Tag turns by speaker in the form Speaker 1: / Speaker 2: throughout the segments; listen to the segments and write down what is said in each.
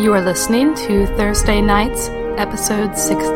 Speaker 1: You are listening to Thursday Nights, episode 60.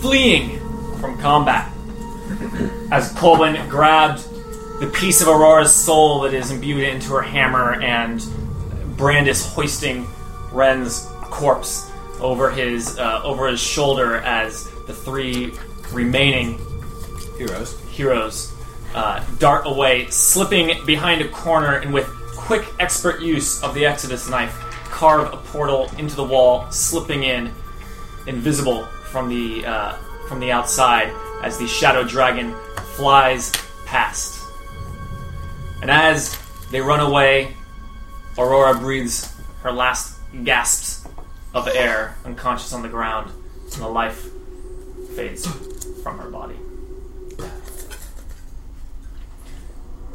Speaker 2: fleeing from combat as Colwyn grabbed the piece of Aurora's soul that is imbued into her hammer and Brandis hoisting Ren's corpse over his uh, over his shoulder as the three remaining
Speaker 3: Heroes.
Speaker 2: heroes uh, dart away, slipping behind a corner, and with quick, expert use of the Exodus knife, carve a portal into the wall, slipping in, invisible from the uh, from the outside as the shadow dragon flies past. And as they run away, Aurora breathes her last gasps of air, unconscious on the ground, and the life fades from her body.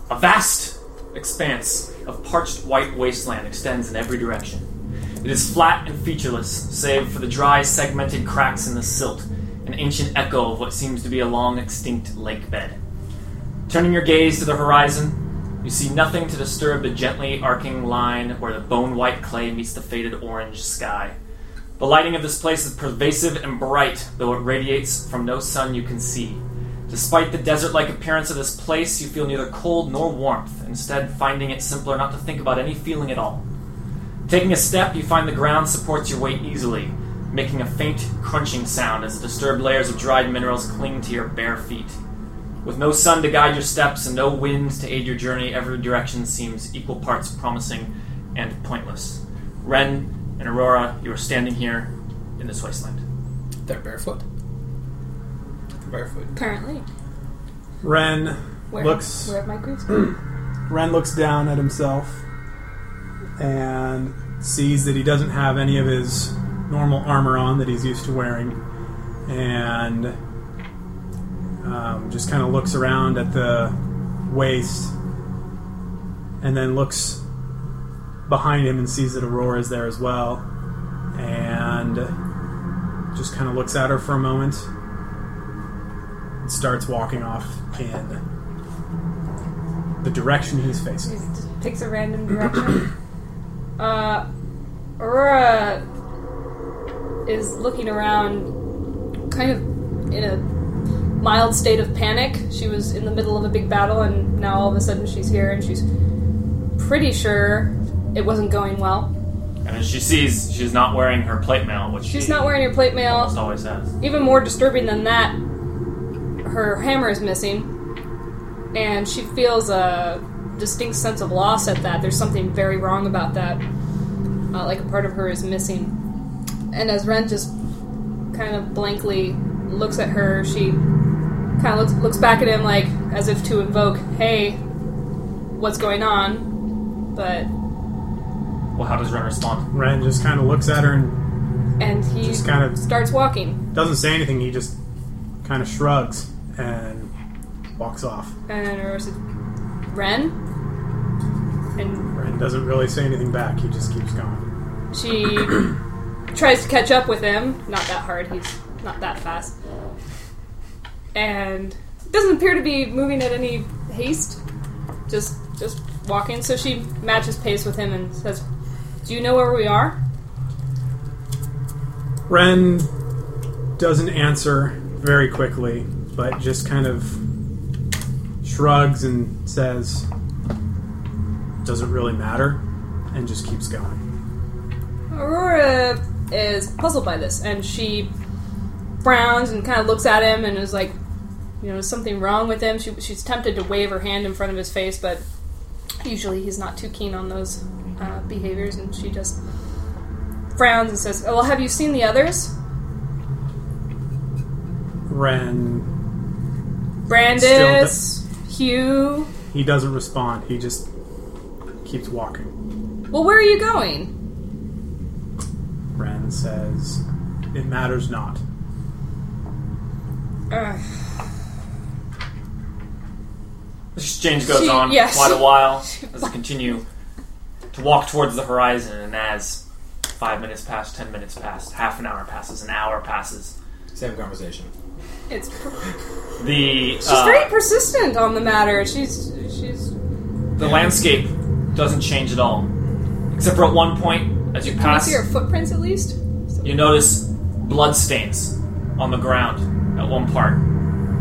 Speaker 2: A vast expanse of parched white wasteland extends in every direction. It is flat and featureless, save for the dry, segmented cracks in the silt, an ancient echo of what seems to be a long extinct lake bed. Turning your gaze to the horizon, you see nothing to disturb the gently arcing line where the bone white clay meets the faded orange sky. The lighting of this place is pervasive and bright, though it radiates from no sun you can see. Despite the desert like appearance of this place, you feel neither cold nor warmth, instead, finding it simpler not to think about any feeling at all. Taking a step, you find the ground supports your weight easily, making a faint crunching sound as the disturbed layers of dried minerals cling to your bare feet. With no sun to guide your steps and no wind to aid your journey, every direction seems equal parts promising and pointless. Ren and Aurora, you are standing here in this wasteland.
Speaker 3: They're barefoot. Barefoot.
Speaker 4: Apparently.
Speaker 5: Ren
Speaker 4: Where,
Speaker 5: looks
Speaker 4: where have my grooves gone?
Speaker 5: Ren looks down at himself and sees that he doesn't have any of his normal armor on that he's used to wearing, and um, just kind of looks around at the waist, and then looks behind him and sees that Aurora is there as well, and just kind of looks at her for a moment. and Starts walking off in the direction he's facing.
Speaker 4: Just just picks a random direction. uh, Aurora is looking around, kind of in a mild state of panic. She was in the middle of a big battle, and now all of a sudden she's here, and she's pretty sure it wasn't going well.
Speaker 2: And as she sees, she's not wearing her plate mail, which
Speaker 4: She's
Speaker 2: she
Speaker 4: not wearing her plate mail.
Speaker 2: almost always has.
Speaker 4: Even more disturbing than that, her hammer is missing, and she feels a distinct sense of loss at that. There's something very wrong about that. Uh, like a part of her is missing. And as Ren just kind of blankly looks at her, she kind of looks, looks back at him like as if to invoke, "Hey, what's going on?" But
Speaker 2: Well, how does Ren respond?
Speaker 5: Ren just kind of looks at her and
Speaker 4: and he
Speaker 5: Just kind of-
Speaker 4: starts walking.
Speaker 5: doesn't say anything. He just kind of shrugs and walks off.
Speaker 4: And or is it Ren? And
Speaker 5: Ren doesn't really say anything back. He just keeps going.
Speaker 4: she tries to catch up with him. Not that hard, he's not that fast. And doesn't appear to be moving at any haste. Just just walking. So she matches pace with him and says, Do you know where we are?
Speaker 5: Ren doesn't answer very quickly, but just kind of shrugs and says, "Doesn't really matter," and just keeps going.
Speaker 4: Aurora is puzzled by this, and she frowns and kind of looks at him and is like, you know, is something wrong with him. She, she's tempted to wave her hand in front of his face, but usually he's not too keen on those uh, behaviors, and she just frowns and says, oh, "Well, have you seen the others?
Speaker 5: Ren
Speaker 4: Brandis, Hugh."
Speaker 5: he doesn't respond. He just keeps walking.
Speaker 4: Well, where are you going?
Speaker 5: Ren says, It matters not.
Speaker 4: Ugh.
Speaker 2: This exchange goes
Speaker 4: She-
Speaker 2: on
Speaker 4: yes.
Speaker 2: for quite a while as they continue to walk towards the horizon, and as five minutes pass, ten minutes pass, half an hour passes, an hour passes,
Speaker 3: Same conversation.
Speaker 4: It's per-
Speaker 2: the
Speaker 4: she's
Speaker 2: uh,
Speaker 4: very persistent on the matter. She's she's
Speaker 2: the landscape doesn't change at all, except for at one point as you
Speaker 4: can you
Speaker 2: pass,
Speaker 4: see her footprints at least? So-
Speaker 2: you notice bloodstains on the ground at one part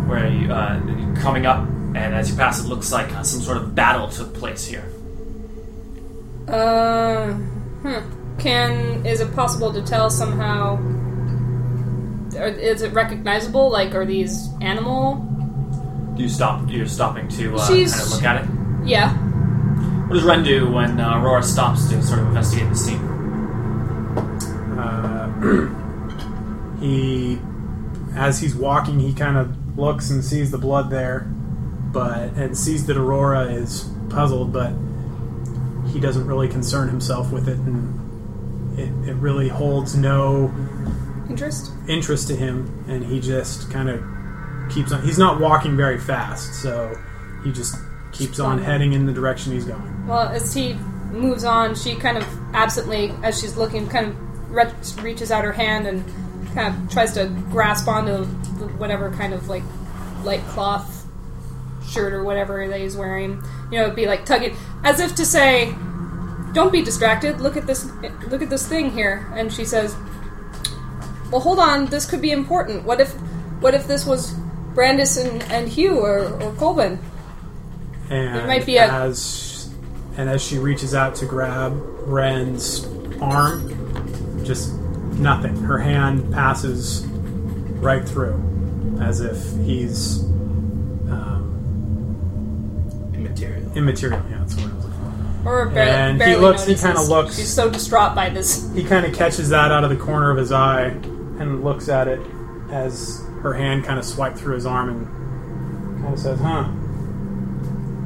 Speaker 2: where you uh, coming up, and as you pass, it looks like uh, some sort of battle took place here.
Speaker 4: Uh, hmm. Can is it possible to tell somehow? Or is it recognizable? Like, are these animal?
Speaker 2: You stop. You're stopping to uh, kind
Speaker 4: She's-
Speaker 2: of look at it.
Speaker 4: Yeah.
Speaker 2: What does Ren do when uh, Aurora stops to sort of investigate the scene?
Speaker 5: Uh, Um, he, as he's walking, he kind of looks and sees the blood there, but and sees that Aurora is puzzled, but he doesn't really concern himself with it, and it, it really holds no
Speaker 4: Interest.
Speaker 5: interest to him, and he just kind of keeps on. He's not walking very fast, so he just keeps on heading in the direction he's going.
Speaker 4: Well, as he moves on, she kind of absently, as she's looking, kind of re- reaches out her hand and kind of tries to grasp onto the- whatever kind of like light cloth shirt or whatever that he's wearing. You know, it'd be like tugging, as if to say, "Don't be distracted. Look at this. Look at this thing here." And she says, "Well, hold on. This could be important. What if, what if this was Brandis and, and Hugh or, or Colvin?"
Speaker 5: And
Speaker 4: might be a-
Speaker 5: as and as she reaches out to grab Ren's arm, just nothing. Her hand passes right through, as if he's um,
Speaker 3: Immaterial.
Speaker 5: immaterial. Yeah, that's what I was looking for.
Speaker 4: Or barely,
Speaker 5: And he
Speaker 4: barely
Speaker 5: looks- he
Speaker 4: notices.
Speaker 5: kinda looks-
Speaker 4: She's so distraught by this.
Speaker 5: He kind of catches that out of the corner of his eye and looks at it as her hand kind of swiped through his arm and kind of says, "Huh,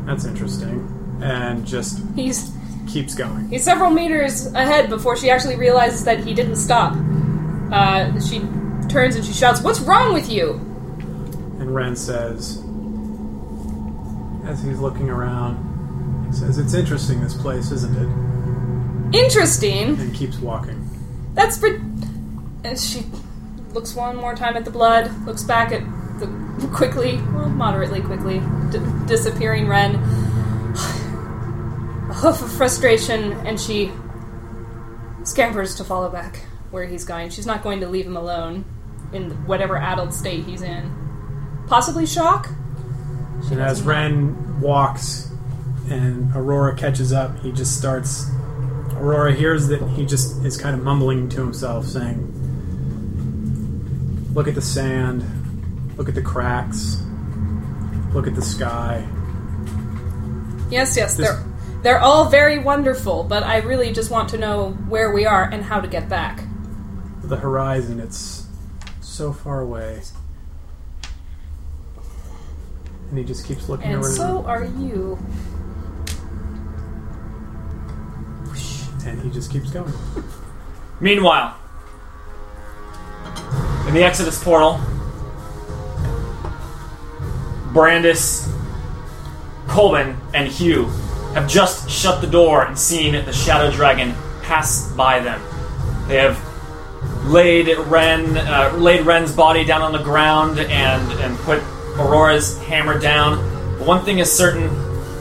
Speaker 5: that's interesting," and just
Speaker 4: He's
Speaker 5: keeps going.
Speaker 4: he's several meters ahead before she actually realizes that he didn't stop. Uh, she turns and she shouts, "What's wrong with you?"
Speaker 5: And Ren says, as he's looking around, he says, "It's interesting, this place, isn't it?"
Speaker 4: Interesting.
Speaker 5: And keeps walking.
Speaker 4: That's for. As she looks one more time at the blood, looks back at the quickly, well, moderately quickly d- disappearing Ren. A hoof of frustration, and she scampers to follow back where he's going. She's not going to leave him alone in whatever addled state he's in. Possibly shock?
Speaker 5: And as Ren walks and Aurora catches up, he just starts. Aurora hears that he just is kind of mumbling to himself, saying, Look at the sand, look at the cracks, look at the sky.
Speaker 4: Yes, yes,
Speaker 5: This-
Speaker 4: they're, they're all very wonderful, but I really just want to know where we are and how to get back.
Speaker 5: The horizon, it's so far away. And he just keeps looking
Speaker 4: And
Speaker 5: around.
Speaker 4: so are you.
Speaker 5: and he just keeps going.
Speaker 2: Meanwhile, in the Exodus portal, Brandis, Colvin, and Hugh have just shut the door and seen the Shadow Dragon pass by them. They have laid Ren, uh, laid Ren's body down on the ground and and put Aurora's hammer down. But one thing is certain: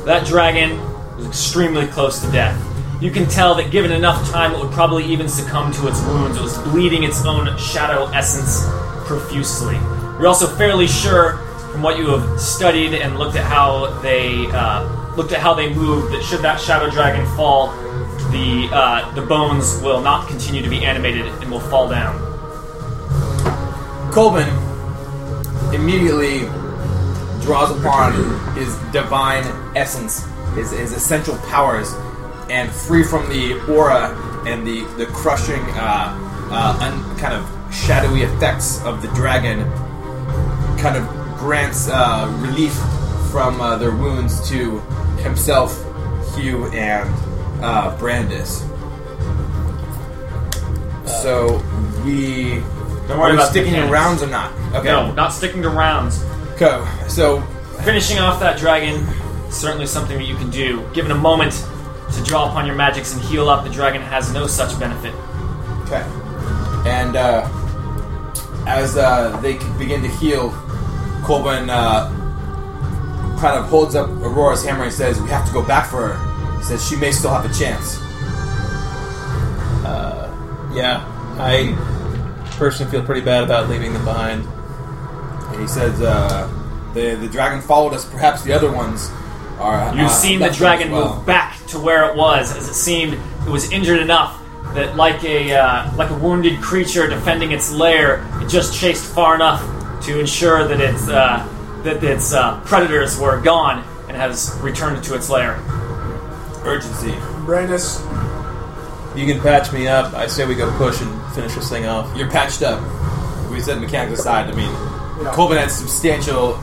Speaker 2: that dragon was extremely close to death. You can tell that given enough time, it would probably even succumb to its wounds. It was bleeding its own shadow essence profusely. You're also fairly sure, from what you have studied and looked at how they uh, looked at how they moved, that should that shadow dragon fall, the uh, the bones will not continue to be animated and will fall down.
Speaker 3: Colvin immediately draws upon his divine essence, his, his essential powers, and free from the aura and the, the crushing uh, uh, un, kind of shadowy effects of the dragon, kind of grants uh, relief from uh, their wounds to himself, Hugh, and uh, Brandis. So we
Speaker 2: Don't worry
Speaker 3: are we
Speaker 2: about the
Speaker 3: sticking in
Speaker 2: mechanics.
Speaker 3: rounds or not? Okay.
Speaker 2: No, not sticking to rounds.
Speaker 3: Co. So
Speaker 2: Finishing off that dragon, certainly something that you can do. Given a moment to draw upon your magics and heal up, the dragon has no such benefit.
Speaker 3: okay. And uh, as uh, they c- begin to heal, Colbin uh, kind of holds up Aurora's hammer and says, "We have to go back for her." He says she may still have a chance.
Speaker 6: Uh, Yeah, I personally feel pretty bad about leaving them behind.
Speaker 3: And he says, uh, "the the dragon followed us. Perhaps the other ones are."
Speaker 2: You've
Speaker 3: uh,
Speaker 2: seen the
Speaker 3: left
Speaker 2: dragon
Speaker 3: as well."
Speaker 2: move back to where it was, as it seemed it was injured enough that, like a uh, like a wounded creature defending its lair, it just chased far enough to ensure that its uh, that its uh, predators were gone and has returned to its lair.
Speaker 3: Urgency.
Speaker 7: Brandis,
Speaker 6: You can patch me up. I say we go push and finish this thing off.
Speaker 3: You're patched up. We said mechanics aside. I mean,
Speaker 7: Yeah.
Speaker 3: Colvin had substantial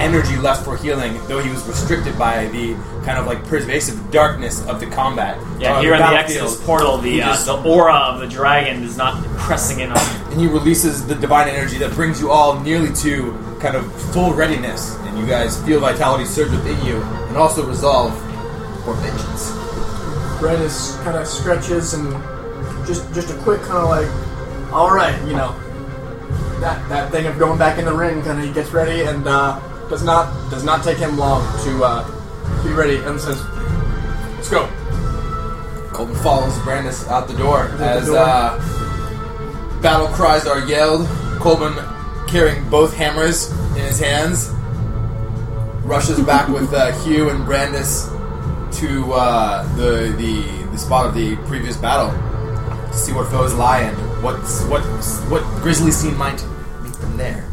Speaker 3: energy left for healing, though he was restricted by the kind of like pervasive darkness of the combat.
Speaker 2: Yeah,
Speaker 3: Uh,
Speaker 2: here on the
Speaker 3: battlefield.
Speaker 2: Exodus portal,
Speaker 3: He
Speaker 2: the uh,
Speaker 3: just-
Speaker 2: the aura of the dragon is not pressing in on you.
Speaker 3: and he releases the divine energy that brings you all nearly to kind of full readiness, and you guys feel vitality surge within you, and also resolve for vengeance.
Speaker 7: Brandis kind of stretches and just just a quick kind of like, all right, you know, that that thing of going back in the ring. Kind of gets ready and uh, does not does not take him long to uh, be ready and says, "Let's go."
Speaker 3: Colton follows Brandis out the door
Speaker 7: the
Speaker 3: as
Speaker 7: door.
Speaker 3: Uh, battle cries are yelled. Colton, carrying both hammers in his hands, rushes back with uh, Hugh and Brandis to uh, the, the the spot of the previous battle to see what foes lie and what what what grisly scene might meet them there.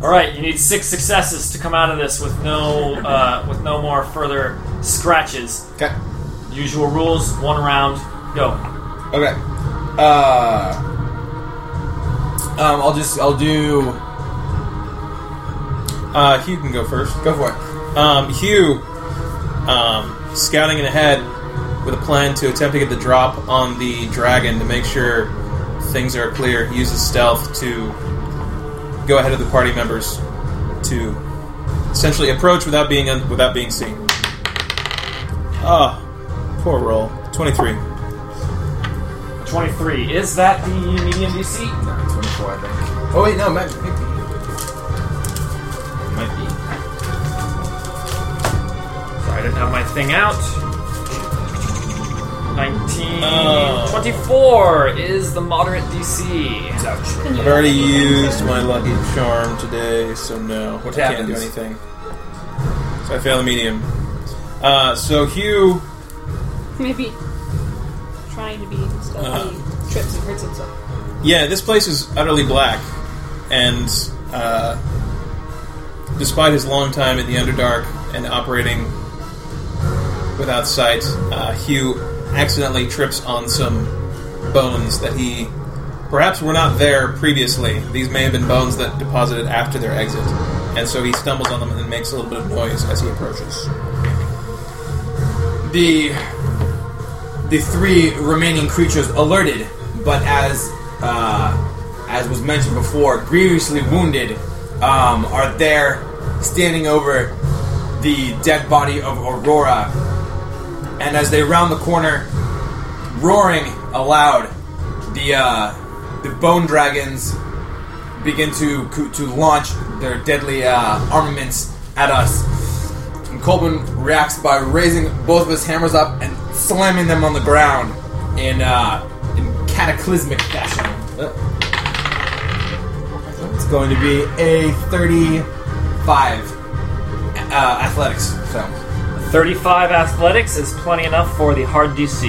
Speaker 2: All right, you need six successes to come out of this with no uh, with no more further scratches.
Speaker 3: Okay.
Speaker 2: Usual rules, one round, go.
Speaker 3: Okay. Uh, um, I'll just I'll do
Speaker 6: Uh, Hugh can go first.
Speaker 3: go for it.
Speaker 6: Um, Hugh, um, scouting in ahead with a plan to attempt to get the drop on the dragon to make sure things are clear. He uses stealth to go ahead of the party members to essentially approach without being un- without being seen. Ah, poor roll. Twenty-three.
Speaker 2: 23. Is that the medium DC?
Speaker 3: 24, I think. Oh, wait, no, might, might be. Might be.
Speaker 2: Sorry, I didn't have my thing out. 19.
Speaker 6: Oh.
Speaker 2: 24 is the moderate DC.
Speaker 3: Ouch.
Speaker 6: I've already used my lucky charm today, so no,
Speaker 3: What
Speaker 6: I
Speaker 3: happens?
Speaker 6: can't do anything. So I fail the medium. Uh, so Hugh.
Speaker 4: Maybe trying to be stealthy
Speaker 3: Uh-huh.
Speaker 4: trips and hurts himself.
Speaker 6: Yeah, this place is utterly black, and uh, despite his long time in the Underdark and operating without sight, uh, Hugh accidentally trips on some bones that he perhaps were not there previously. These may have been bones that deposited after their exit, and so he stumbles on them and makes a little bit of noise as he approaches.
Speaker 3: The the three remaining creatures alerted, but as uh, as was mentioned before, grievously wounded, um, are there standing over the dead body of Aurora, and as they round the corner, roaring aloud, the uh, the bone dragons begin to to launch their deadly uh, armaments at us. And Colbin reacts by raising both of his hammers up and slamming them on the ground in uh, in cataclysmic fashion. Uh, It's going to be a 35 uh, athletics. So.
Speaker 2: 35 athletics is plenty enough for the hard DC.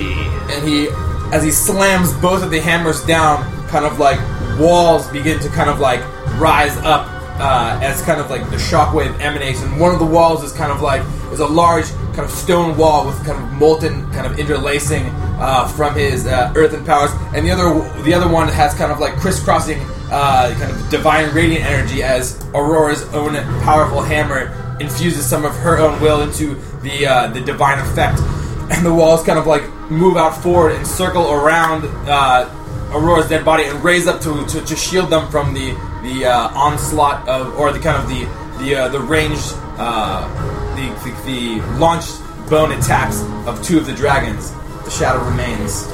Speaker 3: and he as he slams both of the hammers down kind of like walls begin to kind of like rise up uh, as kind of like the shockwave emanates and one of the walls is kind of like is a large kind of stone wall with kind of molten kind of interlacing uh, from his uh, earthen powers and the other the other one has kind of like crisscrossing uh, kind of divine radiant energy as Aurora's own powerful hammer infuses some of her own will into the uh, the divine effect and the walls kind of like move out forward and circle around uh, Aurora's dead body and raise up to, to, to shield them from the the uh, onslaught of or the kind of the the uh, the ranged uh, the, the the launched bone attacks of two of the dragons. The shadow remains.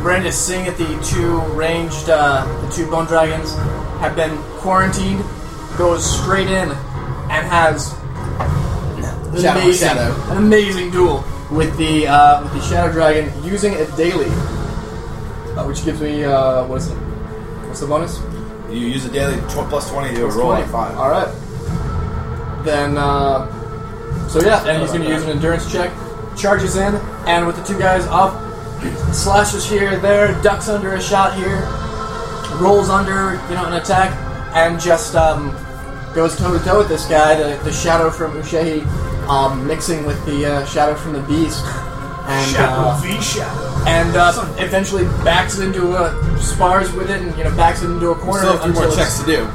Speaker 7: Brandis seeing that the two ranged, uh, the two bone dragons have been quarantined, goes straight in and has an
Speaker 8: Shadow,
Speaker 7: amazing,
Speaker 8: shadow.
Speaker 7: an amazing duel with the uh, with the shadow dragon using a daily, uh, which gives me uh, what is it? What's the bonus?
Speaker 8: You use a daily tw- plus 20 to a
Speaker 7: It's
Speaker 8: roll
Speaker 7: 20.
Speaker 8: at 5.
Speaker 7: All right. Then, uh, so yeah, and he's going to use an endurance check. Charges in, and with the two guys up, slashes here, there, ducks under a shot here, rolls under, you know, an attack, and just um, goes toe to toe with this guy, the, the shadow from Ushahi, um, mixing with the uh, shadow from the beast. And, uh,
Speaker 8: V shadow.
Speaker 7: and uh, eventually backs it into a spars with it, and you know backs it into a corner.
Speaker 3: Still have three more
Speaker 7: until it's-
Speaker 3: checks to do.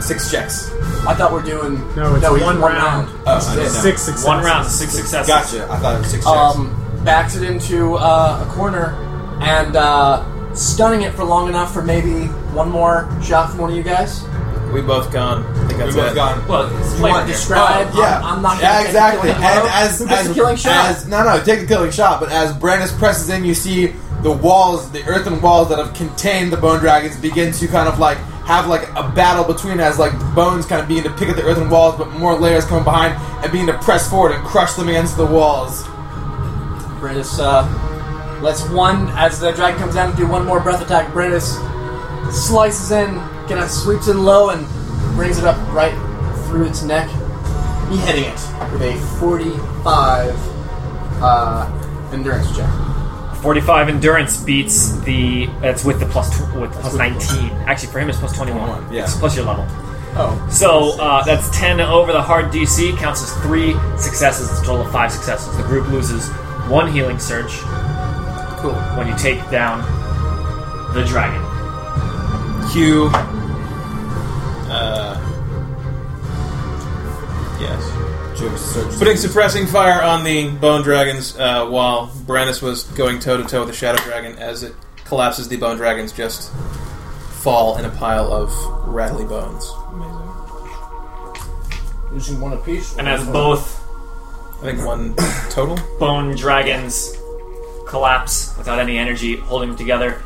Speaker 3: Six checks.
Speaker 7: I thought we're doing
Speaker 5: No, it's
Speaker 7: he's
Speaker 5: one round.
Speaker 3: Oh, I didn't know.
Speaker 5: Six successes.
Speaker 2: One round, six successes.
Speaker 3: Gotcha. I thought it was six checks.
Speaker 7: Um, backs it into uh, a corner and uh, stunning it for long enough for maybe one more shot from one of you guys.
Speaker 6: We both gone. I think
Speaker 3: we
Speaker 6: that's
Speaker 3: both
Speaker 6: it.
Speaker 3: gone.
Speaker 2: Well, it's
Speaker 7: You want
Speaker 2: flavor
Speaker 7: to
Speaker 2: here.
Speaker 7: describe?
Speaker 3: Oh, yeah.
Speaker 7: I'm, I'm not.
Speaker 3: yeah,
Speaker 7: gonna
Speaker 3: exactly.
Speaker 7: Take
Speaker 3: And
Speaker 7: the killing blow.
Speaker 3: as
Speaker 7: Who gets
Speaker 3: as,
Speaker 7: the killing shot?
Speaker 3: as- no, no, take the killing shot. But as Brandis presses in, you see the walls, the earthen walls that have contained the bone dragons, begin to kind of like have like a battle between as like bones kind of begin to pick at the earthen walls, but more layers come behind and begin to press forward and crush them against the walls.
Speaker 7: Brandis uh, lets one as the dragon comes down to do one more breath attack. Brandis slices in, kind of sweeps in low, and brings it up right through its neck, beheading it with a 45 uh, endurance check.
Speaker 2: 45 endurance beats the. That's with the plus tw- with plus 19. Actually, for him, it's plus 21.
Speaker 3: 21, yeah.
Speaker 2: It's plus your level.
Speaker 7: Oh,
Speaker 2: So uh, that's 10 over the hard DC, counts as three successes. It's a total of five successes. The group loses one healing surge
Speaker 7: cool.
Speaker 2: when you take down the dragon.
Speaker 6: Q. Uh, yes. Putting suppressing fire on the bone dragons uh, while Brandis was going toe to toe with the shadow dragon as it collapses. The bone dragons just fall in a pile of rattly bones.
Speaker 7: Using one apiece.
Speaker 2: And as both
Speaker 6: I think one total.
Speaker 2: bone dragons collapse without any energy holding them together,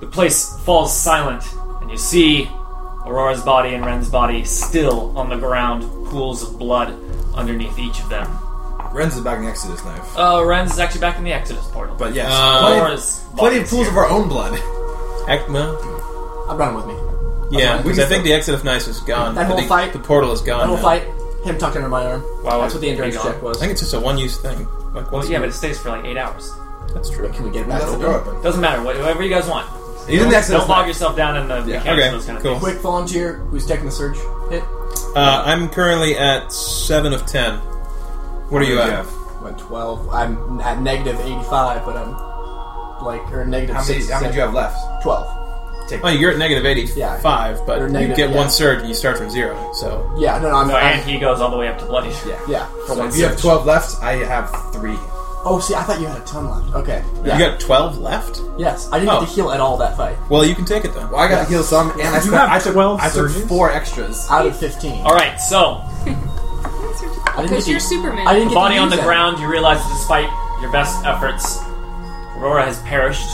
Speaker 2: the place falls silent, and you see Aurora's body and Ren's body still on the ground, pools of blood underneath each of them.
Speaker 3: Ren's is back next to this knife,
Speaker 2: Uh, Ren's is actually back in the Exodus portal.
Speaker 3: but yes,
Speaker 6: Uh,
Speaker 3: plenty,
Speaker 2: Aurora's
Speaker 3: plenty
Speaker 2: body
Speaker 3: of
Speaker 2: is
Speaker 3: pools
Speaker 2: here.
Speaker 3: of our own blood.
Speaker 6: Act, well,
Speaker 7: I'm running with me.
Speaker 6: yeah,
Speaker 3: Okay, we can
Speaker 6: because I think
Speaker 3: still-
Speaker 6: the exit of nice is gone.
Speaker 7: That
Speaker 6: I
Speaker 7: whole
Speaker 6: think
Speaker 7: fight-
Speaker 6: the portal is gone.
Speaker 7: I will
Speaker 6: now.
Speaker 7: fight him tucked under my arm.
Speaker 2: Wow,
Speaker 7: That's what the
Speaker 2: wow,
Speaker 7: endurance
Speaker 2: hang on.
Speaker 7: check was.
Speaker 6: I think it's just a one-use thing. Like once
Speaker 2: Well, yeah,
Speaker 6: you-
Speaker 2: but it stays for like eight hours.
Speaker 6: that's true.
Speaker 7: Can we get it back
Speaker 3: That's the
Speaker 7: open?
Speaker 3: door open.
Speaker 2: Doesn't matter. what- Whatever you guys want.
Speaker 3: He's in the Exodus
Speaker 2: Don't log
Speaker 3: knife.
Speaker 2: yourself down in the
Speaker 3: Yeah,
Speaker 2: mechanics
Speaker 6: Okay,
Speaker 2: of those kind of
Speaker 6: cool.
Speaker 2: things.
Speaker 7: Quick volunteer who's taking the surge hit.
Speaker 6: Uh, I'm currently at seven of ten. What are you at?
Speaker 7: I'm at 12. I'm at negative 85, but I'm like, or negative
Speaker 3: How many,
Speaker 7: 6.
Speaker 3: how many do you have left?
Speaker 7: 12.
Speaker 6: Oh, you're at negative eighty-five, but
Speaker 7: You're
Speaker 6: you
Speaker 7: negative,
Speaker 6: get
Speaker 7: yeah.
Speaker 6: one surge and you start from zero. So
Speaker 7: Yeah, no, no, I'm.
Speaker 2: So,
Speaker 7: I'm-
Speaker 2: and he goes all the way up to bloody.
Speaker 7: yeah.
Speaker 3: So if you have twelve left, I have three.
Speaker 7: Oh, see, I thought you had a ton left. Okay. Yeah.
Speaker 6: you got twelve left.
Speaker 7: yes, I didn't
Speaker 6: Oh.
Speaker 7: get to heal at all that fight.
Speaker 6: Well, you can take it then.
Speaker 3: Well, I got to heal some, and I, spent,
Speaker 5: have
Speaker 3: I took
Speaker 5: 12
Speaker 3: I took
Speaker 5: surges?
Speaker 3: four extras.
Speaker 7: Out of 15.
Speaker 2: All right, so
Speaker 7: I didn't
Speaker 4: Oh, Because
Speaker 7: get to-
Speaker 4: you're Superman.
Speaker 7: I didn't get
Speaker 2: body
Speaker 7: to
Speaker 2: on the
Speaker 7: use that.
Speaker 2: ground. You realize, that despite your best efforts, Aurora has perished.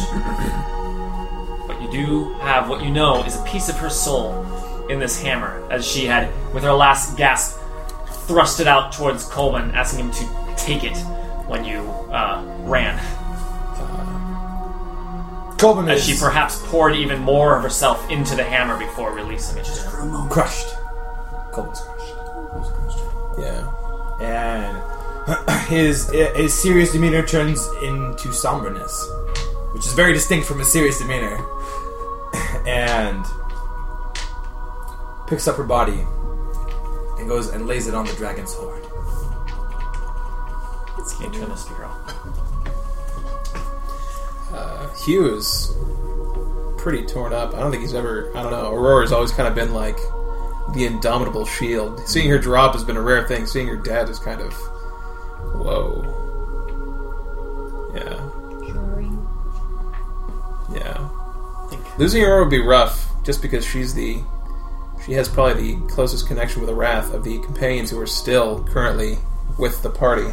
Speaker 2: but you do have what you know is a piece of her soul in this hammer, as she had, with her last gasp, thrust it out towards Coleman, asking him to take it when you uh, ran.
Speaker 3: Colvin
Speaker 2: As
Speaker 3: is
Speaker 2: she perhaps poured even more of herself into the hammer before releasing it.
Speaker 3: crushed. Colvin's crushed.
Speaker 6: Yeah.
Speaker 3: And his his serious demeanor turns into somberness, which is very distinct from his serious demeanor. And picks up her body and goes and lays it on the dragon's horn.
Speaker 2: Can you turn the speaker off?
Speaker 6: Hugh is pretty torn up. I don't think he's ever. I don't know. Aurora's always kind of been like the indomitable shield. Seeing her drop has been a rare thing. Seeing her dead is kind of whoa. Losing Aurora would be rough, just because she's the she has probably the closest connection with the wrath of the companions who are still currently with the party.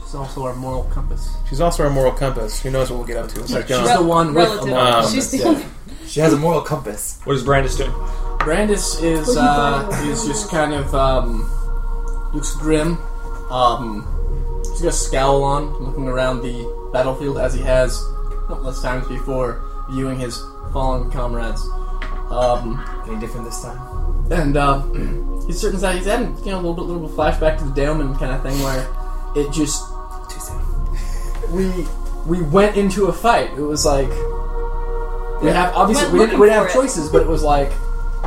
Speaker 7: She's also our moral compass.
Speaker 6: She's also our moral compass. Who knows what we'll get up to? It's like,
Speaker 7: She's the one with
Speaker 4: Relative.
Speaker 7: a moral
Speaker 6: Um,
Speaker 4: She's the
Speaker 7: compass,
Speaker 4: only.
Speaker 3: She has a moral compass.
Speaker 2: What is Brandis doing?
Speaker 7: Brandis is uh, is just kind of um, looks grim. Um, he's got a scowl on, looking around the battlefield as he has countless times before, viewing his fallen comrades. Um,
Speaker 3: Any different this time?
Speaker 7: and uh, he's certain that he's having you know a little bit little flashback to the Dalman kind of thing where it just
Speaker 3: Too soon.
Speaker 7: we we went into a fight. It was like we have obviously
Speaker 4: Went looking
Speaker 7: we didn't, we didn't
Speaker 4: for
Speaker 7: have
Speaker 4: it.
Speaker 7: choices, but it was like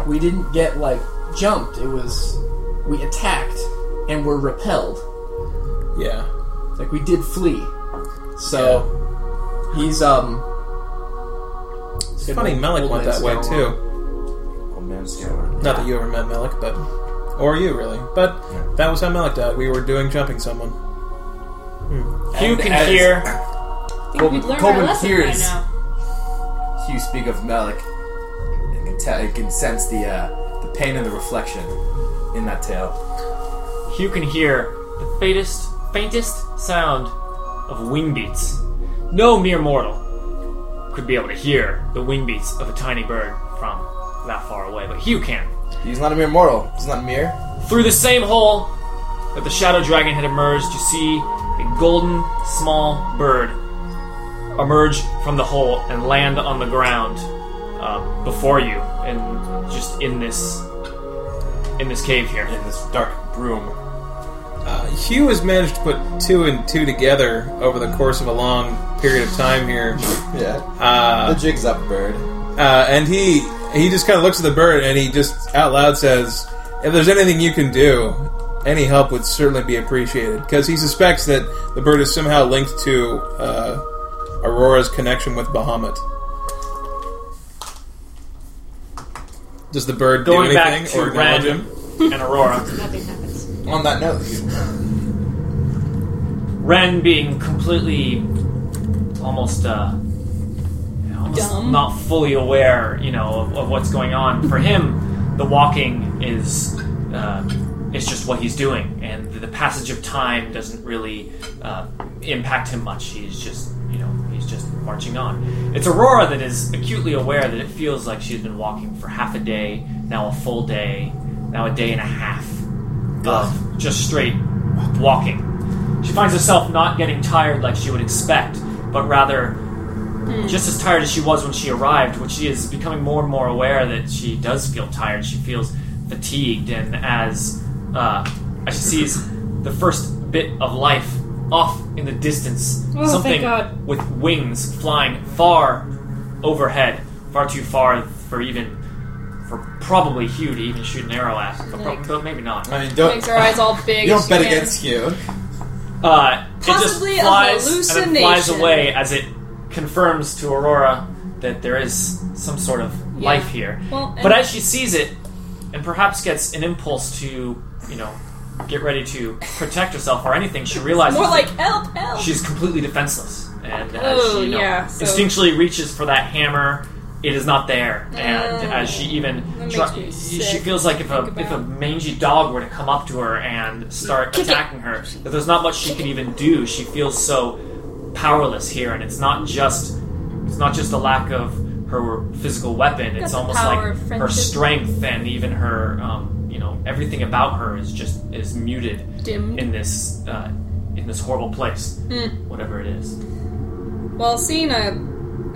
Speaker 7: we didn't get like jumped. It was we attacked and were repelled.
Speaker 6: yeah,
Speaker 7: Like we did flee. So he's um.
Speaker 6: it's funny. Melik went that way too.
Speaker 8: Old man Scour.
Speaker 6: Not that you ever met Melik, but or you really, but that was how Melik died. We were doing jumping someone.
Speaker 2: Hugh
Speaker 3: And
Speaker 2: can
Speaker 3: as-
Speaker 2: hear.
Speaker 4: I think we've learned our
Speaker 3: Coleman
Speaker 4: lesson by
Speaker 3: hears-
Speaker 4: now.
Speaker 8: You speak of Malik. It can, tell, it can sense the uh, the pain of the reflection in that tale.
Speaker 2: Hugh can hear the faintest, faintest sound of wing beats. No mere mortal could be able to hear the wing beats of a tiny bird from that far away, but Hugh can.
Speaker 3: He's not a mere mortal. He's not mere.
Speaker 2: Through the same hole that the shadow dragon had emerged, you see a golden small bird emerge from the hole and land on the ground uh, before you, and just in this in this cave here.
Speaker 8: In this dark room.
Speaker 6: Uh, Hugh has managed to put two and two together over the course of a long period of time here.
Speaker 3: Yeah.
Speaker 6: Uh,
Speaker 3: the jig's up, bird.
Speaker 6: Uh, and he he just kind of looks at the bird and he just out loud says, "If there's anything you can do, any help would certainly be appreciated." Because he suspects that the bird is somehow linked to uh, Aurora's connection with Bahamut. Does the bird
Speaker 2: Going
Speaker 6: do
Speaker 2: back to
Speaker 6: anything or acknowledge
Speaker 2: Ren
Speaker 6: him?
Speaker 2: and Aurora.
Speaker 4: Nothing happens.
Speaker 3: On that note,
Speaker 2: Ren being completely almost uh almost
Speaker 4: Dumb.
Speaker 2: not fully aware, you know, of, of what's going on. For him, the walking is uh, is just what he's doing, and the passage of time doesn't really uh, impact him much. He's just, you know, he's just marching on. It's Aurora that is acutely aware that it feels like she's been walking for half a day, now a full day, now a day and a half of just straight walking. She finds herself not getting tired like she would expect, but rather
Speaker 4: Hmm.
Speaker 2: just as tired as she was when she arrived, which she is becoming more and more aware that she does feel tired. She feels fatigued, and as uh, as she sees the first bit of life off in the distance,
Speaker 4: Oh, thank
Speaker 2: something
Speaker 4: God.
Speaker 2: with wings flying far overhead, far too far for even for probably Hugh to even shoot an arrow at, but, prob-
Speaker 4: Like-
Speaker 2: but maybe not.
Speaker 3: I mean, don't
Speaker 4: Makes our eyes all big.
Speaker 3: you don't
Speaker 4: as
Speaker 3: bet
Speaker 4: you can.
Speaker 3: against you.
Speaker 2: Uh,
Speaker 4: Possibly
Speaker 2: it
Speaker 4: a
Speaker 2: just flies and it flies
Speaker 4: hallucination.
Speaker 2: away as it confirms to Aurora that there is some sort of
Speaker 4: Yeah.
Speaker 2: life here.
Speaker 4: Well,
Speaker 2: but
Speaker 4: and-
Speaker 2: as she sees it, and perhaps gets an impulse to, you know, get ready to protect herself or anything, she realizes
Speaker 4: More
Speaker 2: that
Speaker 4: like help, help.
Speaker 2: she's completely defenseless. And as
Speaker 4: Oh,
Speaker 2: she you know,
Speaker 4: yeah, so-
Speaker 2: instinctually reaches for that hammer, it is not there. And
Speaker 4: Oh.
Speaker 2: as she even
Speaker 4: That makes
Speaker 2: try-
Speaker 4: me
Speaker 2: she
Speaker 4: sick
Speaker 2: feels like if a
Speaker 4: think
Speaker 2: if a
Speaker 4: about.
Speaker 2: mangy dog were to come up to her and start
Speaker 4: Kick it.
Speaker 2: attacking her, that there's not much she can even do. She feels so powerless here, and it's not just it's not just a lack of her physical weapon. It's
Speaker 4: the
Speaker 2: almost
Speaker 4: power
Speaker 2: like her
Speaker 4: of friendship.
Speaker 2: strength and even her um, you know everything about her is just is muted
Speaker 4: Dimmed. Hmm.
Speaker 2: in this uh, in this horrible place, whatever it is.
Speaker 4: Well, seeing a,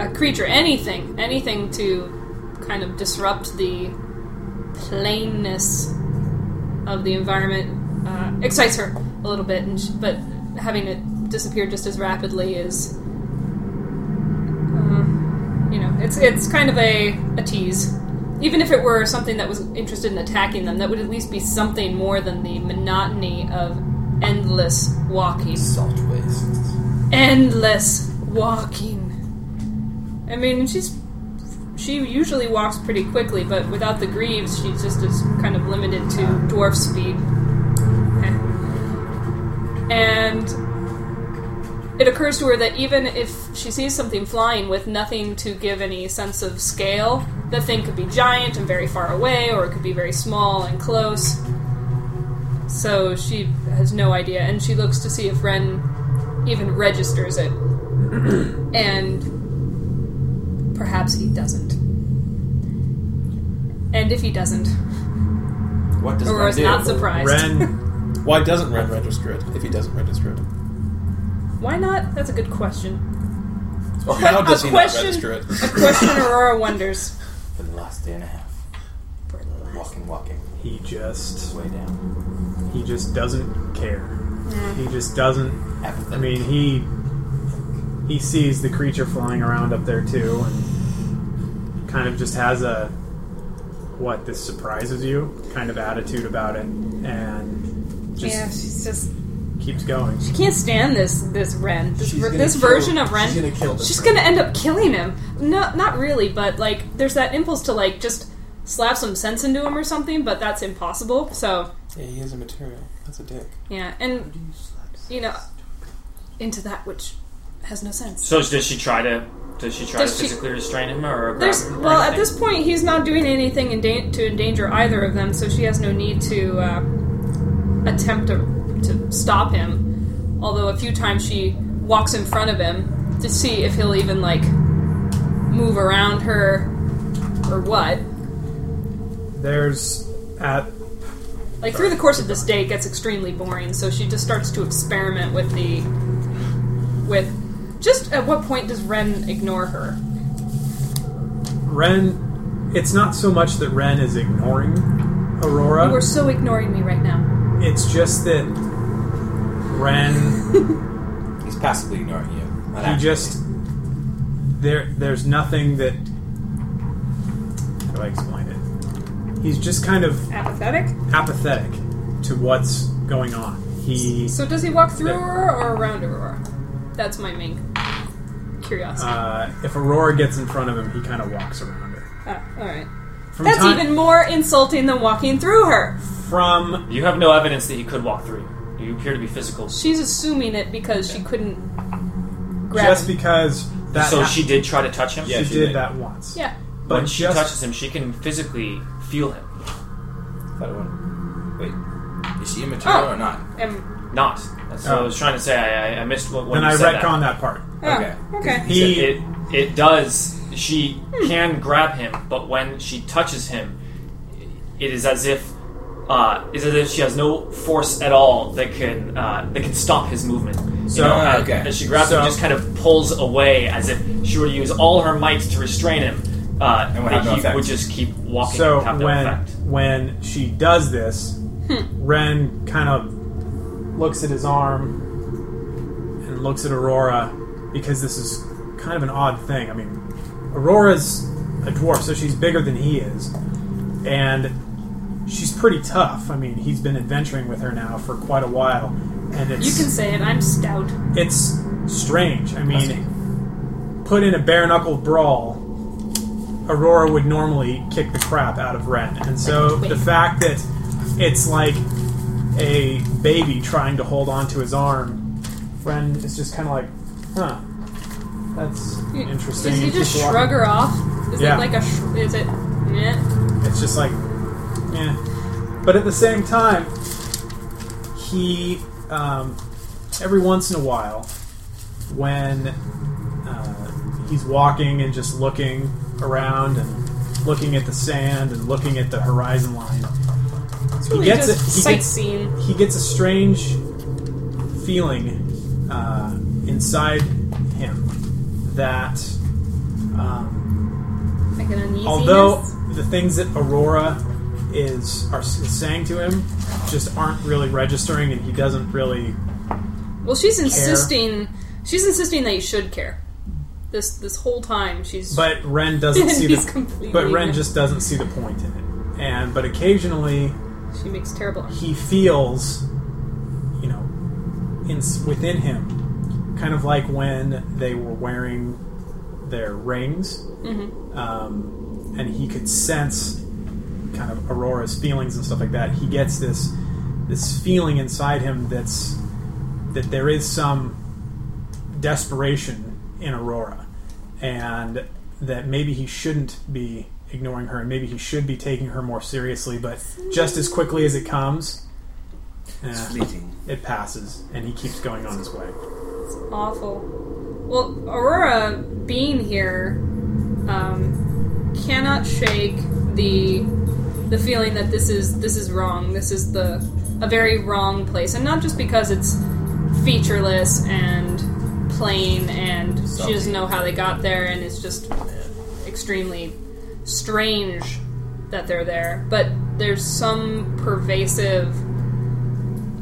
Speaker 4: a creature, anything, anything to kind of disrupt the plainness of the environment uh, excites her a little bit, and sh but having it disappear just as rapidly is, uh, you know, it's it's kind of a, a tease. Even if it were something that was interested in attacking them, that would at least be something more than the monotony of endless walking
Speaker 3: Salt waste.
Speaker 4: endless walking. I mean, she's she usually walks pretty quickly, but without the greaves, she just is kind of limited to dwarf speed. And it occurs to her that even if she sees something flying with nothing to give any sense of scale, the thing could be giant and very far away, or it could be very small and close. So she has no idea, and she looks to see if Ren even registers it. and perhaps he doesn't. And if he doesn't,
Speaker 3: What does
Speaker 4: Aurora's
Speaker 3: Ren do?
Speaker 4: not surprised.
Speaker 5: Ren,
Speaker 6: Why doesn't Ren register it if he doesn't register it?
Speaker 4: Why not? That's a good question.
Speaker 6: Or how does
Speaker 4: a
Speaker 6: he not
Speaker 4: question,
Speaker 6: register it?
Speaker 4: a question Aurora wonders.
Speaker 8: For the last day and a half. Walking, walking,
Speaker 5: he just
Speaker 8: way down.
Speaker 5: he just doesn't care. He just doesn't I
Speaker 8: Apathetic.
Speaker 5: mean, he he sees the creature flying around up there too, and kind of just has a what this surprises you kind of attitude about it, and just
Speaker 4: yeah, she's just
Speaker 5: keeps going.
Speaker 4: She can't stand this this Ren. This,
Speaker 7: She's
Speaker 4: ver-
Speaker 7: gonna
Speaker 4: this
Speaker 7: kill-
Speaker 4: version of Ren.
Speaker 7: she's gonna kill this
Speaker 4: She's
Speaker 7: Ren.
Speaker 4: gonna end up killing him. No, not really, but like, there's that impulse to like just slap some sense into him or something, but that's impossible. So
Speaker 6: Yeah, he is a material. That's a dick.
Speaker 4: yeah, and you know, into that which has no sense.
Speaker 2: So does she try to? Does she try
Speaker 4: Does
Speaker 2: to
Speaker 4: she-
Speaker 2: physically restrain him or grab
Speaker 4: There's
Speaker 2: him? or
Speaker 4: well, at
Speaker 2: anything?
Speaker 4: this point, he's not doing anything endan- to endanger either of them, so she has no need to uh, attempt to, to stop him. Although a few times she walks in front of him to see if he'll even like move around her or what.
Speaker 5: There's at
Speaker 4: Like through the course of this day, it gets extremely boring, so she just starts to experiment with the with just at what point does Ren ignore her?
Speaker 5: Ren. It's not so much that Ren is ignoring
Speaker 4: You are
Speaker 5: Aurora.
Speaker 4: so ignoring me right now.
Speaker 5: It's just that Ren
Speaker 3: He's passively ignoring you. Not
Speaker 5: He
Speaker 3: actively.
Speaker 5: just there. There's nothing that. How do I explain it? He's just kind of
Speaker 4: Apathetic.
Speaker 5: apathetic to what's going on. He
Speaker 4: So does he walk through
Speaker 5: There.
Speaker 4: Aurora or around Aurora? That's my main curiosity.
Speaker 5: uh, if Aurora gets in front of him, he kind of walks around her.
Speaker 4: Ah, all right.
Speaker 5: From
Speaker 4: That's
Speaker 5: time,
Speaker 4: even more insulting than walking through her.
Speaker 5: from
Speaker 2: you have no evidence that he could walk through. You You appear to be physical.
Speaker 4: She's assuming it because she couldn't grab.
Speaker 5: just because that
Speaker 2: so
Speaker 5: hap-
Speaker 2: she did try to touch him.
Speaker 5: she
Speaker 3: she
Speaker 5: did
Speaker 3: did.
Speaker 5: that once.
Speaker 4: yeah.
Speaker 5: but
Speaker 2: when she
Speaker 5: just-
Speaker 2: touches him, she can physically feel him.
Speaker 3: Thought it went- Wait, is she immature
Speaker 4: Oh.
Speaker 3: or not?
Speaker 4: Um,
Speaker 2: Not. That's what I
Speaker 5: Oh.
Speaker 2: was trying to say. I, I- I missed what when
Speaker 5: Then
Speaker 2: you
Speaker 5: I
Speaker 2: said that.
Speaker 5: retcon that. part.
Speaker 4: okay.
Speaker 3: Okay.
Speaker 4: oh, Okay.
Speaker 5: He-
Speaker 2: it it does. She can grab him, but when she touches him, it is as if uh, is as if she has no force at all that can uh, that can stop his movement. So
Speaker 3: Ah, okay.
Speaker 2: as she grabs him,
Speaker 5: So-
Speaker 2: just kind of pulls away as if she were to use all her might to restrain him. Uh,
Speaker 3: And would
Speaker 2: that
Speaker 3: have no
Speaker 2: he
Speaker 3: effect.
Speaker 2: would just keep walking.
Speaker 5: So
Speaker 2: and have no
Speaker 5: when
Speaker 2: effect.
Speaker 5: when she does this,
Speaker 4: Hmm.
Speaker 5: Ren kind of looks at his arm and looks at Aurora because this is kind of an odd thing. I mean, Aurora's a dwarf, so she's bigger than he is, and she's pretty tough. I mean, he's been adventuring with her now for quite a while, and it's
Speaker 4: You can say it. I'm stout.
Speaker 5: it's strange. I mean, put in a bare knuckle brawl, Aurora would normally kick the crap out of Ren. And so the fact that it's like a baby trying to hold onto his arm, Ren is just kind of like, huh, that's interesting.
Speaker 4: Does he
Speaker 5: and
Speaker 4: just
Speaker 5: keeps walking.
Speaker 4: shrug her off? Is
Speaker 5: Yeah.
Speaker 4: it like a? Sh- is it? eh? Yeah.
Speaker 5: It's just like, yeah. But at the same time, he, um, every once in a while, when uh, he's walking and just looking around and looking at the sand and looking at the horizon line,
Speaker 4: It's really
Speaker 5: gets
Speaker 4: just
Speaker 5: it. He gets-
Speaker 4: sightseeing.
Speaker 5: he gets a strange feeling uh, inside him that. Um,
Speaker 4: like an uneasiness.
Speaker 5: although the things that Aurora is are s- saying to him just aren't really registering, and he doesn't really.
Speaker 4: well, she's insisting. She's insisting that you should care. This this whole time she's
Speaker 5: But Ren doesn't see
Speaker 4: He's
Speaker 5: the.
Speaker 4: completely
Speaker 5: But Ren
Speaker 4: ignorant.
Speaker 5: just doesn't see the point in it, and but occasionally
Speaker 4: she makes terrible.
Speaker 5: he feels, you know, in within him, kind of like when they were wearing their rings, um, and he could sense kind of Aurora's feelings and stuff like that. He gets this this feeling inside him that's that there is some desperation in Aurora, and that maybe he shouldn't be ignoring her, and maybe he should be taking her more seriously. But just as quickly as it comes, eh,
Speaker 8: fleeting.
Speaker 5: it passes, and he keeps going on his way.
Speaker 4: awful. Well, Aurora being here um, cannot shake the the feeling that this is this is wrong. This is the a very wrong place, and not just because it's featureless and plain, and she doesn't know how they got there, and it's just extremely strange that they're there. But there's some pervasive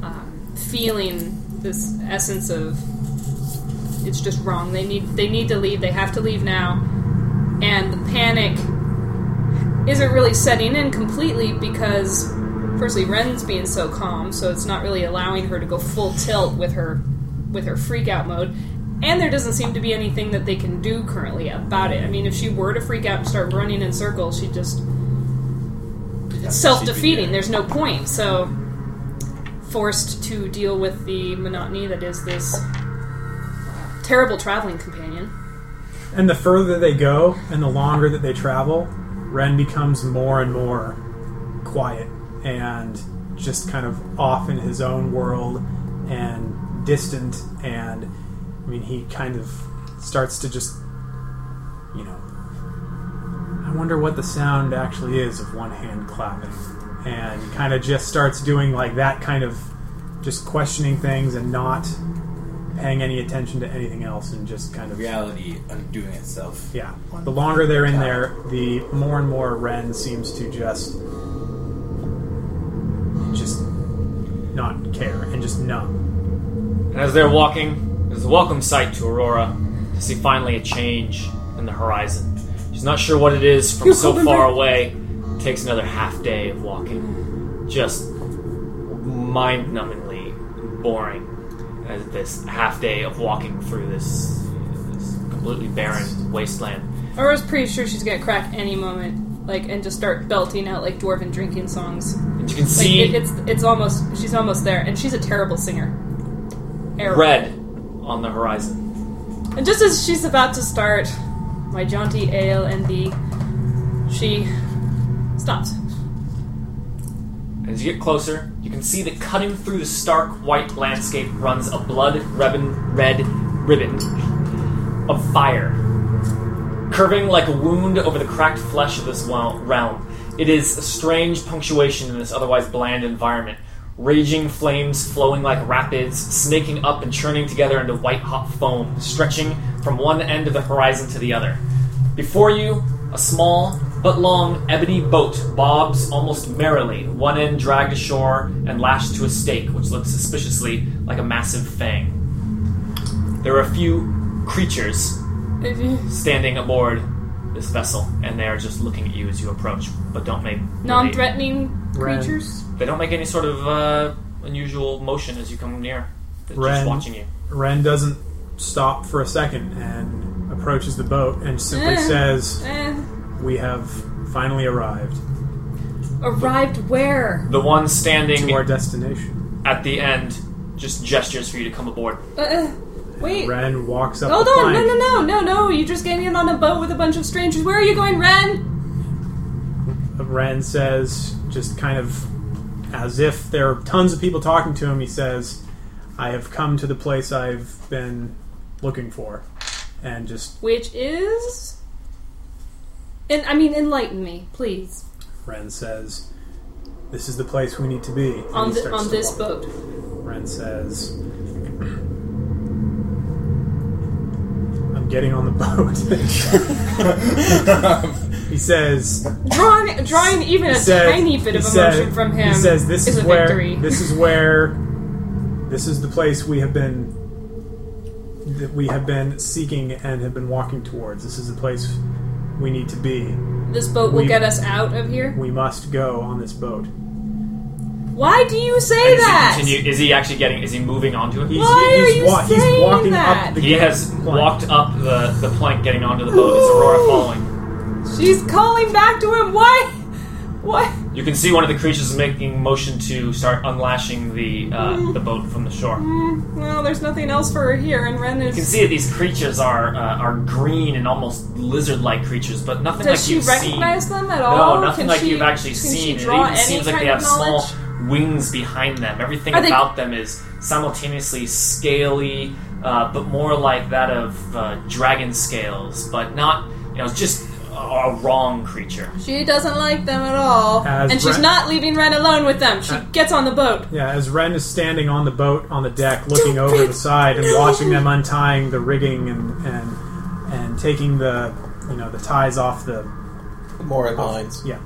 Speaker 4: um, feeling, this essence of it's just wrong. They need they need to leave. They have to leave now. And the panic isn't really setting in completely because firstly Ren's being so calm, so it's not really allowing her to go full tilt with her with her freak out mode. And there doesn't seem to be anything that they can do currently about it. I mean, if she were to freak out and start running in circles, she just it's self defeating. There's no point. So forced to deal with the monotony that is this terrible traveling companion.
Speaker 5: And the further they go and the longer that they travel, Ren becomes more and more quiet and just kind of off in his own world and distant. And I mean, he kind of starts to just, you know, I wonder what the sound actually is of one hand clapping. And he kind of just starts doing like that kind of just questioning things and not paying any attention to anything else and just kind of
Speaker 3: Reality undoing itself.
Speaker 5: yeah. The longer they're in there, the more and more Ren seems to just just not care and just numb.
Speaker 2: And as they're walking, it's a welcome sight to Aurora to see finally a change in the horizon. She's not sure what it is from so far away. takes another half day of walking, just mind-numbingly boring. As this half day of walking through this, this completely barren wasteland.
Speaker 4: Aurora's pretty sure she's gonna crack any moment, like, and just start belting out like dwarven drinking songs. Like,
Speaker 2: And you can see
Speaker 4: it, it's it's almost she's almost there, and she's a terrible singer. Arrow.
Speaker 2: red on the horizon.
Speaker 4: And just as she's about to start my jaunty ale and the, she stops.
Speaker 2: As you get closer, you can see that cutting through the stark white landscape runs a blood ribbon, red ribbon of fire, curving like a wound over the cracked flesh of this wel- realm. It is a strange punctuation in this otherwise bland environment. Raging flames flowing like rapids, snaking up and churning together into white hot foam, stretching from one end of the horizon to the other. Before you, a small but long ebony boat bobs almost merrily, one end dragged ashore and lashed to a stake, which looks suspiciously like a massive fang. There are a few creatures standing aboard this vessel, and they are just looking at you as you approach, but don't make
Speaker 4: Non-threatening
Speaker 5: Red.
Speaker 4: creatures.
Speaker 2: They, they don't make any sort of uh, unusual motion as you come near. They're
Speaker 5: Ren.
Speaker 2: just watching you.
Speaker 5: Ren doesn't stop for a second and approaches the boat and simply
Speaker 4: Eh.
Speaker 5: says,
Speaker 4: Eh.
Speaker 5: "We have finally arrived
Speaker 4: Arrived where?
Speaker 2: The one standing
Speaker 5: to our destination."
Speaker 2: at the end just gestures for you to come aboard.
Speaker 4: Uh, wait.
Speaker 5: Ren walks up.
Speaker 4: Hold
Speaker 5: the
Speaker 4: on! No,
Speaker 5: plank.
Speaker 4: no, no, no, no! You're just getting in on a boat with a bunch of strangers. Where are you going, Ren?
Speaker 5: Ren says, just kind of as if there are tons of people talking to him, he says, I have come to the place I've been looking for. And just
Speaker 4: Which is. And I mean, enlighten me, please.
Speaker 5: Ren says, This is the place we need to be. And
Speaker 4: On,
Speaker 5: he
Speaker 4: thi-
Speaker 5: starts
Speaker 4: on
Speaker 5: to
Speaker 4: this
Speaker 5: walk.
Speaker 4: boat.
Speaker 5: Ren says, I'm getting on the boat. he says,
Speaker 4: Drawing, drawing even a
Speaker 5: said-
Speaker 4: tiny bit
Speaker 5: he
Speaker 4: of
Speaker 5: said-
Speaker 4: emotion from him
Speaker 5: He says, "This is,
Speaker 4: a
Speaker 5: where.
Speaker 4: victory.
Speaker 5: This is where. This is the place we have been. That we have been seeking and have been walking towards. This is the place we need to be.
Speaker 4: This boat will
Speaker 5: we-
Speaker 4: get us out of here.
Speaker 5: We must go on this boat."
Speaker 4: Why do you say
Speaker 2: And as he
Speaker 4: that?
Speaker 2: continue- is he actually getting? Is he moving onto it?
Speaker 5: He's,
Speaker 4: Why are
Speaker 5: he's,
Speaker 4: you
Speaker 5: wa- he's
Speaker 4: saying
Speaker 5: walking
Speaker 4: that?
Speaker 5: up the
Speaker 2: He
Speaker 5: gate
Speaker 2: has
Speaker 5: plank.
Speaker 2: walked up the, the plank getting onto the boat. It's Aurora following.
Speaker 4: She's calling back to him. Why? Why?
Speaker 2: You can see one of the creatures is making motion to start unlashing the uh, the boat from the shore.
Speaker 4: Hmm, well, there's nothing else for her here, and Ren
Speaker 2: You can
Speaker 4: is.
Speaker 2: see that these creatures are uh, are green and almost lizard-like creatures, but nothing
Speaker 4: Does
Speaker 2: like
Speaker 4: she
Speaker 2: you've
Speaker 4: recognize
Speaker 2: seen.
Speaker 4: them at
Speaker 2: No,
Speaker 4: all?
Speaker 2: nothing
Speaker 4: Can
Speaker 2: like
Speaker 4: she-
Speaker 2: you've actually
Speaker 4: can
Speaker 2: seen.
Speaker 4: She
Speaker 2: It
Speaker 4: draw
Speaker 2: even seems
Speaker 4: any
Speaker 2: like they
Speaker 4: kind
Speaker 2: have
Speaker 4: of knowledge?
Speaker 2: small wings behind them. Everything
Speaker 4: Are they-
Speaker 2: about them is simultaneously scaly, uh, but more like that of uh, dragon scales, but not you know just a, a wrong creature.
Speaker 4: She doesn't like them at all,
Speaker 5: As
Speaker 4: and she's
Speaker 5: Ren-
Speaker 4: not leaving Ren alone with them.
Speaker 2: Uh,
Speaker 4: She gets on the boat.
Speaker 5: Yeah, as Ren is standing on the boat on the deck, looking over
Speaker 4: Stupid.
Speaker 5: the side and
Speaker 4: No.
Speaker 5: watching them untying the rigging and and and taking the you know the ties off the
Speaker 6: More lines.
Speaker 5: yeah.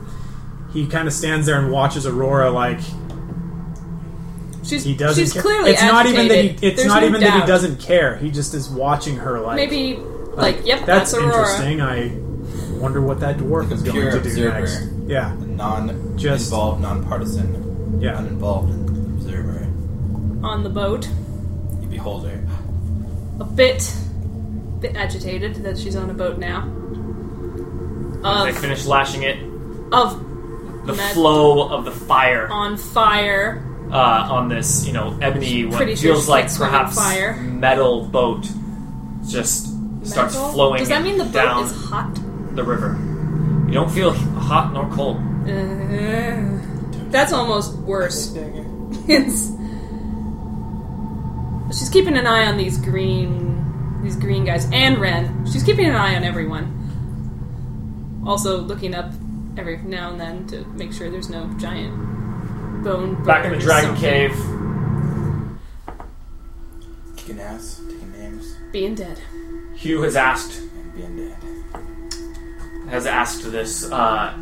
Speaker 5: He kind of stands there and watches Aurora like
Speaker 4: She's
Speaker 5: he doesn't.
Speaker 4: she's
Speaker 5: care.
Speaker 4: clearly
Speaker 5: It's not even that he.
Speaker 4: agitated.
Speaker 5: It's
Speaker 4: There's
Speaker 5: not
Speaker 4: no
Speaker 5: even that he
Speaker 4: doubt.
Speaker 5: doesn't care. He just is watching her like
Speaker 4: Maybe like, yep,
Speaker 5: That's,
Speaker 4: that's, Aurora.
Speaker 5: interesting. I wonder what that dwarf is going
Speaker 3: Pure
Speaker 5: to do
Speaker 3: observer.
Speaker 5: next. Yeah,
Speaker 3: Non
Speaker 5: Just-
Speaker 3: involved, nonpartisan,
Speaker 5: yeah.
Speaker 3: uninvolved observer.
Speaker 4: On the boat,
Speaker 3: You behold her.
Speaker 4: a bit bit agitated that she's on a boat now.
Speaker 2: They
Speaker 4: Of
Speaker 2: finish lashing it.
Speaker 4: of
Speaker 2: The
Speaker 4: Mad-
Speaker 2: flow of the fire
Speaker 4: on fire.
Speaker 2: uh, on this, you know, ebony, what
Speaker 4: Pretty
Speaker 2: feels
Speaker 4: sure she
Speaker 2: like
Speaker 4: gets rid of
Speaker 2: perhaps
Speaker 4: fire.
Speaker 2: metal boat just starts
Speaker 4: Metal?
Speaker 2: flowing
Speaker 4: Does that mean the boat
Speaker 2: down
Speaker 4: is hot?
Speaker 2: the river. You don't feel hot nor cold.
Speaker 4: Uh, that's almost worse. it's she's keeping an eye on these green these green guys and Ren. She's keeping an eye on everyone. Also looking up every now and then to make sure there's no giant bone.
Speaker 2: Back in the
Speaker 4: bird or
Speaker 2: dragon
Speaker 4: something
Speaker 2: cave,
Speaker 3: Kicking ass, taking names,
Speaker 4: Being dead.
Speaker 2: Hugh has asked
Speaker 3: and being dead.
Speaker 2: has asked this uh,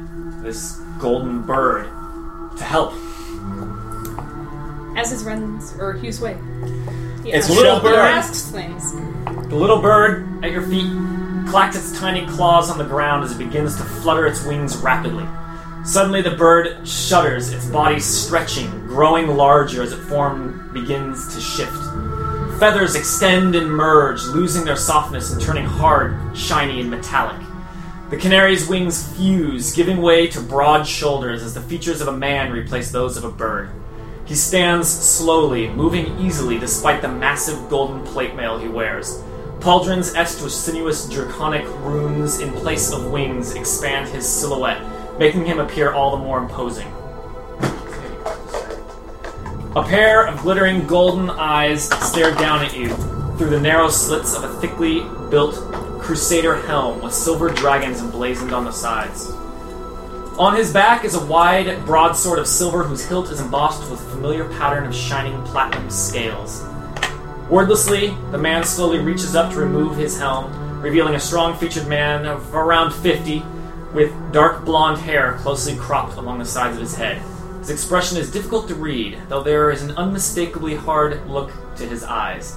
Speaker 2: this golden bird to help.
Speaker 4: As is Ren's or Hugh's way. He
Speaker 6: It's
Speaker 4: asks-
Speaker 6: little
Speaker 4: he
Speaker 6: bird.
Speaker 4: asks things.
Speaker 2: The little bird at your feet clacks its tiny claws on the ground as it begins to flutter its wings rapidly. Suddenly, the bird shudders, its body stretching, growing larger as its form begins to shift. Feathers extend and merge, losing their softness and turning hard, shiny, and metallic. The canary's wings fuse, giving way to broad shoulders as the features of a man replace those of a bird. He stands slowly, moving easily despite the massive golden plate mail he wears. Pauldrons etched with sinuous draconic runes in place of wings expand his silhouette, making him appear all the more imposing. A pair of glittering golden eyes stare down at you through the narrow slits of a thickly built crusader helm with silver dragons emblazoned on the sides. On his back is a wide broadsword of silver whose hilt is embossed with a familiar pattern of shining platinum scales. Wordlessly, the man slowly reaches up to remove his helm, revealing a strong featured man of around 50 with dark blonde hair closely cropped along the sides of his head. His expression is difficult to read, though there is an unmistakably hard look to his eyes.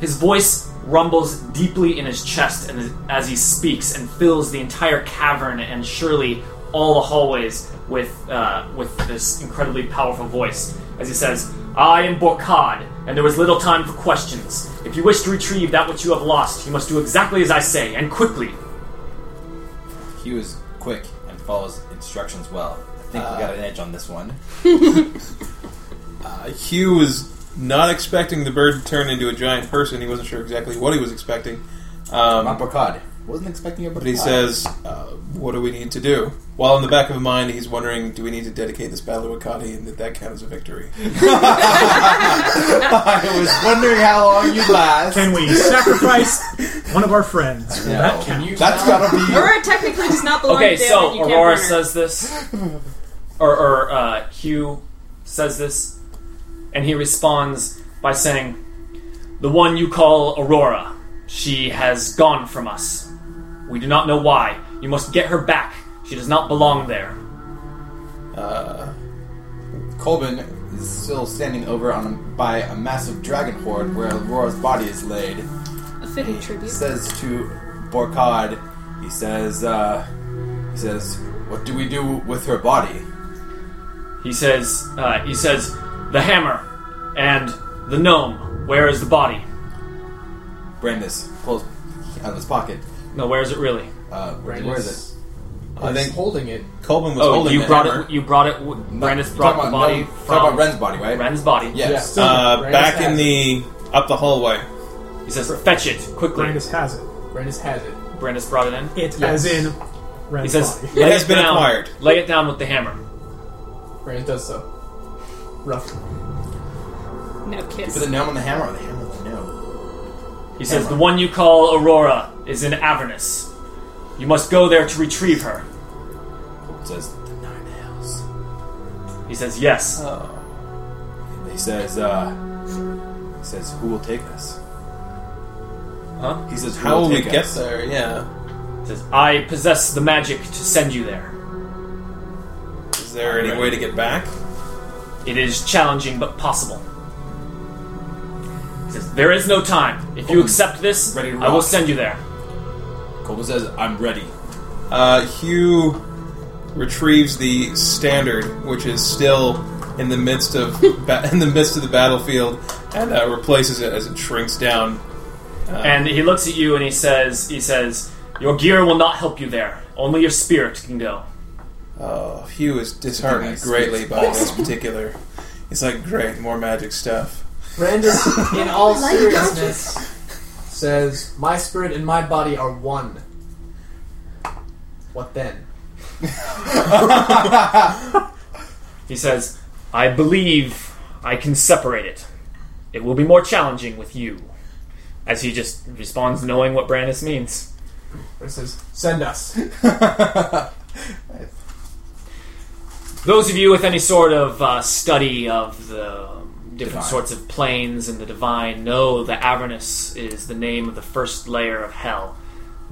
Speaker 2: His voice rumbles deeply in his chest and as he speaks and fills the entire cavern and surely all the hallways with uh, with this incredibly powerful voice as he says, "I am Borkad, and there was little time for questions. If you wish to retrieve that which you have lost, you must do exactly as I say and quickly."
Speaker 3: Hugh is quick and follows instructions well. I think we got an edge on this one.
Speaker 6: Uh, Hugh was not expecting the bird to turn into a giant person. He wasn't sure exactly what he was expecting.
Speaker 3: Not
Speaker 6: Um,
Speaker 3: Bacard. Wasn't expecting a Bacard.
Speaker 6: but he says, uh, "What do we need to do?" While in the back of his mind, he's wondering, "Do we need to dedicate this battle to Akati, and did that count as a victory?"
Speaker 3: I was wondering how long you'd last.
Speaker 5: Can we sacrifice one of our friends? Will
Speaker 3: No.
Speaker 5: that count?
Speaker 3: That's gotta be.
Speaker 4: Aurora technically does not belong
Speaker 2: Okay,
Speaker 4: to Dale, and
Speaker 2: so
Speaker 4: you can't
Speaker 2: Aurora
Speaker 4: burn her.
Speaker 2: says this, or, or uh, Hugh says this, and he responds by saying, "The one you call Aurora, she has gone from us. We do not know why. You must get her back. She does not belong there."
Speaker 6: Uh,
Speaker 3: Colbin is still standing over on a, by a massive dragon horde where Aurora's body is laid.
Speaker 4: a fitting tribute.
Speaker 3: says to Borkad, he says, uh, he says, what do we do with her body?
Speaker 2: He says, uh, "He says the hammer and the gnome. Where is the body?
Speaker 3: Brandis pulls out of his pocket.
Speaker 2: No, where is it really?
Speaker 3: Uh, where is it?
Speaker 6: I
Speaker 3: He's
Speaker 6: think
Speaker 3: holding it.
Speaker 6: Colvin was
Speaker 2: Oh,
Speaker 6: holding
Speaker 2: you
Speaker 6: the
Speaker 2: brought
Speaker 6: hammer.
Speaker 2: it. You brought it. w- Brandis brought
Speaker 3: Talking about-
Speaker 2: the body
Speaker 3: no,
Speaker 2: from
Speaker 3: Talk about Ren's body, right?
Speaker 2: Ren's body.
Speaker 3: Yes.
Speaker 6: uh,
Speaker 7: Brandis
Speaker 6: back
Speaker 7: has
Speaker 6: in the up the hallway.
Speaker 2: He says, "Fetch it quickly." Brandis,
Speaker 5: Brandis has it.
Speaker 7: Brandis has it.
Speaker 2: brought it in.
Speaker 5: It
Speaker 7: Yes.
Speaker 5: as in
Speaker 2: He
Speaker 5: Ren's
Speaker 2: says,
Speaker 5: body.
Speaker 2: "Lay
Speaker 6: It has been
Speaker 2: down.
Speaker 6: acquired."
Speaker 2: Lay it down with the hammer."
Speaker 7: Brandis does so. Roughly.
Speaker 4: No
Speaker 3: For
Speaker 4: kiss.
Speaker 3: the gnome and the hammer, or the hammer and the gnome.
Speaker 2: He says, "The one you call Aurora is in Avernus. You must go there to retrieve her."
Speaker 3: It says the nine hells.
Speaker 2: He says, "Yes."
Speaker 3: He says, uh, he says, who will take us?
Speaker 2: Huh?
Speaker 3: He says, who
Speaker 6: How will we
Speaker 3: take
Speaker 6: get
Speaker 3: us?
Speaker 6: there? Yeah.
Speaker 2: He says, "I possess the magic to send you there.
Speaker 6: Is there any
Speaker 3: Right.
Speaker 6: way to get back?
Speaker 2: It is challenging but possible." He says, "There is no time. If you accept this,
Speaker 3: Ready to
Speaker 2: I will
Speaker 3: rock.
Speaker 2: send you there."
Speaker 3: Colvin says, I'm ready.
Speaker 6: Uh, Hugh retrieves the standard, which is still in the midst of ba- in the midst of the battlefield, and uh, replaces it as it shrinks down.
Speaker 3: Uh.
Speaker 2: And he looks at you and he says, "He says your gear will not help you there. Only your spirit can go."
Speaker 6: Oh, Hugh is disheartened
Speaker 3: Nice.
Speaker 6: greatly by this particular. He's like, great, more magic stuff.
Speaker 7: Brandis, in all seriousness, says, My spirit and my body are one. What then?
Speaker 2: He says, "I believe I can separate it. It will be more challenging with you." As he just responds, knowing what Brandis means.
Speaker 7: It says, Send us.
Speaker 2: Those of you with any sort of uh, study of the different sorts of planes and the divine know that Avernus is the name of the first layer of hell,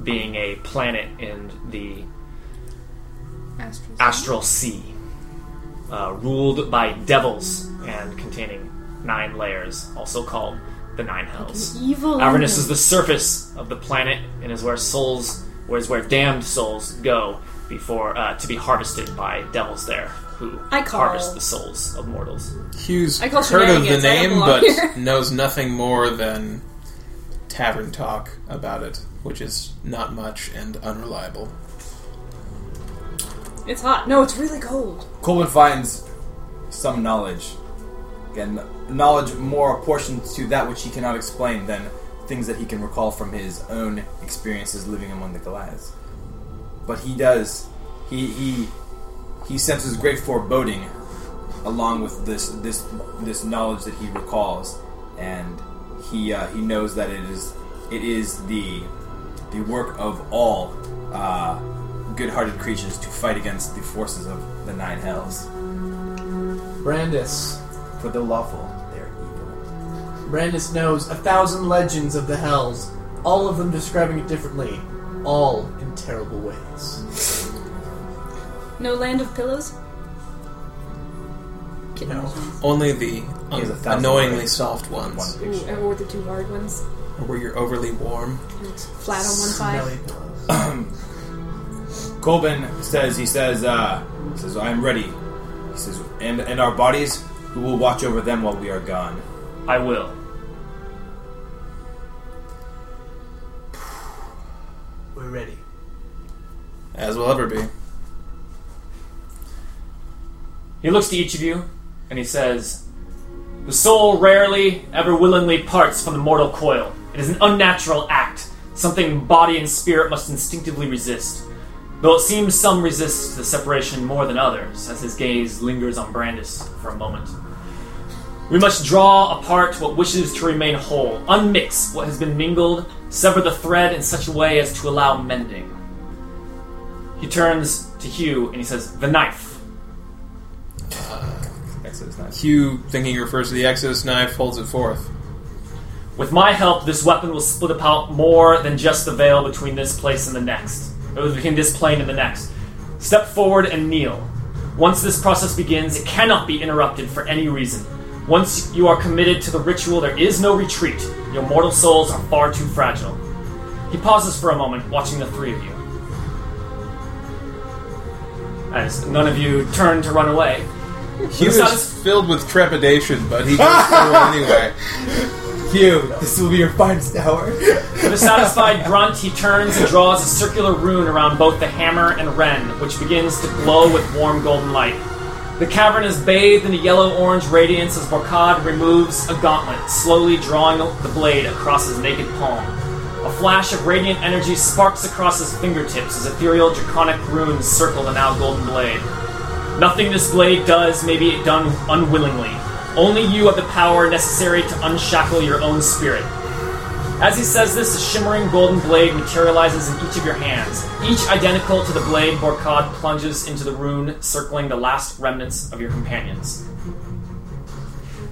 Speaker 2: being a planet in the astral sea, uh, ruled by devils and containing nine layers, also called the Nine Hells.
Speaker 4: Evil.
Speaker 2: Avernus is the surface of the planet and is where souls, where is where damned souls go before uh, to be harvested by devils there who
Speaker 4: I call-
Speaker 2: harvest the souls of mortals.
Speaker 6: Hugh's
Speaker 4: I call
Speaker 6: heard of the
Speaker 4: shenanigans. I don't
Speaker 6: name,
Speaker 4: belong
Speaker 6: but
Speaker 4: here.
Speaker 6: knows nothing more than tavern talk about it, which is not much and unreliable.
Speaker 4: It's hot. No, it's really cold.
Speaker 3: Colvin finds some knowledge. Again, knowledge more apportioned to that which he cannot explain than things that he can recall from his own experiences living among the Goliaths. But he does. He he he senses great foreboding along with this this this knowledge that he recalls, and he uh, he knows that it is it is the the work of all uh, good-hearted creatures to fight against the forces of the nine hells.
Speaker 7: Brandis.
Speaker 3: For the lawful, they're evil.
Speaker 7: Brandis knows a thousand legends of the hells, all of them describing it differently, all in terrible ways.
Speaker 4: No land of pillows. Kitten.
Speaker 6: Only the
Speaker 3: has a thousand
Speaker 6: annoyingly
Speaker 3: ways.
Speaker 6: soft ones,
Speaker 3: One
Speaker 4: Ooh, or the two hard ones.
Speaker 6: where you're overly warm.
Speaker 4: And it's flat on one side.
Speaker 7: Smelly pillows.
Speaker 3: Colvin says, he says, uh, he says, I am ready. He says, and and our bodies, who will watch over them while we are gone?
Speaker 2: I will.
Speaker 7: We're ready.
Speaker 6: As will ever be.
Speaker 2: He looks to each of you and he says, The soul rarely, ever willingly parts from the mortal coil. It is an unnatural act, something body and spirit must instinctively resist. Though it seems some resist the separation more than others, as his gaze lingers on Brandis for a moment. We must draw apart what wishes to remain whole, unmix what has been mingled, sever the thread in such a way as to allow mending. He turns to Hugh and he says, The knife.
Speaker 3: Exodus nine.
Speaker 6: Hugh, thinking he refers to the Exodus knife, holds it forth.
Speaker 2: With my help, this weapon will split apart more than just the veil between this place and the next, or between this plane and the next. Step forward and kneel. Once this process begins, it cannot be interrupted for any reason. Once you are committed to the ritual, there is no retreat. Your mortal souls are far too fragile. He pauses for a moment, watching the three of you. As none of you turn to run away,
Speaker 6: Hugh
Speaker 2: it's not
Speaker 6: is filled with trepidation, but he goes through it anyway.
Speaker 3: Hugh, this will be your finest hour.
Speaker 2: With a satisfied grunt, he turns and draws a circular rune around both the hammer and wren, which begins to glow with warm golden light. The cavern is bathed in a yellow orange radiance as Borkad removes a gauntlet, slowly drawing the blade across his naked palm. A flash of radiant energy sparks across his fingertips as ethereal draconic runes circle the now golden blade. Nothing this blade does may be done unwillingly. Only you have the power necessary to unshackle your own spirit. As he says this, a shimmering golden blade materializes in each of your hands, each identical to the blade Borkad plunges into the rune circling the last remnants of your companions.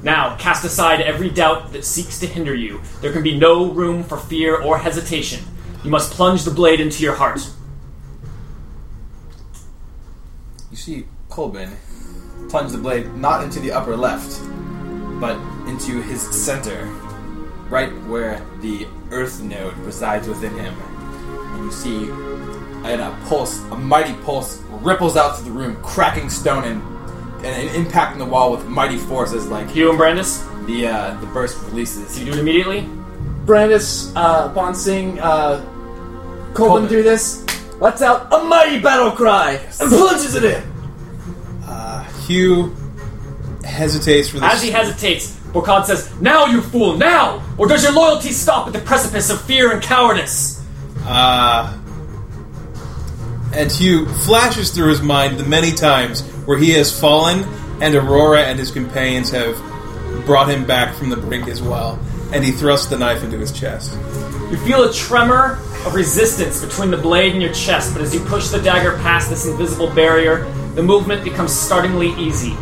Speaker 2: Now, cast aside every doubt that seeks to hinder you. There can be no room for fear or hesitation. You must plunge the blade into your heart.
Speaker 3: You see Colbin plunge the blade not into the upper left, but into his center, right where the earth node resides within him. And you see and a pulse, a mighty pulse, ripples out through the room, cracking stone and, and, and impacting the wall with mighty force as like
Speaker 2: Hugh and Brandis,
Speaker 3: the uh, the burst releases.
Speaker 2: do you do it immediately?
Speaker 7: Brandis, uh, upon seeing uh, Colvin,
Speaker 3: Colvin.
Speaker 7: do this, lets out a mighty battle cry and plunges it in.
Speaker 6: Hugh hesitates for this.
Speaker 2: As he hesitates, Borkad says, Now, you fool, now! Or does your loyalty stop at the precipice of fear and cowardice?
Speaker 6: Uh, and Hugh flashes through his mind the many times where he has fallen, and Aurora and his companions have brought him back from the brink as well. And he thrusts the knife into his chest.
Speaker 2: You feel a tremor of resistance between the blade and your chest, but as you push the dagger past this invisible barrier, the movement becomes startlingly easy.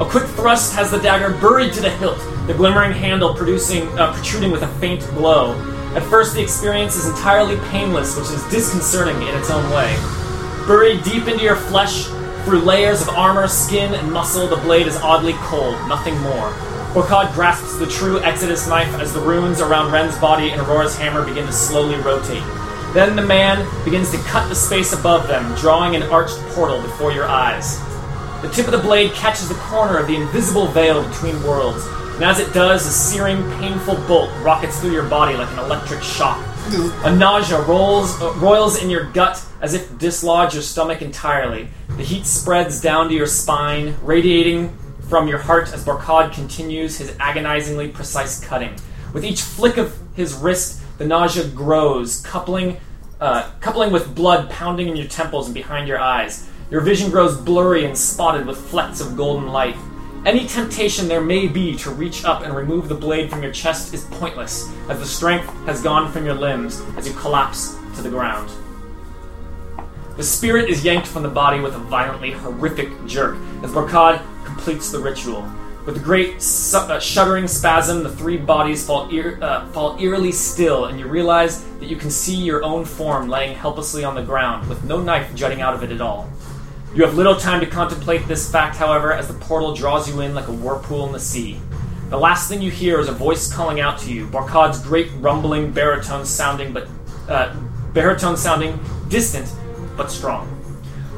Speaker 2: A quick thrust has the dagger buried to the hilt, the glimmering handle producing, uh, protruding with a faint glow. At first, the experience is entirely painless, which is disconcerting in its own way. Buried deep into your flesh, through layers of armor, skin, and muscle, the blade is oddly cold, nothing more. Orkad grasps the true Exodus knife as the runes around Ren's body and Aurora's hammer begin to slowly rotate. Then the man begins to cut the space above them, drawing an arched portal before your eyes. The tip of the blade catches the corner of the invisible veil between worlds, and as it does, a searing, painful bolt rockets through your body like an electric shock. A nausea rolls, uh, roils in your gut as if to dislodge your stomach entirely. The heat spreads down to your spine, radiating from your heart as Barkad continues his agonizingly precise cutting. With each flick of his wrist, the nausea grows, coupling, uh, coupling with blood pounding in your temples and behind your eyes. Your vision grows blurry and spotted with flecks of golden light. Any temptation there may be to reach up and remove the blade from your chest is pointless, as the strength has gone from your limbs as you collapse to the ground. The spirit is yanked from the body with a violently horrific jerk as Barkad completes the ritual. With a great su- uh, shuddering spasm, the three bodies fall, eer- uh, fall eerily still, and you realize that you can see your own form laying helplessly on the ground, with no knife jutting out of it at all. You have little time to contemplate this fact, however, as the portal draws you in like a whirlpool in the sea. The last thing you hear is a voice calling out to you, Barkad's great rumbling baritone sounding but uh, baritone sounding distant but strong.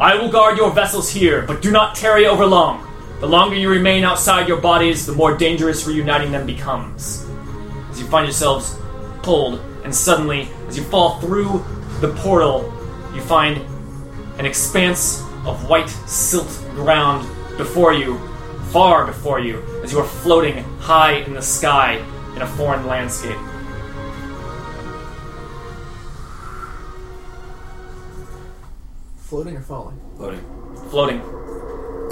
Speaker 2: I will guard your vessels here, but do not tarry over long. The longer you remain outside your bodies, the more dangerous reuniting them becomes. As you find yourselves pulled, and suddenly, as you fall through the portal, you find an expanse of white silt ground before you, far before you, as you are floating high in the sky in a foreign landscape.
Speaker 7: Floating or falling?
Speaker 2: Floating.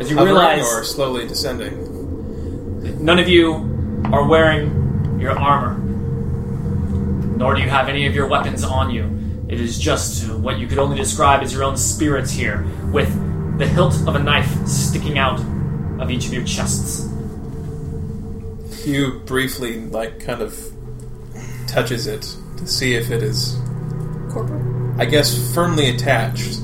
Speaker 2: As you
Speaker 6: Hovering
Speaker 2: realize
Speaker 6: or slowly descending.
Speaker 2: none of you are wearing your armor, nor do you have any of your weapons on you. It is just what you could only describe as your own spirits here, with the hilt of a knife sticking out of each of your chests.
Speaker 6: Hugh briefly, like, kind of touches it to see if it is,
Speaker 4: Corporal?
Speaker 6: I guess, firmly attached,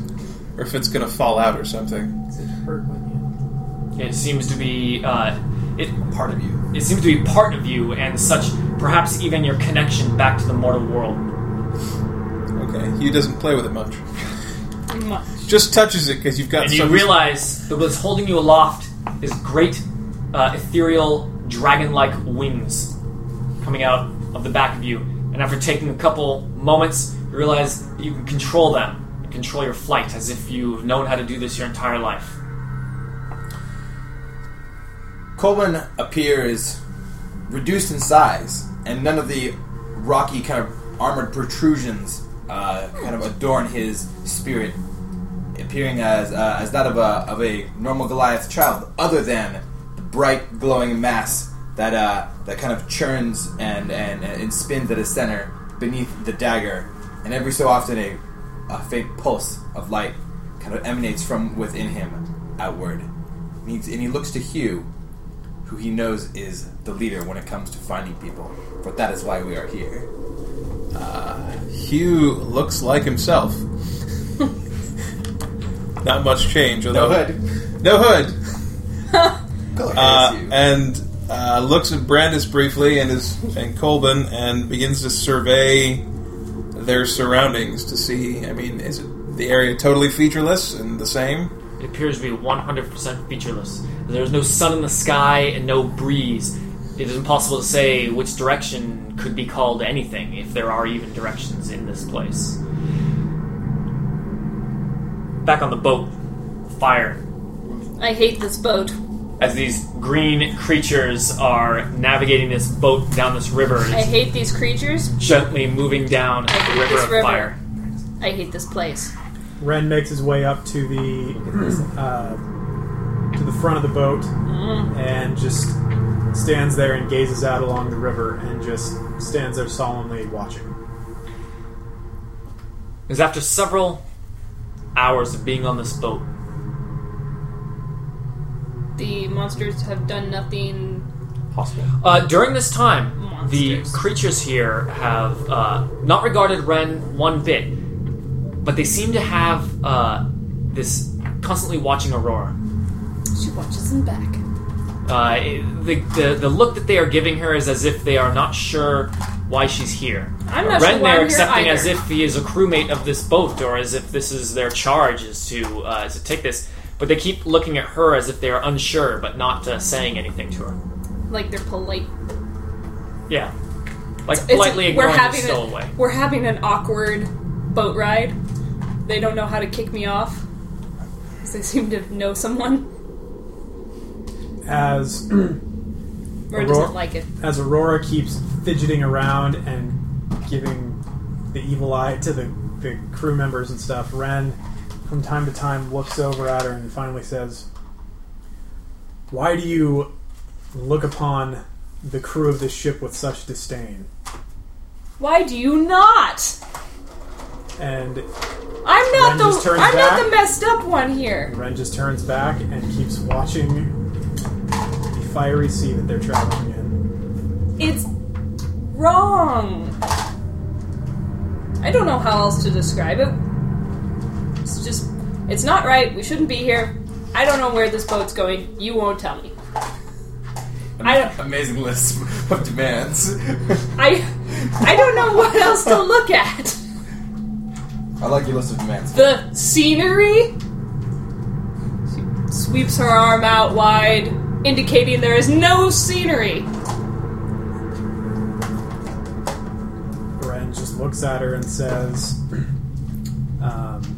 Speaker 6: or if it's going to fall out or something.
Speaker 7: Does it hurt when
Speaker 2: It seems to be uh, it part of you. It seems to be part of you, and such perhaps even your connection back to the mortal world.
Speaker 6: Okay, Hugh doesn't play with it much.
Speaker 4: Much.
Speaker 6: Just touches it because you've got
Speaker 2: And you
Speaker 6: some
Speaker 2: realize that what's holding you aloft is great uh, ethereal dragon-like wings coming out of the back of you, and after taking a couple moments, you realize that you can control them and control your flight as if you've known how to do this your entire life.
Speaker 3: Colvin appears reduced in size, and none of the rocky kind of armored protrusions uh, kind of adorn his spirit, appearing as uh, as that of a of a normal Goliath child, other than the bright glowing mass that uh, that kind of churns and, and and spins at its center beneath the dagger, and every so often a, a faint pulse of light kind of emanates from within him outward. And, he's, and he looks to Hugh who he knows is the leader when it comes to finding people. For that is why we are here.
Speaker 6: Hugh looks like himself. Not much change.
Speaker 3: No
Speaker 6: although-
Speaker 3: hood.
Speaker 6: No hood.
Speaker 3: Color
Speaker 6: Uh,
Speaker 3: is you.
Speaker 6: and uh, looks at Brandis briefly and his and Colbin and begins to survey their surroundings to see. I mean, is it the area totally featureless and the same?
Speaker 2: It appears to be 100% featureless. There's no sun in the sky and no breeze. It is impossible to say which direction could be called anything, if there are even directions in this place. Back on the boat, fire.
Speaker 4: I hate this boat.
Speaker 2: As these green creatures are navigating this boat down this river,
Speaker 4: I
Speaker 2: it's
Speaker 4: hate these creatures.
Speaker 2: gently moving down
Speaker 4: I hate
Speaker 2: the river
Speaker 4: this
Speaker 2: of
Speaker 4: river.
Speaker 2: fire.
Speaker 4: I hate this place.
Speaker 5: Ren makes his way up to the uh, to the front of the boat
Speaker 4: Mm.
Speaker 5: and just stands there and gazes out along the river and just stands there solemnly watching.
Speaker 2: Because after several hours of being on this boat,
Speaker 4: The monsters have done nothing.
Speaker 5: Possible.
Speaker 2: Uh, during this time,
Speaker 4: Monsters.
Speaker 2: the creatures here have uh, not regarded Ren one bit, but they seem to have uh, this constantly watching Aurora.
Speaker 4: She watches them back.
Speaker 2: Uh, it- the, the, the look that they are giving her is as if they are not sure why she's here.
Speaker 4: I'm not
Speaker 2: Ren,
Speaker 4: sure why
Speaker 2: they're
Speaker 4: I'm
Speaker 2: accepting
Speaker 4: here
Speaker 2: as
Speaker 4: either.
Speaker 2: if he is a crewmate of this boat, or as if this is their charge is to uh, is to take this. But they keep looking at her as if they are unsure, but not uh, saying anything to her.
Speaker 4: Like they're polite.
Speaker 2: Yeah, like
Speaker 4: It's-
Speaker 2: politely ignoring
Speaker 4: we're having
Speaker 2: the stowaway.
Speaker 4: a, We're having an awkward boat ride. They don't know how to kick me off. 'Cause They seem to know someone
Speaker 5: As
Speaker 4: or
Speaker 5: Aurora-
Speaker 4: doesn't like it.
Speaker 5: as Aurora keeps fidgeting around and giving the evil eye to the, the crew members and stuff, Ren from time to time looks over at her and finally says, Why do you look upon the crew of this ship with such disdain?
Speaker 4: Why do you not?
Speaker 5: And
Speaker 4: I'm not
Speaker 5: Ren
Speaker 4: the
Speaker 5: just turns
Speaker 4: I'm
Speaker 5: back.
Speaker 4: not the messed up one here.
Speaker 5: Ren just turns back and keeps watching the fiery sea that they're traveling in.
Speaker 4: It's wrong. I don't know how else to describe it. It's just, it's not right. We shouldn't be here. I don't know where this boat's going. You won't tell me. I don't.
Speaker 3: Amazing list of demands.
Speaker 4: I, I don't know what else to look at.
Speaker 3: I like your list of demands.
Speaker 4: The scenery. She sweeps her arm out wide, indicating there is no scenery.
Speaker 5: Ren just looks at her and says, um,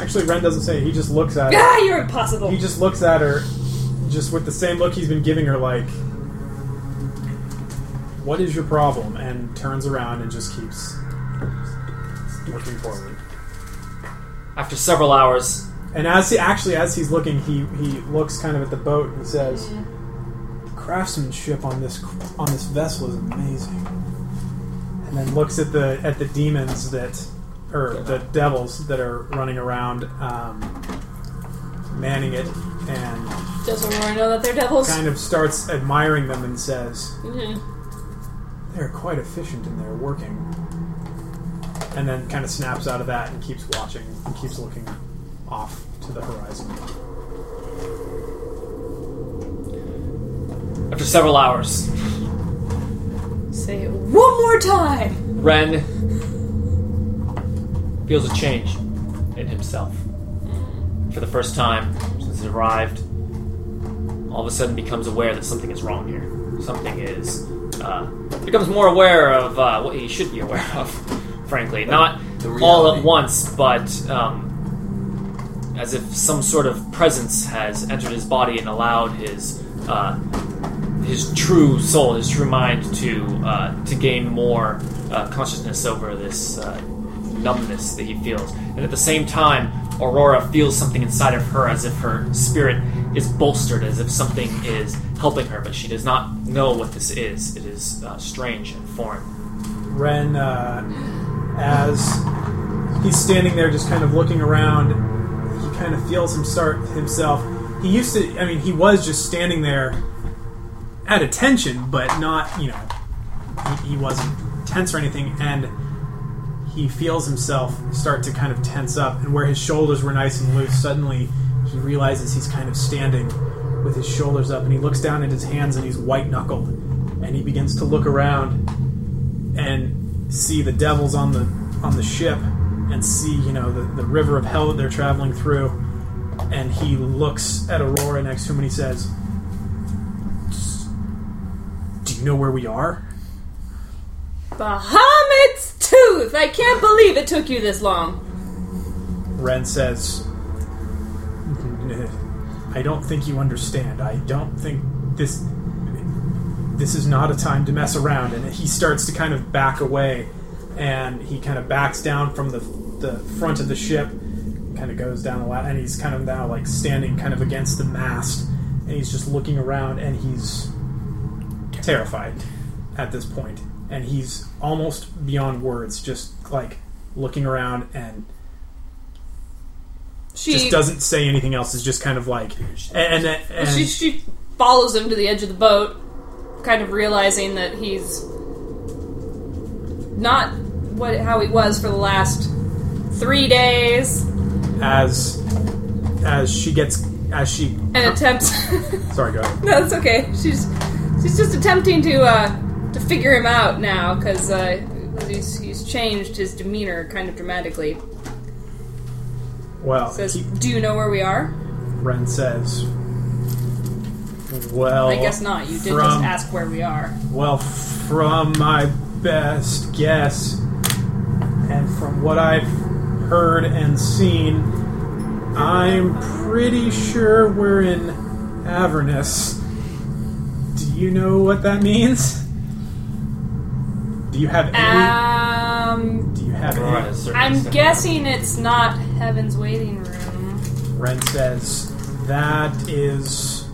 Speaker 5: Actually, Ren doesn't say it. He just looks at her.
Speaker 4: Ah, you're impossible.
Speaker 5: He just looks at her just with the same look he's been giving her, like, What is your problem? And turns around and just keeps looking forward.
Speaker 2: After several hours,
Speaker 5: And as he actually, as he's looking, he he looks kind of at the boat and says, "The craftsmanship on this on this vessel is amazing." And then looks at the at the demons that, or the devils that are running around, um, manning it, and
Speaker 4: Does Aurora know that they're devils?
Speaker 5: kind of starts admiring them and says,
Speaker 4: Mhm.
Speaker 5: "They're quite efficient in their working." And then kind of snaps out of that and keeps watching and keeps looking off to the horizon.
Speaker 2: After several hours,
Speaker 4: Say it one more time.
Speaker 2: Ren feels a change in himself. For the first time since he arrived, all of a sudden becomes aware that something is wrong here. something is, uh, becomes more aware of uh, what he should be aware of, frankly. Not all
Speaker 3: reality.
Speaker 2: at once, but um, as if some sort of presence has entered his body and allowed his uh, his true soul, his true mind, to uh, to gain more uh, consciousness over this uh, numbness that he feels. And at the same time, Aurora feels something inside of her, as if her spirit is bolstered, as if something is helping her, but she does not know what this is. It is uh, strange and foreign.
Speaker 5: Ren, uh, as he's standing there, just kind of looking around, he kind of feels him start himself. He used to, I mean, he was just standing there at attention, but not, you know, he, he wasn't tense or anything. And he feels himself start to kind of tense up, and where his shoulders were nice and loose, suddenly he realizes he's kind of standing with his shoulders up, and he looks down at his hands and he's white knuckled, and he begins to look around and see the devils on the on the ship and see you know the, the river of hell that they're traveling through and he looks at aurora next to him and he says do you know where we are
Speaker 4: Bahamut's tooth! I can't believe it took you this long.
Speaker 5: ren says i don't think you understand i don't think this this is not a time to mess around and he starts to kind of back away and he kind of backs down from the the front of the ship kind of goes down a lot and he's kind of now like standing kind of against the mast and he's just looking around and he's terrified at this point and he's almost beyond words just like looking around and
Speaker 4: She
Speaker 5: just doesn't say anything else is just kind of like and, and, and
Speaker 4: she, she follows him to the edge of the boat, kind of realizing that he's not what how he was for the last three days,
Speaker 5: as as she gets as she
Speaker 4: and attempts.
Speaker 5: sorry go ahead
Speaker 4: no, it's okay. She's she's just attempting to uh, to figure him out now because uh, 'cause he's he's changed his demeanor kind of dramatically.
Speaker 5: well
Speaker 4: Says,
Speaker 5: he-
Speaker 4: "Do you know where we are?"
Speaker 5: Ren says well
Speaker 4: I guess not. You did just
Speaker 5: from-
Speaker 4: ask where we are.
Speaker 5: Well, from my best guess, and from what I've heard and seen, I'm pretty sure we're in Avernus. Do you know what that means? Do you have any?
Speaker 4: Uh, Um,
Speaker 5: Do you have
Speaker 2: Aurora
Speaker 5: any?
Speaker 2: has certain
Speaker 4: I'm
Speaker 2: sense.
Speaker 4: guessing it's not Heaven's waiting room.
Speaker 5: Ren says that is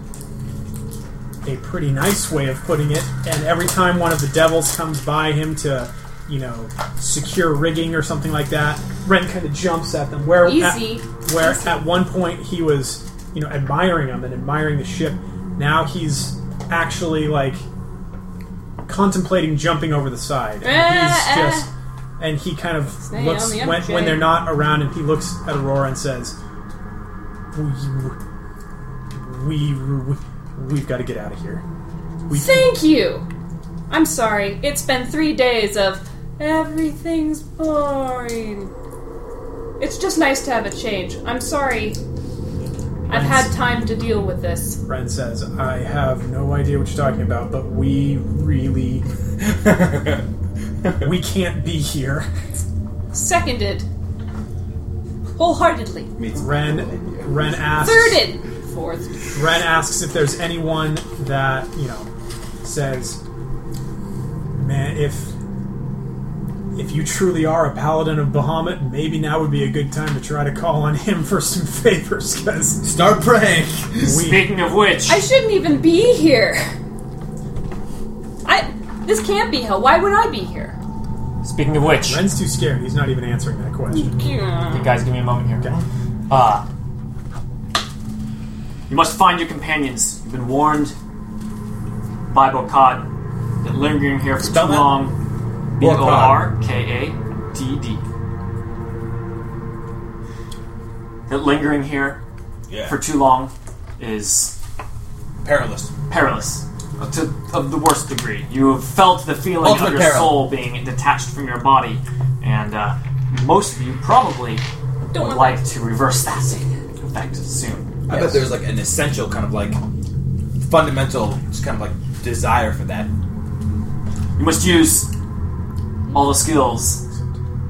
Speaker 5: a pretty nice way of putting it. And every time one of the devils comes by him to, you know, secure rigging or something like that, Ren kind of jumps at them. Where
Speaker 4: Easy.
Speaker 5: At, where at one point he was, you know, admiring them and admiring the ship. Now he's actually like contemplating jumping over the side. And
Speaker 4: Eh,
Speaker 5: he's
Speaker 4: eh.
Speaker 5: just and he kind of
Speaker 4: Snail
Speaker 5: looks
Speaker 4: on the
Speaker 5: when, when
Speaker 4: upside.
Speaker 5: they're not around and he looks at Aurora and says we, we, we we've got to get out of here. We
Speaker 4: Thank you. I'm sorry. It's been three days of everything's boring. It's just nice to have a change. I'm sorry. I've had time to deal with this.
Speaker 5: Ren says, I have no idea what you're talking about, but we really we can't be here.
Speaker 4: Seconded. Wholeheartedly.
Speaker 5: Ren Ren asks
Speaker 4: Thirded. Fourth.
Speaker 5: Ren asks if there's anyone that you know says, "Man, if if you truly are a paladin of Bahamut, maybe now would be a good time to try to call on him for some favors, because
Speaker 3: Start praying.
Speaker 5: we
Speaker 2: Speaking of which,
Speaker 4: I shouldn't even be here. I. This can't be hell. Why would I be here?
Speaker 2: speaking of which, you
Speaker 5: Ren's too scared. He's not even answering that question.
Speaker 2: guys, give me a moment here.
Speaker 5: Okay.
Speaker 2: Ah. You must find your companions. You've been warned by Bokad that lingering here for
Speaker 6: Spell
Speaker 2: too
Speaker 6: that.
Speaker 2: long. B O R K A D D. That lingering here
Speaker 3: Yeah.
Speaker 2: for too long is
Speaker 3: perilous.
Speaker 2: perilous uh, to of the worst degree. You have felt the feeling
Speaker 3: Ultimate
Speaker 2: of your
Speaker 3: peril.
Speaker 2: soul being detached from your body, and uh, most of you probably
Speaker 4: Don't
Speaker 2: would
Speaker 4: want
Speaker 2: like to reverse that effect soon.
Speaker 3: I bet there's like an essential kind of like fundamental, just kind of like desire for that.
Speaker 2: You must use all the skills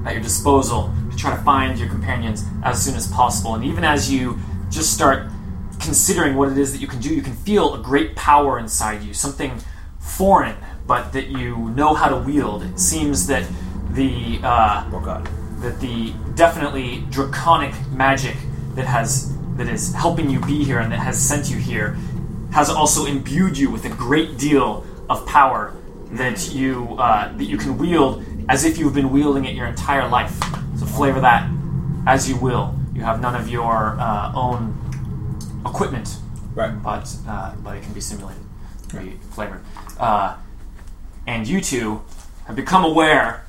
Speaker 2: at your disposal to try to find your companions as soon as possible. And even as you just start considering what it is that you can do, you can feel a great power inside you, something foreign, but that you know how to wield. It seems that the uh,
Speaker 3: Oh God.
Speaker 2: that the definitely draconic magic that has that is helping you be here and that has sent you here has also imbued you with a great deal of power that you uh, that you can wield as if you've been wielding it your entire life. So flavor that as you will. You have none of your uh, own equipment,
Speaker 3: Right.
Speaker 2: but uh, but it can be simulated, can be flavored. Uh, and you two have become aware.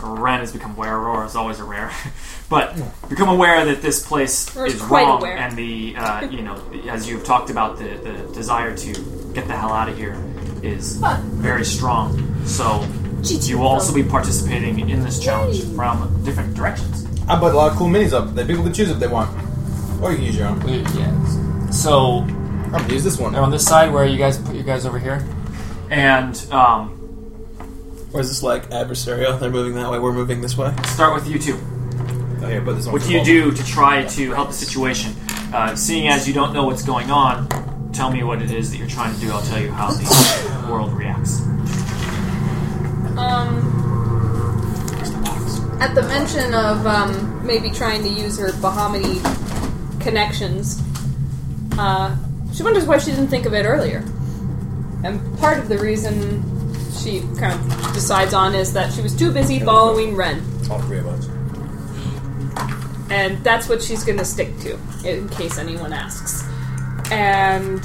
Speaker 2: Ren has become aware. Aurora is always aware, but become aware that this place
Speaker 4: Aurora's
Speaker 2: is
Speaker 4: quite
Speaker 2: wrong,
Speaker 4: aware.
Speaker 2: and the uh, you know as you've talked about the, the desire to get the hell out of here is very strong. So you will also be participating in this challenge from different directions.
Speaker 3: I bought a lot of cool minis up that people can choose if they want, or you can use your own.
Speaker 9: Yeah. So
Speaker 3: I'm gonna use this one.
Speaker 9: on this side, where you guys put you guys over here?
Speaker 2: And um,
Speaker 6: Or is this like adversarial? They're moving that way, we're moving this way.
Speaker 2: start with you two.
Speaker 3: Oh, here, put this one.
Speaker 2: What do you do to try to help the situation? Uh, seeing as you don't know what's going on, tell me what it is that you're trying to do. I'll tell you how the world reacts.
Speaker 4: Um, at the mention of um, maybe trying to use her Bahamani connections, uh, she wonders why she didn't think of it earlier. And part of the reason she kind of decides on is that she was too busy following Ren.
Speaker 3: All three of us.
Speaker 4: and that's what she's going to stick to in case anyone asks and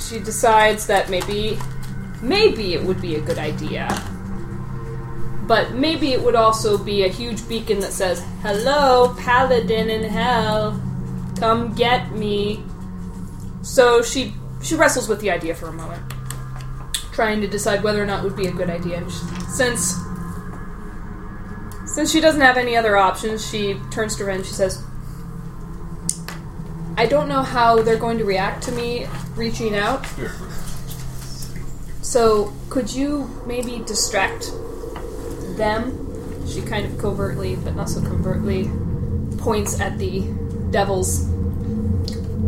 Speaker 4: she decides that maybe maybe it would be a good idea but maybe it would also be a huge beacon that says hello paladin in hell come get me so she she wrestles with the idea for a moment trying to decide whether or not it would be a good idea and she, since since she doesn't have any other options, she turns to Ren and she says, I don't know how they're going to react to me reaching out. So, could you maybe distract them? She kind of covertly, but not so covertly, points at the devils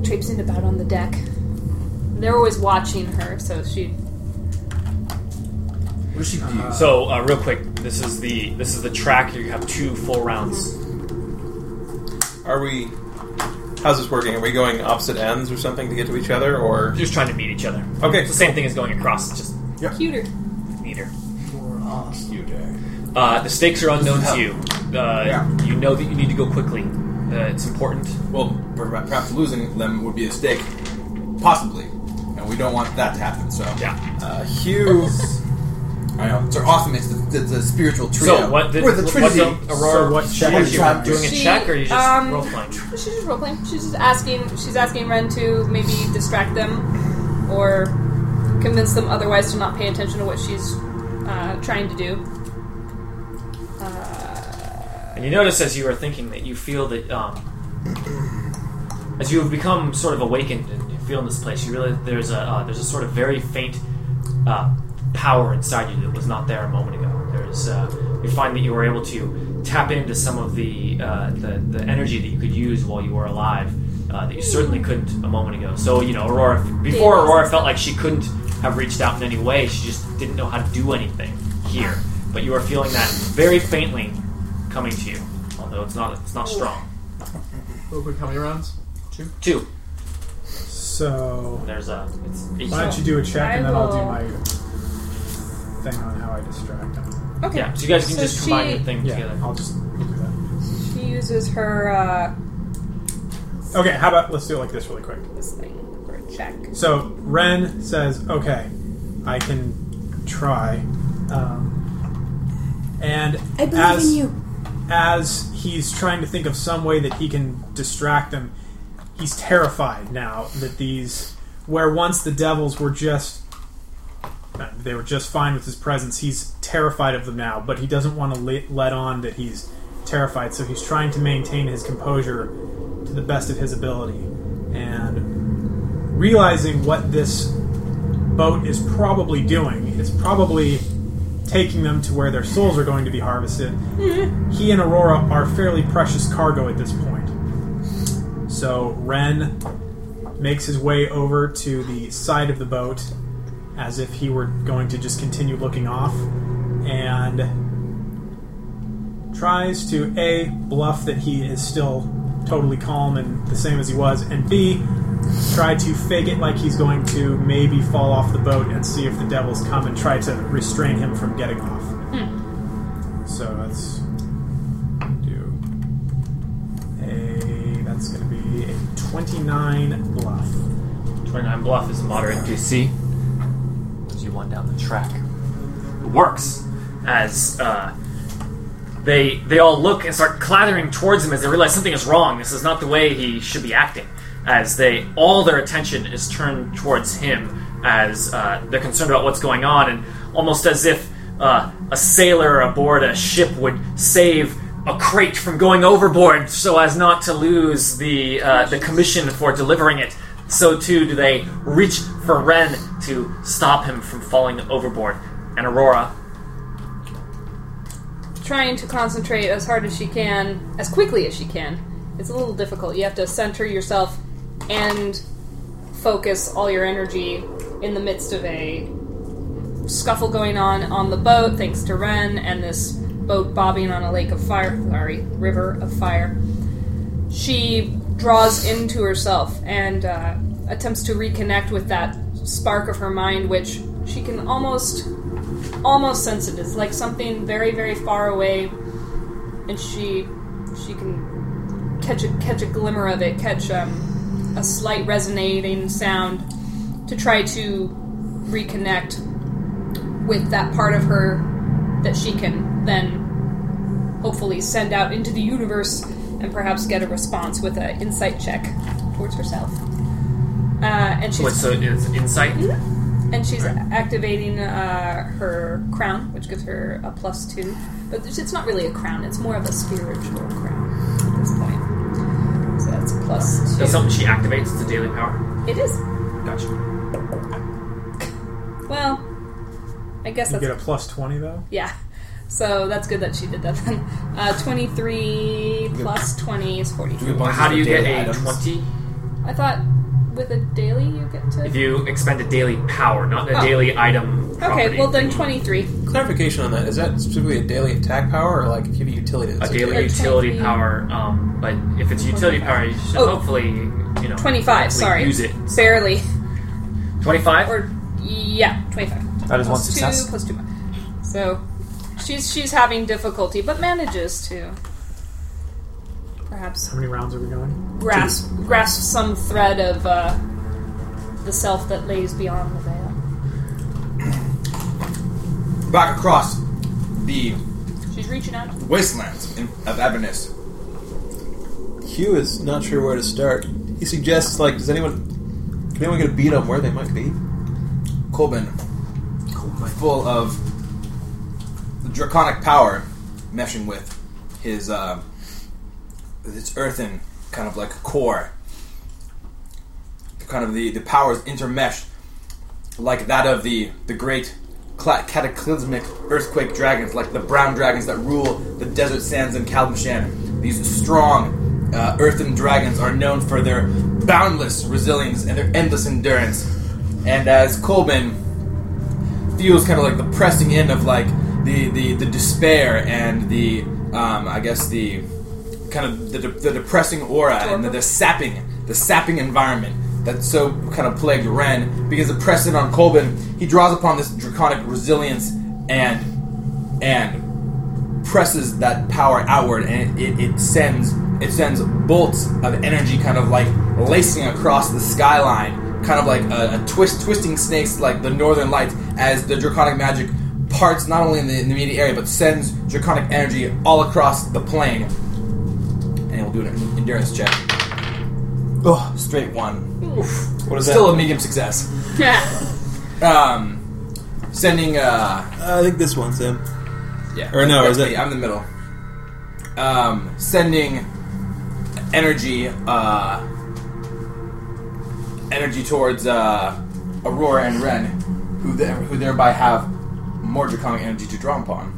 Speaker 4: traipsing about on the deck. They're always watching her, so she.
Speaker 3: What does she do?
Speaker 2: So, uh, real quick, this is the this is the track. You have two full rounds.
Speaker 6: Are we. How's this working? Are we going opposite ends or something to get to each other? Or.
Speaker 2: Just trying to meet each other.
Speaker 6: Okay,
Speaker 2: It's the same thing as going across. It's just
Speaker 4: Cuter.
Speaker 2: neater.
Speaker 3: you do.
Speaker 2: Uh, the stakes are unknown to you. Uh,
Speaker 3: Yeah.
Speaker 2: You know that you need to go quickly. Uh, it's important.
Speaker 3: Well, per- perhaps losing them would be a stake, possibly, and we don't want that to happen. So
Speaker 2: Yeah.
Speaker 3: uh, Hugh. I know. Sir Otham is the, the, the spiritual trio.
Speaker 2: So, what the,
Speaker 3: We're the
Speaker 2: what's
Speaker 3: Trinity.
Speaker 2: up, Aurora?
Speaker 5: So what
Speaker 2: she-
Speaker 5: check
Speaker 2: are
Speaker 5: is
Speaker 2: you
Speaker 5: that?
Speaker 2: doing a
Speaker 4: She,
Speaker 2: check, or are you just
Speaker 4: um,
Speaker 2: role playing?
Speaker 4: She's just role playing. She's just asking. She's asking Ren to maybe distract them or convince them otherwise to not pay attention to what she's uh, trying to do. Uh,
Speaker 2: And you notice as you are thinking that you feel that um, as you have become sort of awakened and you feel in this place, you realize there's a uh, there's a sort of very faint uh, power inside you that was not there a moment ago. There's uh, you find that you were able to tap into some of the uh, the, the energy that you could use while you were alive uh, that you certainly couldn't a moment ago. So you know, Aurora before
Speaker 4: Yeah.
Speaker 2: Aurora felt like she couldn't have reached out in any way. She just didn't know how to do anything here. But you are feeling that very faintly coming to you, although it's not it's not strong.
Speaker 7: Open how many rounds?
Speaker 2: Two.
Speaker 5: So
Speaker 2: There's a. It's,
Speaker 5: why don't you do a check and then I'll do my thing on how I distract them.
Speaker 4: Okay.
Speaker 2: yeah, so you guys can
Speaker 4: So
Speaker 2: just combine
Speaker 4: she-
Speaker 2: your thing
Speaker 5: Yeah,
Speaker 2: together.
Speaker 5: I'll just we'll do that.
Speaker 4: She uses her uh,
Speaker 5: Okay, how about let's do it like this really quick.
Speaker 4: this thing for a check.
Speaker 5: So Ren says, "Okay, I can try." Um, and
Speaker 10: I believe
Speaker 5: as,
Speaker 10: in you.
Speaker 5: As he's trying to think of some way that he can distract them, he's terrified now that these, where once the devils were just, uh, they were just fine with his presence. He's terrified of them now, but he doesn't want to let, let on that he's terrified. So he's trying to maintain his composure to the best of his ability, and realizing what this boat is probably doing. It's probably taking them to where their souls are going to be harvested. He and Aurora are fairly precious cargo at this point. So Ren makes his way over to the side of the boat as if he were going to just continue looking off and tries to A, bluff that he is still totally calm and the same as he was, and B, try to fake it like he's going to maybe fall off the boat and see if the devils come and try to restrain him from getting off. So that's do a that's going to be a twenty-nine bluff.
Speaker 2: 29 Bluff is a moderate DC. As you want down the track. It works as uh, they they all look and start clattering towards him as they realize something is wrong. This is not the way he should be acting. As they all their attention is turned towards him, as uh, they're concerned about what's going on, and almost as if uh, a sailor aboard a ship would save a crate from going overboard so as not to lose the uh, the commission for delivering it. So too do they reach for Ren to stop him from falling overboard. And Aurora
Speaker 4: trying to concentrate as hard as she can, as quickly as she can. It's a little difficult. You have to center yourself and focus all your energy in the midst of a scuffle going on on the boat, thanks to Ren and this boat bobbing on a lake of fire. Sorry, river of fire. She draws into herself and uh, attempts to reconnect with that spark of her mind, which she can almost almost sense it. It's like something very, very far away, and she she can catch a catch a glimmer of it, catch um, a slight resonating sound to try to reconnect with that part of her that she can then hopefully send out into the universe and perhaps get a response with an insight check towards herself. Uh, and she's
Speaker 2: what's so it's insight.
Speaker 4: and she's activating uh, her crown, which gives her a plus two. But it's it's not really a crown; it's more of a spiritual crown at this point. So that's plus two.
Speaker 2: That's something she activates. It's a daily power.
Speaker 4: it is.
Speaker 2: Gotcha.
Speaker 4: Well, I guess
Speaker 5: You
Speaker 4: that's
Speaker 5: get a plus twenty though.
Speaker 4: yeah. So that's good that she did that then. Uh, Twenty-three plus twenty is forty-three.
Speaker 2: How do you get a twenty?
Speaker 4: I thought with a daily you get to.
Speaker 2: If you expend a daily power, not a
Speaker 4: Oh.
Speaker 2: daily item.
Speaker 4: okay,
Speaker 2: property.
Speaker 4: well then twenty-three.
Speaker 6: Clarification on that: is that specifically a daily attack power, or like if you have a utility?
Speaker 2: a
Speaker 6: that's
Speaker 2: daily
Speaker 4: Or
Speaker 2: utility
Speaker 4: 20.
Speaker 2: power. Um, but if it's utility power, you should
Speaker 4: Oh.
Speaker 2: hopefully you know
Speaker 4: 25,
Speaker 2: hopefully
Speaker 4: sorry.
Speaker 2: use it.
Speaker 4: Barely.
Speaker 2: Twenty five.
Speaker 4: Or yeah, twenty-five.
Speaker 9: That is one
Speaker 4: Plus
Speaker 9: success.
Speaker 4: Two, plus two. more. So she's she's having difficulty, but manages to perhaps
Speaker 5: How many rounds are we going?
Speaker 4: grasp grasp some thread of uh, the self that lays beyond the veil.
Speaker 3: Back across the
Speaker 4: She's reaching out.
Speaker 3: wastelands in, of Avernus.
Speaker 6: Hugh is not sure where to start. He suggests, like, does anyone can anyone get a beat on where they might be?
Speaker 3: Colbin, full of the draconic power, meshing with his uh, its earthen kind of like core. The kind of the the powers intermeshed, like that of the the great cla- cataclysmic earthquake dragons, like the brown dragons that rule the desert sands in Kalmashan. These strong uh, earthen dragons are known for their boundless resilience and their endless endurance. And as Colbin feels kind of like the pressing in of like the the, the despair and the um, I guess the kind of the, de- the depressing aura and the, the sapping the sapping environment that so kind of plagued Ren because it pressed in on Colbin. He draws upon this draconic resilience and and presses that power outward and it, it, it sends it sends bolts of energy kind of like lacing across the skyline kind of like a, a twist twisting snakes like the northern lights as the draconic magic parts not only in the, in the immediate area but sends draconic energy all across the plane and we'll do an endurance check oh straight one
Speaker 6: What is
Speaker 3: still a
Speaker 6: that?
Speaker 3: medium success
Speaker 4: Yeah.
Speaker 3: um sending uh
Speaker 6: I think this one, Sam.
Speaker 3: Yeah.
Speaker 6: Or no,
Speaker 3: That's
Speaker 6: is it-
Speaker 3: me. I'm the middle. Um, sending energy, uh, energy towards uh, Aurora and Ren, who, the, who thereby have more draconic energy to draw upon.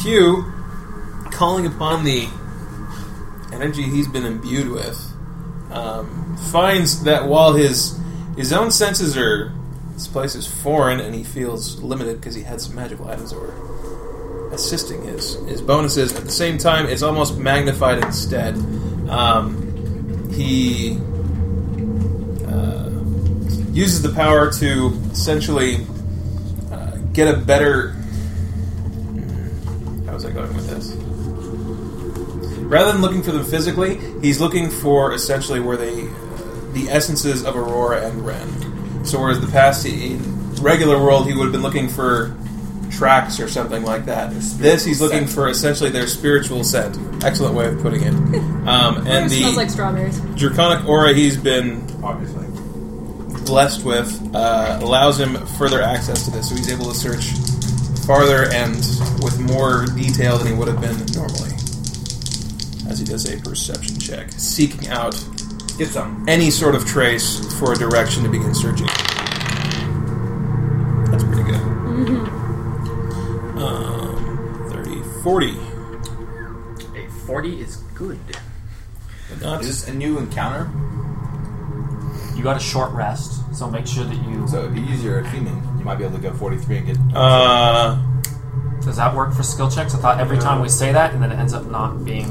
Speaker 6: Hugh, calling upon the energy he's been imbued with, um, finds that while his his own senses are this place is foreign and he feels limited because he had some magical items that were assisting his his bonuses. At the same time, it's almost magnified instead. Um, he uh, uses the power to essentially uh, get a better how was I going with this? Rather than looking for them physically, he's looking for essentially where they, the essences of Aurora and Ren. So whereas the past, he, in regular world, he would have been looking for tracks or something like that. This, he's looking for essentially their spiritual scent. Excellent way of putting it. Um, and
Speaker 4: it smells
Speaker 6: the
Speaker 4: like strawberries.
Speaker 6: draconic aura he's been
Speaker 3: Obviously,
Speaker 6: blessed with uh, allows him further access to this, so he's able to search farther and with more detail than he would have been normally. As he does a perception check, seeking out
Speaker 3: get some.
Speaker 6: any sort of trace for a direction to begin searching. That's pretty good. Um, 30, 40.
Speaker 2: A 40 is good.
Speaker 6: But not,
Speaker 3: Is this a new encounter?
Speaker 9: You got a short rest, so make sure that you.
Speaker 3: So if you use your theming, you might be able to go 43 and get.
Speaker 6: uh,
Speaker 9: Does that work for skill checks? I thought every time we say that, and then it ends up not being.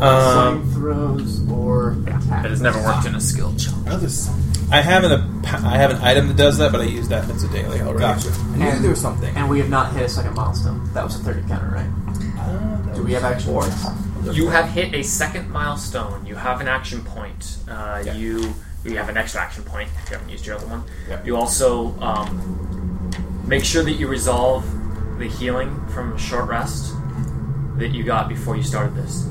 Speaker 6: um,
Speaker 7: Save throws or
Speaker 2: That has never worked in a skill challenge.
Speaker 3: Another something.
Speaker 6: I have an ap- I have an item that does that, but I use that that's a daily already.
Speaker 3: Gotcha. I knew there was something.
Speaker 7: And we have not hit a second milestone. That was a third encounter, right? Do we have action points?
Speaker 2: You have hit a second milestone. You have an action point. Uh, You you have an extra action point if you haven't used your other one.
Speaker 3: Yeah.
Speaker 2: You also um, make sure that you resolve the healing from short rest that you got before you started this.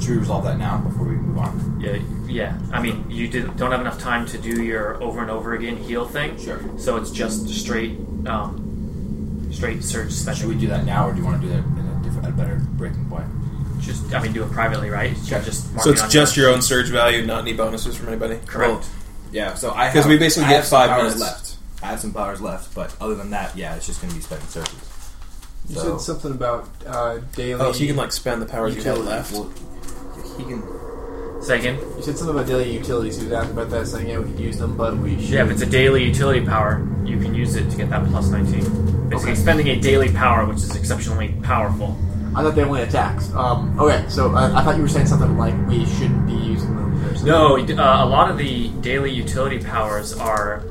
Speaker 3: Should we resolve that now before we move on?
Speaker 2: Yeah, yeah. I mean, you did, don't have enough time to do your over and over again heal thing.
Speaker 3: Sure.
Speaker 2: So it's just straight, um, straight surge
Speaker 3: Should
Speaker 2: special.
Speaker 3: we do that now, or do you want to do that in a different, at a better breaking point?
Speaker 2: Just, I mean, do it privately, right?
Speaker 3: Sure.
Speaker 2: Just
Speaker 6: So it's
Speaker 2: marking on
Speaker 6: just your own surge value, not any bonuses from anybody.
Speaker 2: Correct.
Speaker 3: Yeah. So I
Speaker 6: 'Cause
Speaker 3: have-
Speaker 6: we basically
Speaker 3: I
Speaker 6: get
Speaker 3: have some
Speaker 6: five
Speaker 3: powers
Speaker 6: minutes.
Speaker 3: left. I have some powers left, but other than that, yeah, it's just going to be spending searches.
Speaker 7: You
Speaker 3: So-
Speaker 7: said something about uh, daily.
Speaker 6: Oh, so you can like spend the powers you have
Speaker 7: Utility.
Speaker 6: left.
Speaker 3: Well, he can.
Speaker 2: Second.
Speaker 7: you said something about daily utilities. He was asking about that, saying yeah, we could use them, but we should.
Speaker 2: Yeah, if it's a daily utility power, you can use it to get that plus 19. Basically, spending a daily power, which is exceptionally powerful.
Speaker 7: I thought they only attacks. Um, okay, so I, I thought you were saying something like we shouldn't be using them. Or something.
Speaker 2: No, uh, a lot of the daily utility powers are,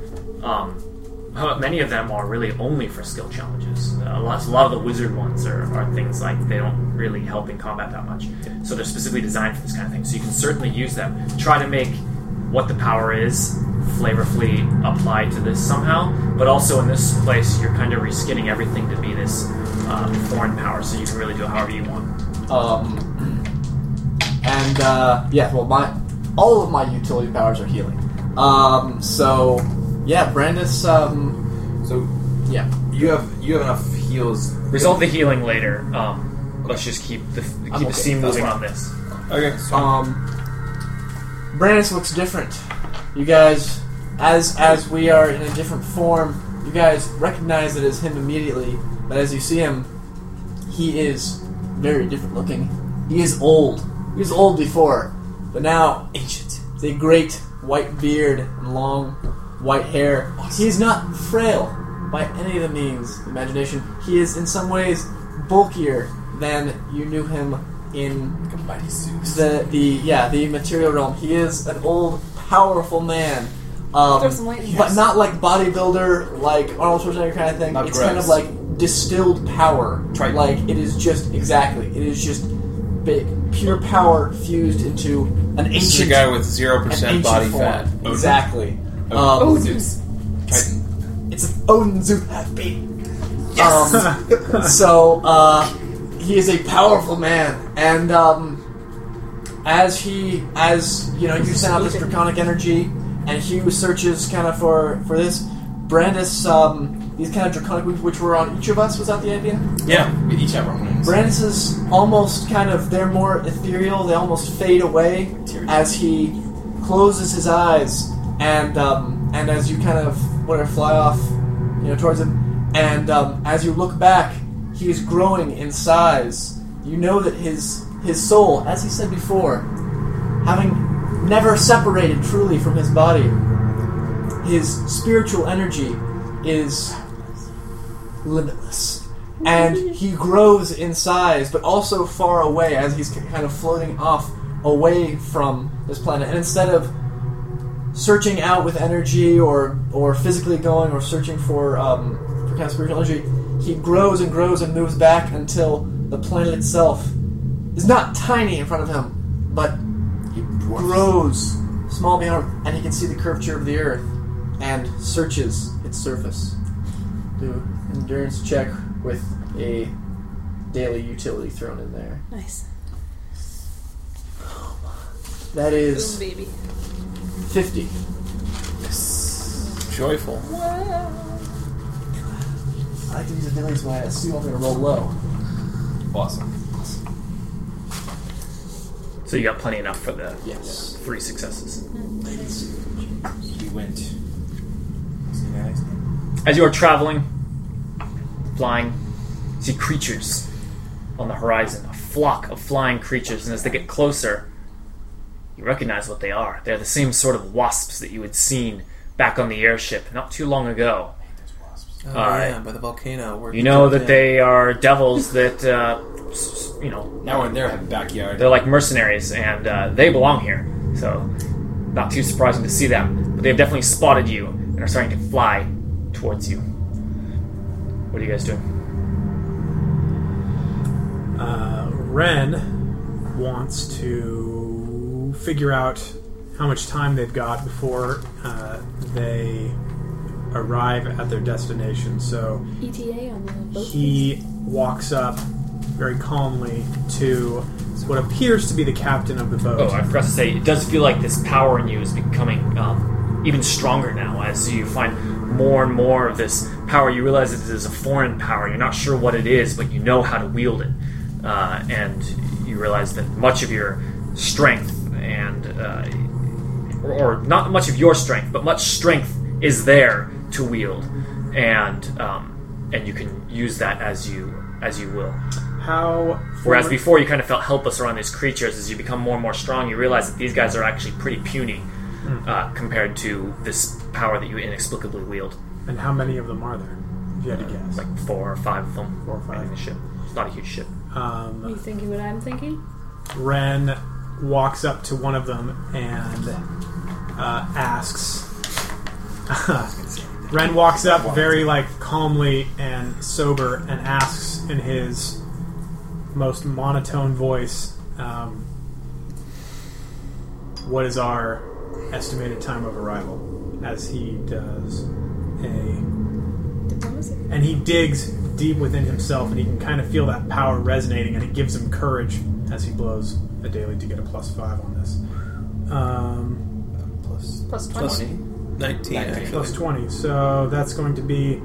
Speaker 2: um, uh, many of them are really only for skill challenges. A lot, a lot of the wizard ones are, are things like they don't really help in combat that much. So they're specifically designed for this kind of thing. So you can certainly use them. Try to make what the power is flavorfully applied to this somehow. But also in this place, you're kind of reskinning everything to be this uh, foreign power. So you can really do it however you want.
Speaker 7: Um, and uh, yeah, well, my all of my utility powers are healing. Um, so yeah, Brandis. Um,
Speaker 3: So
Speaker 7: yeah,
Speaker 3: you have you have enough heals.
Speaker 2: Resolve the healing later. Um, let's just keep the keep
Speaker 7: okay.
Speaker 2: the steam
Speaker 3: That's
Speaker 2: moving
Speaker 3: fine.
Speaker 2: on this.
Speaker 6: Okay.
Speaker 7: Um, Brandis looks different. You guys, as as we are in a different form, you guys recognize it as him immediately. But as you see him, he is very different looking. He is old. He was old before, but now ancient. With a great white beard and long white hair. He is not frail by any of the means of imagination. He is in some ways bulkier than you knew him in
Speaker 3: Mighty Zeus.
Speaker 7: the the yeah the material realm. He is an old, powerful man. Um,
Speaker 4: Throw some light in
Speaker 7: but
Speaker 4: this.
Speaker 7: not like bodybuilder, like Arnold Schwarzenegger kind of thing.
Speaker 3: Not
Speaker 7: it's
Speaker 3: gross.
Speaker 7: kind of like distilled power.
Speaker 3: Triton.
Speaker 7: Like it is just exactly. It is just big, pure power fused into an
Speaker 6: This is a
Speaker 7: ancient,
Speaker 6: guy with zero
Speaker 7: an
Speaker 6: percent
Speaker 7: ancient
Speaker 6: body
Speaker 7: form.
Speaker 6: fat.
Speaker 7: Exactly. Um,
Speaker 4: Oh,
Speaker 3: Zeus. Triton.
Speaker 7: it's an Odin Zoot happy. Um, so uh, he is a powerful man, and um, as he, as you know, you send out this draconic energy, and Hugh searches kind of for for this. Brandis um, these kind of draconic wounds, which were on each of us. Was that the idea?
Speaker 6: Yeah.
Speaker 3: We each have our wounds.
Speaker 7: Brandis is almost kind of, they're more ethereal, they almost fade away as he closes his eyes and um, and as you kind of want to fly off you know towards him and um, as you look back he is growing in size you know that his his soul as he said before having never separated truly from his body his spiritual energy is limitless. And he grows in size, but also far away as he's kind of floating off away from this planet. And instead of searching out with energy or, or physically going or searching for, um, for kind of spiritual energy, he grows and grows and moves back until the planet itself is not tiny in front of him, but grows small beyond, and he can see the curvature of the earth and searches its surface. Do an endurance check with a daily utility thrown in there.
Speaker 4: Nice.
Speaker 7: That
Speaker 4: Boom,
Speaker 7: is
Speaker 4: baby.
Speaker 7: 50.
Speaker 6: Joyful.
Speaker 7: I like to use a daily, so I assume I'm going to roll low.
Speaker 3: Awesome.
Speaker 2: So you got plenty enough for the
Speaker 7: Yes.
Speaker 2: three successes.
Speaker 3: We went. Is he nice?
Speaker 2: As you are traveling, flying, you see creatures on the horizon, a flock of flying creatures, and as they get closer, you recognize what they are. They're the same sort of wasps that you had seen back on the airship not too long ago. Uh,
Speaker 6: Oh,
Speaker 2: Alright.
Speaker 6: yeah, by the volcano. where
Speaker 2: You know
Speaker 6: he
Speaker 2: that they are devils that, uh, s- s- you know,
Speaker 3: Now we're in their backyard.
Speaker 2: they're like mercenaries and uh, they belong here. So, not too surprising to see them. But they've definitely spotted you and are starting to fly towards you. What are you guys doing?
Speaker 5: Uh, Ren wants to figure out how much time they've got before uh, they arrive at their destination. So
Speaker 10: ETA E on the boat.
Speaker 5: he walks up very calmly to what appears to be the captain of the boat.
Speaker 2: Oh, I forgot to say, it does feel like this power in you is becoming um, even stronger now as you find more and more of this power. You realize it is a foreign power. You're not sure what it is, but you know how to wield it. Uh, and you realize that much of your strength and, uh, or, or not much of your strength, but much strength is there to wield. And, um, and you can use that as you, as you will.
Speaker 5: How?
Speaker 2: Whereas before you kind of felt helpless around these creatures, as you become more and more strong, you realize that these guys are actually pretty puny uh, compared to this power that you inexplicably wield.
Speaker 5: and how many of them are there? If you had to guess.
Speaker 2: Like four or five of them.
Speaker 5: Four or five.
Speaker 2: In the ship. It's not a huge ship.
Speaker 5: um,
Speaker 10: Are you thinking what I'm thinking?
Speaker 5: Ren walks up to one of them and uh, asks. Ren walks up very like calmly and sober and asks in his most monotone voice, um, "What is our estimated time of arrival?" As he does a and he digs deep within himself and he can kind of feel that power resonating and it gives him courage as he blows a daily to get a plus five on this um,
Speaker 4: Plus 20.
Speaker 6: Plus 19, actually.
Speaker 5: plus 20 so that's going to be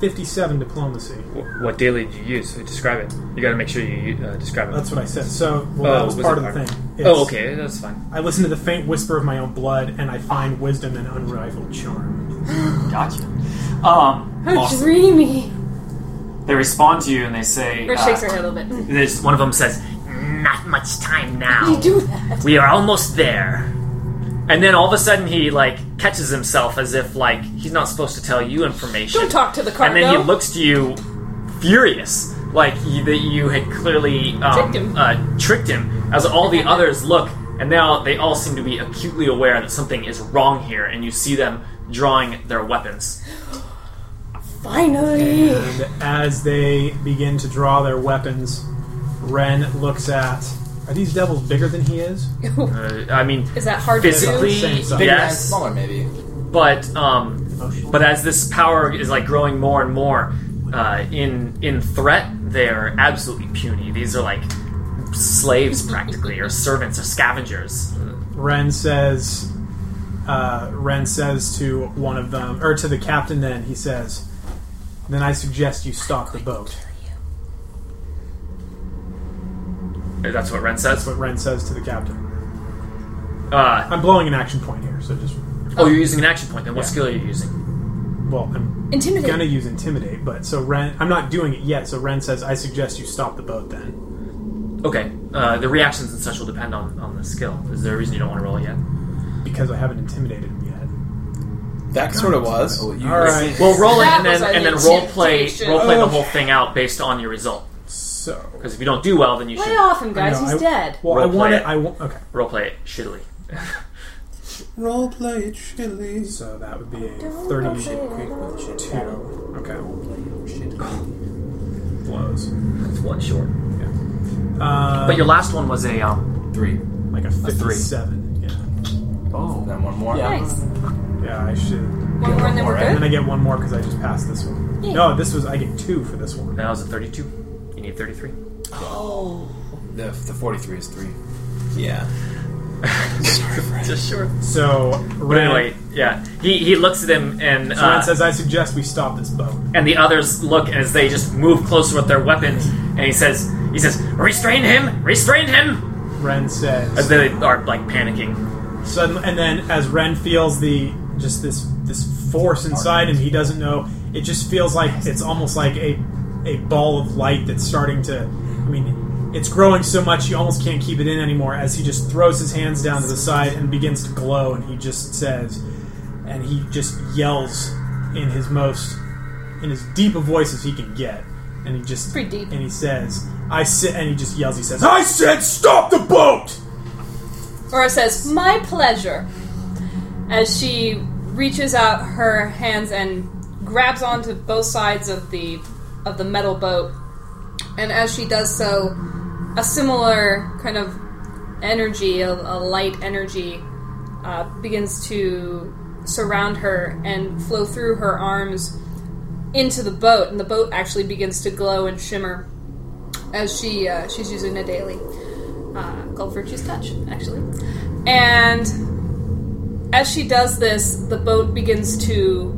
Speaker 5: 57 diplomacy
Speaker 2: Wh- What daily did you use? Describe it. You gotta make sure you uh, describe it.
Speaker 5: that's what i said so well that
Speaker 2: Oh,
Speaker 5: was,
Speaker 2: was
Speaker 5: part
Speaker 2: it
Speaker 5: of the
Speaker 2: part-
Speaker 5: thing
Speaker 2: oh,
Speaker 5: It's-
Speaker 2: okay, that's fine.
Speaker 5: i listen to the faint whisper of my own blood and i find wisdom and unrivaled charm
Speaker 9: Gotcha. Um,
Speaker 4: How dreamy.
Speaker 9: they respond to you and they say,
Speaker 4: Or
Speaker 9: uh,
Speaker 4: shakes her head a little bit.
Speaker 2: There's, one of them says, Not much time now.
Speaker 10: You do that.
Speaker 2: we are almost there and then all of a sudden he like catches himself as if like he's not supposed to tell you information
Speaker 4: Don't talk to the
Speaker 2: and
Speaker 4: cargo.
Speaker 2: then he looks to you furious like you, that you had clearly um,
Speaker 4: Tricked him.
Speaker 2: Uh, tricked him as all the others look and now they all seem to be acutely aware that something is wrong here and you see them drawing their weapons
Speaker 4: Finally.
Speaker 5: and as they begin to draw their weapons ren looks at are these devils bigger than he is
Speaker 2: uh, i mean
Speaker 4: Is that hard
Speaker 2: physically
Speaker 4: to do?
Speaker 5: Same size.
Speaker 8: Bigger and
Speaker 2: yes
Speaker 8: smaller, maybe.
Speaker 2: but um, but as this power is like growing more and more uh, in in threat, they're absolutely puny. These are like slaves practically, or servants, or scavengers.
Speaker 5: Ren says, uh, uh, Ren says to one of them, or to the captain. Then he says, "Then I suggest you stop the boat."
Speaker 2: That's what Ren says.
Speaker 5: That's what Ren says to the captain.
Speaker 2: Uh,
Speaker 5: I'm blowing an action point here, so just
Speaker 2: oh, you're using an action point. Then what
Speaker 5: Yeah.
Speaker 2: skill are you using?
Speaker 5: well, I'm
Speaker 4: Intimidate.
Speaker 5: gonna use intimidate, but so Ren, I'm not doing it yet. So Ren says, "I suggest you stop the boat." Then
Speaker 2: Okay, uh, the reactions and such will depend on, on the skill. Is there a reason you don't want to roll it yet?
Speaker 5: because I haven't intimidated him yet.
Speaker 6: That sort of was.
Speaker 8: Oh, you
Speaker 5: All right. Oh.
Speaker 2: Well, roll it
Speaker 4: That
Speaker 2: and then
Speaker 4: was our
Speaker 2: and then
Speaker 4: new
Speaker 2: role play
Speaker 4: situation.
Speaker 2: role play the
Speaker 5: Okay.
Speaker 2: whole thing out based on your result.
Speaker 5: So
Speaker 2: Because if you don't do well, then you
Speaker 4: Lay
Speaker 2: should
Speaker 4: off him, guys.
Speaker 5: No,
Speaker 4: He's
Speaker 5: I-
Speaker 4: dead.
Speaker 5: Well,
Speaker 2: Role
Speaker 5: I want
Speaker 2: play
Speaker 5: it.
Speaker 2: it.
Speaker 5: I want. Okay.
Speaker 2: role play it shittily.
Speaker 6: Role play it chilly.
Speaker 5: So that would be a thirty-two. Okay. Blows. Um,
Speaker 2: That's one short.
Speaker 5: Uh,
Speaker 2: But your last one was a um.
Speaker 8: three.
Speaker 5: like a fifty-seven. yeah.
Speaker 9: Oh.
Speaker 8: Then one more.
Speaker 4: Nice.
Speaker 5: Yeah, I should.
Speaker 4: One more and then
Speaker 8: more,
Speaker 4: we're
Speaker 8: right?
Speaker 5: And then
Speaker 4: good.
Speaker 5: I get one more because I just passed this one.
Speaker 4: Yeah.
Speaker 5: No, this was I get two for this one.
Speaker 2: That was a thirty-two. You need thirty-three.
Speaker 8: The, the 43 is three.
Speaker 6: Yeah.
Speaker 2: Just short.
Speaker 5: So
Speaker 2: But
Speaker 5: Ren,
Speaker 2: anyway, yeah. He he looks at him and
Speaker 5: so Ren
Speaker 2: uh,
Speaker 5: says, "I suggest we stop this boat."
Speaker 2: and the others look as they just move closer with their weapons. And he says he says restrain him, restrain him.
Speaker 5: Ren
Speaker 2: As
Speaker 5: says,
Speaker 2: they are like panicking.
Speaker 5: suddenly, and then as Ren feels the just this this force inside him, he doesn't know. It just feels like it's almost like a a ball of light that's starting to. I mean, it's growing so much you almost can't keep it in anymore. As he just throws his hands down to the side and begins to glow, and he just says, and he just yells in his most in as deep a voice as he can get, and he just
Speaker 4: Pretty deep.
Speaker 5: and he says, "I sit," and he just yells. He says, "I said, stop the boat."
Speaker 4: Aura says, "My pleasure," as she reaches out her hands and grabs onto both sides of the of the metal boat. And as she does so, a similar kind of energy, a, a light energy, uh, begins to surround her and flow through her arms into the boat, and the boat actually begins to glow and shimmer as she uh, she's using a daily uh, called Virtue's Touch, actually. And as she does this, the boat begins to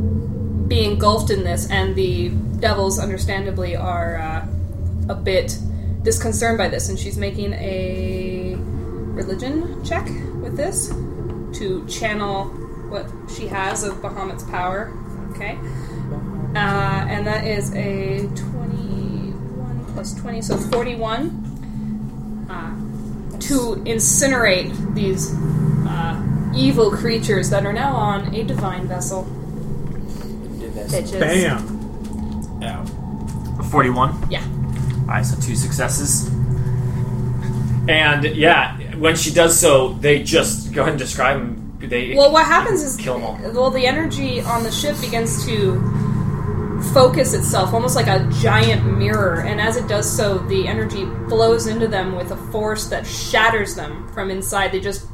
Speaker 4: be engulfed in this, and the devils, understandably, are uh, a bit disconcerted by this. And she's making a religion check with this to channel what she has of Bahamut's power. Okay. Uh, and that is a 21 plus 20, so 41 to incinerate these uh, evil creatures that are now on a divine vessel. Bitches.
Speaker 5: Bam.
Speaker 2: Forty-one.
Speaker 4: Yeah.
Speaker 2: Alright, so two successes. And yeah, when she does so, they just go ahead and describe them. They
Speaker 4: Well, what happens is
Speaker 2: Kill 'em all.
Speaker 4: well, the energy on the ship begins to focus itself almost like a giant mirror, and as it does so, the energy blows into them with a force that shatters them from inside. They just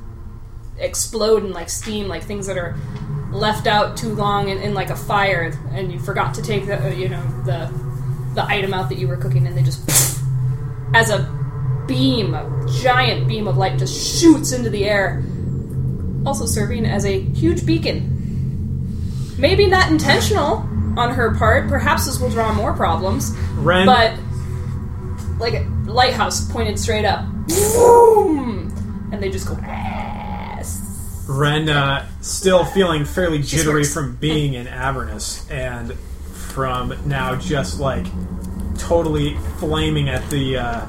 Speaker 4: explode in like steam, like things that are left out too long in, in like a fire, and you forgot to take the uh, you know the the item out that you were cooking, and they just as a beam, a giant beam of light, just shoots into the air also serving as a huge beacon. Maybe not intentional on her part, perhaps this will draw more problems,
Speaker 5: Ren,
Speaker 4: but like a lighthouse pointed straight up. Boom! And they just go. "Yes."
Speaker 5: Ren uh, still feeling fairly jittery
Speaker 4: smirks.
Speaker 5: from being in Avernus and from now just like totally flaming at the uh,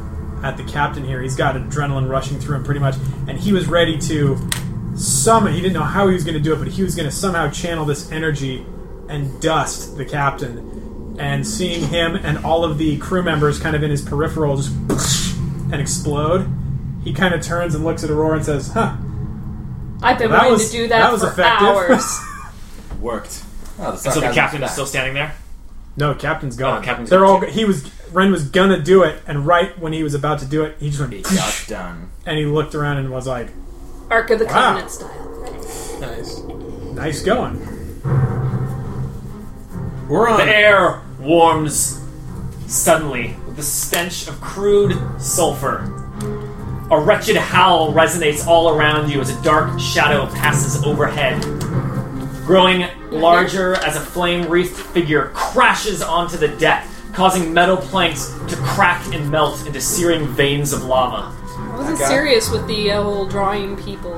Speaker 5: at the captain here. He's got adrenaline rushing through him pretty much, and he was ready to summon. He didn't know how he was going to do it, but he was going to somehow channel this energy and dust the captain. And seeing him and all of the crew members kind of in his peripheral just and explode, he kind of turns and looks at Aurora and says, "Huh."
Speaker 4: I've been
Speaker 5: That
Speaker 4: wanting
Speaker 5: was-
Speaker 4: to do that,
Speaker 5: that was
Speaker 4: for
Speaker 5: effective.
Speaker 4: hours.
Speaker 8: Worked. Oh, the
Speaker 2: so the
Speaker 8: sarcasm's
Speaker 2: captain is
Speaker 8: back.
Speaker 2: still standing there.
Speaker 5: No, captain's gone.
Speaker 2: Oh, captain's
Speaker 5: They're
Speaker 2: gone
Speaker 5: all.
Speaker 2: too.
Speaker 5: He was. Ren was gonna do it, and right when he was about to do it, he just went.
Speaker 8: Got done.
Speaker 5: And he looked around and was like,
Speaker 4: Ark of the
Speaker 5: Wow.
Speaker 4: Covenant style.
Speaker 6: Nice.
Speaker 5: "Nice going."
Speaker 6: We're on.
Speaker 2: The air warms suddenly with the stench of crude sulfur. A wretched howl resonates all around you as a dark shadow passes overhead. growing larger as a flame wreathed figure crashes onto the deck, causing metal planks to crack and melt into searing veins of lava.
Speaker 4: I wasn't serious with the uh, whole drawing people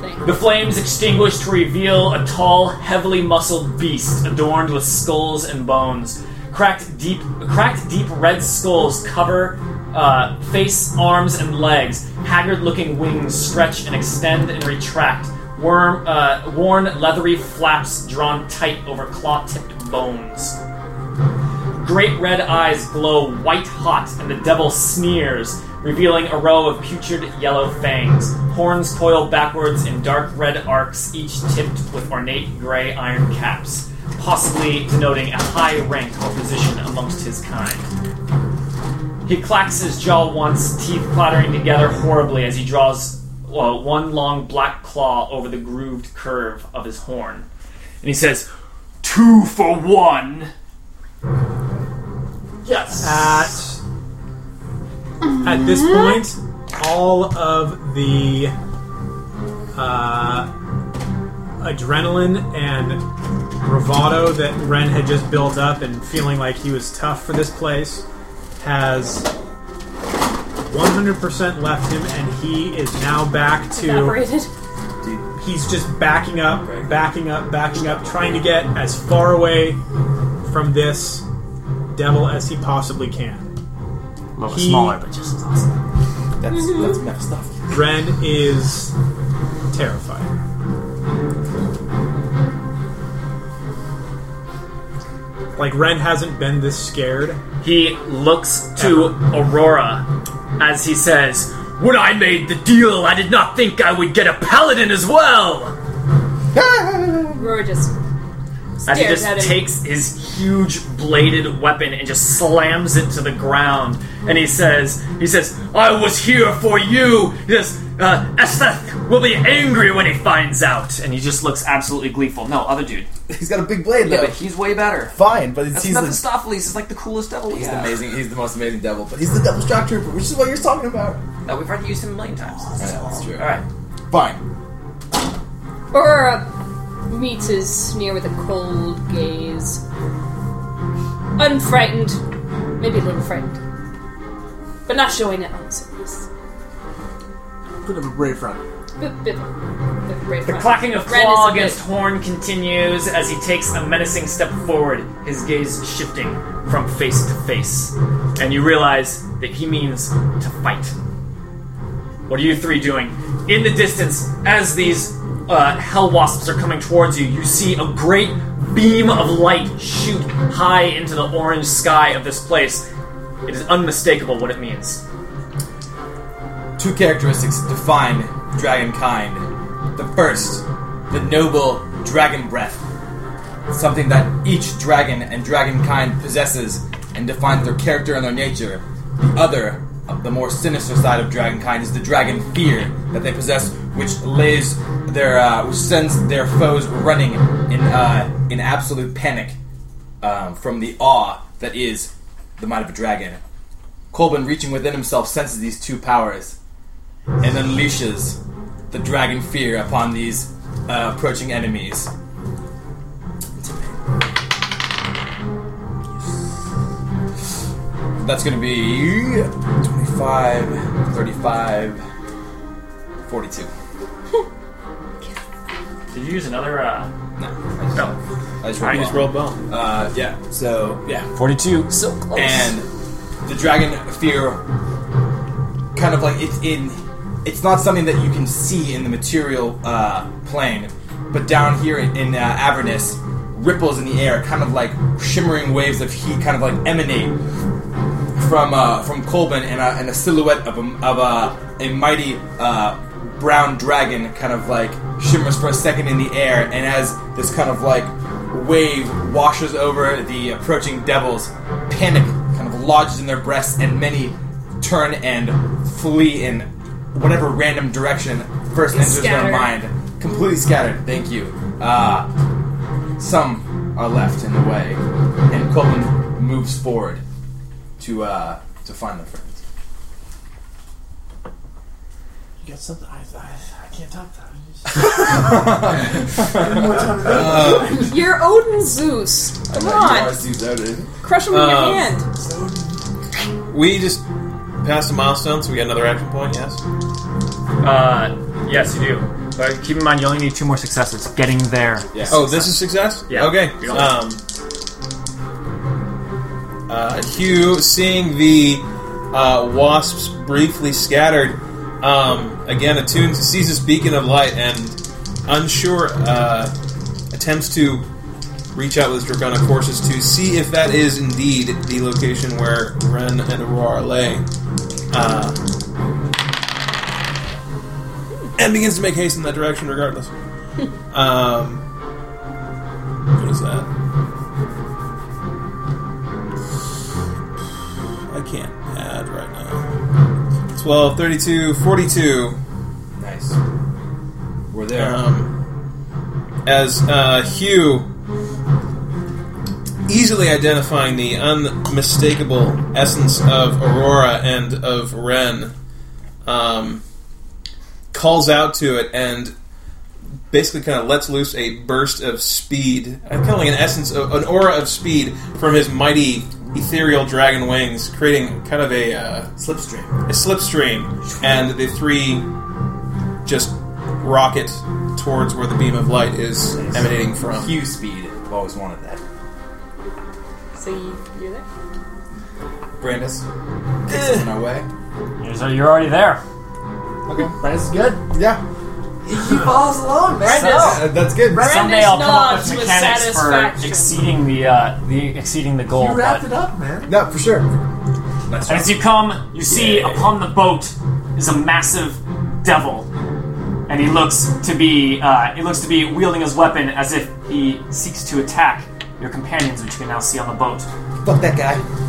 Speaker 4: thing.
Speaker 2: The flames extinguish to reveal a tall, heavily muscled beast adorned with skulls and bones. Cracked deep, cracked deep red skulls cover uh, face, arms, and legs. Haggard-looking wings stretch and extend and retract. Worm, uh, worn, leathery flaps drawn tight over claw-tipped bones. Great red eyes glow white hot, and the devil sneers, revealing a row of putrid yellow fangs. Horns coil backwards in dark red arcs, each tipped with ornate gray iron caps, possibly denoting a high rank or position amongst his kind. He clacks his jaw once, teeth clattering together horribly as he draws uh, one long black claw over the grooved curve of his horn. And he says, Two for one! Yes!
Speaker 5: at at this point, all of the uh, adrenaline and bravado that Ren had just built up and feeling like he was tough for this place has 100% left him, and he is now back to
Speaker 4: Evaporated.
Speaker 5: he's just backing up, backing up, backing up, trying to get as far away from this devil as he possibly can.
Speaker 9: A little bit
Speaker 5: He-
Speaker 9: smaller, but just as awesome.
Speaker 3: That's that's messed up.
Speaker 5: Ren is terrified. Like Ren hasn't been this scared.
Speaker 2: He looks to Aurora as he says, When I made the deal, I did not think I would get a paladin as well!
Speaker 4: Roy just
Speaker 2: As he
Speaker 4: stares at
Speaker 2: just
Speaker 4: him.
Speaker 2: takes his huge bladed weapon and just slams it to the ground. And he says, he says, I was here for you! He says, uh, Esteth will be angry when he finds out! And he just looks absolutely gleeful. No, other dude.
Speaker 3: He's got a big blade
Speaker 9: Yeah,
Speaker 3: though.
Speaker 9: but he's way better.
Speaker 3: Fine, but it's,
Speaker 9: That's
Speaker 3: he's
Speaker 9: He's
Speaker 3: the,
Speaker 9: Mephistopheles is like the coolest devil we
Speaker 8: He's
Speaker 9: have.
Speaker 8: amazing. He's the most amazing devil, but he's
Speaker 3: he's the double shock trooper, which is what you're talking about.
Speaker 9: No, we've already used him a million times.
Speaker 8: that's true.
Speaker 9: All right.
Speaker 3: Fine.
Speaker 4: Aurora meets his sneer with a cold gaze. Unfrightened, maybe a little frightened, but not showing it on the surface.
Speaker 7: Put him brave front.
Speaker 4: Bit- bit- bit right
Speaker 2: The
Speaker 4: front.
Speaker 2: clacking of
Speaker 4: Ren is
Speaker 2: claw
Speaker 4: a bit-
Speaker 2: against horn continues as he takes a menacing step forward, his gaze shifting from face to face. And you realize that he means to fight. What are you three doing? In the distance, as these uh, hell wasps are coming towards you, you see a great beam of light shoot high into the orange sky of this place. It is unmistakable what it means.
Speaker 3: Two characteristics define dragon kind. The first, the noble dragon breath. Something that each dragon and dragon kind possesses and defines their character and their nature. The other, of the more sinister side of dragon kind, is the dragon fear that they possess, which lays their, uh, which sends their foes running in uh, in absolute panic um, from the awe that is the mind of a dragon. Colbin, reaching within himself, senses these two powers and unleashes the dragon fear upon these uh, approaching enemies. That's going to be 25, 35, 42.
Speaker 2: Did you use another? Uh...
Speaker 3: No,
Speaker 2: No.
Speaker 3: I just
Speaker 2: I
Speaker 3: rolled
Speaker 2: just
Speaker 3: well.
Speaker 6: Roll bone.
Speaker 3: Uh, yeah, so, yeah.
Speaker 9: 42. So close.
Speaker 3: and the dragon fear kind of like it's in it's not something that you can see in the material uh, plane but down here in, in uh, avernus ripples in the air kind of like shimmering waves of heat kind of like emanate from uh, from colbin and a, and a silhouette of a, of a, a mighty uh, brown dragon kind of like shimmers for a second in the air and as this kind of like wave washes over the approaching devils panic kind of lodges in their breasts and many turn and flee in whatever random direction first enters
Speaker 4: Scatter.
Speaker 3: their mind completely scattered thank you uh, some are left in the way and colbin moves forward to uh, to find the friends
Speaker 7: Got something? I, I, I can't top that. Any more time to go?
Speaker 4: You're Odin Zeus. Come on, crush him with
Speaker 6: Uh,
Speaker 4: your hand.
Speaker 7: So,
Speaker 6: We just passed a milestone, so we got another action point. Yes.
Speaker 2: Uh, yes, you do. But keep in mind, you only need two more successes. Getting there.
Speaker 3: Yeah.
Speaker 6: Oh, this is success.
Speaker 2: Yeah.
Speaker 6: Okay.
Speaker 2: You don't-
Speaker 6: Um. Uh, Hugh, seeing the uh, wasps briefly scattered, um, again attuned, sees this beacon of light and, unsure, uh, attempts to reach out with his draconic forces to see if that is indeed the location where Ren and Aurora lay. Uh, and begins to make haste in that direction, regardless. um, what is that? I can't add right now. 12, 32, 42.
Speaker 8: Nice. We're there.
Speaker 6: Um, as uh, Hugh, easily identifying the unmistakable essence of Aurora and of Ren, um, calls out to it and basically kind of lets loose a burst of speed, uh, kind of like an essence, of, an aura of speed from his mighty ethereal dragon wings, creating kind of a. Uh,
Speaker 8: Slipstream.
Speaker 6: a slipstream, and the three just rocket towards where the beam of light is emanating from.
Speaker 8: Hugh speed. I've always wanted that.
Speaker 4: So you, you're there.
Speaker 8: Brandis, take us in our way.
Speaker 9: So you're already there.
Speaker 7: okay, Brandis is good.
Speaker 3: Yeah.
Speaker 7: He, he follows along, man.
Speaker 4: Brandis.
Speaker 3: Uh, that's good.
Speaker 4: Brandis
Speaker 9: Someday I'll come up
Speaker 4: nods
Speaker 9: with
Speaker 4: with
Speaker 9: mechanics for
Speaker 4: satisfaction.
Speaker 9: exceeding the uh, the exceeding the goal.
Speaker 7: You wrapped it
Speaker 9: But
Speaker 7: up, man.
Speaker 3: No, for sure.
Speaker 9: as you come, you see upon the boat is a massive devil, and he looks to be uh, he looks to be wielding his weapon as if he seeks to attack your companions, which you can now see on the boat.
Speaker 3: Fuck that guy.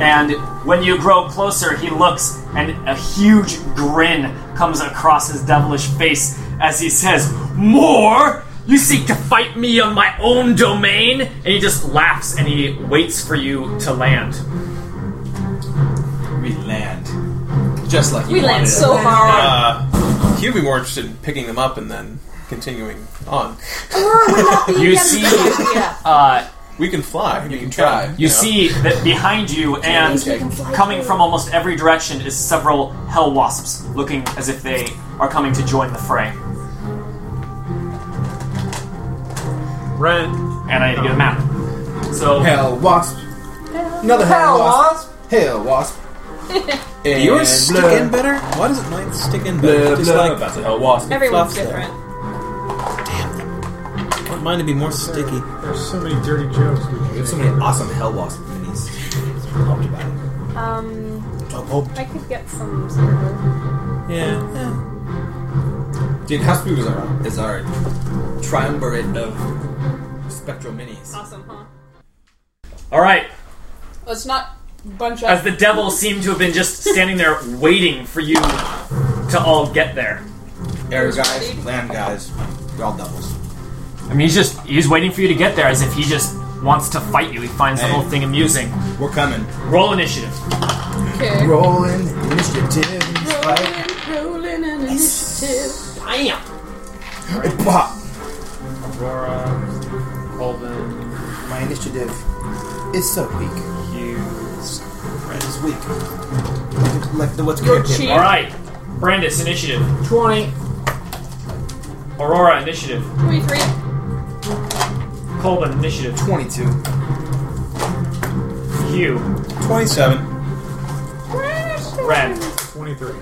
Speaker 9: And when you grow closer, he looks, and a huge grin comes across his devilish face as he says, More? You seek to fight me on my own domain? And he just laughs and he waits for you to land.
Speaker 8: We land. Just like you
Speaker 4: We land
Speaker 8: wanted
Speaker 4: so
Speaker 8: us.
Speaker 4: hard.
Speaker 6: Uh, he'd be more interested in picking them up and then continuing on.
Speaker 4: Or we're not being
Speaker 9: You
Speaker 4: yet
Speaker 9: see-
Speaker 4: attacked yet.
Speaker 9: Uh,
Speaker 6: We can fly. You can
Speaker 8: try.
Speaker 6: You,
Speaker 9: you
Speaker 6: know?
Speaker 9: see that behind you and coming from almost every direction is several hell wasps looking as if they are coming to join the fray.
Speaker 5: Ren,
Speaker 9: And I need to get a map. So,
Speaker 3: Hell wasp. Another hell, wasp. Hell wasp. And
Speaker 6: Yours stick
Speaker 3: blah.
Speaker 6: in better? Why does it mine stick in better?
Speaker 3: Blah,
Speaker 6: Just
Speaker 3: blah.
Speaker 6: like
Speaker 8: That's a hell wasp.
Speaker 4: Everyone's
Speaker 6: fluff
Speaker 4: different.
Speaker 6: I want mine to be more sticky.
Speaker 5: there's so many dirty jokes. We
Speaker 8: We
Speaker 5: can
Speaker 8: have so many awesome hell wasp minis. I'm pumped about it.
Speaker 4: Um,
Speaker 8: I'm pumped.
Speaker 4: I could get some. silver.
Speaker 6: Yeah.
Speaker 8: Dude, House Spook is our, is our triumvirate of spectral minis.
Speaker 4: Awesome, huh?
Speaker 2: Alright,
Speaker 4: Let's not bunch
Speaker 2: as
Speaker 4: up.
Speaker 2: the devil seemed to have been just standing there waiting for you to all get there.
Speaker 8: Air guys, land guys, we're all doubles.
Speaker 2: I mean, he's just, he's waiting for you to get there as if he just wants to fight you. He finds the
Speaker 8: Hey.
Speaker 2: whole thing amusing.
Speaker 8: We're coming.
Speaker 2: Roll initiative.
Speaker 4: Okay.
Speaker 3: Rolling initiative. Like,
Speaker 4: Rolling an initiative.
Speaker 2: Bam!
Speaker 3: pop.
Speaker 2: Aurora, Colvin,
Speaker 3: My initiative is so weak.
Speaker 2: Hughes.
Speaker 3: It's weak. Like the what's
Speaker 4: Your
Speaker 3: good.
Speaker 4: cheek.
Speaker 2: Alright, Brandis, initiative.
Speaker 7: 20.
Speaker 2: Aurora, initiative.
Speaker 4: 23.
Speaker 2: Colvin, initiative.
Speaker 3: 22.
Speaker 2: Hugh,
Speaker 6: 27.
Speaker 2: Ren.
Speaker 5: 23.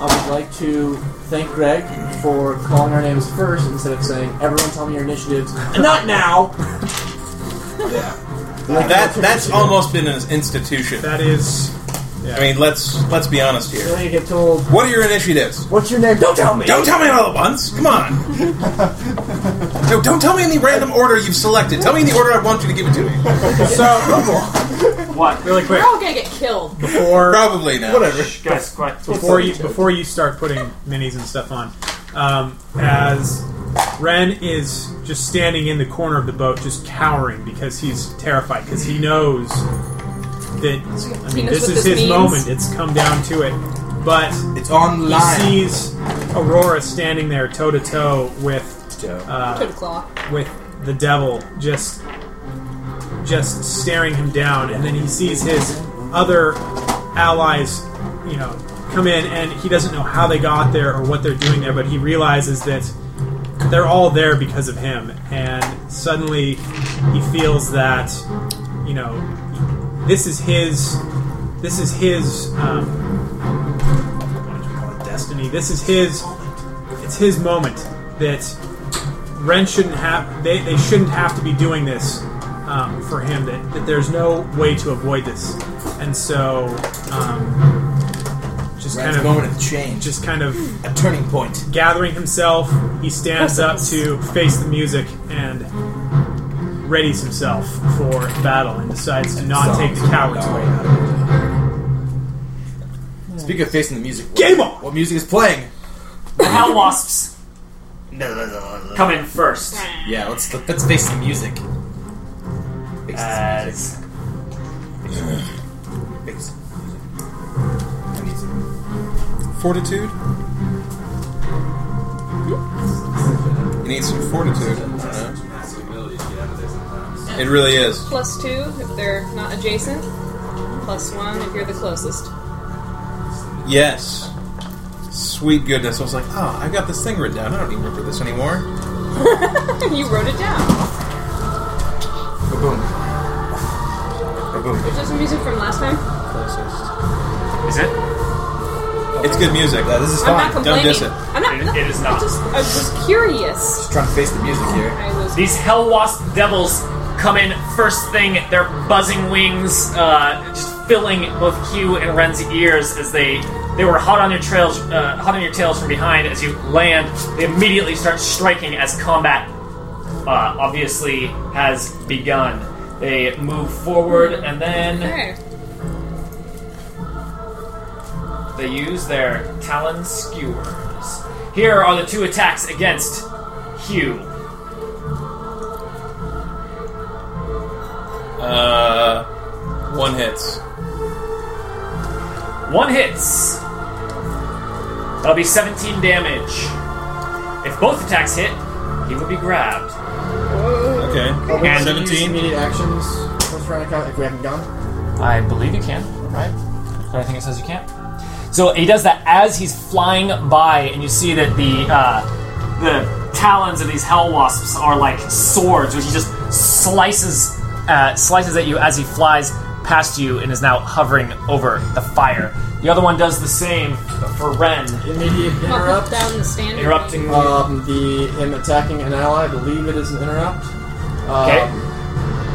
Speaker 7: I would like to thank Greg for calling our names first instead of saying, everyone tell me your initiatives. Not now!
Speaker 6: That, that's almost been an institution.
Speaker 5: That is. Yeah.
Speaker 6: I mean, let's let's be honest
Speaker 7: Then
Speaker 6: here.
Speaker 7: you get told,
Speaker 6: What are your initiatives?
Speaker 7: what's your name? Don't tell me!
Speaker 6: Don't tell me all at once. Come on. no, don't tell me in the random order you've selected. Tell me in the order I want you to give it to me.
Speaker 3: So,
Speaker 2: What?
Speaker 5: really quick
Speaker 4: We're all gonna get killed.
Speaker 5: before
Speaker 6: Probably not.
Speaker 3: whatever.
Speaker 2: Guys, quiet.
Speaker 5: before you before you start putting minis and stuff on, um, as Ren is just standing in the corner of the boat, just cowering because he's terrified because he knows that I mean
Speaker 4: knows
Speaker 5: this
Speaker 4: what
Speaker 5: is
Speaker 4: this
Speaker 5: his
Speaker 4: means.
Speaker 5: moment. It's come down to it. But
Speaker 3: It's on
Speaker 5: he
Speaker 3: line.
Speaker 5: sees Aurora standing there toe to toe with
Speaker 4: Toe
Speaker 5: uh,
Speaker 4: to claw.
Speaker 5: with the devil, just just staring him down, and then he sees his other allies, you know, come in, and he doesn't know how they got there or what they're doing there, but he realizes that they're all there because of him, and suddenly he feels that, you know, this is his, this is his, um, what do you call it, destiny. This is his, it's his moment that Ren shouldn't have. They, they shouldn't have to be doing this um, for him. That, that there's no way to avoid this, and so um, just
Speaker 3: Ren's
Speaker 5: kind of
Speaker 3: moment of change.
Speaker 5: just kind of
Speaker 3: a turning point.
Speaker 5: gathering himself, he stands up to face the music and readies himself for battle and decides to not take the coward's way out. of it.
Speaker 3: Speaking of facing the music, what-
Speaker 5: Game on!
Speaker 3: What music is playing?
Speaker 2: The hell wasps come in first.
Speaker 3: Yeah, let's let's face the music. Face the music.
Speaker 2: As
Speaker 3: Face the music. I need some-
Speaker 6: Fortitude? You need some fortitude. huh? It really is.
Speaker 4: Plus two if they're not adjacent. Plus one if you're the closest.
Speaker 6: Yes. Sweet goodness. I was like, oh, I got this thing written down. I don't even remember this anymore.
Speaker 4: you wrote it down.
Speaker 3: Kaboom. Kaboom.
Speaker 4: Is this music from last time?
Speaker 2: is it?
Speaker 6: It's good music.
Speaker 3: Yeah, this is
Speaker 4: I'm not
Speaker 3: fine.
Speaker 4: complaining.
Speaker 6: diss it.
Speaker 4: I'm not.
Speaker 2: It- it is
Speaker 4: I
Speaker 2: not.
Speaker 4: just, I was just curious.
Speaker 3: Just trying to face the music here.
Speaker 4: I was.
Speaker 2: These hell wasp devils come in first thing, their buzzing wings uh, just filling both Q and Ren's ears as they they were hot on your trails, uh, hot on your tails from behind. As you land, they immediately start striking as combat uh, obviously has begun. They move forward and then
Speaker 4: Okay.
Speaker 2: they use their talon skewers. Here are the two attacks against Hugh.
Speaker 6: Uh, one hits.
Speaker 2: One hits. That'll be 17 damage. If both attacks hit, he will be grabbed.
Speaker 6: Okay.
Speaker 2: And-
Speaker 7: Can we use
Speaker 6: 17.
Speaker 7: Immediate actions. First round account if we haven't gone.
Speaker 2: I believe you can, right? But I think it says you can't. So he does that as he's flying by, and you see that the uh, the talons of these hell wasps are like swords, which he just slices uh, slices at you as he flies past you and is now hovering over the fire. The other one does the same, but for Ren,
Speaker 4: I'll
Speaker 7: Immediate
Speaker 4: put
Speaker 7: interrupt.
Speaker 4: down the standard.
Speaker 2: interrupting.
Speaker 7: Um, the him attacking an ally. I believe it is an interrupt.
Speaker 2: Okay.
Speaker 7: Um,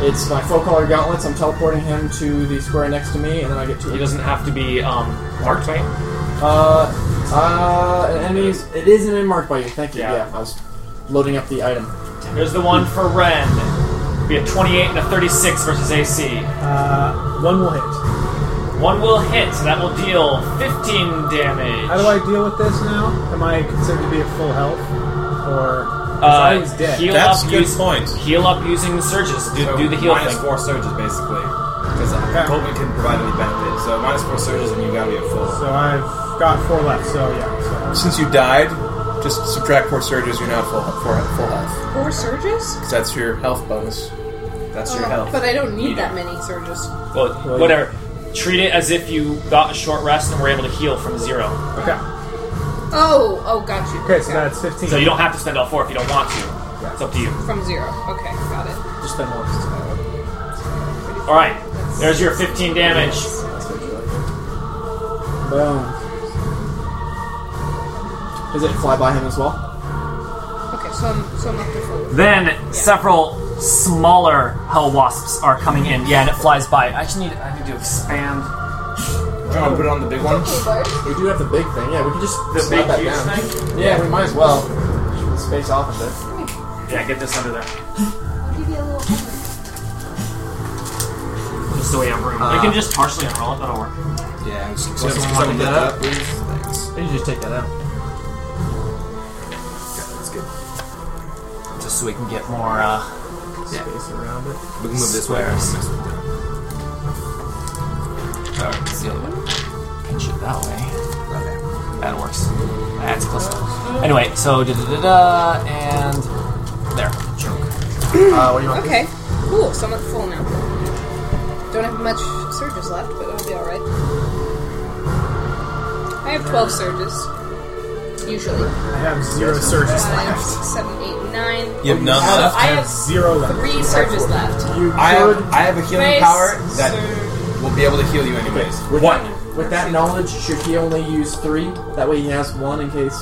Speaker 7: It's my full color gauntlets. I'm teleporting him to the square next to me, and then I get two.
Speaker 2: He doesn't have to be um, marked, right?
Speaker 7: Uh, uh, an enemy's. It is an marked by you. Thank you.
Speaker 2: Yeah.
Speaker 7: Yeah. I was loading up the item.
Speaker 2: Here's the one for Ren. Be a 28 and a 36 versus AC.
Speaker 5: Uh, one will hit.
Speaker 2: One will hit, so that will deal 15 damage.
Speaker 5: How do I deal with this now? Am I considered to be at full health, or 'cause I was
Speaker 2: Uh,
Speaker 5: dead?
Speaker 2: heal
Speaker 6: That's
Speaker 2: up
Speaker 6: a good
Speaker 2: use-
Speaker 6: point.
Speaker 2: Heal up using surges. Do,
Speaker 8: So
Speaker 2: do the heal
Speaker 8: minus
Speaker 2: thing.
Speaker 8: four surges, basically. Because Colton can provide any benefit. So minus four surges, and you gotta be at full.
Speaker 5: So I've got four left. So yeah. So.
Speaker 6: Since you died, just subtract four surges. You're now full full, full health.
Speaker 4: Four surges?
Speaker 6: 'Cause that's your health bonus.
Speaker 8: That's your
Speaker 4: Oh,
Speaker 8: health.
Speaker 4: But I don't need that many surges.
Speaker 2: Well, whatever. Treat it as if you got a short rest and were able to heal from zero.
Speaker 5: Okay.
Speaker 4: Oh, oh, got you.
Speaker 5: Okay. So
Speaker 4: Got
Speaker 5: that's fifteen.
Speaker 2: So you don't have to spend all four if you don't want to. It's up to you.
Speaker 4: it. from zero. Okay, got it.
Speaker 7: Just spend one.
Speaker 2: All right. There's your 15 damage.
Speaker 7: Boom. Does it fly by him as well?
Speaker 4: Okay, so I'm so I'm up to four.
Speaker 2: Then several smaller hell wasps are coming in. Yeah, and it flies by. I just need. I need to expand.
Speaker 8: Do you want to put it on the big one?
Speaker 7: We do have the big thing. Yeah, we can just
Speaker 2: The
Speaker 7: slap
Speaker 2: big huge
Speaker 7: that down.
Speaker 2: thing.
Speaker 7: Yeah, we might as well. Space off of it.
Speaker 2: Yeah, get this under there. Just so we have room. you can just partially unroll it, that'll work.
Speaker 8: Yeah.
Speaker 7: Does someone want to get that up? You can just take that out.
Speaker 8: That's good.
Speaker 2: Just so we can get more, uh,
Speaker 7: Space around it.
Speaker 8: We can move this way. Alright, it's the other way.
Speaker 2: pinch it that way. That works. That's close enough. Anyway, so da da da da, and there.
Speaker 7: Uh, what do you want?
Speaker 4: Okay. Cool. So I'm at full now. Don't have much surges left, but it'll be all right. I have 12 surges, usually.
Speaker 5: I have zero surges
Speaker 4: Five,
Speaker 5: left.
Speaker 4: six, seven, eight, nine.
Speaker 6: You have none
Speaker 4: So
Speaker 6: left.
Speaker 4: I
Speaker 5: I have
Speaker 4: have
Speaker 5: zero left.
Speaker 4: three surges left.
Speaker 7: You
Speaker 3: I have,
Speaker 7: could-
Speaker 3: I have a healing
Speaker 4: Face
Speaker 3: power that
Speaker 4: surge.
Speaker 3: will be able to heal you anyways.
Speaker 7: with
Speaker 2: What?
Speaker 7: That, with that knowledge, should he only use three? That way he has one in case.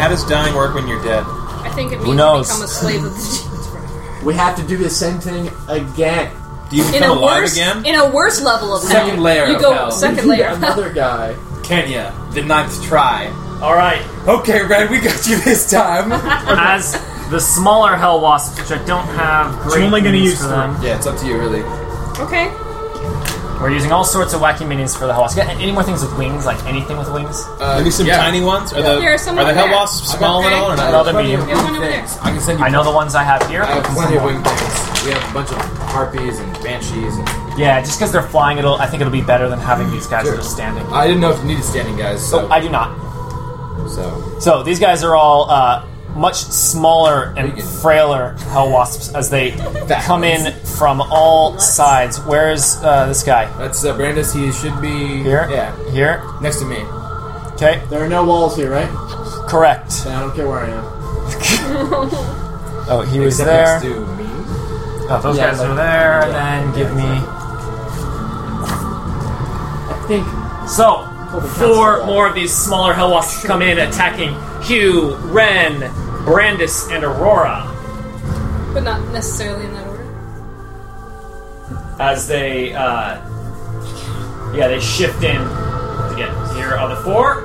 Speaker 6: How does dying work when you're dead?
Speaker 4: I think it means to
Speaker 2: knows?
Speaker 4: become a slave of the demons forever.
Speaker 7: We have to do the same thing again.
Speaker 6: Do you become
Speaker 4: In a
Speaker 6: alive
Speaker 4: worse,
Speaker 6: again?
Speaker 4: in a worse level of hell.
Speaker 3: Second layer
Speaker 4: You
Speaker 3: of
Speaker 4: go
Speaker 3: hell.
Speaker 4: second layer. of hell.
Speaker 7: Another guy.
Speaker 3: Kenya, the ninth try.
Speaker 2: All right.
Speaker 3: Okay, Red, we got you this time.
Speaker 2: As the smaller hell wasps, which I don't have great
Speaker 5: only gonna
Speaker 2: news
Speaker 5: use
Speaker 2: for them.
Speaker 3: yeah, it's up to you, really.
Speaker 4: Okay.
Speaker 2: We're using all sorts of wacky minions for the hell wasps. Any more things with wings? Like anything with wings?
Speaker 3: Uh,
Speaker 6: Maybe some
Speaker 3: yeah.
Speaker 6: tiny ones? Are the,
Speaker 4: There are
Speaker 6: are
Speaker 4: some
Speaker 6: the
Speaker 4: over
Speaker 6: hell
Speaker 4: there.
Speaker 6: wasps small
Speaker 4: Okay.
Speaker 6: at all? Or
Speaker 3: I
Speaker 6: not?
Speaker 3: have
Speaker 2: Another
Speaker 3: plenty of
Speaker 2: medium.
Speaker 4: Yeah, one over
Speaker 3: things. I can send you.
Speaker 2: I know the ones I have here.
Speaker 3: I have plenty of wing things. We have a bunch of harpies and banshees. And,
Speaker 2: Yeah, just because they're flying, it'll. I think it'll be better than having these guys that
Speaker 3: Sure.
Speaker 2: are standing.
Speaker 3: I didn't know if you needed standing guys, so
Speaker 2: So Oh, I do not.
Speaker 3: so
Speaker 2: So these guys are all uh, much smaller and
Speaker 3: Vegan.
Speaker 2: frailer hell wasps as they
Speaker 3: Fat
Speaker 2: come in from all sides. Where's uh, this guy?
Speaker 3: that's uh, Brandis. He should be
Speaker 2: Here.
Speaker 3: Yeah,
Speaker 2: Here.
Speaker 3: next to me.
Speaker 2: Okay.
Speaker 7: There are no walls here, right?
Speaker 2: Correct.
Speaker 7: Then I don't care where I am.
Speaker 2: Oh, he was
Speaker 3: Except
Speaker 2: there.
Speaker 3: next to me.
Speaker 2: Oh, those
Speaker 7: Yeah,
Speaker 2: guys
Speaker 7: like-
Speaker 2: are there.
Speaker 3: yeah,
Speaker 2: then give
Speaker 7: I think.
Speaker 2: me. So
Speaker 7: Council
Speaker 2: four
Speaker 7: Wall.
Speaker 2: more of these smaller hell wasps come in, attacking Hugh, Ren, Brandis, and Aurora.
Speaker 4: But not necessarily in that order.
Speaker 2: as they uh, yeah they shift in to get here are the four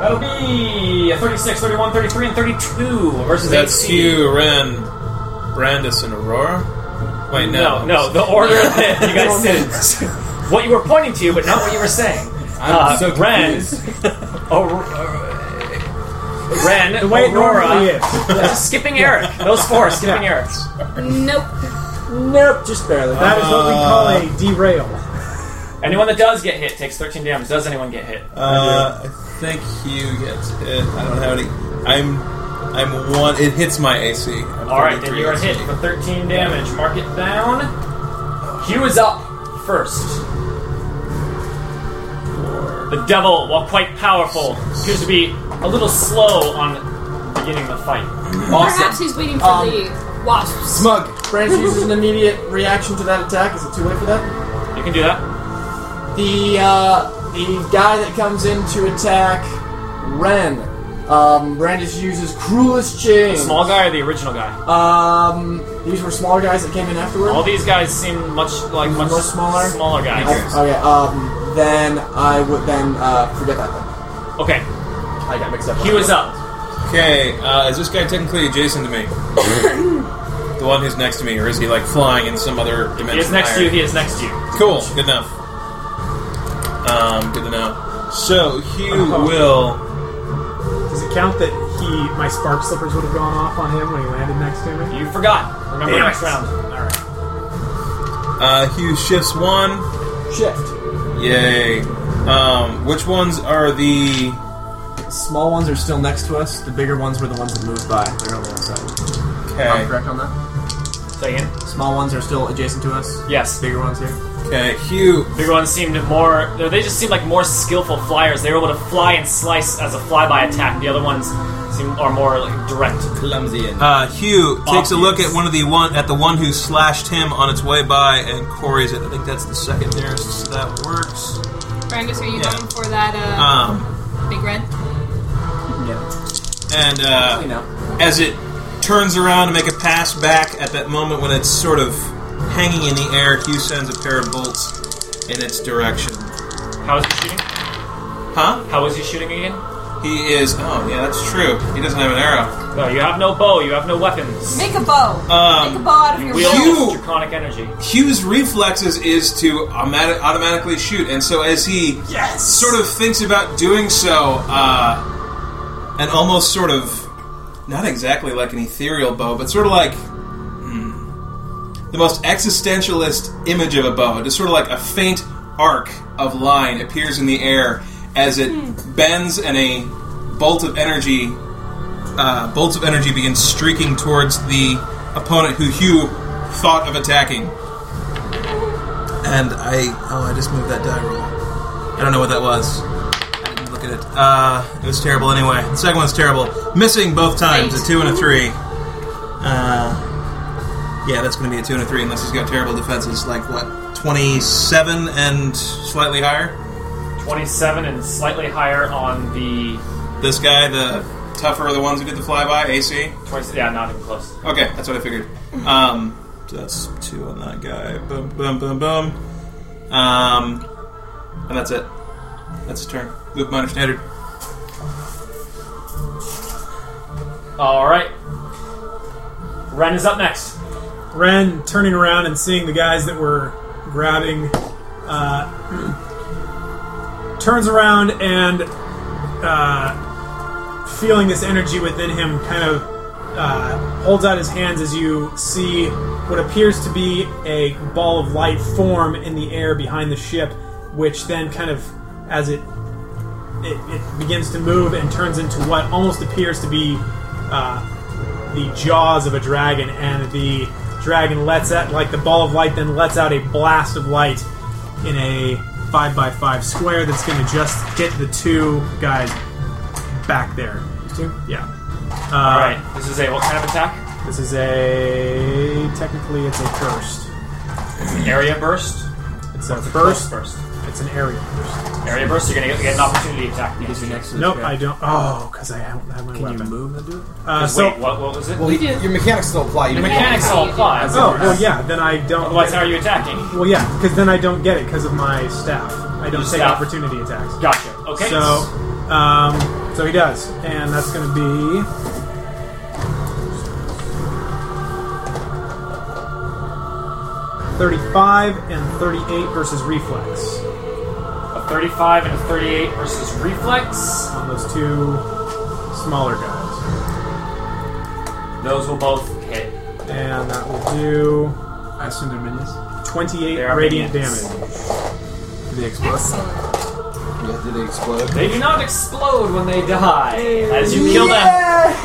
Speaker 2: that'll be a 36 31 33 and 32 versus
Speaker 6: That's
Speaker 2: 18.
Speaker 6: Hugh, Ren, Brandis, and Aurora? Wait,
Speaker 2: no
Speaker 6: no.
Speaker 2: no the order that you guys did it. what you were pointing to but not what you were saying
Speaker 3: I'm
Speaker 2: uh,
Speaker 3: so
Speaker 2: Ren
Speaker 3: confused.
Speaker 2: Aur- Ren
Speaker 5: The way it normally
Speaker 2: Aurora
Speaker 5: is.
Speaker 2: just skipping Eric those four are skipping Eric
Speaker 4: Nope.
Speaker 7: Nope, just barely.
Speaker 5: That is what we call a derail.
Speaker 2: anyone that does get hit takes 13 damage does anyone get hit
Speaker 6: Uh, I think Hugh gets it. I don't have any. I'm, I'm one. It hits my AC. I'm
Speaker 2: All right, then
Speaker 6: 33
Speaker 2: you're hit
Speaker 6: AC.
Speaker 2: for 13 damage. Mark it down. Hugh is up first. The devil, while quite powerful, appears to be a little slow on beginning the fight.
Speaker 4: Perhaps he's waiting for
Speaker 7: Um,
Speaker 4: the wasps.
Speaker 3: Smug.
Speaker 7: Branch uses an immediate reaction to that attack. Is it too late for that?
Speaker 2: You can do that.
Speaker 7: The uh, the guy that comes in to attack Ren. Um, Brandis uses cruelest chain.
Speaker 2: The small guy or the original guy?
Speaker 7: Um, these were smaller guys that came in afterward.
Speaker 2: All these guys seem much like much
Speaker 7: Much smaller?
Speaker 2: smaller guys.
Speaker 7: I- okay. Um, then I would then uh, forget that. Then.
Speaker 2: Okay,
Speaker 7: I got mixed up.
Speaker 2: Hugh is up.
Speaker 6: Okay, uh, is this guy technically adjacent to me? the one who's next to me, or is he like flying in some other dimension?
Speaker 2: He is next to
Speaker 6: higher?
Speaker 2: you. He is next to you.
Speaker 6: Cool. Good enough. Um, good to know. So Hugh
Speaker 2: Uh-huh.
Speaker 6: will.
Speaker 5: Does it count that he my spark slippers would have gone off on him when he landed next to me?
Speaker 2: You forgot. Remember
Speaker 5: Damn
Speaker 2: next
Speaker 5: it.
Speaker 2: round.
Speaker 5: All right.
Speaker 6: Uh, Hugh shifts one.
Speaker 7: shift.
Speaker 6: Yay. Um, which ones are the?
Speaker 7: Small ones are still next to us. The bigger ones were the ones that moved by. They're on the outside. Am I
Speaker 6: Okay.
Speaker 7: correct on that?
Speaker 2: Say again.
Speaker 7: Small ones are still adjacent to us.
Speaker 2: Yes.
Speaker 7: Bigger ones here.
Speaker 6: Okay. Hugh.
Speaker 2: Bigger ones seemed more. They just seemed like more skillful flyers. They were able to fly and slice as a flyby attack. The other ones seem are more like direct.
Speaker 3: Clumsy and
Speaker 6: Uh, Hugh
Speaker 2: Obvious.
Speaker 6: takes a look at one of the one at the one who slashed him on its way by and quarries it. I think that's the second nearest, so that works.
Speaker 4: Brandis, are you
Speaker 6: Yeah.
Speaker 4: going for that uh,
Speaker 6: Um,
Speaker 4: big red?
Speaker 7: Yeah.
Speaker 6: and uh,
Speaker 7: You know.
Speaker 6: as it turns around to make a pass back at that moment when it's sort of hanging in the air, Hugh sends a pair of bolts in its direction.
Speaker 2: How is he shooting?
Speaker 6: Huh?
Speaker 2: How is he shooting again?
Speaker 6: He is. Oh, yeah, that's true. He doesn't have an arrow.
Speaker 2: No, you have no bow. You have no weapons.
Speaker 4: Make a bow.
Speaker 6: Um,
Speaker 4: Make a bow out of your
Speaker 2: Wield
Speaker 4: bow.
Speaker 6: You-
Speaker 2: draconic energy.
Speaker 6: Hugh's reflexes is to automatic, automatically shoot, and so as he sort of thinks about doing so, uh, and almost sort of not exactly like an ethereal bow, but sort of like hmm, the most existentialist image of a bow. Just sort of like a faint arc of line appears in the air as it bends and a bolt of energy, uh, bolts of energy begin streaking towards the opponent who Hugh thought of attacking. And I, oh, I just moved that die roll. I don't know what that was. I didn't look at it. Uh, it was terrible anyway. The second one's terrible. Missing both times, a two and a three. Uh, yeah, that's going to be a two and a three unless he's got terrible defenses, like what, twenty-seven and slightly higher.
Speaker 2: 27 and slightly higher on the.
Speaker 6: This guy, the tougher of the ones who did the flyby, AC.
Speaker 2: 20, yeah, not even close.
Speaker 6: Okay, that's what I figured. Um, so that's two on that guy. Boom, boom, boom, boom. Um, and that's it. That's his turn. Luke minor standard.
Speaker 2: All right. Ren is up next.
Speaker 5: Ren turning around and seeing the guys that were grabbing, uh, turns around and uh, feeling this energy within him, kind of uh, holds out his hands as you see what appears to be a ball of light form in the air behind the ship, which then kind of, as it it, it begins to move and turns into what almost appears to be uh, the jaws of a dragon, and the dragon lets out like the ball of light then lets out a blast of light in a five by five square that's going to just hit the two guys back there.
Speaker 7: two?
Speaker 5: Yeah. Uh,
Speaker 2: All right. This is a what kind of attack?
Speaker 5: This is a technically it's a burst.
Speaker 2: An area burst.
Speaker 5: It's a
Speaker 2: Burst,
Speaker 5: burst.
Speaker 2: burst.
Speaker 5: It's an area burst.
Speaker 2: Area burst. You're gonna get, get an opportunity attack. Because you're next.
Speaker 5: Nope, I don't. Oh, because I don't have my weapon.
Speaker 8: move and do it?
Speaker 5: Uh, so,
Speaker 2: Wait, what, what was it?
Speaker 3: Well,
Speaker 4: We do.
Speaker 3: your mechanics still apply. You
Speaker 2: the
Speaker 3: make-
Speaker 2: mechanics all apply.
Speaker 5: oh, well, yeah. Then I don't.
Speaker 2: Otherwise, how are you attacking?
Speaker 5: Well, yeah, because then I don't get it because of my staff. I don't
Speaker 2: Your
Speaker 5: take
Speaker 2: staff.
Speaker 5: opportunity attacks.
Speaker 2: Gotcha. Okay.
Speaker 5: So, um, so he does, and that's going to be. Thirty-five and thirty-eight versus reflex
Speaker 2: a 35 and a 38 versus reflex.
Speaker 5: on those two smaller guys,
Speaker 2: Those will both hit.
Speaker 5: and that will do
Speaker 8: I assume they're minions.
Speaker 5: twenty-eight
Speaker 2: They are
Speaker 5: radiant
Speaker 2: minions.
Speaker 5: damage.
Speaker 8: Do they explode?
Speaker 4: Excellent.
Speaker 3: Yeah, did they explode?
Speaker 2: They do not explode when they die. As you kill them,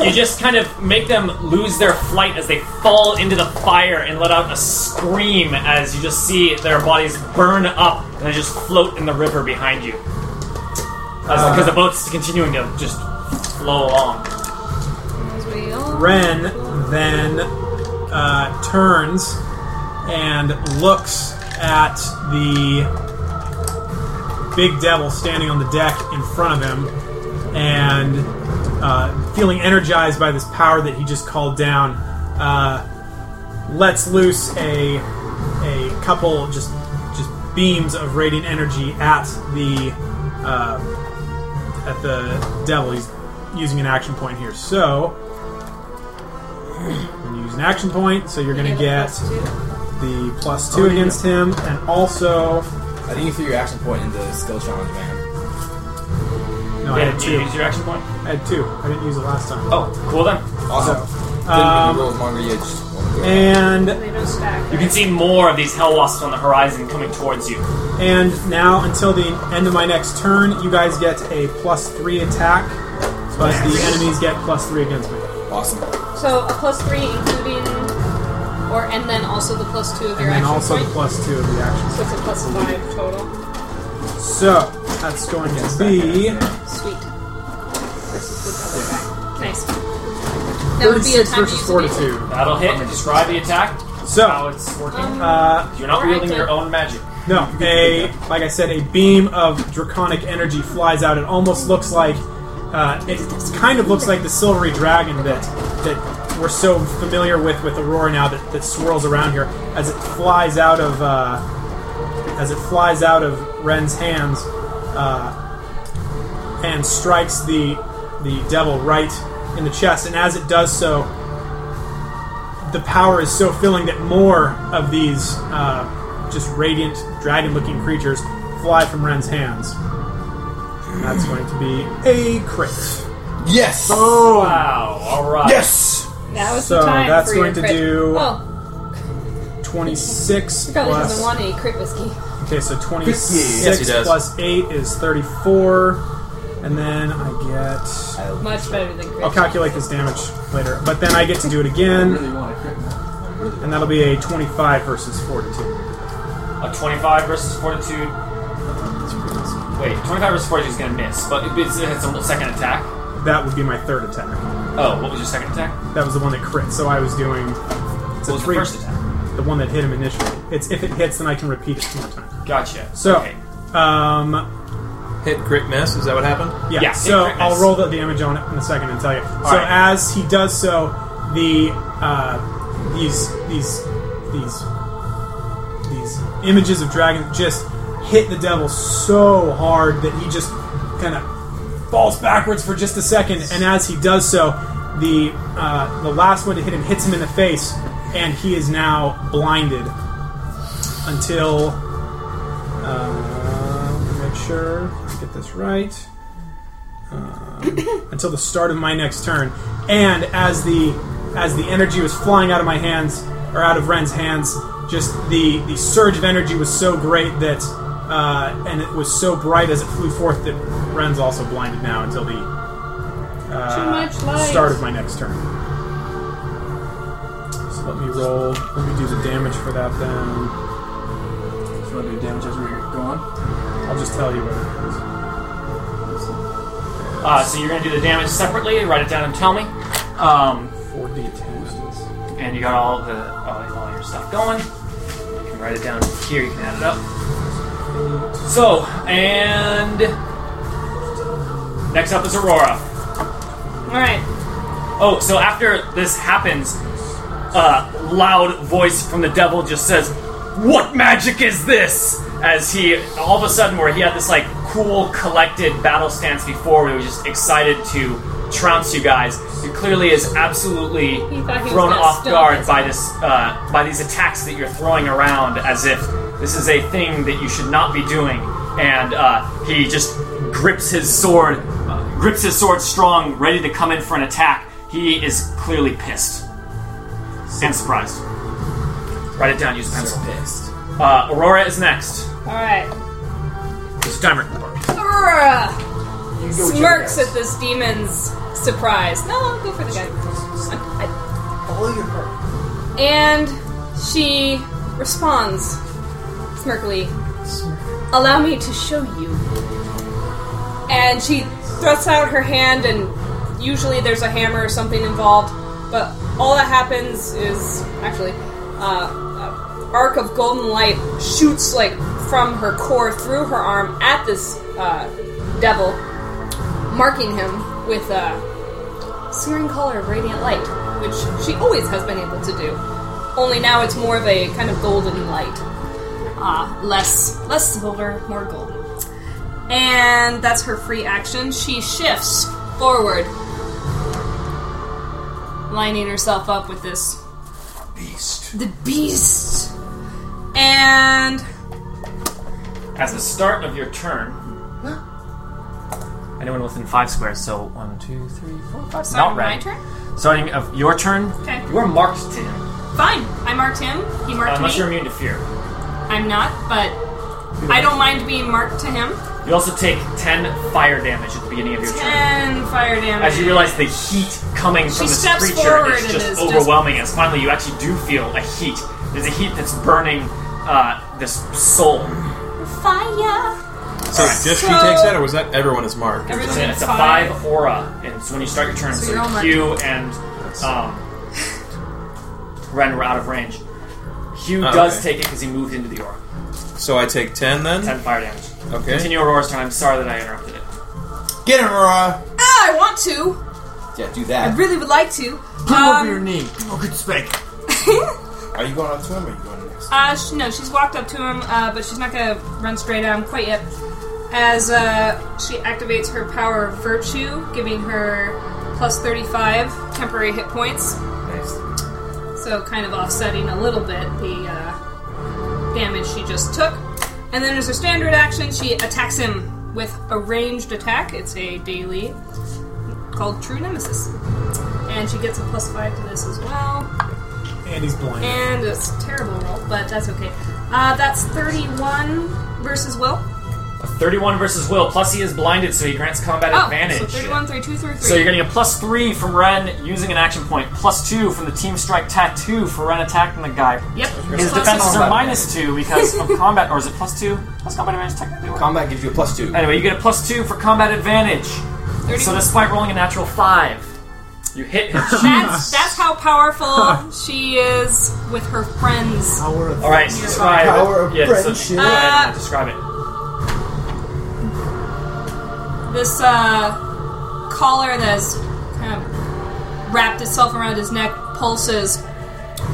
Speaker 2: you just kind of make them lose their flight as they fall into the fire and let out a scream as you just see their bodies burn up and they just float in the river behind you.
Speaker 3: Uh.
Speaker 2: Because the boat's continuing to just flow along.
Speaker 4: As we all-
Speaker 5: Ren then uh, turns and looks at the big devil standing on the deck in front of him and uh, feeling energized by this power that he just called down, uh, lets loose a, a couple just just beams of radiant energy at the uh, at the devil. He's using an action point here, so I'm going to use an action point. So you're going to
Speaker 4: You
Speaker 5: get
Speaker 4: plus two.
Speaker 5: the plus
Speaker 2: Oh,
Speaker 5: two against him, and also
Speaker 3: I think you threw your action point into skill challenge, man.
Speaker 5: no, I
Speaker 2: Yeah,
Speaker 5: had
Speaker 2: do you
Speaker 5: two.
Speaker 2: use your action point?
Speaker 5: I had two. I didn't use it last time.
Speaker 2: Oh, cool then.
Speaker 3: Also, didn't
Speaker 5: Um,
Speaker 3: um, rules longer you just
Speaker 5: And
Speaker 4: They don't stack.
Speaker 2: You can see more of these hell wasps on the horizon coming towards you.
Speaker 5: And now, until the end of my next turn, you guys get a plus three attack, plus the enemies get plus three against me.
Speaker 2: eh.
Speaker 3: awesome.
Speaker 4: So a plus three, including, or and then also the plus two of your
Speaker 5: And then
Speaker 4: action
Speaker 5: also the
Speaker 4: point.
Speaker 5: plus two of the actions.
Speaker 4: so it's a plus five total.
Speaker 5: So, that's going to be
Speaker 4: Sweet. Versus the other guy. Nice. That would be a
Speaker 5: 36
Speaker 4: time to use
Speaker 5: versus
Speaker 4: a basic.
Speaker 5: fortitude.
Speaker 2: That'll hit. Describe the attack. How
Speaker 5: So,
Speaker 2: it's working.
Speaker 5: uh,
Speaker 2: You're not
Speaker 4: Alright,
Speaker 2: wielding your
Speaker 4: then.
Speaker 2: own magic.
Speaker 5: no, a, like I said, a beam of draconic energy flies out. It almost looks like, uh, it kind of looks like the silvery dragon that, that we're so familiar with with Aurora now that, that swirls around here as it flies out of, uh, as it flies out of Ren's hands uh, and strikes the the devil right in the chest. And as it does so, the power is so filling that more of these uh, just radiant dragon-looking creatures fly from Ren's hands. And that's going to be a crit. Uh,
Speaker 3: Yes.
Speaker 2: Oh.
Speaker 6: Oh.
Speaker 2: Wow. All right.
Speaker 3: Yes.
Speaker 4: Now is
Speaker 5: So
Speaker 4: the time
Speaker 5: that's
Speaker 4: for your
Speaker 5: going to
Speaker 4: crit.
Speaker 5: do-
Speaker 4: Oh,
Speaker 5: 26
Speaker 4: He probably
Speaker 5: plus.
Speaker 4: doesn't want any crit whiskey.
Speaker 5: Okay, so
Speaker 6: Yes, he
Speaker 5: 26
Speaker 6: does.
Speaker 5: plus 8 is 34. And then I get.
Speaker 4: Much better than crit.
Speaker 5: I'll calculate this damage later. But then I get to do it again. And that'll be a 25 versus 42.
Speaker 2: A 25 versus fortitude. Wait, 25 versus fortitude is going to miss, but it- it's, it's a second attack.
Speaker 5: That would be my third attack.
Speaker 2: Oh, what was your second attack?
Speaker 5: That was the one that crit. So I was doing. It's
Speaker 2: What was the
Speaker 5: three-
Speaker 2: first attack?
Speaker 5: the one that hit him initially. It's if it hits, then I can repeat it two more times.
Speaker 2: Gotcha.
Speaker 5: So,
Speaker 2: okay.
Speaker 5: um,
Speaker 6: Hit crit miss. Is that what happened?
Speaker 5: yeah.
Speaker 2: Yeah,
Speaker 5: so
Speaker 2: it-
Speaker 5: I'll roll the damage on it in a second and tell you. so
Speaker 2: right.
Speaker 5: as he does so, the uh, these these these these images of dragons just hit the devil so hard that he just kind of falls backwards for just a second. And as he does so, the uh, the last one to hit him hits him in the face, and he is now blinded until. Uh, make sure I get this right. Um, until the start of my next turn, and as the as the energy was flying out of my hands or out of Ren's hands, just the the surge of energy was so great that uh, and it was so bright as it flew forth that Ren's also blinded now until the uh,
Speaker 4: Too much light.
Speaker 5: start of my next turn. So let me roll. Let me do the damage for that then.
Speaker 7: Do you want to do damage as we go on?
Speaker 5: I'll just tell you what it is.
Speaker 2: Uh, so you're going to do the damage separately. Write it down and tell me. Um,
Speaker 5: 4d10.
Speaker 2: and you got all the all, all your stuff going. You can write it down here. You can add it up. So and next up is Aurora.
Speaker 4: Alright.
Speaker 2: Oh, so after this happens, a loud voice from the devil just says, "What magic is this?" As he all of a sudden, where he had this like cool, collected battle stance before, where he was just excited to trounce you guys, he clearly is absolutely
Speaker 4: He thought he was
Speaker 2: thrown
Speaker 4: gonna
Speaker 2: off
Speaker 4: stun
Speaker 2: guard
Speaker 4: us.
Speaker 2: by this uh, by these attacks that you're throwing around, as if this is a thing that you should not be doing. And uh, he just grips his sword, uh, grips his sword strong, ready to come in for an attack. He is clearly pissed and surprised. Write it down. Use a pencil. Uh, Aurora is next.
Speaker 4: Alright.
Speaker 2: Use a timer.
Speaker 4: Urgh!
Speaker 7: You can go with
Speaker 4: Smirks
Speaker 7: your
Speaker 4: at this demon's surprise. No, I'll go for the guy. I-
Speaker 7: All your hurt.
Speaker 4: I- And she responds smirkily. Allow me to show you. And she thrusts out her hand, and usually there's a hammer or something involved, but all that happens is actually uh, an arc of golden light shoots like from her core through her arm at this uh, devil, marking him with a searing color of radiant light, which she always has been able to do. Only now it's more of a kind of golden light uh, less less silver, more gold. And that's her free action. She shifts forward, lining herself up with this beast. The beast. And
Speaker 2: At the start of your turn, anyone within five squares, so one, two, three, four, five.
Speaker 4: Oh, sorry,
Speaker 2: Not
Speaker 4: my
Speaker 2: red.
Speaker 4: turn.
Speaker 2: Starting of your turn,
Speaker 4: Okay.
Speaker 2: you are marked to him.
Speaker 4: Fine. I marked him. He marked
Speaker 2: Unless
Speaker 4: me.
Speaker 2: you're immune to fear.
Speaker 4: I'm not, but I don't mind being marked to him.
Speaker 2: You also take 10 fire damage at the beginning of your turn.
Speaker 4: Ten fire damage.
Speaker 2: As you realize the heat coming
Speaker 4: She
Speaker 2: from this
Speaker 4: steps
Speaker 2: creature
Speaker 4: forward
Speaker 2: is
Speaker 4: and
Speaker 2: just
Speaker 4: is just-
Speaker 2: overwhelming, as finally you actually do feel a heat. There's a heat that's burning uh, this soul.
Speaker 4: fire.
Speaker 6: So just she
Speaker 4: So-
Speaker 6: takes that, or was that everyone is marked?
Speaker 4: Everything
Speaker 2: It's a, it's
Speaker 4: is
Speaker 2: a five aura, and it's when you start your turn. So,
Speaker 4: you're all marked.
Speaker 2: Hugh and um, Ren were out of range. Hugh
Speaker 6: Oh,
Speaker 2: does
Speaker 6: okay.
Speaker 2: take it because he moved into the aura.
Speaker 6: So I take ten then.
Speaker 2: Ten fire damage.
Speaker 6: Okay.
Speaker 2: Continue Aurora's turn. I'm sorry that I interrupted it.
Speaker 3: Get him, Aurora!
Speaker 4: Ah, I want to.
Speaker 3: Yeah, do
Speaker 4: I
Speaker 3: that.
Speaker 4: really would like to.
Speaker 7: Come
Speaker 4: Um,
Speaker 7: over your knee. Oh, good spank.
Speaker 3: Are you going up to him or are you going next?
Speaker 4: Uh, sh no, she's walked up to him, uh, but she's not gonna run straight at him quite yet. As uh, she activates her power of virtue, giving her plus 35 temporary hit points,
Speaker 3: Nice.
Speaker 4: so kind of offsetting a little bit the uh, damage she just took. And then as her standard action, she attacks him with a ranged attack. It's a daily called True Nemesis. And she gets a plus 5 to this as well.
Speaker 5: And he's blind.
Speaker 4: And it's a terrible roll, but that's okay. Uh, that's 31 versus Will. Oh,
Speaker 2: A 31 versus Will, plus he is blinded, so he grants combat
Speaker 4: Oh,
Speaker 2: advantage.
Speaker 4: so 31, 32, 33.
Speaker 2: So you're going to get plus three from Ren using an action point, plus two from the Team Strike tattoo for Ren attacking the guy.
Speaker 4: Yep.
Speaker 2: His
Speaker 4: Plus
Speaker 2: defenses
Speaker 4: six.
Speaker 2: are minus two because of combat, or is it plus two? Plus combat advantage, technically. what?
Speaker 3: Combat gives you a plus two.
Speaker 2: Anyway, you get a plus two for combat advantage.
Speaker 4: 30.
Speaker 2: So despite rolling a natural five, you hit him.
Speaker 4: that's, that's how powerful she is with her friends.
Speaker 2: All right, describe it.
Speaker 7: Power of
Speaker 2: Yeah, So
Speaker 7: friendship.
Speaker 2: go ahead and
Speaker 4: Uh,
Speaker 2: describe it.
Speaker 4: This uh, collar that's kind of wrapped itself around his neck pulses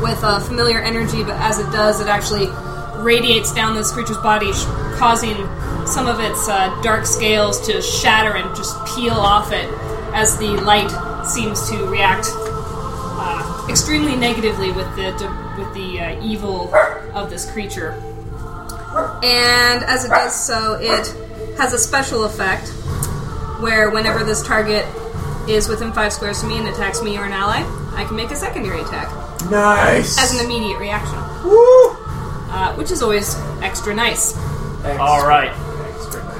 Speaker 4: with a familiar energy, but as it does, it actually radiates down this creature's body, sh- causing some of its uh, dark scales to shatter and just peel off it as the light seems to react uh, extremely negatively with the with the uh, evil of this creature. And as it does so, it has a special effect where whenever this target is within five squares of me and attacks me or an ally, I can make a secondary attack
Speaker 7: Nice.
Speaker 4: as an immediate reaction,
Speaker 7: Woo!
Speaker 4: uh, which is always extra nice.
Speaker 2: All right,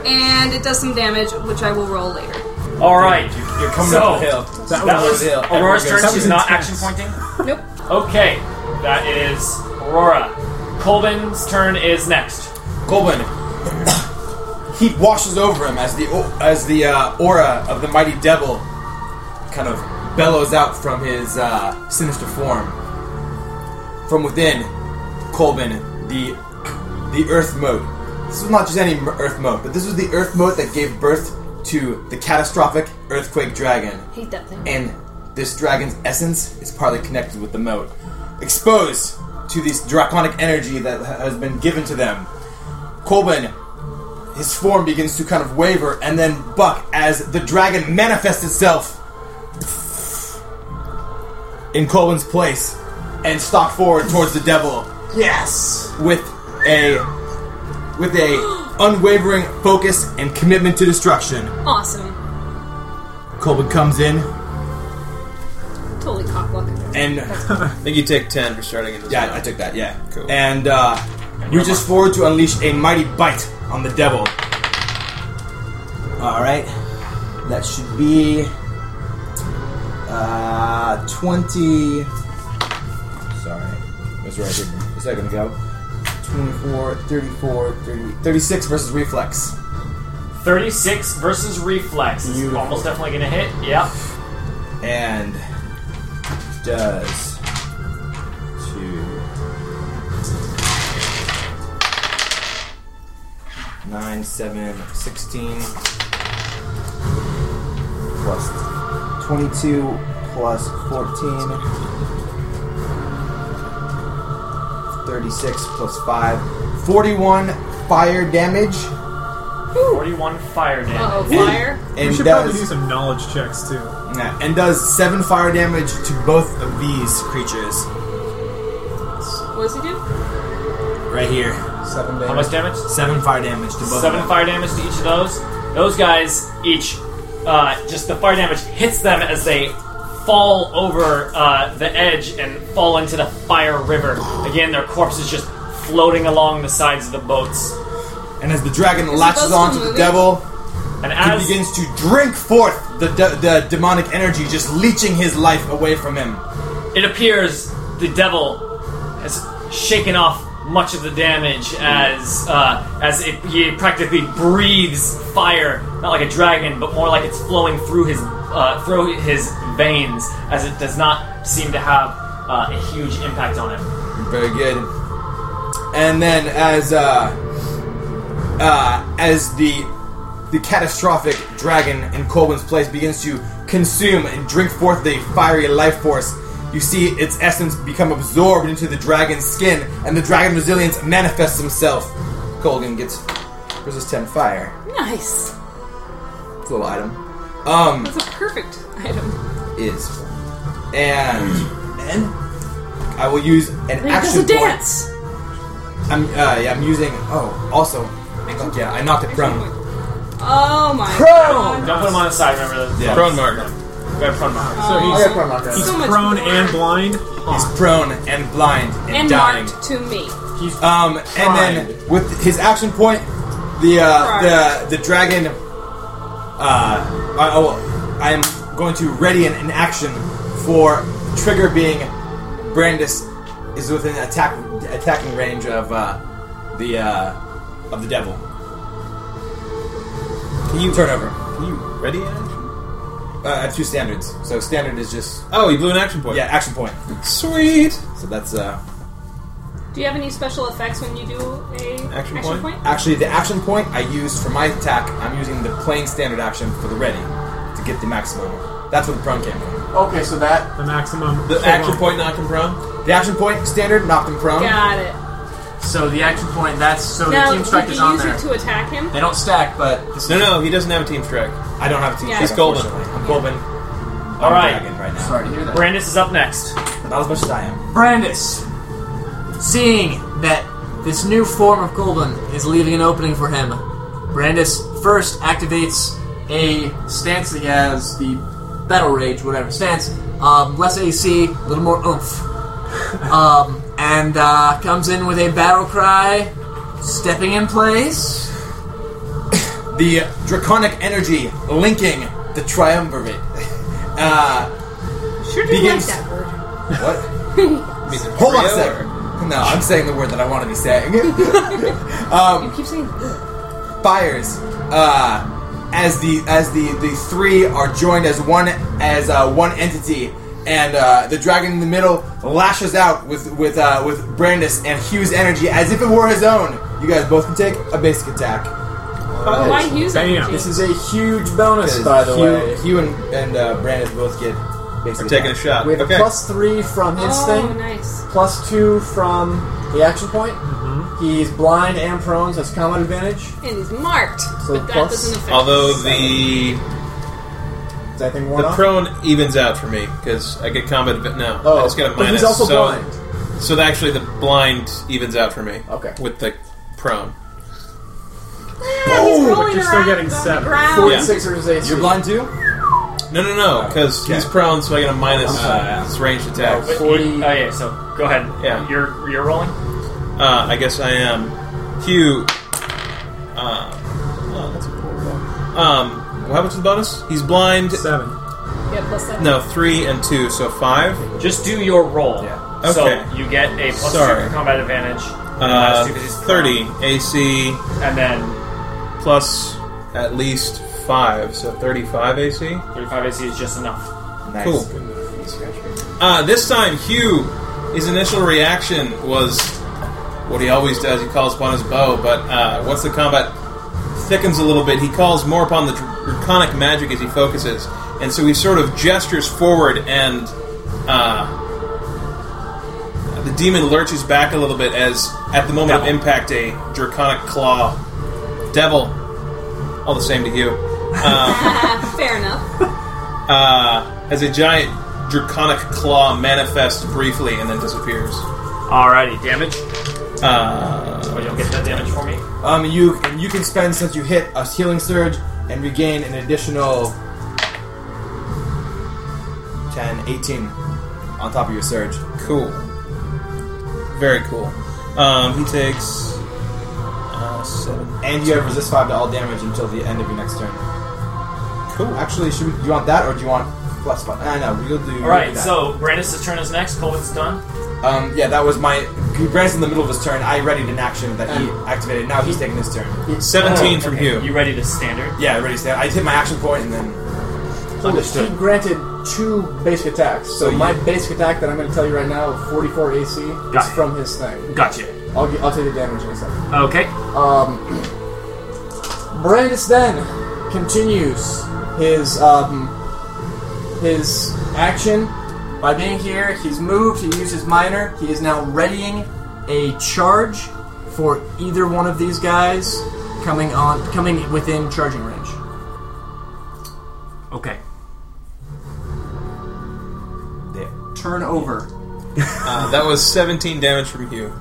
Speaker 4: And it does some damage, which I will roll later.
Speaker 2: all right.
Speaker 3: You're coming
Speaker 2: So,
Speaker 3: up the hill.
Speaker 2: That was
Speaker 3: Hill.
Speaker 2: Aurora's
Speaker 3: Everyone
Speaker 2: turn.
Speaker 3: goes-
Speaker 2: She's not action pointing.
Speaker 4: Nope.
Speaker 2: Okay, that is Aurora. Colvin's turn is next.
Speaker 3: Colvin. Heat washes over him as the o- as the uh, aura of the mighty devil kind of bellows out from his uh, sinister form. From within, Colvin, the the Earth Moat. This was not just any m- Earth Moat, but this was the Earth Moat that gave birth to the catastrophic earthquake dragon
Speaker 10: Hate that thing.
Speaker 3: and this dragon's essence is partly connected with the moat. Exposed to this draconic energy that has been given to them, Colbin, his form begins to kind of waver and then buck as the dragon manifests itself in Colbin's place and stalk forward towards the devil
Speaker 7: Yes.
Speaker 3: with a with a unwavering focus and commitment to destruction.
Speaker 4: Awesome.
Speaker 3: Colbin comes in
Speaker 4: Totally cockblocking.
Speaker 3: and
Speaker 6: I think you take 10 for starting in this
Speaker 3: Yeah,
Speaker 6: round.
Speaker 3: I took that. Yeah,
Speaker 6: Cool.
Speaker 3: And uh, reaches forward to unleash a mighty bite on the devil. All right, that should be uh, twenty. Sorry, that's right. Is that gonna go? 24, 34, 30, 36 versus reflex.
Speaker 2: 36 versus reflex. It's
Speaker 3: Beautiful.
Speaker 2: almost definitely going to hit. Yep.
Speaker 3: and does two nine seven sixteen plus twenty-two plus fourteen. 36 plus 5 41 fire damage
Speaker 2: 41 fire damage.
Speaker 4: Uh oh, fire.
Speaker 5: we
Speaker 3: and
Speaker 5: should
Speaker 3: does
Speaker 5: probably do some knowledge checks too.
Speaker 3: Yeah, and does seven fire damage to both of these creatures
Speaker 4: What does he do?
Speaker 3: right here.
Speaker 7: Seven
Speaker 2: How
Speaker 7: damage.
Speaker 2: much damage?
Speaker 3: Seven fire damage to both.
Speaker 2: Seven
Speaker 3: Of
Speaker 2: fire damage to each of those. Those guys each, uh, just the fire damage hits them as they fall over uh, the edge and fall into the fire river. Again, their corpses just floating along the sides of the boats.
Speaker 3: them. And as the dragon
Speaker 4: supposed
Speaker 3: latches
Speaker 4: to
Speaker 3: on to the
Speaker 4: move it?
Speaker 3: devil,
Speaker 2: And
Speaker 3: he
Speaker 2: as
Speaker 3: begins to drink forth the de- the demonic energy, just leeching his life away from him.
Speaker 2: it appears, the devil has shaken off much of the damage as uh, as it, he practically breathes fire, not like a dragon, but more like it's flowing through his uh, through his veins, as it does not seem to have uh, a huge impact on him.
Speaker 3: Very good. And then as uh, uh, as the the catastrophic dragon in Colwyn's place begins to consume and drink forth the fiery life force, you see its essence become absorbed into the dragon's skin, and the dragon resilience manifests himself. Colgan gets resist ten fire.
Speaker 4: Nice.
Speaker 3: It's a little item. Um,
Speaker 4: That's a perfect item.
Speaker 3: is and and I will use an
Speaker 4: It does
Speaker 3: action
Speaker 4: a
Speaker 3: point.
Speaker 4: dance.
Speaker 3: I'm uh, yeah, I'm using. Oh, also, fuck yeah, I knocked it prone.
Speaker 4: Oh my
Speaker 2: Don't put him on the side. Remember that.
Speaker 3: Yeah.
Speaker 6: Prone mark. uh, prone mark.
Speaker 5: So
Speaker 7: I got
Speaker 5: he's,
Speaker 7: prone lock, guys.
Speaker 5: he's
Speaker 4: So much
Speaker 5: prone
Speaker 4: more.
Speaker 5: and blind.
Speaker 3: He's prone and blind and,
Speaker 4: and
Speaker 3: dying.
Speaker 4: marked to me.
Speaker 3: Um, and then with his action point, the uh,
Speaker 4: Right.
Speaker 3: the the dragon. Uh, I, oh, I am going to ready an, an action for trigger being Brandis is within attack attacking range of uh, the uh, of the devil. Can you turn over?
Speaker 6: Are you ready in action?
Speaker 3: Uh, I have two standards. So standard is just
Speaker 6: Oh, you blew an action point.
Speaker 3: yeah action point.
Speaker 6: Sweet.
Speaker 3: So that's uh,
Speaker 4: Do you have any special effects when you do a action,
Speaker 6: point?
Speaker 3: Actually, the action point I used for my attack, I'm using the plain standard action for the ready to get the maximum. That's where the prone came from.
Speaker 7: Okay, so that
Speaker 5: The maximum.
Speaker 6: The
Speaker 5: so
Speaker 6: action
Speaker 5: long.
Speaker 6: point knocked him prone.
Speaker 3: The action point standard knocked him prone.
Speaker 4: Got it.
Speaker 9: So the action point, that's so
Speaker 4: Now,
Speaker 9: the team strike
Speaker 4: did
Speaker 9: is
Speaker 4: you
Speaker 9: on
Speaker 4: use
Speaker 9: there.
Speaker 4: it to attack him?
Speaker 7: they don't stack, but this
Speaker 6: No, no, he doesn't have a team strike.
Speaker 3: I don't have a team.
Speaker 4: Yeah.
Speaker 3: check,
Speaker 4: He's
Speaker 6: Golden.
Speaker 3: unfortunately. I'm Golden. I'm
Speaker 9: All right.
Speaker 3: dragon right now.
Speaker 7: sorry to hear that.
Speaker 9: Brandis is up next.
Speaker 3: Not as much as I am.
Speaker 11: Brandis, seeing that this new form of Golden is leaving an opening for him, Brandis first activates a stance that he has, the Battle Rage, whatever stance, um, less AC, a little more oomph, um, and uh, comes in with a battle cry, stepping in place.
Speaker 3: The draconic energy linking the triumvirate. Uh,
Speaker 4: Sure do
Speaker 3: Begins-
Speaker 4: like that word.
Speaker 3: what? Hold on a second. No, I'm saying the word that I want to be saying. Um,
Speaker 4: You keep saying "Ugh."
Speaker 3: fires uh, as the as the the three are joined as one as uh, one entity, and uh, the dragon in the middle lashes out with with uh, with Brandis and Hugh's energy as if it were his own. You guys both can take a basic attack.
Speaker 4: Why use
Speaker 5: Bam.
Speaker 4: energy?
Speaker 7: This is a huge bonus, by the
Speaker 3: Hugh,
Speaker 7: way.
Speaker 3: Hugh and, and uh, Brandis both get basic.
Speaker 6: We're taking a
Speaker 3: attack.
Speaker 6: shot.
Speaker 7: We have
Speaker 6: Okay.
Speaker 7: a plus three from his
Speaker 4: oh,
Speaker 7: thing,
Speaker 4: nice.
Speaker 7: plus two from the action point.
Speaker 6: Mm-hmm.
Speaker 7: He's blind and prone, so it's combat advantage.
Speaker 4: And he's marked,
Speaker 7: So
Speaker 4: but that
Speaker 7: plus-
Speaker 4: doesn't affect.
Speaker 6: Although the
Speaker 7: Is that thing worn
Speaker 6: the
Speaker 7: off?
Speaker 6: prone evens out for me because I get combat adva- no. I
Speaker 7: oh,
Speaker 6: just got a minus.
Speaker 7: but he's also
Speaker 6: so,
Speaker 7: blind.
Speaker 6: So the- actually, the blind evens out for me.
Speaker 7: Okay.
Speaker 6: With the prone.
Speaker 4: Ah,
Speaker 3: Oh,
Speaker 4: he's rolling
Speaker 5: You're still
Speaker 4: around
Speaker 5: getting
Speaker 4: on the
Speaker 5: seven.
Speaker 4: ground.
Speaker 6: Yeah.
Speaker 7: Six or his AC.
Speaker 3: You're blind too.
Speaker 6: No, no, no, because he's prone, so I get a minus
Speaker 3: Uh,
Speaker 6: his ranged attack.
Speaker 9: Wait,
Speaker 7: Forty-
Speaker 9: you- oh yeah, so go ahead.
Speaker 6: Yeah.
Speaker 9: You're you're rolling? Oh.
Speaker 6: Uh, I guess I am. Hugh. Uh, oh, that's a poor roll. Um, well, how much is the bonus? He's blind.
Speaker 5: Seven.
Speaker 4: Yeah, plus seven.
Speaker 6: No, three and two, so five.
Speaker 9: Just do your roll.
Speaker 6: Yeah. Okay.
Speaker 9: So you get a plus
Speaker 6: Sorry.
Speaker 9: two for combat advantage. and
Speaker 6: Uh,
Speaker 9: minus two 'cause he's prone,
Speaker 6: Thirty AC
Speaker 9: And then
Speaker 6: plus at least five, so thirty-five AC.
Speaker 9: thirty five AC is just enough.
Speaker 3: Nice.
Speaker 6: Cool. Uh, this time, Hugh, his initial reaction was what he always does. He calls upon his bow, but uh, once the combat thickens a little bit, he calls more upon the dr- draconic magic as he focuses. And so he sort of gestures forward, and uh, the demon lurches back a little bit as, at the moment of impact, a draconic claw devil, all the same to Hugh,
Speaker 4: Fair enough.
Speaker 6: uh, as a giant draconic claw manifests briefly and then disappears.
Speaker 9: Alrighty, damage.
Speaker 6: Uh,
Speaker 9: Oh, you'll get that damage for me.
Speaker 3: Um, you and you can spend since you hit a healing surge and regain an additional 10, 18 on top of your surge.
Speaker 6: Cool. Very cool. Um, he takes uh, seven.
Speaker 3: And you have resist five to all damage until the end of your next turn.
Speaker 6: Cool.
Speaker 3: Actually, should we, do you want that or do you want plus five? I know we'll do. we'll do
Speaker 9: Alright,
Speaker 3: that.
Speaker 9: so Brandis' turn is next, Colvin's done.
Speaker 3: um, yeah, that was my. Brand's in the middle of his turn. I readied an action that he
Speaker 7: Um,
Speaker 3: activated. Now he's taking his turn.
Speaker 6: Seventeen from you.
Speaker 9: You ready to standard?
Speaker 3: Yeah, I ready. Stand. I hit my action point and then.
Speaker 7: He granted two basic attacks.
Speaker 3: So
Speaker 7: So, my
Speaker 3: you-
Speaker 7: basic attack that I'm going to tell you right now, of 44 AC,
Speaker 9: Got
Speaker 7: is
Speaker 9: it.
Speaker 7: from his thing.
Speaker 9: Gotcha.
Speaker 7: I'll, get, I'll tell you the damage in a second.
Speaker 9: Okay.
Speaker 7: Um, Brandis then continues his um, his action
Speaker 11: By being here, he's moved, he used his minor, he is now readying a charge for either one of these guys coming on coming within charging range.
Speaker 9: Okay.
Speaker 11: Turn over.
Speaker 6: Uh, that was seventeen damage from you.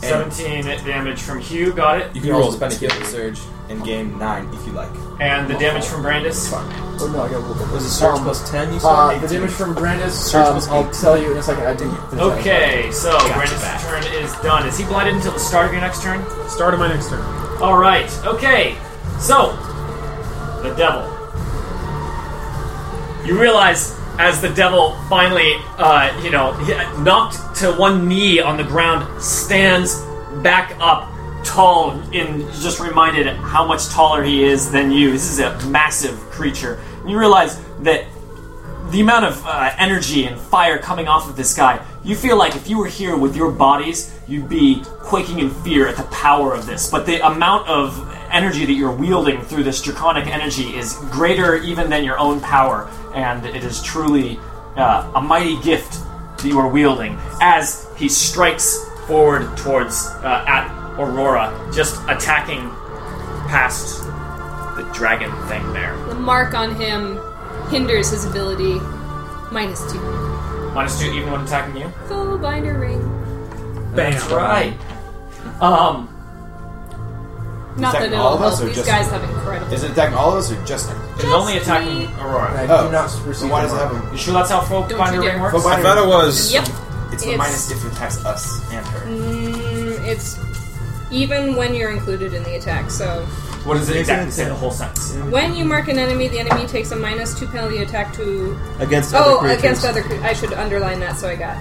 Speaker 2: Seventeen damage from Hugh. Got it.
Speaker 3: You can roll spend a healing surge and gain nine if you like.
Speaker 2: And the damage from Brandis.
Speaker 7: Oh no, I got a little bit.
Speaker 3: Was it surge
Speaker 7: Um,
Speaker 3: plus ten? You said
Speaker 7: Uh, the
Speaker 3: 18?
Speaker 7: damage from Brandis,
Speaker 3: Search
Speaker 7: um,
Speaker 3: was
Speaker 7: I'll
Speaker 3: eight.
Speaker 7: tell you in a second. I didn't. finish that.
Speaker 2: Okay, so Brandis' turn is done. Is he blinded until the start of your next turn?
Speaker 5: Start of my next turn.
Speaker 2: All right. Okay. So the devil. You realize as the devil finally, uh, you know, he- knocked to one knee on the ground, stands back up, tall, and just reminded how much taller he is than you. This is a massive creature. And you realize that the amount of uh, energy and fire coming off of this guy, you feel like if you were here with your bodies, you'd be quaking in fear at the power of this. But the amount of energy that you're wielding through this draconic energy is greater even than your own power, and it is truly uh, a mighty gift that you are wielding as he strikes forward towards uh, at Aurora, just attacking past the dragon thing there.
Speaker 4: The mark on him hinders his ability. Minus two.
Speaker 2: Minus two, even when attacking you.
Speaker 4: Full binder ring.
Speaker 5: Bam.
Speaker 2: That's right. Um,
Speaker 4: Not
Speaker 3: that
Speaker 4: that it'll
Speaker 3: all of us
Speaker 4: help.
Speaker 3: or
Speaker 4: These
Speaker 3: just-
Speaker 4: guys have incredible.
Speaker 3: Is it attacking all of us or just?
Speaker 2: It's only attacking
Speaker 7: I
Speaker 2: Aurora.
Speaker 3: Oh,
Speaker 7: do not
Speaker 3: So
Speaker 7: receive.
Speaker 3: why does it
Speaker 7: the mark.
Speaker 3: have a?
Speaker 2: You sure that's how folk
Speaker 4: Don't
Speaker 2: binder
Speaker 4: you
Speaker 2: ring
Speaker 4: dare.
Speaker 2: works?
Speaker 3: Folk
Speaker 6: I thought it was.
Speaker 4: Yep.
Speaker 3: It's,
Speaker 4: It's-
Speaker 3: the minus if it attacks us and her.
Speaker 4: Mm, it's even when you're included in the attack. So
Speaker 2: What does it exactly
Speaker 3: Exactly.
Speaker 2: say? The whole sentence.
Speaker 4: when you mark an enemy, the enemy takes a minus two penalty attack to.
Speaker 3: Against
Speaker 4: oh, against other. Cre- I should underline that so I got.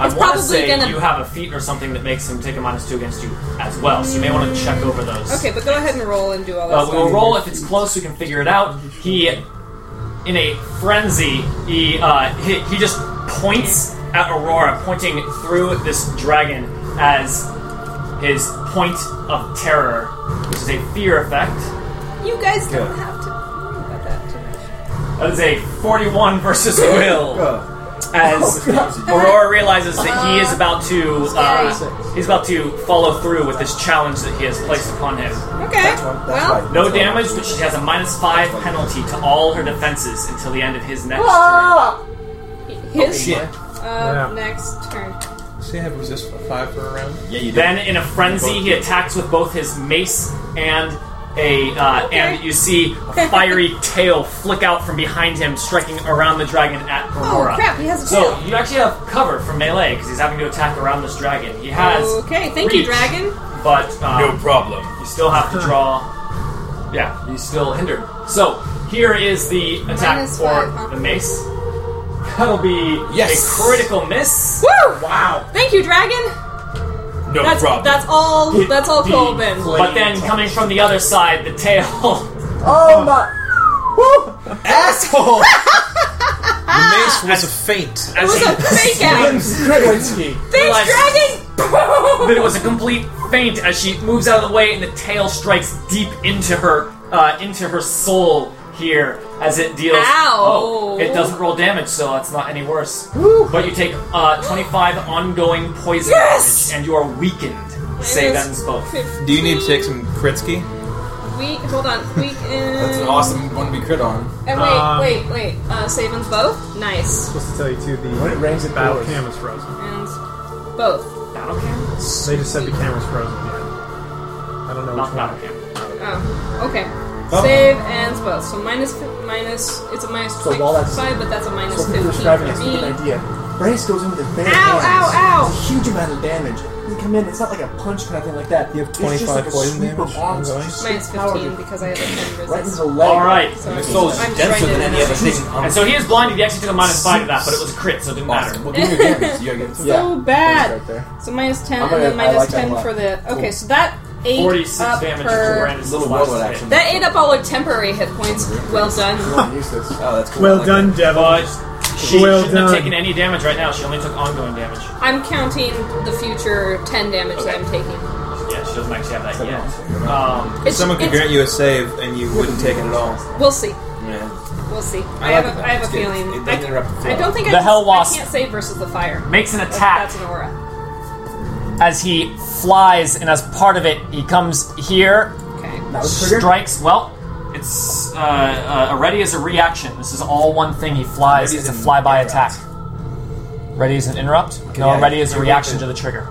Speaker 2: I want
Speaker 4: It's
Speaker 2: to
Speaker 4: probably
Speaker 2: say
Speaker 4: gonna-
Speaker 2: you have a feat or something that makes him take a minus two against you as well, so you may want to check over those.
Speaker 4: Okay, but go ahead and roll and do all that
Speaker 2: Uh,
Speaker 4: stuff.
Speaker 2: we'll roll if it's close. We can figure it out. He, in a frenzy, he uh, he, he just points at Aurora, pointing through this dragon as his point of terror, which is a fear effect.
Speaker 4: You guys don't have to worry about that too much.
Speaker 2: That is a 41 versus Will.
Speaker 4: Oh,
Speaker 2: As Aurora realizes that he is about to, uh, he's about to follow through with this challenge that he has placed upon him.
Speaker 4: Okay. well,
Speaker 2: No damage, but she has a minus five penalty to all her defenses until the end of his next
Speaker 4: his
Speaker 3: Shit.
Speaker 4: uh,
Speaker 5: Yeah.
Speaker 4: next turn.
Speaker 6: See, I have resist for five for a round.
Speaker 3: Yeah,
Speaker 2: turn.
Speaker 3: you do.
Speaker 2: Then, in a frenzy, he attacks with both his mace and a, uh,
Speaker 4: Okay.
Speaker 2: and you see a fiery tail flick out from behind him, striking around the dragon at Aurora.
Speaker 4: Oh crap! He has a
Speaker 2: So
Speaker 4: tail.
Speaker 2: you actually have cover from melee because he's having to attack around this dragon. He has,
Speaker 4: okay, thank you,
Speaker 2: reach.
Speaker 4: dragon.
Speaker 2: but um,
Speaker 3: problem.
Speaker 2: you still have to draw. Yeah, he's still hindered. So here is the attack
Speaker 4: Minus
Speaker 2: for
Speaker 4: five, huh?
Speaker 2: the mace. That'll be
Speaker 3: Yes.
Speaker 2: a critical miss.
Speaker 4: Woo!
Speaker 2: Wow.
Speaker 4: Thank you, dragon.
Speaker 3: No
Speaker 4: That's that's all. That's all,
Speaker 2: The-
Speaker 4: Colvin.
Speaker 2: But then coming from the other side, the tail.
Speaker 7: Oh my!
Speaker 3: Asshole.
Speaker 6: The mace was a feint.
Speaker 4: It
Speaker 2: as
Speaker 4: was
Speaker 2: he
Speaker 4: a fake out.
Speaker 2: realized-
Speaker 4: Thanks, dragon.
Speaker 2: But it was a complete feint as she moves out of the way, and the tail strikes deep into her, uh, into her soul here as it deals.
Speaker 4: Ow.
Speaker 2: Oh, it doesn't roll damage, so it's not any worse. But you take uh, 25 ongoing poison
Speaker 4: Yes!
Speaker 2: damage, and you are weakened. Save
Speaker 4: Minus
Speaker 2: ends both.
Speaker 4: Fif-
Speaker 6: Do you need to take some Kritsky?
Speaker 4: Weak. Hold on. Weak. And,
Speaker 3: That's an awesome one we crit on.
Speaker 4: And
Speaker 5: Um,
Speaker 4: wait, wait, wait. Uh, save and both. Nice.
Speaker 5: Supposed to tell you too. The
Speaker 7: When it rains, it
Speaker 5: battle
Speaker 7: pours.
Speaker 5: cam is frozen.
Speaker 4: And both.
Speaker 2: Battle cam?
Speaker 5: They just said the camera's frozen. Yeah. I don't know
Speaker 2: Not
Speaker 5: which
Speaker 2: battle
Speaker 5: one.
Speaker 2: cam.
Speaker 4: Oh. Okay. Save and both. So minus fi- minus. It's a minus
Speaker 7: So while that's-
Speaker 4: five, but that's a minus
Speaker 7: So
Speaker 4: fifteen
Speaker 7: people describing us
Speaker 4: for
Speaker 7: to get
Speaker 4: me.
Speaker 7: an idea. Brandis goes in with his bare
Speaker 4: Ow,
Speaker 7: hands.
Speaker 4: ow, ow.
Speaker 7: It's a huge amount of damage. He come in. It's not like a punch kind of thing like that.
Speaker 6: You have
Speaker 7: It's just like
Speaker 6: 25
Speaker 7: a
Speaker 6: poison
Speaker 7: sweep
Speaker 6: damage
Speaker 7: Of arms,
Speaker 6: ongoing?
Speaker 7: just
Speaker 4: Minus
Speaker 7: power
Speaker 4: fifteen because I have a ten
Speaker 7: Right in
Speaker 4: resist.
Speaker 7: the leg.
Speaker 2: All right.
Speaker 4: So I'm,
Speaker 3: soul is
Speaker 4: I'm
Speaker 3: denser
Speaker 4: trying to
Speaker 3: than any
Speaker 4: remember.
Speaker 3: other thing. on
Speaker 2: And so he is blinded. He actually took a minus five to that, but it was a crit, so it didn't matter.
Speaker 3: Awesome. Well, give me your damage. You gotta get-
Speaker 7: Yeah.
Speaker 4: So bad.
Speaker 7: Right there.
Speaker 4: So minus 10
Speaker 7: I'm
Speaker 4: and then
Speaker 7: gonna- I
Speaker 4: minus
Speaker 7: like that
Speaker 4: 10
Speaker 7: a lot.
Speaker 4: for the. Okay,
Speaker 7: Cool.
Speaker 4: so that ate
Speaker 2: 46
Speaker 4: up
Speaker 2: damage for
Speaker 4: her.
Speaker 2: Brandis'
Speaker 3: Little
Speaker 2: last
Speaker 3: robot
Speaker 2: hit.
Speaker 3: action.
Speaker 4: That ate up all her temporary hit points. Well
Speaker 7: You
Speaker 4: done.
Speaker 7: want to use this?
Speaker 3: Oh, that's cool. I
Speaker 5: Well
Speaker 3: like
Speaker 5: done, Devil.
Speaker 2: She
Speaker 5: well
Speaker 2: shouldn't have
Speaker 5: done.
Speaker 2: taken any damage right now. She only took ongoing damage.
Speaker 4: I'm counting the future 10 damage that I'm taking.
Speaker 2: Yeah, she doesn't actually have that yet. Um,
Speaker 4: It's,
Speaker 6: Someone could
Speaker 4: it's,
Speaker 6: grant you a save and you wouldn't take it at all.
Speaker 4: We'll see.
Speaker 3: that. Yeah.
Speaker 4: We'll see. I,
Speaker 3: like
Speaker 4: have, a,
Speaker 3: that.
Speaker 4: I have a
Speaker 3: It's good.
Speaker 4: feeling.
Speaker 3: It doesn't
Speaker 4: I,
Speaker 3: interrupt the flow.
Speaker 4: I don't think I,
Speaker 2: The
Speaker 4: can-
Speaker 2: Hell Wasp.
Speaker 4: I can't save versus the fire.
Speaker 2: makes an
Speaker 4: That's-
Speaker 2: attack
Speaker 4: That's an aura.
Speaker 2: as he flies, and as part of it, he comes here,
Speaker 4: Okay.
Speaker 7: That was triggered.
Speaker 2: strikes. Well, it's uh, uh, ready as a reaction. This is all one thing. He flies.
Speaker 3: Ready
Speaker 2: it's
Speaker 3: is
Speaker 2: a
Speaker 3: an
Speaker 2: flyby
Speaker 3: interrupt.
Speaker 2: attack. Ready is an interrupt. No,
Speaker 3: yeah,
Speaker 2: ready is a
Speaker 3: you're
Speaker 2: reaction
Speaker 3: right.
Speaker 2: to the trigger.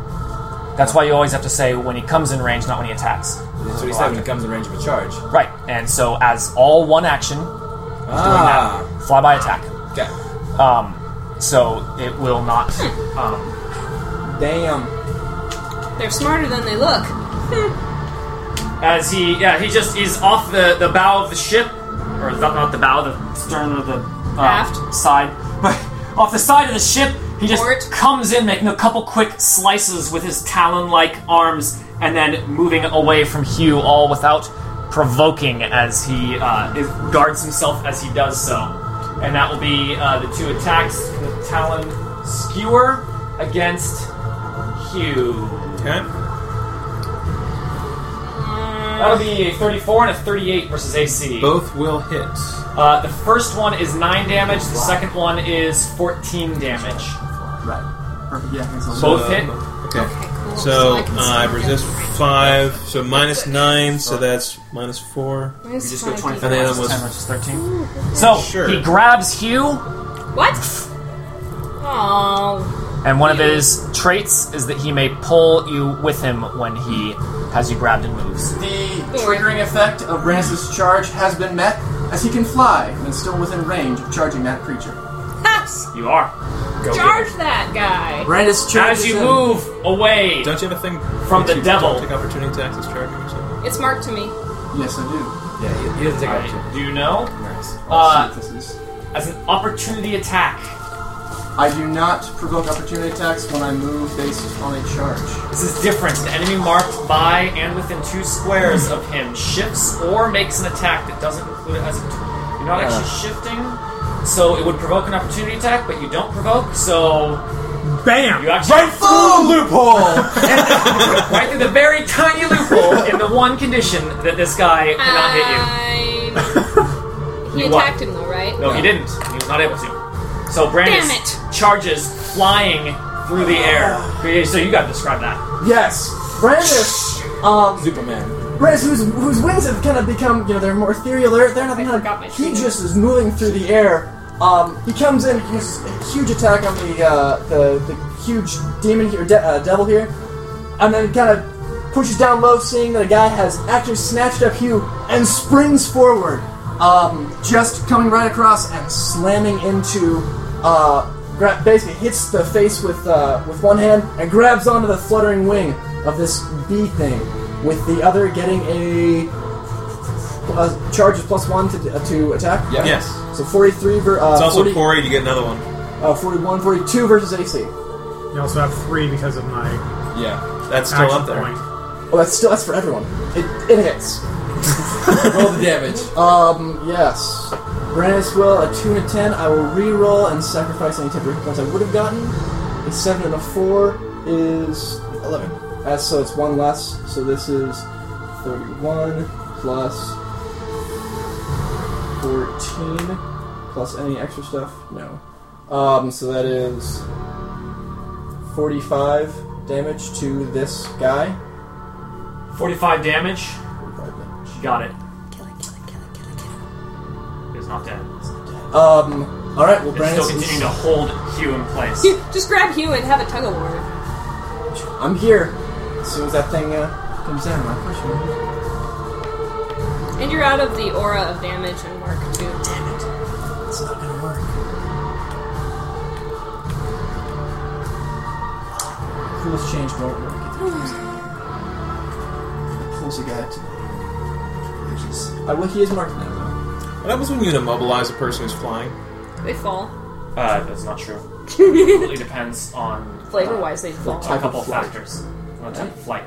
Speaker 9: That's why you always have to say when he comes in range, not when he attacks.
Speaker 3: That's what he said when it comes in range of a charge.
Speaker 9: Right, and so as all one action,
Speaker 3: Ah.
Speaker 9: doing that, fly by attack.
Speaker 3: Okay.
Speaker 9: Um, so it will not. Um,
Speaker 3: Damn.
Speaker 4: They're smarter than they look.
Speaker 2: As he, yeah, he just is off the, the bow of the ship, or not, not the bow, the stern of the uh,
Speaker 4: Aft.
Speaker 2: side, but off the side of the ship, he just
Speaker 4: Port.
Speaker 2: comes in, making a couple quick slices with his talon-like arms, and then moving away from Hugh, all without provoking, as he uh, is, guards himself as he does so. And that will be uh, the two attacks: the talon skewer against Hugh.
Speaker 6: Okay.
Speaker 2: That'll be a 34 and a 38 versus AC.
Speaker 6: Both will hit.
Speaker 2: Uh, the first one is 9 damage, the second one is 14 damage.
Speaker 7: Right. Perfect. Yeah. That's all.
Speaker 2: Both hit.
Speaker 6: Okay. So uh, I resist five, so minus nine, so that's minus four.
Speaker 10: Where's
Speaker 2: Just
Speaker 10: my
Speaker 2: go
Speaker 10: D-
Speaker 2: 25
Speaker 6: And the
Speaker 2: versus
Speaker 6: other
Speaker 2: 10
Speaker 6: was-
Speaker 2: versus 13. So,
Speaker 6: Sure.
Speaker 2: he grabs Hugh,
Speaker 4: What? Oh,
Speaker 2: and one of his traits is that he may pull you with him when he has you grabbed and moves.
Speaker 7: The triggering effect of Rance's charge has been met, as he can fly and is still within range of charging that creature.
Speaker 2: You are.
Speaker 4: charge that guy.
Speaker 11: Brandis charges
Speaker 2: As you
Speaker 11: in.
Speaker 2: move away,
Speaker 6: Don't you have a thing
Speaker 2: From the
Speaker 6: you
Speaker 2: devil.
Speaker 6: Take opportunity attacks as charging or something.
Speaker 4: It's marked to me.
Speaker 7: Yes, I do.
Speaker 3: Yeah, he, he doesn't take opportunity.
Speaker 2: I do know,
Speaker 3: Nice.
Speaker 2: uh,
Speaker 7: Let's see if this is.
Speaker 2: as an opportunity attack.
Speaker 7: I do not provoke opportunity attacks when I move based on a charge.
Speaker 2: This is different. The enemy marked by and within two squares of him shifts or makes an attack that doesn't include it as a. You're not actually shifting, so it would provoke an opportunity attack, but you don't provoke, so
Speaker 5: Bam!
Speaker 2: you actually right
Speaker 3: Full loophole!
Speaker 2: through the very tiny loophole in the one condition that this guy cannot hit
Speaker 4: I... he
Speaker 2: You what?
Speaker 4: attacked him though, right?
Speaker 2: you. No, he didn't. He was not able to. So Brandis
Speaker 4: Damn it.
Speaker 2: charges flying through the air. So you gotta describe that.
Speaker 7: Yes, Brandis. Um,
Speaker 3: Superman.
Speaker 7: Brandis, whose, whose wings have kind of become, you know, they're more ethereal. They're, they're not
Speaker 4: I
Speaker 7: kind
Speaker 4: forgot my
Speaker 7: of. He
Speaker 4: shoes.
Speaker 7: just is moving through the air. Um, he comes in, he has a huge attack on the uh, the, the huge demon here, de- uh, devil here, and then kind of pushes down low, seeing that a guy has actually snatched up Hugh and springs forward, um, just coming right across and slamming into. Uh, gra- basically hits the face with uh, with one hand and grabs onto the fluttering wing of this bee thing, with the other getting a. Uh, charge is plus one to, uh, to attack.
Speaker 3: Yeah.
Speaker 6: Yes.
Speaker 7: So 43 ver- uh,
Speaker 6: It's also
Speaker 7: 40
Speaker 6: Corey, you get another one.
Speaker 7: uh, 41, 42 versus Oh, AC.
Speaker 5: You also have three because of my
Speaker 3: Yeah.
Speaker 6: That's still
Speaker 5: action
Speaker 6: up there.
Speaker 5: point.
Speaker 7: Oh, that's still that's for everyone. It, it hits.
Speaker 3: Roll the damage.
Speaker 7: Um, yes. Brandis will a two and a ten. I will re-roll and sacrifice any temporary hit points I would have gotten. A seven and a four is eleven. Uh, so it's one less. So this is thirty-one plus fourteen plus any extra stuff. No. Um, so that is forty-five damage to this guy.
Speaker 2: 45 damage.
Speaker 7: 45 damage.
Speaker 2: Got it.
Speaker 10: Kill it, kill it, kill it, kill it, kill
Speaker 2: It's not dead.
Speaker 7: Um. All right.
Speaker 2: It's still
Speaker 7: Well, Brandis. is-
Speaker 2: continuing to hold Hugh in place.
Speaker 4: Hugh, just grab Hugh and have a tug of war.
Speaker 7: I'm here. As soon as that thing uh, comes down, my question.
Speaker 4: And you're out of the aura of damage and mark too.
Speaker 11: Damn it. It's not gonna work.
Speaker 7: Coolest change won't work. It pulls a guy to which is- Uh, well, he is marked now.
Speaker 6: What happens when you immobilize a person who's flying?
Speaker 4: They fall.
Speaker 2: Uh, that's not true. it completely depends on
Speaker 4: Flavor wise, they fall.
Speaker 2: a couple
Speaker 7: of flight.
Speaker 2: factors. What type of flight?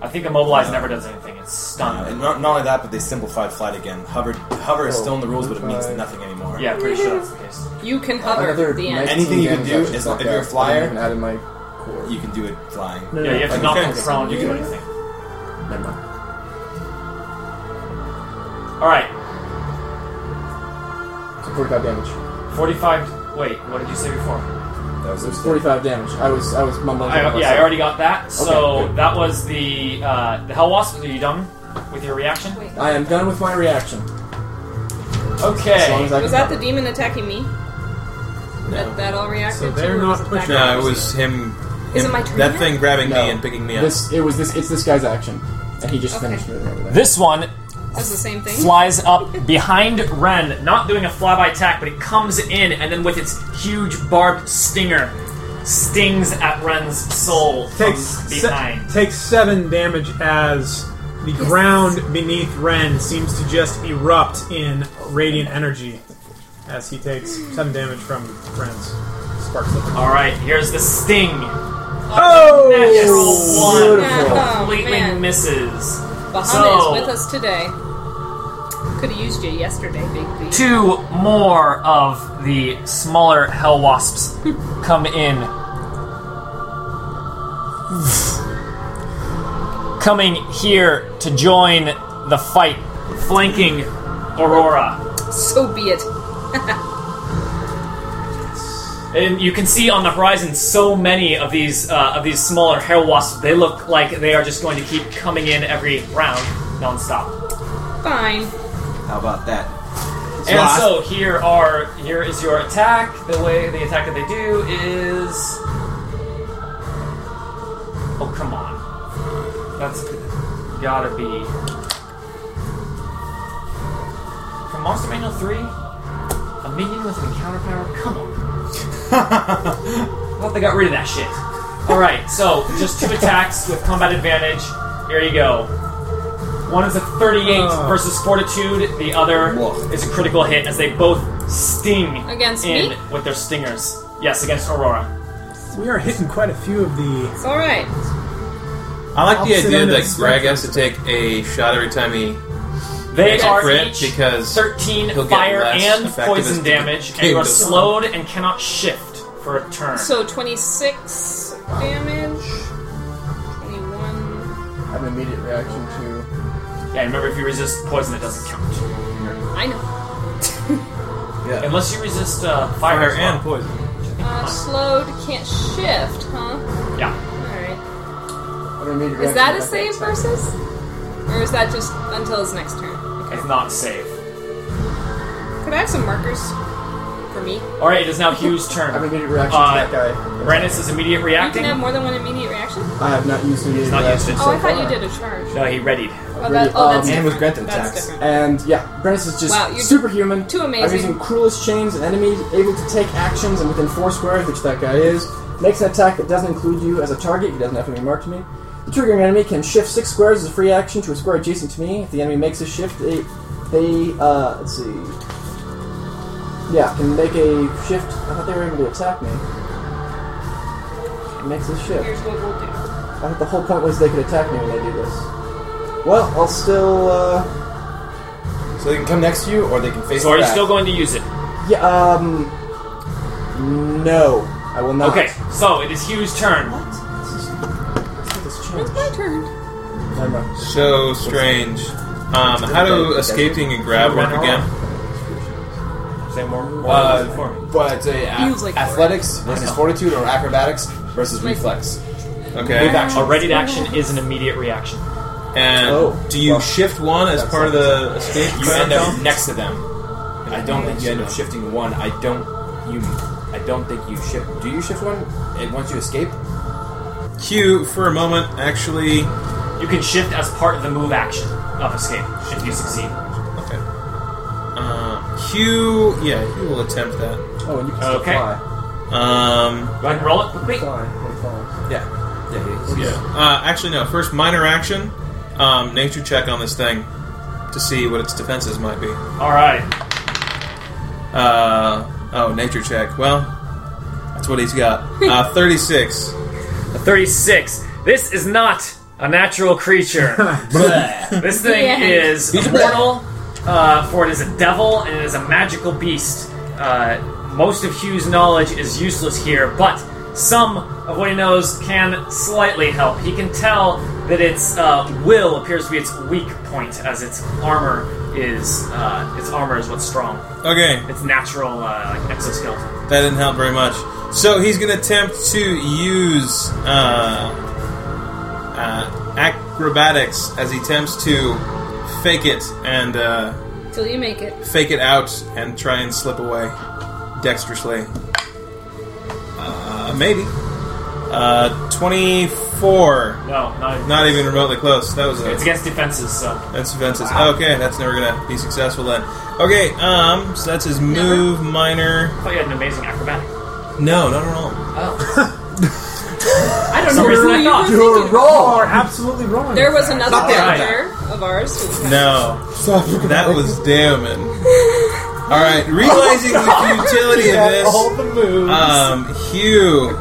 Speaker 2: I think immobilize never does anything. It's stunned.
Speaker 3: Uh, and not, not only that, but they simplified flight again. Hover, hover
Speaker 5: Oh,
Speaker 3: is still in the rules, but it means
Speaker 7: Simplified.
Speaker 3: nothing anymore.
Speaker 2: yeah, pretty sure that's the case.
Speaker 4: You can hover
Speaker 7: Another
Speaker 4: at the end.
Speaker 7: nice-
Speaker 3: Anything you can
Speaker 7: Damage
Speaker 3: do
Speaker 7: actually
Speaker 3: is
Speaker 7: stuck
Speaker 3: if you're a
Speaker 7: out.
Speaker 3: flyer,
Speaker 7: I didn't even add in my core.
Speaker 3: You can do it flying.
Speaker 7: No, no,
Speaker 2: Yeah, you have to
Speaker 7: no,
Speaker 2: knock
Speaker 7: okay.
Speaker 2: them prone to
Speaker 7: You
Speaker 2: do
Speaker 7: can-
Speaker 2: anything.
Speaker 7: Never mind.
Speaker 2: All right,
Speaker 7: So 45 damage.
Speaker 2: forty-five. Wait, what did you say before?
Speaker 3: That was
Speaker 7: It was 45 damage. I was I was mumbling. to
Speaker 2: I,
Speaker 7: myself.
Speaker 2: yeah, I already got that. So
Speaker 7: good.
Speaker 2: that was the uh, the hell wasp. Are you done with your reaction?
Speaker 4: Wait.
Speaker 7: I am done with my reaction. As long
Speaker 2: Okay.
Speaker 7: as I
Speaker 4: Was
Speaker 7: can
Speaker 4: that the
Speaker 7: cover.
Speaker 4: demon attacking me? That, that all reacted
Speaker 5: So
Speaker 4: to
Speaker 5: they're
Speaker 4: or was
Speaker 5: not
Speaker 4: it back
Speaker 5: pushing.
Speaker 4: up?
Speaker 6: No, it was him
Speaker 4: Is
Speaker 6: him-
Speaker 4: it my turn
Speaker 6: that
Speaker 4: yet?
Speaker 6: thing grabbing
Speaker 7: No.
Speaker 6: me and picking me up.
Speaker 7: This it was this it's this guy's action, and he just
Speaker 4: Okay.
Speaker 7: finished moving over there.
Speaker 2: This one
Speaker 4: That's the same thing.
Speaker 2: flies up behind Ren, not doing a flyby attack, but it comes in and then with its huge barbed stinger stings at Ren's soul from
Speaker 5: takes se-
Speaker 2: behind.
Speaker 5: takes seven damage as the ground beneath Ren seems to just erupt in radiant energy as he takes seven damage from Ren's sparks. Of
Speaker 2: All right, here's the sting.
Speaker 5: oh,
Speaker 2: Natural one
Speaker 4: Beautiful. Oh,
Speaker 2: completely
Speaker 4: man.
Speaker 2: misses.
Speaker 4: Bahama
Speaker 2: So-
Speaker 4: is with us today. Could have used you yesterday, Big B.
Speaker 2: Two more of the smaller hell wasps come in. Coming here to join the fight, flanking Aurora.
Speaker 4: So be it.
Speaker 2: And you can see on the horizon so many of these uh, of these smaller hell wasps. They look like they are just going to keep coming in every round, nonstop.
Speaker 4: Fine.
Speaker 3: How about that?
Speaker 2: And
Speaker 3: Sloth.
Speaker 2: so here are here is your attack. The way the attack that they do is oh come on, that's gotta be from Monster Manual three. A minion with an encounter power. Come on. Thought they got rid of that shit. All right, so just two attacks with combat advantage. Here you go. One is a 38
Speaker 5: Oh.
Speaker 2: versus Fortitude. The other is a critical hit as they both sting
Speaker 4: Against
Speaker 2: in
Speaker 4: me?
Speaker 2: with their stingers. Yes, against Aurora.
Speaker 5: we are hitting quite a few of the.
Speaker 4: It's alright.
Speaker 6: I like the
Speaker 5: Opposite
Speaker 6: idea
Speaker 5: end of
Speaker 6: that
Speaker 5: the
Speaker 6: Greg has to take a shot every time he
Speaker 2: They
Speaker 6: It's a
Speaker 2: are
Speaker 6: crit
Speaker 2: each
Speaker 6: because
Speaker 2: 13
Speaker 6: he'll get
Speaker 2: fire
Speaker 6: less
Speaker 2: and
Speaker 6: effective as
Speaker 2: poison
Speaker 6: the
Speaker 2: damage, and
Speaker 6: game
Speaker 2: you are
Speaker 6: goes on.
Speaker 2: slowed and cannot shift for a turn.
Speaker 4: So 26 damage. 21.
Speaker 7: I have an immediate reaction to.
Speaker 2: yeah, remember if you resist poison, it doesn't count.
Speaker 4: I know.
Speaker 2: Unless you resist uh, fire,
Speaker 6: fire
Speaker 2: as well.
Speaker 6: and poison.
Speaker 4: Uh, slowed can't shift, huh?
Speaker 2: Yeah,
Speaker 4: Alright.
Speaker 7: I have an immediate
Speaker 4: Is
Speaker 7: reaction
Speaker 4: that
Speaker 7: to
Speaker 4: a
Speaker 7: that
Speaker 4: save
Speaker 7: attack.
Speaker 4: versus? Or is that just until his next turn?
Speaker 2: it's
Speaker 4: Okay.
Speaker 2: not safe.
Speaker 4: Could I have some markers for me?
Speaker 2: All right, it is now Hugh's turn.
Speaker 7: I have an immediate reaction
Speaker 2: Uh,
Speaker 7: to that guy.
Speaker 2: Brandis is immediate
Speaker 4: You
Speaker 2: reacting.
Speaker 4: can have more than one immediate reaction?
Speaker 7: I have not used immediate
Speaker 2: not used
Speaker 7: reaction
Speaker 2: it.
Speaker 7: so
Speaker 4: Oh, I thought
Speaker 7: far.
Speaker 4: you did a charge.
Speaker 2: No, he readied.
Speaker 4: Oh, that, oh, that's
Speaker 7: Um,
Speaker 4: different.
Speaker 3: and with granted
Speaker 4: that's
Speaker 3: attacks.
Speaker 4: different.
Speaker 7: And yeah, Brennus is just
Speaker 4: Wow, you're
Speaker 7: superhuman.
Speaker 4: too
Speaker 7: I'm
Speaker 4: amazing.
Speaker 7: using cruelest chains and enemies able to take actions, and within four squares, which that guy is, makes an attack that doesn't include you as a target. He doesn't have to be marked to me. The triggering enemy can shift six squares as a free action to a square adjacent to me. If the enemy makes a shift, they, they uh, let's see, yeah, can make a shift. I thought they were able to attack me. It makes a shift.
Speaker 4: Here's what we'll do.
Speaker 7: I thought the whole point was they could attack me when they do this. Well, I'll still. Uh,
Speaker 3: So they can come next to you, or they can face.
Speaker 2: So are you
Speaker 3: back.
Speaker 2: still going to use it?
Speaker 7: Yeah, um. No, I will not.
Speaker 2: Okay, so it is Hugh's turn.
Speaker 4: It's my turn.
Speaker 7: No, no.
Speaker 6: So strange. Um, how do escaping and grab work again?
Speaker 2: Say more. more
Speaker 3: Uh,
Speaker 2: than four.
Speaker 3: But it's a
Speaker 4: Feels
Speaker 3: ath-
Speaker 4: like
Speaker 3: athletics versus fortitude or acrobatics versus
Speaker 4: Like-
Speaker 3: reflex.
Speaker 6: Okay.
Speaker 2: A readied action is an immediate reaction.
Speaker 3: Oh.
Speaker 6: And do you
Speaker 3: Well,
Speaker 6: shift one as part of the escape?
Speaker 3: You end up
Speaker 6: protocol?
Speaker 3: next to them. And I don't think you end up shifting one. I don't. You. I don't think you shift. Do you shift one? And once you escape,
Speaker 6: Q for a moment actually.
Speaker 2: You can shift as part of the move action of escape if you succeed.
Speaker 6: Okay. Um, Q, yeah, Q will attempt that.
Speaker 7: Oh, and you can still
Speaker 2: Okay.
Speaker 7: fly.
Speaker 6: Um,
Speaker 2: Go ahead and roll it quickly.
Speaker 7: Fly. Wait, fly.
Speaker 3: yeah, yeah.
Speaker 6: yeah. Uh, actually, no. First, minor action. Um, nature check on this thing to see what its defenses might be.
Speaker 2: All right.
Speaker 6: Uh, oh, nature check. Well, that's what he's got. Uh, Thirty-six.
Speaker 2: A 36. This is not a natural creature. this thing
Speaker 4: Yeah.
Speaker 2: is mortal, uh, for it is a devil and it is a magical beast. Uh, most of Hugh's knowledge is useless here, but some of what he knows can slightly help. He can tell that its uh, will appears to be its weak point, as its armor is uh, its armor is what's strong.
Speaker 6: Okay,
Speaker 2: Its natural uh, like exoskeleton.
Speaker 6: that didn't help very much. So he's going to attempt to use uh, uh, acrobatics as he attempts to fake it and. Uh,
Speaker 4: Till you make it.
Speaker 6: fake it out and try and slip away dexterously. Uh, maybe. Uh, 24.
Speaker 2: No, not even.
Speaker 6: Not even remotely close. That was a,
Speaker 2: It's against defenses, so.
Speaker 6: That's defenses. Okay, that's never gonna be successful then. Okay, um, so that's his move minor.
Speaker 2: I thought you had an amazing acrobatic.
Speaker 6: No, not at all.
Speaker 2: I don't know. Reason I thought.
Speaker 4: You're
Speaker 5: You are absolutely wrong.
Speaker 4: There was another
Speaker 3: Not there.
Speaker 4: player of ours. who-
Speaker 6: No, that was damning. All right, realizing the futility of this,
Speaker 3: the moves.
Speaker 6: um, Hugh.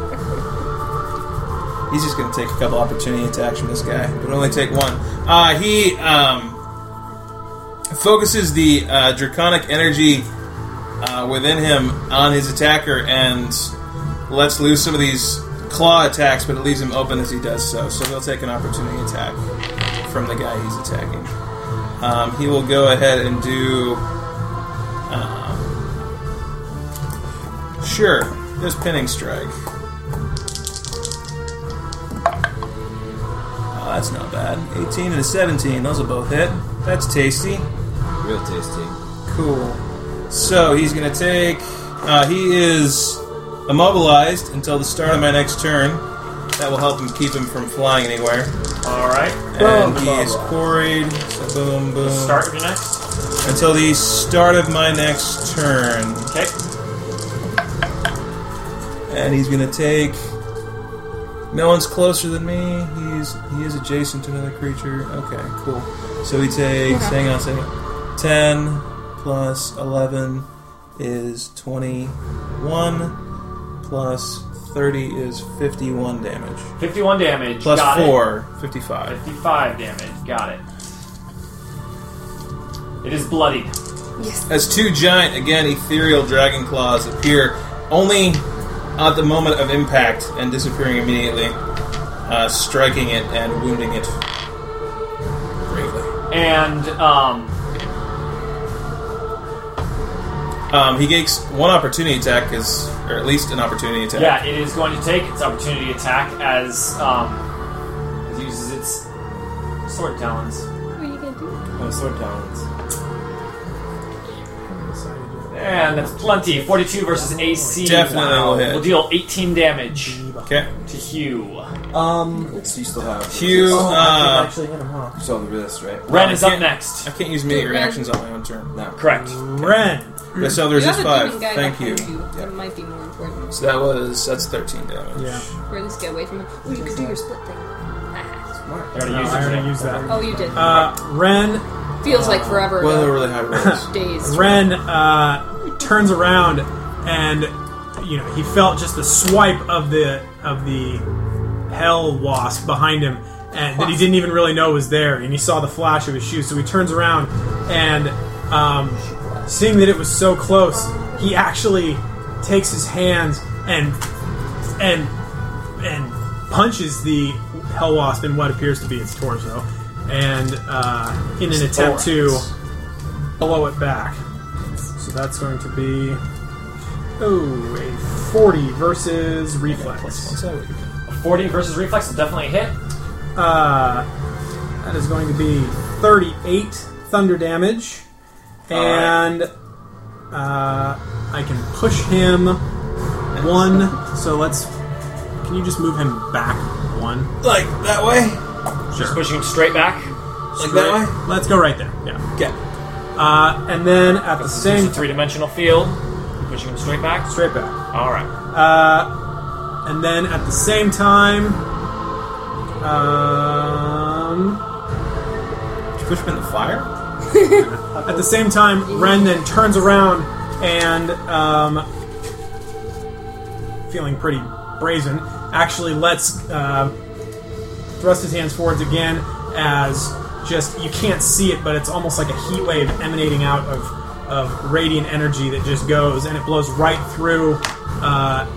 Speaker 6: He's just gonna take a couple opportunity attacks from this guy, but only take one. Uh, he um, focuses the uh, draconic energy uh, within him on his attacker and lets loose some of these claw attacks, but it leaves him open as he does so. So he'll take an opportunity attack from the guy he's attacking. Um, he will go ahead and do. Um, sure, there's pinning strike. Oh, that's not bad. 18 and a 17, those will both hit. That's tasty.
Speaker 8: Real tasty.
Speaker 6: Cool. So he's going to take. Uh, he is immobilized until the start of my next turn. That will help him keep him from flying anywhere.
Speaker 2: Alright.
Speaker 6: And he is quarried. So boom, boom.
Speaker 2: Start of your next.
Speaker 6: Until the start of my next turn.
Speaker 2: Okay.
Speaker 6: And he's going to take. No one's closer than me. He's he is adjacent to another creature. Okay, cool. So he takes. Hang on a second. Ten plus eleven is twenty-one. Plus thirty is fifty-one damage.
Speaker 2: 51 damage.
Speaker 6: Plus
Speaker 2: Got it.
Speaker 6: four, fifty-five.
Speaker 2: 55 damage. Got it. It is bloodied.
Speaker 6: As two giant, again ethereal dragon claws appear, only at the moment of impact and disappearing immediately, uh, striking it and wounding it gravely.
Speaker 2: And, um,
Speaker 6: Um, he gets one opportunity attack, is or at least an opportunity attack.
Speaker 2: yeah, it is going to take its opportunity attack as, um, as it uses its sword talons.
Speaker 4: What are you gonna do?
Speaker 3: sword talents.
Speaker 2: And that's plenty. 42 versus AC.
Speaker 6: Definitely will hit.
Speaker 2: Will deal 18 damage
Speaker 6: Okay.
Speaker 2: to Hugh.
Speaker 7: Um,
Speaker 8: So you still have
Speaker 6: Hugh,
Speaker 7: oh, I can
Speaker 6: uh,
Speaker 7: actually hit him, huh?
Speaker 8: You still have the resist, right?
Speaker 2: Ren is up
Speaker 6: can't-
Speaker 2: next.
Speaker 6: I can't use many reactions on my own turn.
Speaker 8: No.
Speaker 2: Correct.
Speaker 5: Ren.
Speaker 6: But so
Speaker 4: You
Speaker 6: there's
Speaker 4: have
Speaker 6: just
Speaker 4: a
Speaker 6: five.
Speaker 4: demon guy
Speaker 6: Thank you.
Speaker 4: behind That might be more important.
Speaker 6: So that was that's thirteen damage.
Speaker 5: Yeah.
Speaker 4: Or at least get away from it. Ooh, you could do your split thing. Ah.
Speaker 2: They're going
Speaker 5: No,
Speaker 2: to use
Speaker 5: I
Speaker 2: it.
Speaker 5: already
Speaker 2: today.
Speaker 5: used that.
Speaker 4: Oh, you did.
Speaker 5: Uh, Ren
Speaker 4: Feels like forever
Speaker 6: One of the
Speaker 4: ago.
Speaker 6: really high rolls.
Speaker 4: Days.
Speaker 5: Ren uh, turns around and you know he felt just the swipe of the of the hell wasp behind him and that he didn't even really know was there and he saw the flash of his shoe so he turns around and um, seeing that it was so close he actually takes his hands and and and punches the hell wasp in what appears to be its torso and uh, in an attempt to blow it back. So that's going to be oh a forty versus reflex.
Speaker 6: So, uh,
Speaker 2: 40 versus reflex will definitely hit.
Speaker 5: Uh, that is going to be thirty-eight thunder damage, and uh, I can push him one. So let's. Can you just move him back one?
Speaker 6: Like that way?
Speaker 2: Just pushing him straight back.
Speaker 6: Like that
Speaker 5: Let's go right there. Yeah.
Speaker 6: way? Yeah.
Speaker 5: Uh, and then at the
Speaker 2: It's a
Speaker 5: same
Speaker 2: three dimensional field. Pushing him straight back.
Speaker 5: straight back.
Speaker 2: Alright.
Speaker 5: Uh, and then at the same time, um,
Speaker 6: Did you push him in the fire?
Speaker 5: at the same time, Ren then turns around and, um, feeling pretty brazen, actually lets uh, thrust his hands forwards again as just you can't see it, but it's almost like a heat wave emanating out of of radiant energy that just goes and it blows right through. Uh,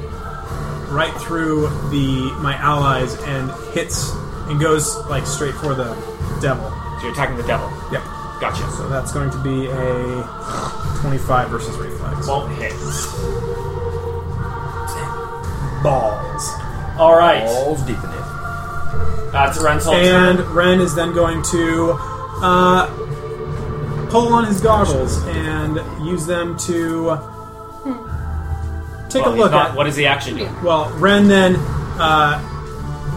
Speaker 5: right through the my allies and hits and goes like straight for the devil.
Speaker 2: So you're attacking the devil.
Speaker 5: Yep.
Speaker 2: Gotcha.
Speaker 5: So that's going to be a 25 versus reflex.
Speaker 2: Won't hit.
Speaker 5: Balls.
Speaker 2: Alright.
Speaker 8: Balls deep in it.
Speaker 2: That's Ren's whole
Speaker 5: And
Speaker 2: turn.
Speaker 5: Ren is then going to uh, pull on his goggles and use them to take
Speaker 2: Well,
Speaker 5: a
Speaker 2: he's
Speaker 5: look
Speaker 2: not-
Speaker 5: at.
Speaker 2: What does the action do?
Speaker 5: Well, Ren then uh,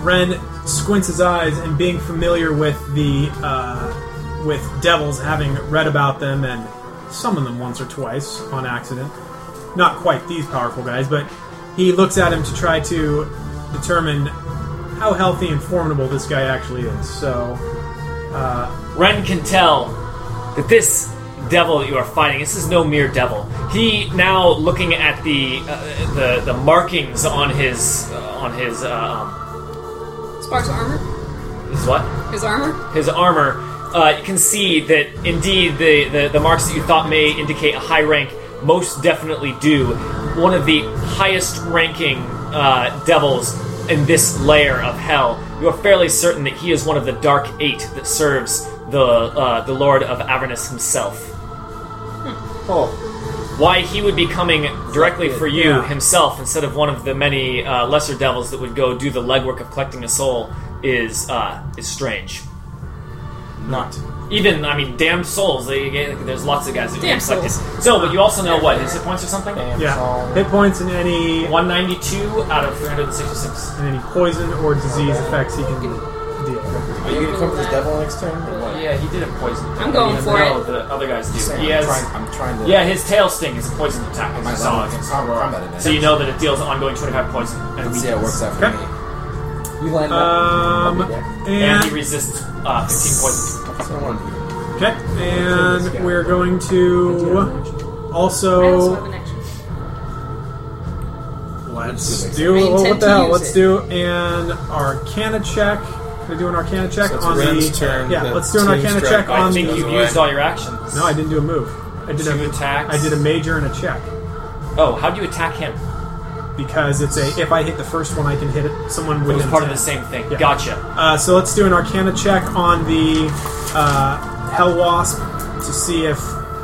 Speaker 5: Ren squints his eyes and being familiar with the uh, with devils, having read about them and summoned them once or twice on accident. Not quite these powerful guys, but he looks at him to try to determine how healthy and formidable this guy actually is. So
Speaker 2: Ren can tell that this devil that you are fighting, this is no mere devil. He now looking at the uh, the the markings on his uh, on his um,
Speaker 4: Spark's armor?
Speaker 2: his what
Speaker 4: His armor?
Speaker 2: his armor, uh, you can see that indeed the, the, the marks that you thought may indicate a high rank most definitely do. One of the highest ranking uh, devils in this layer of hell. You are fairly certain that he is one of the Dark Eight that serves the uh, the Lord of Avernus himself.
Speaker 7: Oh,
Speaker 2: Why he would be coming directly for you
Speaker 5: Yeah.
Speaker 2: himself instead of one of the many uh, lesser devils that would go do the legwork of collecting a soul is uh, is strange.
Speaker 3: Not.
Speaker 2: Even, I mean, damn souls. They, there's lots of guys that
Speaker 4: Damn
Speaker 2: get like this.
Speaker 4: souls.
Speaker 2: So, but you also know what his hit points or something.
Speaker 5: yeah, hit points and any and
Speaker 2: 192 out of 366.
Speaker 5: any poison or disease effects he can deal.
Speaker 3: Are you gonna come for this devil next turn? Or what?
Speaker 2: Yeah, he did a poison. Attack.
Speaker 4: I'm going
Speaker 2: Even
Speaker 4: for
Speaker 2: though
Speaker 4: it.
Speaker 2: The other guys do.
Speaker 3: I'm
Speaker 2: He has-
Speaker 3: trying- I'm trying to.
Speaker 2: yeah, his tail sting is a poison attack.
Speaker 3: My
Speaker 2: I saw
Speaker 3: level
Speaker 2: it.
Speaker 3: against combat in it.
Speaker 2: So you know that it deals ongoing 25 poison. And
Speaker 3: Let's see how it works
Speaker 2: weakens.
Speaker 3: out for
Speaker 5: Okay.
Speaker 3: me. You land
Speaker 2: Uh,
Speaker 5: Um,
Speaker 3: up.
Speaker 2: And he
Speaker 5: and
Speaker 2: resists uh, 15 poison.
Speaker 4: Um,
Speaker 3: Someone.
Speaker 5: okay, and we're going to
Speaker 4: I also have
Speaker 5: also
Speaker 4: an action.
Speaker 5: let's
Speaker 3: I
Speaker 5: do
Speaker 4: intend
Speaker 5: well, what the
Speaker 4: to
Speaker 5: hell?
Speaker 4: use
Speaker 5: Let's
Speaker 4: it.
Speaker 5: do an Arcana check. Gonna do an Arcana check
Speaker 6: So it's
Speaker 5: on
Speaker 6: Ren's
Speaker 5: the
Speaker 6: turn,
Speaker 5: yeah.
Speaker 6: the
Speaker 5: Let's do an
Speaker 6: team's
Speaker 5: Arcana
Speaker 6: strike.
Speaker 5: check
Speaker 6: I
Speaker 5: on
Speaker 2: I
Speaker 5: the
Speaker 2: think
Speaker 6: those
Speaker 2: you've
Speaker 6: away.
Speaker 2: used all your actions.
Speaker 5: No, I didn't do a move. I did
Speaker 2: Two
Speaker 5: a
Speaker 2: attacks.
Speaker 5: I did a major and a check
Speaker 2: Oh, how do you attack him?
Speaker 5: because it's a if I hit the first one, I can hit it, someone
Speaker 2: It
Speaker 5: with
Speaker 2: was part of the same thing.
Speaker 5: Yeah.
Speaker 2: Gotcha.
Speaker 5: Uh, so let's do an Arcana check on the uh, Hell Wasp to see if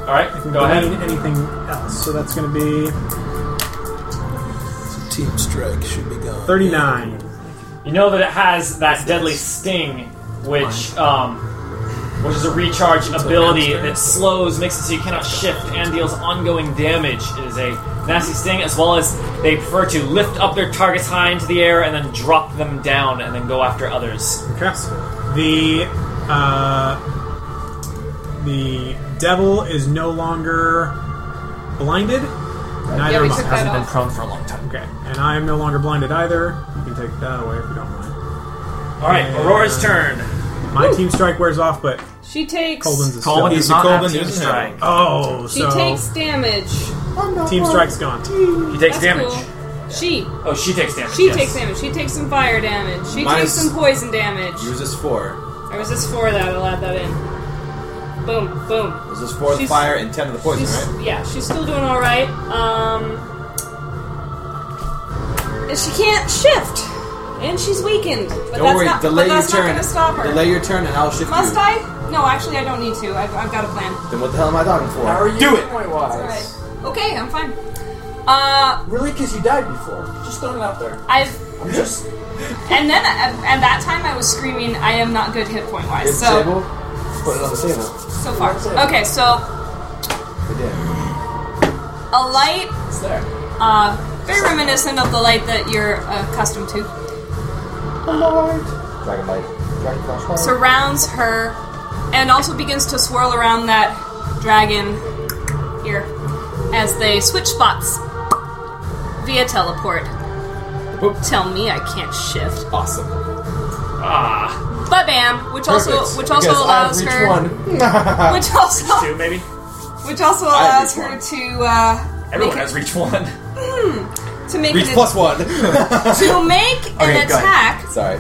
Speaker 2: All right,
Speaker 5: I can
Speaker 2: go
Speaker 5: glean
Speaker 2: ahead.
Speaker 5: anything else. So that's going to be
Speaker 12: Team strike should be gone.
Speaker 5: 39.
Speaker 2: You know that it has that deadly sting, which um, which is a recharge ability that slows, makes it so you cannot shift, and deals ongoing damage. It is a nasty sting, as well as they prefer to lift up their targets high into the air and then drop them down, and then go after others.
Speaker 5: Okay. The uh, the devil is no longer blinded. Neither
Speaker 4: Yeah, we
Speaker 5: am I.
Speaker 4: took that off.
Speaker 2: prone for a long time.
Speaker 5: Okay, and I am no longer blinded either. You can take that away if you don't mind.
Speaker 2: All right, Aurora's turn.
Speaker 5: My team strike wears off, but
Speaker 4: She takes.
Speaker 5: Colden's is
Speaker 2: Colin
Speaker 5: still.
Speaker 2: does not have
Speaker 6: Colin
Speaker 2: team
Speaker 6: doesn't
Speaker 2: strike.
Speaker 5: Oh,
Speaker 4: She
Speaker 5: so
Speaker 4: takes damage.
Speaker 5: team strike's gone.
Speaker 2: He takes
Speaker 4: That's
Speaker 2: damage.
Speaker 4: cool. She.
Speaker 2: Oh, she takes damage.
Speaker 4: She
Speaker 2: yes.
Speaker 4: takes damage. She takes some fire damage. She
Speaker 3: Minus-
Speaker 4: takes some poison damage.
Speaker 3: You resist four.
Speaker 4: I was just for that. I'll add that in. Boom, boom.
Speaker 3: Resist four of the
Speaker 4: She's-
Speaker 3: fire and ten of the poison,
Speaker 4: She's,
Speaker 3: right?
Speaker 4: yeah, she's still doing all right. Um, and she can't shift, and she's weakened. But
Speaker 3: Don't
Speaker 4: that's
Speaker 3: worry.
Speaker 4: not,
Speaker 3: delay
Speaker 4: but that's
Speaker 3: your
Speaker 4: not
Speaker 3: turn.
Speaker 4: gonna stop her.
Speaker 3: Delay your turn, and I'll shift
Speaker 4: Must
Speaker 3: you.
Speaker 4: I? No, actually, I don't need to. I've, I've got a plan.
Speaker 3: Then what the hell am I talking for?
Speaker 7: how are you
Speaker 3: Do it.
Speaker 7: point
Speaker 4: All right.
Speaker 7: wise?
Speaker 4: Okay, I'm fine. Uh,
Speaker 7: Really? Because you died before. Just throwing it out there.
Speaker 4: I've
Speaker 7: I'm just
Speaker 4: and then at, at that time I was screaming, "I am not good hit point wise."
Speaker 3: It's
Speaker 4: So
Speaker 3: table. Put it on the table.
Speaker 4: so far, okay. So
Speaker 3: We did.
Speaker 4: a light
Speaker 7: it's there.
Speaker 4: Uh, very reminiscent of the light that you're uh, accustomed to.
Speaker 3: Dragon light. Dragon flash. fire.
Speaker 4: Surrounds her and also begins to swirl around that dragon here as they switch spots via teleport. Tell me I can't shift.
Speaker 3: Awesome.
Speaker 2: Ah,
Speaker 4: But bam, which also
Speaker 3: Perfect.
Speaker 4: which also
Speaker 3: Because
Speaker 4: allows
Speaker 3: I've reached
Speaker 4: her
Speaker 3: One.
Speaker 4: which also
Speaker 2: two maybe.
Speaker 4: which also allows
Speaker 3: reached one.
Speaker 4: her to uh,
Speaker 2: Everyone
Speaker 4: make
Speaker 2: has reach one.
Speaker 4: a- to make
Speaker 3: Reach
Speaker 4: an,
Speaker 3: plus one.
Speaker 4: to make
Speaker 3: Okay,
Speaker 4: an
Speaker 3: go ahead.
Speaker 4: attack
Speaker 3: Sorry.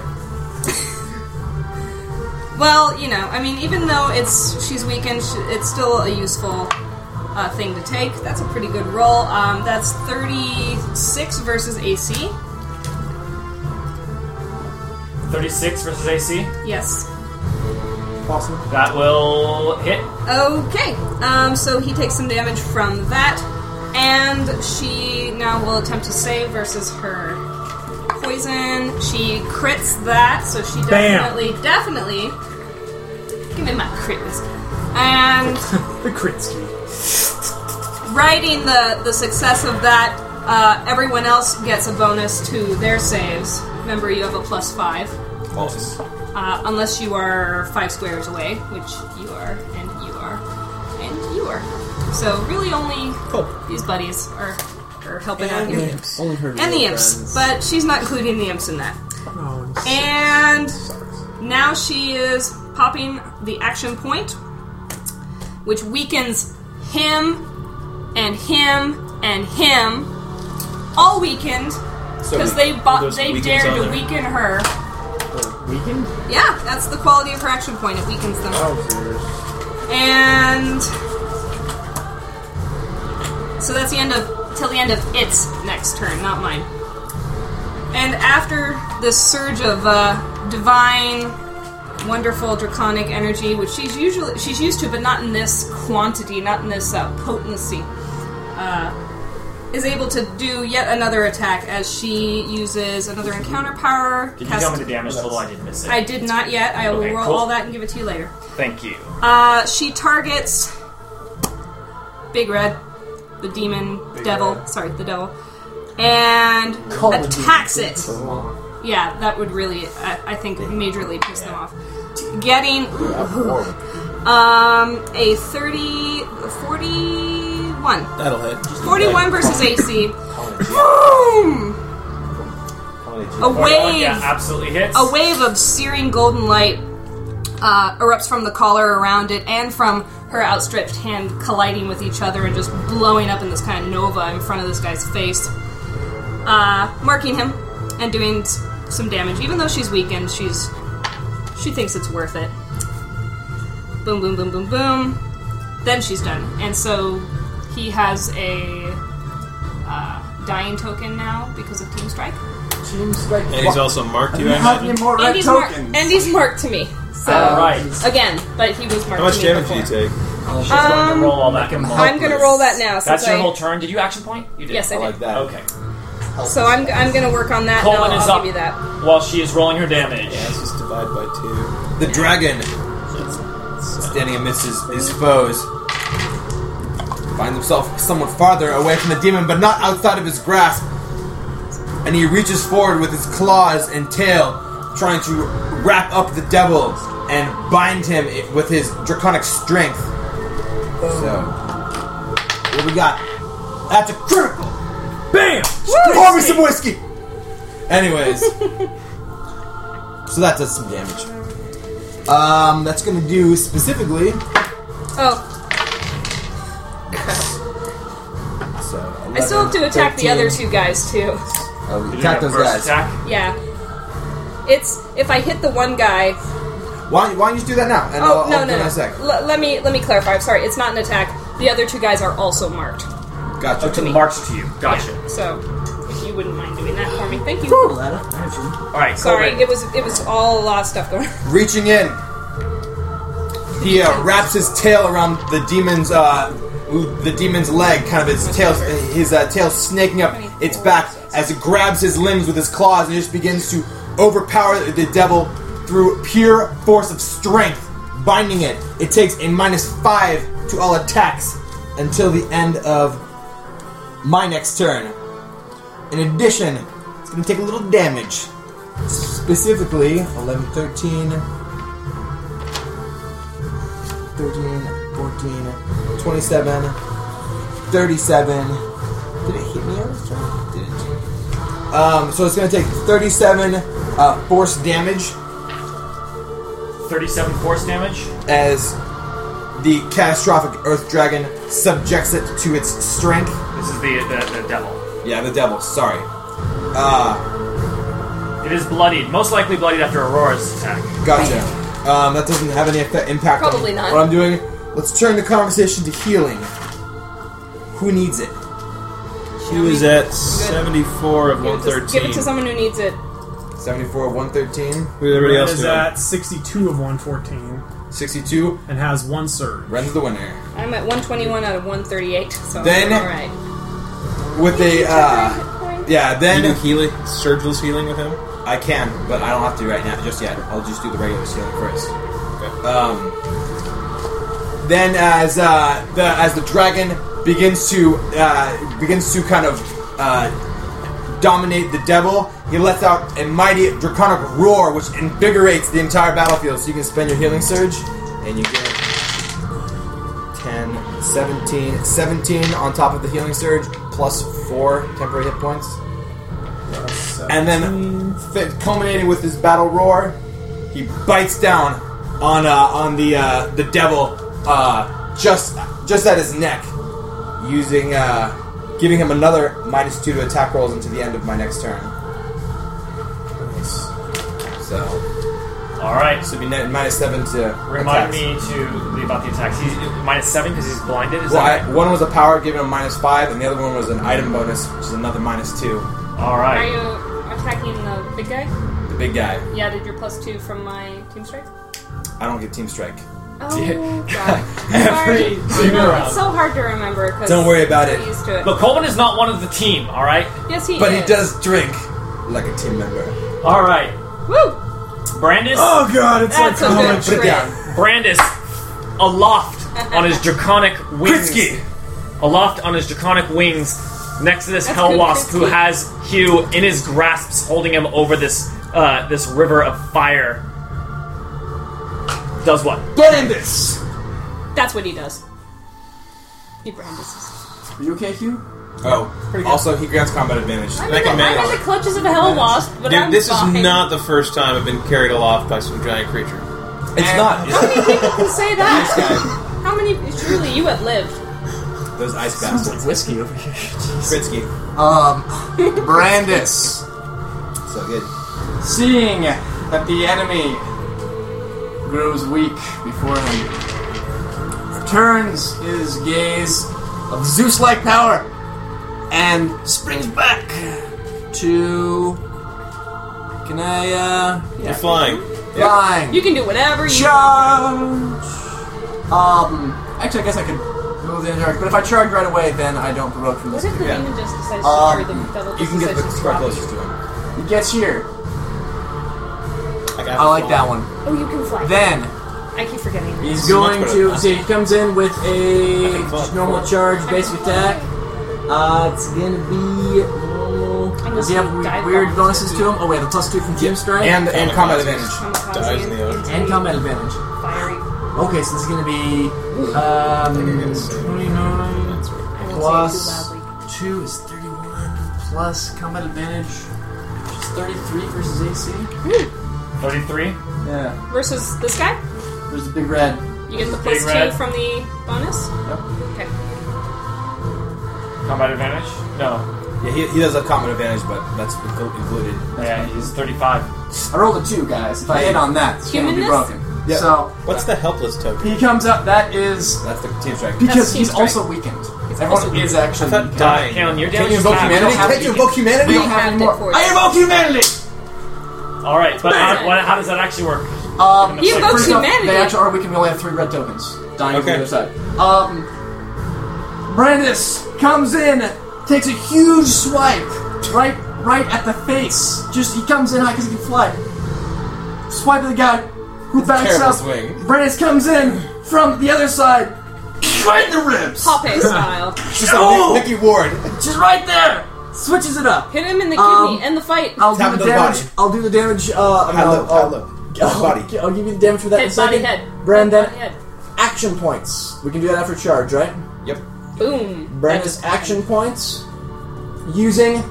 Speaker 4: Well, you know, I mean, even though it's she's weakened, sh- it's still a useful uh, thing to take. That's a pretty good roll. Um, that's thirty-six versus AC.
Speaker 2: 36 versus AC.
Speaker 4: Yes.
Speaker 7: Awesome.
Speaker 2: That will hit.
Speaker 4: Okay. Um, so he takes some damage from that, and she now will attempt to save versus her poison. She crits that, so she
Speaker 5: Bam.
Speaker 4: definitely, definitely. Give me my crit whiskey. And
Speaker 5: The Kritsky.
Speaker 4: Writing the, the success of that, uh, everyone else gets a bonus to their saves. Remember, you have a plus five. Uh, unless you are five squares away, which you are, and you are, and you are. So really, only these buddies are, are helping out here.
Speaker 3: Only her
Speaker 4: And the imps, but she's not including the imps in that.
Speaker 5: Oh,
Speaker 4: And now she is popping the action point, which weakens him and him and him, all weakened because
Speaker 6: we-
Speaker 4: they bo-
Speaker 6: there's
Speaker 4: they
Speaker 6: weakens
Speaker 4: dared
Speaker 6: on
Speaker 4: to
Speaker 6: there.
Speaker 4: weaken her.
Speaker 7: Weakened?
Speaker 4: Yeah, that's the quality of her action point. It weakens them.
Speaker 2: Oh,
Speaker 4: And so that's the end of till the end of its next turn, not mine. And after this surge of uh, divine, wonderful draconic energy, which she's usually she's used to, but not in this quantity, not in this uh, potency, uh, is able to do yet another attack as she uses another encounter power.
Speaker 2: Did you
Speaker 4: cast-
Speaker 2: tell me the damage total? I didn't miss it.
Speaker 4: I did not yet. I will
Speaker 2: Okay,
Speaker 4: roll
Speaker 2: cool.
Speaker 4: all that and give it to you later.
Speaker 2: Thank you.
Speaker 4: Uh, she targets Big Red, the demon devil. Sorry, the devil, and attacks it. Yeah, that would really, I, I think, majorly piss them off. Getting um, a 30, 41.
Speaker 6: That'll hit.
Speaker 4: 41 versus AC. Boom! A
Speaker 2: Oh,
Speaker 4: wave
Speaker 2: yeah, absolutely hits.
Speaker 4: a wave of searing golden light uh, erupts from the collar around it and from her outstretched hand colliding with each other and just blowing up in this kind of nova in front of this guy's face, uh, marking him and doing s- some damage. Even though she's weakened, she's she thinks it's worth it. Boom, boom, boom, boom, boom. Then she's done, and so he has a uh, dying token now because of Team Strike.
Speaker 7: Team strike.
Speaker 6: And he's also marked you, I
Speaker 7: How
Speaker 6: imagine.
Speaker 7: many more red
Speaker 4: Andy's, marked.
Speaker 7: Uh, tokens?
Speaker 4: Andy's marked to me. So
Speaker 2: All right.
Speaker 4: again, but he was marked.
Speaker 6: How much
Speaker 4: to me
Speaker 6: damage do you
Speaker 4: before.
Speaker 6: take?
Speaker 2: She's going
Speaker 4: Um,
Speaker 2: to roll all that. Come
Speaker 4: I'm gonna roll that now. Since
Speaker 2: That's your
Speaker 4: I,
Speaker 2: whole turn. Did you action point? You did.
Speaker 4: Yes, I did.
Speaker 3: that.
Speaker 2: Okay.
Speaker 4: so I'm, I'm gonna work on that.
Speaker 2: Coleman
Speaker 4: and I'll,
Speaker 2: is
Speaker 4: I'll
Speaker 2: up.
Speaker 4: give you that.
Speaker 2: While she is rolling her damage.
Speaker 6: Let's just divide by two.
Speaker 3: The dragon, standing amidst his, his foes, finds himself somewhat farther away from the demon, but not outside of his grasp. And he reaches forward with his claws and tail, trying to wrap up the devil and bind him i- with his draconic strength. So, what we got? That's a critical.
Speaker 5: Bam!
Speaker 3: Pour me some whiskey. Anyways, so that does some damage. Um, that's gonna do specifically.
Speaker 4: Oh,
Speaker 3: So
Speaker 4: I still have to attack the other two guys too.
Speaker 3: Uh, we
Speaker 2: Did you
Speaker 3: attack
Speaker 2: have
Speaker 3: those
Speaker 2: first
Speaker 3: guys.
Speaker 2: Attack.
Speaker 4: Yeah. It's if I hit the one guy.
Speaker 3: Why, don't- why don't you do that now? And
Speaker 4: Oh
Speaker 3: I'll,
Speaker 4: no
Speaker 3: I'll
Speaker 4: no
Speaker 3: do
Speaker 4: no.
Speaker 3: my sec.
Speaker 4: L- let me let me clarify. I'm sorry. It's not an attack. The other two guys are also marked.
Speaker 3: Gotcha.
Speaker 2: To march to you. Gotcha.
Speaker 4: So if you wouldn't mind doing that for me, thank you.
Speaker 2: All right.
Speaker 4: Sorry,
Speaker 2: Corbin.
Speaker 4: it was it was all a lot of stuff going. on.
Speaker 3: Reaching in, he uh, wraps his tail around the demon's uh, the demon's leg, kind of his tail, his uh, tail snaking up its back as it grabs his limbs with his claws and just begins to overpower the devil through pure force of strength, binding it. It takes a minus five to all attacks until the end of my next turn. In addition, it's going to take a little damage. Specifically, 11, 13, 13, 14, 27, 37. Did it hit me on this turn? Didn't. Um, so it's going to take 37 uh, force damage
Speaker 2: 37 force damage.
Speaker 3: as the catastrophic Earth Dragon subjects it to its strength.
Speaker 2: This is the, the the devil.
Speaker 3: Yeah, the devil, sorry. Uh,
Speaker 2: It is bloodied. Most likely bloodied after Aurora's attack.
Speaker 3: gotcha. Um, that doesn't have any effect, impact
Speaker 4: Probably
Speaker 3: on
Speaker 4: not.
Speaker 3: what I'm doing. Let's turn the conversation to healing. Who needs it?
Speaker 6: He was at 74 of
Speaker 4: Give it to- Give it to
Speaker 6: 113.
Speaker 4: someone who needs it.
Speaker 3: 74 of 113,
Speaker 6: Who's everybody
Speaker 5: Red
Speaker 6: else
Speaker 5: is
Speaker 6: doing?
Speaker 5: at 62 of 114
Speaker 3: 62,
Speaker 5: and has one surge.
Speaker 3: runs the winner.
Speaker 4: I'm at 121 out of 138, so
Speaker 3: Then-
Speaker 4: all right.
Speaker 3: With a, uh, yeah,
Speaker 6: Can you do
Speaker 3: then
Speaker 6: healing, surgeless healing with him?
Speaker 3: I can, but I don't have to right now, just yet. I'll just do the regular healing first.
Speaker 6: Okay.
Speaker 3: Um, then, as uh, the as the dragon begins to uh, begins to kind of uh, dominate the devil, He lets out a mighty draconic roar, which invigorates the entire battlefield. So you can spend your healing surge, and you get 10, 17, 17 on top of the healing surge, plus 4 temporary hit points. And then, fi- culminating with his battle roar, he bites down on uh, on the uh, the devil uh, just just at his neck, using uh, giving him another minus two to attack rolls until the end of my next turn. So
Speaker 2: All right.
Speaker 3: so it'd be net- minus seven to
Speaker 2: Remind
Speaker 3: attacks.
Speaker 2: me to leave out the attacks. He's minus seven because he's blinded. Is
Speaker 3: Well,
Speaker 2: that
Speaker 3: I, one was a power, giving him minus five, and the other one was an item bonus, which is another minus two.
Speaker 2: all
Speaker 4: Are
Speaker 2: right?
Speaker 4: you attacking the big guy?
Speaker 3: The big guy.
Speaker 4: Yeah, did your plus two from my team strike?
Speaker 3: I don't get team strike.
Speaker 4: Oh,
Speaker 3: Yeah.
Speaker 4: God. Sorry.
Speaker 3: Every
Speaker 4: I know, it's so hard to remember. 'cause
Speaker 3: Don't worry about
Speaker 4: I'm
Speaker 3: it.
Speaker 4: Used to it.
Speaker 2: Look, Coleman is not one of the team. All right.
Speaker 4: yes, he
Speaker 3: But
Speaker 4: is.
Speaker 3: he does drink like a team member.
Speaker 2: All right.
Speaker 4: Woo!
Speaker 2: Brandis.
Speaker 5: Oh god, it's
Speaker 4: That's a
Speaker 5: like oh,
Speaker 4: good
Speaker 5: it's-
Speaker 3: Put it
Speaker 4: trick.
Speaker 3: down.
Speaker 2: Brandis, aloft on his draconic wings. Aloft on his draconic wings, next to this
Speaker 4: That's
Speaker 2: hell
Speaker 4: good,
Speaker 2: wasp who
Speaker 4: Kritsky.
Speaker 2: has Hugh in his grasps, holding him over this uh, this river of fire. Does what?
Speaker 3: Brandis!
Speaker 4: That's what he does. He brandises.
Speaker 7: Are you okay, Hugh?
Speaker 3: Oh, also, he grants combat advantage.
Speaker 4: I'm,
Speaker 6: Like
Speaker 4: in
Speaker 6: a
Speaker 4: the,
Speaker 6: man.
Speaker 4: I'm in the clutches of a hell wasp, but
Speaker 6: Dude,
Speaker 4: I'm
Speaker 6: this
Speaker 4: fine.
Speaker 6: is not the first time I've been carried aloft by some giant creature.
Speaker 3: It's not.
Speaker 4: How
Speaker 3: It's
Speaker 4: many people can say that? How many? Surely you have lived.
Speaker 3: those ice bastards.
Speaker 11: Whiskey over here.
Speaker 3: Kritsky.
Speaker 7: Um, Brandis,
Speaker 3: So good.
Speaker 7: seeing that the enemy grows weak before him, turns his gaze
Speaker 11: of Zeus-like power, and springs back to. Can I? uh...
Speaker 6: You're flying.
Speaker 11: Flying.
Speaker 4: You can do whatever you.
Speaker 7: charge. Um, actually, I guess I could move the other direction, but if I charge right away, then I don't provoke from
Speaker 4: What
Speaker 7: this.
Speaker 4: if the
Speaker 3: Yeah. Uh,
Speaker 4: demon just decides to,
Speaker 7: Um,
Speaker 4: or the devil
Speaker 3: You
Speaker 4: just
Speaker 3: can get
Speaker 4: decides
Speaker 3: the
Speaker 4: to
Speaker 3: square
Speaker 4: drop
Speaker 3: closest
Speaker 4: you?
Speaker 3: to him.
Speaker 7: He gets here.
Speaker 6: Like, have
Speaker 11: I
Speaker 6: to
Speaker 11: like
Speaker 6: fly.
Speaker 11: that one.
Speaker 4: Oh, you can fly.
Speaker 11: Then
Speaker 4: I keep forgetting. that.
Speaker 11: he's
Speaker 6: It's much
Speaker 11: going
Speaker 6: better than
Speaker 11: to.
Speaker 6: that.
Speaker 11: See, he comes in with a
Speaker 6: think
Speaker 11: just
Speaker 6: fun.
Speaker 11: normal charge, basic attack. Uh, it's gonna be. normal.
Speaker 4: I'm
Speaker 11: Does he have
Speaker 4: listening to
Speaker 11: weird,
Speaker 4: dive
Speaker 11: weird
Speaker 4: bombs.
Speaker 11: bonuses to him? Oh wait, the plus two from team strike
Speaker 3: And, and combat advantage.
Speaker 4: Kamikaze
Speaker 6: Dies in the ocean.
Speaker 11: and combat advantage.
Speaker 4: Fiery.
Speaker 11: Okay, so this is gonna be um, twenty nine.
Speaker 4: I won't
Speaker 11: Plus-
Speaker 4: say it too loudly.
Speaker 11: 2 is 31 plus combat advantage, which is 33 versus AC.
Speaker 2: Thirty-three.
Speaker 7: Yeah,
Speaker 4: Versus this guy,
Speaker 7: there's a big red.
Speaker 4: you get the
Speaker 2: Big
Speaker 4: plus two
Speaker 2: red.
Speaker 4: from the bonus.
Speaker 7: Yep.
Speaker 4: Okay.
Speaker 2: Combat advantage? No.
Speaker 3: Yeah, he, he does have combat advantage, but that's inclu- included.
Speaker 2: Yeah, he's thirty-five.
Speaker 7: I rolled a two, guys. If I hit on that, it's gonna be
Speaker 4: Humanness?
Speaker 7: broken.
Speaker 3: Yeah.
Speaker 7: So
Speaker 6: What's the helpless token?
Speaker 7: he comes up. That is
Speaker 3: That's the team strike.
Speaker 4: That's
Speaker 7: because
Speaker 4: team
Speaker 7: he's
Speaker 4: strike.
Speaker 7: also weakened. Everyone
Speaker 4: also
Speaker 7: is actually weakened.
Speaker 6: dying.
Speaker 2: Kalen, your
Speaker 3: Can
Speaker 2: damage
Speaker 3: you
Speaker 2: is
Speaker 3: invoke
Speaker 2: back.
Speaker 3: humanity?
Speaker 7: have
Speaker 3: Can you invoke
Speaker 7: We
Speaker 3: humanity?
Speaker 7: don't have
Speaker 4: Halved
Speaker 7: any
Speaker 4: it
Speaker 7: more.
Speaker 4: for you.
Speaker 7: I invoke humanity.
Speaker 2: All right, but how, what- how does that actually work?
Speaker 7: Um,
Speaker 2: He
Speaker 4: invokes
Speaker 7: first off,
Speaker 4: humanity.
Speaker 7: They actually are weakened. We only have three red tokens. Dying
Speaker 6: Okay.
Speaker 7: from the other side. Um, Brandis comes in, takes a huge swipe right, right at the face. Just he comes in high because he can fly. Swipe at the guy who backs
Speaker 3: terrible
Speaker 7: up.
Speaker 3: swing.
Speaker 7: Brandis comes in from the other side, right in the ribs.
Speaker 4: Pope style.
Speaker 3: Just like Nick- Nicky Ward.
Speaker 7: Just right there. Switches it up.
Speaker 4: Oh! Hit him in the
Speaker 7: Um,
Speaker 4: kidney. End the fight.
Speaker 7: I'll
Speaker 3: Tap
Speaker 7: do the
Speaker 3: the body.
Speaker 7: damage. I'll do the damage. Uh,
Speaker 3: High
Speaker 7: I'll,
Speaker 3: low, high low.
Speaker 7: I'll,
Speaker 3: Body.
Speaker 7: I'll give you the damage for that in a
Speaker 4: Head, body,
Speaker 7: second.
Speaker 4: head.
Speaker 7: Brandon,
Speaker 4: Body, head.
Speaker 7: action points. We can do that after charge, right?
Speaker 3: Yep.
Speaker 4: Boom.
Speaker 7: Brandon's action points using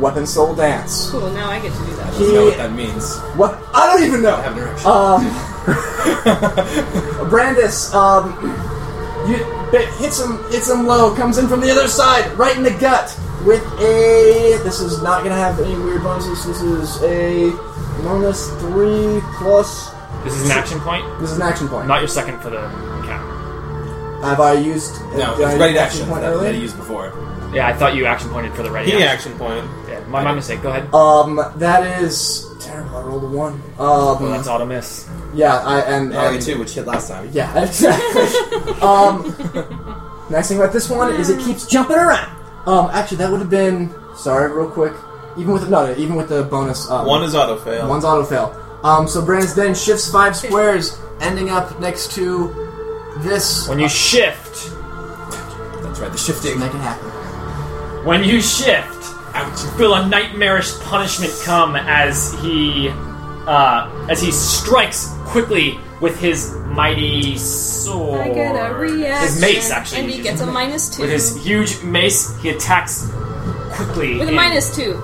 Speaker 7: Weapon Soul Dance.
Speaker 4: Cool. Now I get to do that.
Speaker 3: You know
Speaker 7: He
Speaker 3: what that means. I
Speaker 7: what? I don't even know.
Speaker 3: have an erection.
Speaker 7: Um, Brandis um, you, bit, hits him hits him low. Comes in from the other side, right in the gut with a. This is not gonna have any weird bonuses. This is a minus three plus.
Speaker 2: This is an action point,
Speaker 7: This is an action point.
Speaker 2: not your second for the encounter.
Speaker 7: Have I used?
Speaker 3: no,
Speaker 7: did I
Speaker 3: it's
Speaker 7: use
Speaker 3: ready action
Speaker 7: point
Speaker 3: that, that he
Speaker 7: earlier?
Speaker 3: used before.
Speaker 2: Yeah, I thought you action pointed for the ready.
Speaker 6: He
Speaker 2: action.
Speaker 6: action point.
Speaker 2: Yeah, my, my mistake. Go ahead.
Speaker 7: Um, that is terrible. I rolled a one. Um,
Speaker 2: Well, Oh, that's Oh, auto miss.
Speaker 7: yeah, I and,
Speaker 3: Alley
Speaker 7: and
Speaker 3: 2, which hit last time.
Speaker 7: Yeah, exactly. um, nice thing about this one is it keeps jumping around. Um, actually, that would have been sorry, real quick. Even with no, no, even with the bonus, um,
Speaker 6: One is auto fail.
Speaker 7: one's auto fail. Um, so Brandis then shifts five squares, ending up next to this.
Speaker 2: When you shift,
Speaker 3: That's right, the shifting.
Speaker 7: Make it happen.
Speaker 2: when you shift, Ouch. You feel a nightmarish punishment come as he uh, as he strikes quickly with his mighty sword.
Speaker 4: I get a reaction.
Speaker 2: His mace, actually.
Speaker 4: And
Speaker 2: he
Speaker 4: he
Speaker 2: uses.
Speaker 4: gets a minus two.
Speaker 2: With his huge mace, he attacks quickly.
Speaker 4: With a
Speaker 2: and-
Speaker 4: minus two.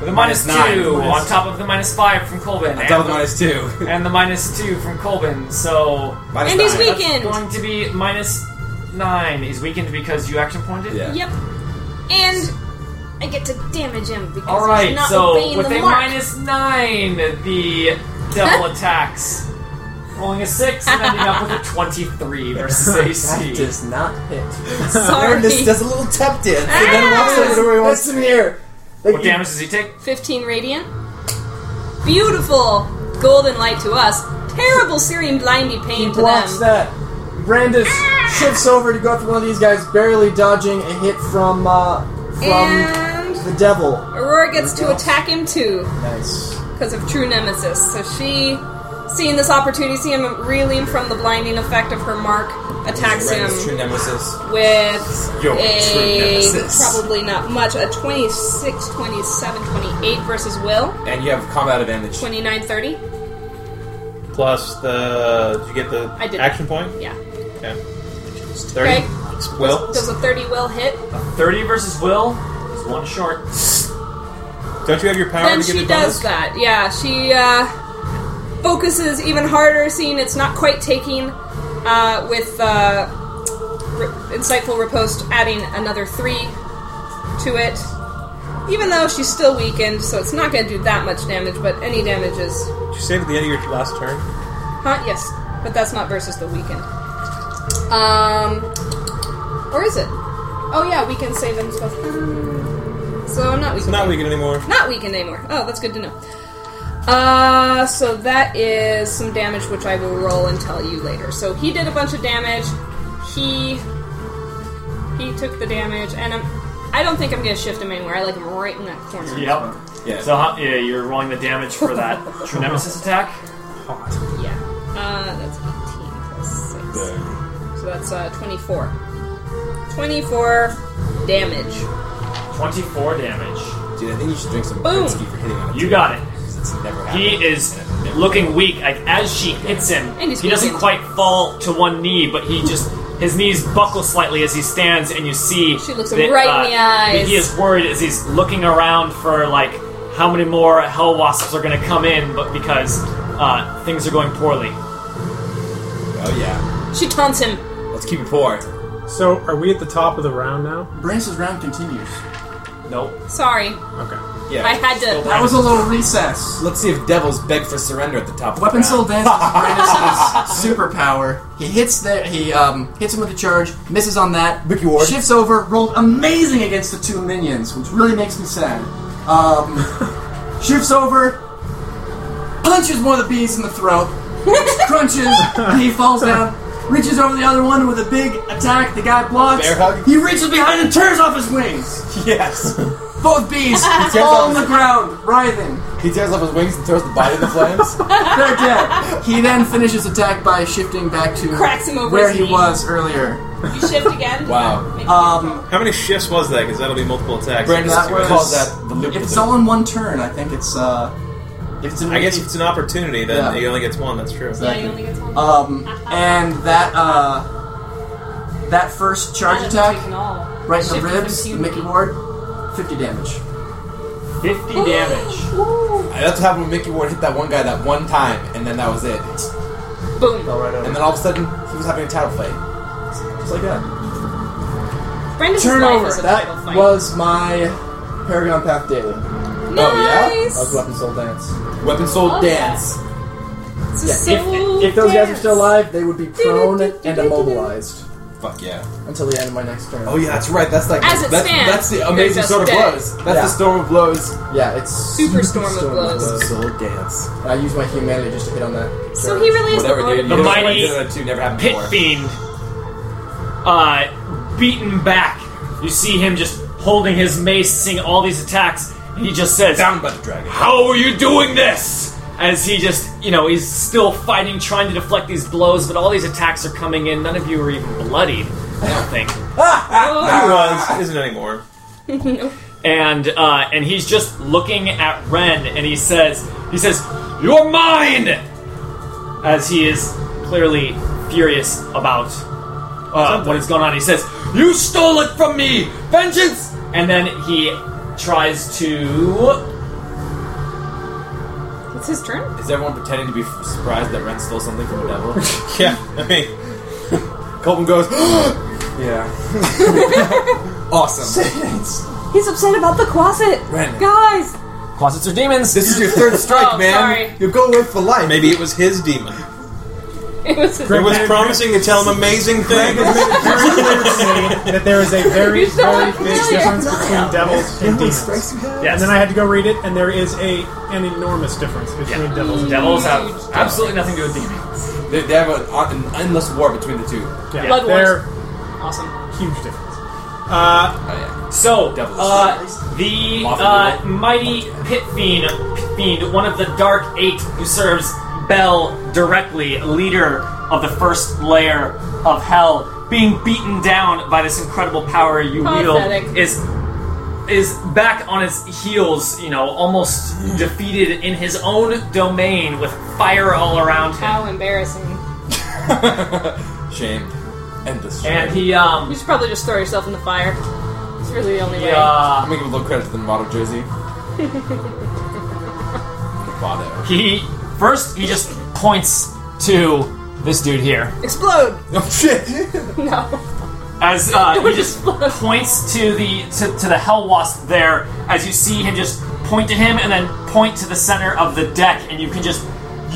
Speaker 2: With a minus,
Speaker 3: Minus nine.
Speaker 2: two
Speaker 3: Minus-
Speaker 2: on top of the minus five from Colvin.
Speaker 3: On top of the minus two.
Speaker 2: and the minus two from Colvin. So
Speaker 3: Minus
Speaker 4: And he's
Speaker 3: nine.
Speaker 4: weak.
Speaker 2: that's
Speaker 4: Weakened.
Speaker 2: going to be minus nine. He's weakened because you action pointed.
Speaker 3: Yeah.
Speaker 4: Yep. And I get to damage him because
Speaker 2: All
Speaker 4: he's
Speaker 2: right.
Speaker 4: not
Speaker 2: So
Speaker 4: obeying
Speaker 2: with
Speaker 4: the
Speaker 2: a
Speaker 4: mark.
Speaker 2: minus nine, the devil attacks, rolling a six and ending up with a twenty-three versus AC.
Speaker 7: not hit.
Speaker 4: Sorry. Ah!
Speaker 3: Ernest does a little tap dance and then walks over to where he wants
Speaker 7: Listen here.
Speaker 2: what damage does he take?
Speaker 4: 15 radiant. Beautiful golden light to us. Terrible searing blinding pain
Speaker 7: He
Speaker 4: to
Speaker 7: blocks
Speaker 4: them. Ah!
Speaker 7: that. Brandis shifts over to go after one of these guys, barely dodging a hit from uh, from
Speaker 4: And
Speaker 7: the devil.
Speaker 4: Aurora gets to attack him too
Speaker 7: Nice.
Speaker 4: because of true nemesis. So she, seeing this opportunity, seeing him reeling from the blinding effect of her mark, attacks him
Speaker 3: Brandon's true nemesis.
Speaker 4: with
Speaker 3: Your true
Speaker 4: a
Speaker 3: nemesis.
Speaker 4: probably not much a 26, 27, 28 versus Will.
Speaker 3: And you have combat advantage.
Speaker 4: 29, 30.
Speaker 6: Plus the. Did you get the
Speaker 4: I did.
Speaker 6: action point?
Speaker 4: Yeah.
Speaker 6: Okay. 30.
Speaker 4: Okay.
Speaker 6: Will?
Speaker 4: Does a 30 will hit?
Speaker 2: Thirty versus Will is one short.
Speaker 6: Don't you have your power
Speaker 4: then
Speaker 6: to get
Speaker 4: she
Speaker 6: the
Speaker 4: does
Speaker 6: bonus?
Speaker 4: that. Yeah, she uh, focuses even harder, seeing it's not quite taking uh, with uh, re- insightful riposte, adding another three to it. Even though she's still weakened, so it's not going to do that much damage. But any damage is,
Speaker 6: Did you save at the end of your last turn?
Speaker 4: huh? Yes, but that's not versus the weakened. Um, or is it? Oh yeah, weakened save and stuff. So I'm not weakened.
Speaker 6: It's not weakened anymore.
Speaker 4: Not weakened anymore. Oh, that's good to know. Uh, so that is some damage, which I will roll and tell you later. So he did a bunch of damage. He he took the damage, and I'm, I don't think I'm gonna shift him anywhere. I like him right in that corner.
Speaker 2: Yep.
Speaker 3: Yeah.
Speaker 2: So how, yeah, you're rolling the damage for that true nemesis attack.
Speaker 5: Hot.
Speaker 4: Yeah. Uh, that's 18 plus six, so that's uh 24. 24 damage.
Speaker 2: Twenty-four damage.
Speaker 3: Dude, I think you should drink some
Speaker 4: Boom.
Speaker 3: Kaminsky for hitting on it.
Speaker 2: You got it.
Speaker 3: It's never happened.
Speaker 2: He is looking weak. Like as she hits him,
Speaker 4: And he's
Speaker 2: he doesn't
Speaker 4: weakened.
Speaker 2: quite fall to one knee, but he just his knees buckle slightly as he stands, and you see uh,
Speaker 4: She looks him right in the eyes.
Speaker 2: He is worried as he's looking around for like how many more hell wasps are going to come in, but because uh, things are going poorly.
Speaker 3: Oh yeah.
Speaker 4: She taunts him.
Speaker 3: Let's keep it poor.
Speaker 5: So, are we at the top of the round now?
Speaker 7: Brance's round continues.
Speaker 2: Nope.
Speaker 4: Sorry,
Speaker 5: Okay.
Speaker 3: Yeah.
Speaker 4: I had to.
Speaker 7: That was a little recess.
Speaker 3: Let's see if devils beg for surrender at the top.
Speaker 7: Weapon
Speaker 3: of the
Speaker 7: Soul
Speaker 3: round.
Speaker 7: Dance is Brandis'
Speaker 11: Superpower. He hits the he um hits him with a charge, misses on that.
Speaker 7: Ricky Ward.
Speaker 11: Shifts over,
Speaker 7: rolled amazing against the two minions, which really makes me sad. Um, shifts over, punches one of the bees in the throat, crunches, and he falls down. Reaches over the other one with a big attack. The guy blocks.
Speaker 3: Bear hug?
Speaker 7: He reaches behind and tears off his wings.
Speaker 3: Yes.
Speaker 7: Both bees
Speaker 3: tears
Speaker 7: fall
Speaker 3: off
Speaker 7: on
Speaker 3: his-
Speaker 7: the ground, writhing.
Speaker 3: he tears off his wings and throws the body in the flames.
Speaker 7: They're dead.
Speaker 11: He then finishes attack by shifting back to
Speaker 4: Cracks him over
Speaker 11: where
Speaker 4: his
Speaker 11: he
Speaker 4: knee.
Speaker 11: was earlier.
Speaker 4: You shift again.
Speaker 3: Wow.
Speaker 4: Make-
Speaker 7: Um,
Speaker 6: How many shifts was that? Because that'll be multiple attacks.
Speaker 3: Brandon
Speaker 7: That was-
Speaker 3: calls that the loop.
Speaker 7: if it's all in one turn, I think it's uh, if it's in
Speaker 6: I guess if it's an opportunity, then
Speaker 7: Yeah.
Speaker 6: he only gets one. That's true.
Speaker 4: yeah, you only get one.
Speaker 7: Um, and that uh, that first charge attack right in the ribs, the Mickey Ward, fifty damage.
Speaker 2: Fifty damage.
Speaker 3: That's what happened when Mickey Ward hit that one guy that one time, and then that was it.
Speaker 4: Boom.
Speaker 7: All right,
Speaker 3: And then all of a sudden, he was having a title fight.
Speaker 7: just like that.
Speaker 4: Brandon's
Speaker 7: Turnover.
Speaker 4: Life is a
Speaker 7: That
Speaker 4: title fight.
Speaker 7: was my Paragon Path Daily.
Speaker 4: nice.
Speaker 3: Oh, yeah?
Speaker 7: That was Weapon Soul Dance.
Speaker 3: Weapon Soul
Speaker 4: Love that.
Speaker 3: dance.
Speaker 4: It's a
Speaker 7: Yeah, if-
Speaker 4: soul
Speaker 7: If those guys are
Speaker 4: dance.
Speaker 7: still alive, they would be prone and immobilized
Speaker 3: Fuck yeah.
Speaker 7: until the end of my next turn.
Speaker 3: Oh yeah, that's right. That's like
Speaker 4: As it
Speaker 3: that's,
Speaker 4: stands,
Speaker 3: that's the
Speaker 4: they're
Speaker 3: amazing
Speaker 4: just
Speaker 3: storm of
Speaker 4: dead.
Speaker 3: blows. That's
Speaker 7: Yeah.
Speaker 3: the storm of blows.
Speaker 7: Yeah, it's
Speaker 4: Super Storm of Blows.
Speaker 3: Soul dance.
Speaker 7: And I used my humanity just to hit on that.
Speaker 4: So he really is
Speaker 3: Whatever,
Speaker 4: the
Speaker 3: dude. You
Speaker 4: Lord
Speaker 2: The
Speaker 4: of
Speaker 3: know,
Speaker 4: the
Speaker 2: mighty
Speaker 3: something like that too never happened
Speaker 2: Pit
Speaker 3: before.
Speaker 2: fiend, uh, beaten back. You see him just holding his mace, seeing all these attacks, and he just says,
Speaker 3: Down by the dragon.
Speaker 2: How are you doing this? As he just, you know, he's still fighting, trying to deflect these blows, but all these attacks are coming in. None of you are even bloodied, I don't think.
Speaker 6: He was, isn't anymore.
Speaker 2: And and uh, and he's just looking at Ren, and he says, he says, "You're mine," as he is clearly furious about uh, what has gone on. He says, "You stole it from me, vengeance!" And then he tries to.
Speaker 4: It's his turn.
Speaker 3: Is everyone pretending to be f- surprised that Ren stole something from the devil?
Speaker 6: Yeah, I mean,
Speaker 3: Colton goes, yeah. awesome.
Speaker 4: He's upset about the closet.
Speaker 3: Ren.
Speaker 4: Guys,
Speaker 2: Closets are demons.
Speaker 3: This is your third strike,
Speaker 4: Oh,
Speaker 3: man.
Speaker 4: sorry.
Speaker 3: You go live for life.
Speaker 6: maybe it was his demon.
Speaker 4: it was his
Speaker 6: It was promising to tell him amazing things.
Speaker 5: that there is a very,
Speaker 4: You're so
Speaker 5: very big
Speaker 4: unfamiliar.
Speaker 5: difference between devils and demons. And
Speaker 2: Yes.
Speaker 5: then I had to go read it, and there is a an enormous difference between
Speaker 2: Yeah.
Speaker 5: devils and
Speaker 2: Devils have absolutely nothing to do with demons.
Speaker 3: They, they have a, an endless war between the two.
Speaker 5: yeah,
Speaker 4: Blood
Speaker 5: they're
Speaker 4: awesome.
Speaker 5: huge difference. Uh,
Speaker 3: Oh,
Speaker 2: So,
Speaker 3: Devils.
Speaker 2: uh, the uh, mighty pit fiend, pit fiend, one of the Dark Eight, who serves Bell directly, leader of the first layer of Hell, being beaten down by this incredible power you
Speaker 4: Pathetic.
Speaker 2: wield, is is back on his heels. You know, almost defeated in his own domain with fire all around him,
Speaker 4: How embarrassing.
Speaker 3: yeah. Shame. Endless shame.
Speaker 2: and he
Speaker 4: You
Speaker 2: um,
Speaker 4: should probably just throw yourself in the fire. It's really the only
Speaker 2: he, uh,
Speaker 3: I'm gonna give a little credit to the model jersey. Bother.
Speaker 2: he first he just points to this dude here.
Speaker 4: way. Explode!
Speaker 3: Oh shit!
Speaker 4: No. Oh,
Speaker 2: as uh, he
Speaker 4: Don't
Speaker 2: just
Speaker 4: explode.
Speaker 2: points to the to, to the hell wasp there as you see him just point to him and then point to the center of the deck and you can just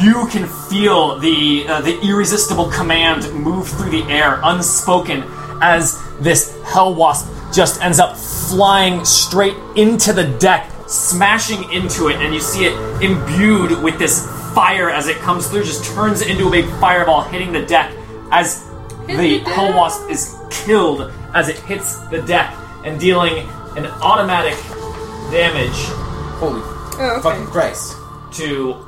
Speaker 2: you can feel the uh, the irresistible command move through the air unspoken as this hell wasp just ends up flying straight into the deck smashing into it and you see it imbued with this fire as it comes through just turns into a big fireball hitting the deck as the
Speaker 4: Hit the
Speaker 2: hell
Speaker 4: deck.
Speaker 2: wasp is killed as it hits the deck and dealing an automatic damage
Speaker 3: Holy
Speaker 4: Oh,
Speaker 3: fucking
Speaker 4: okay.
Speaker 3: Christ!
Speaker 2: to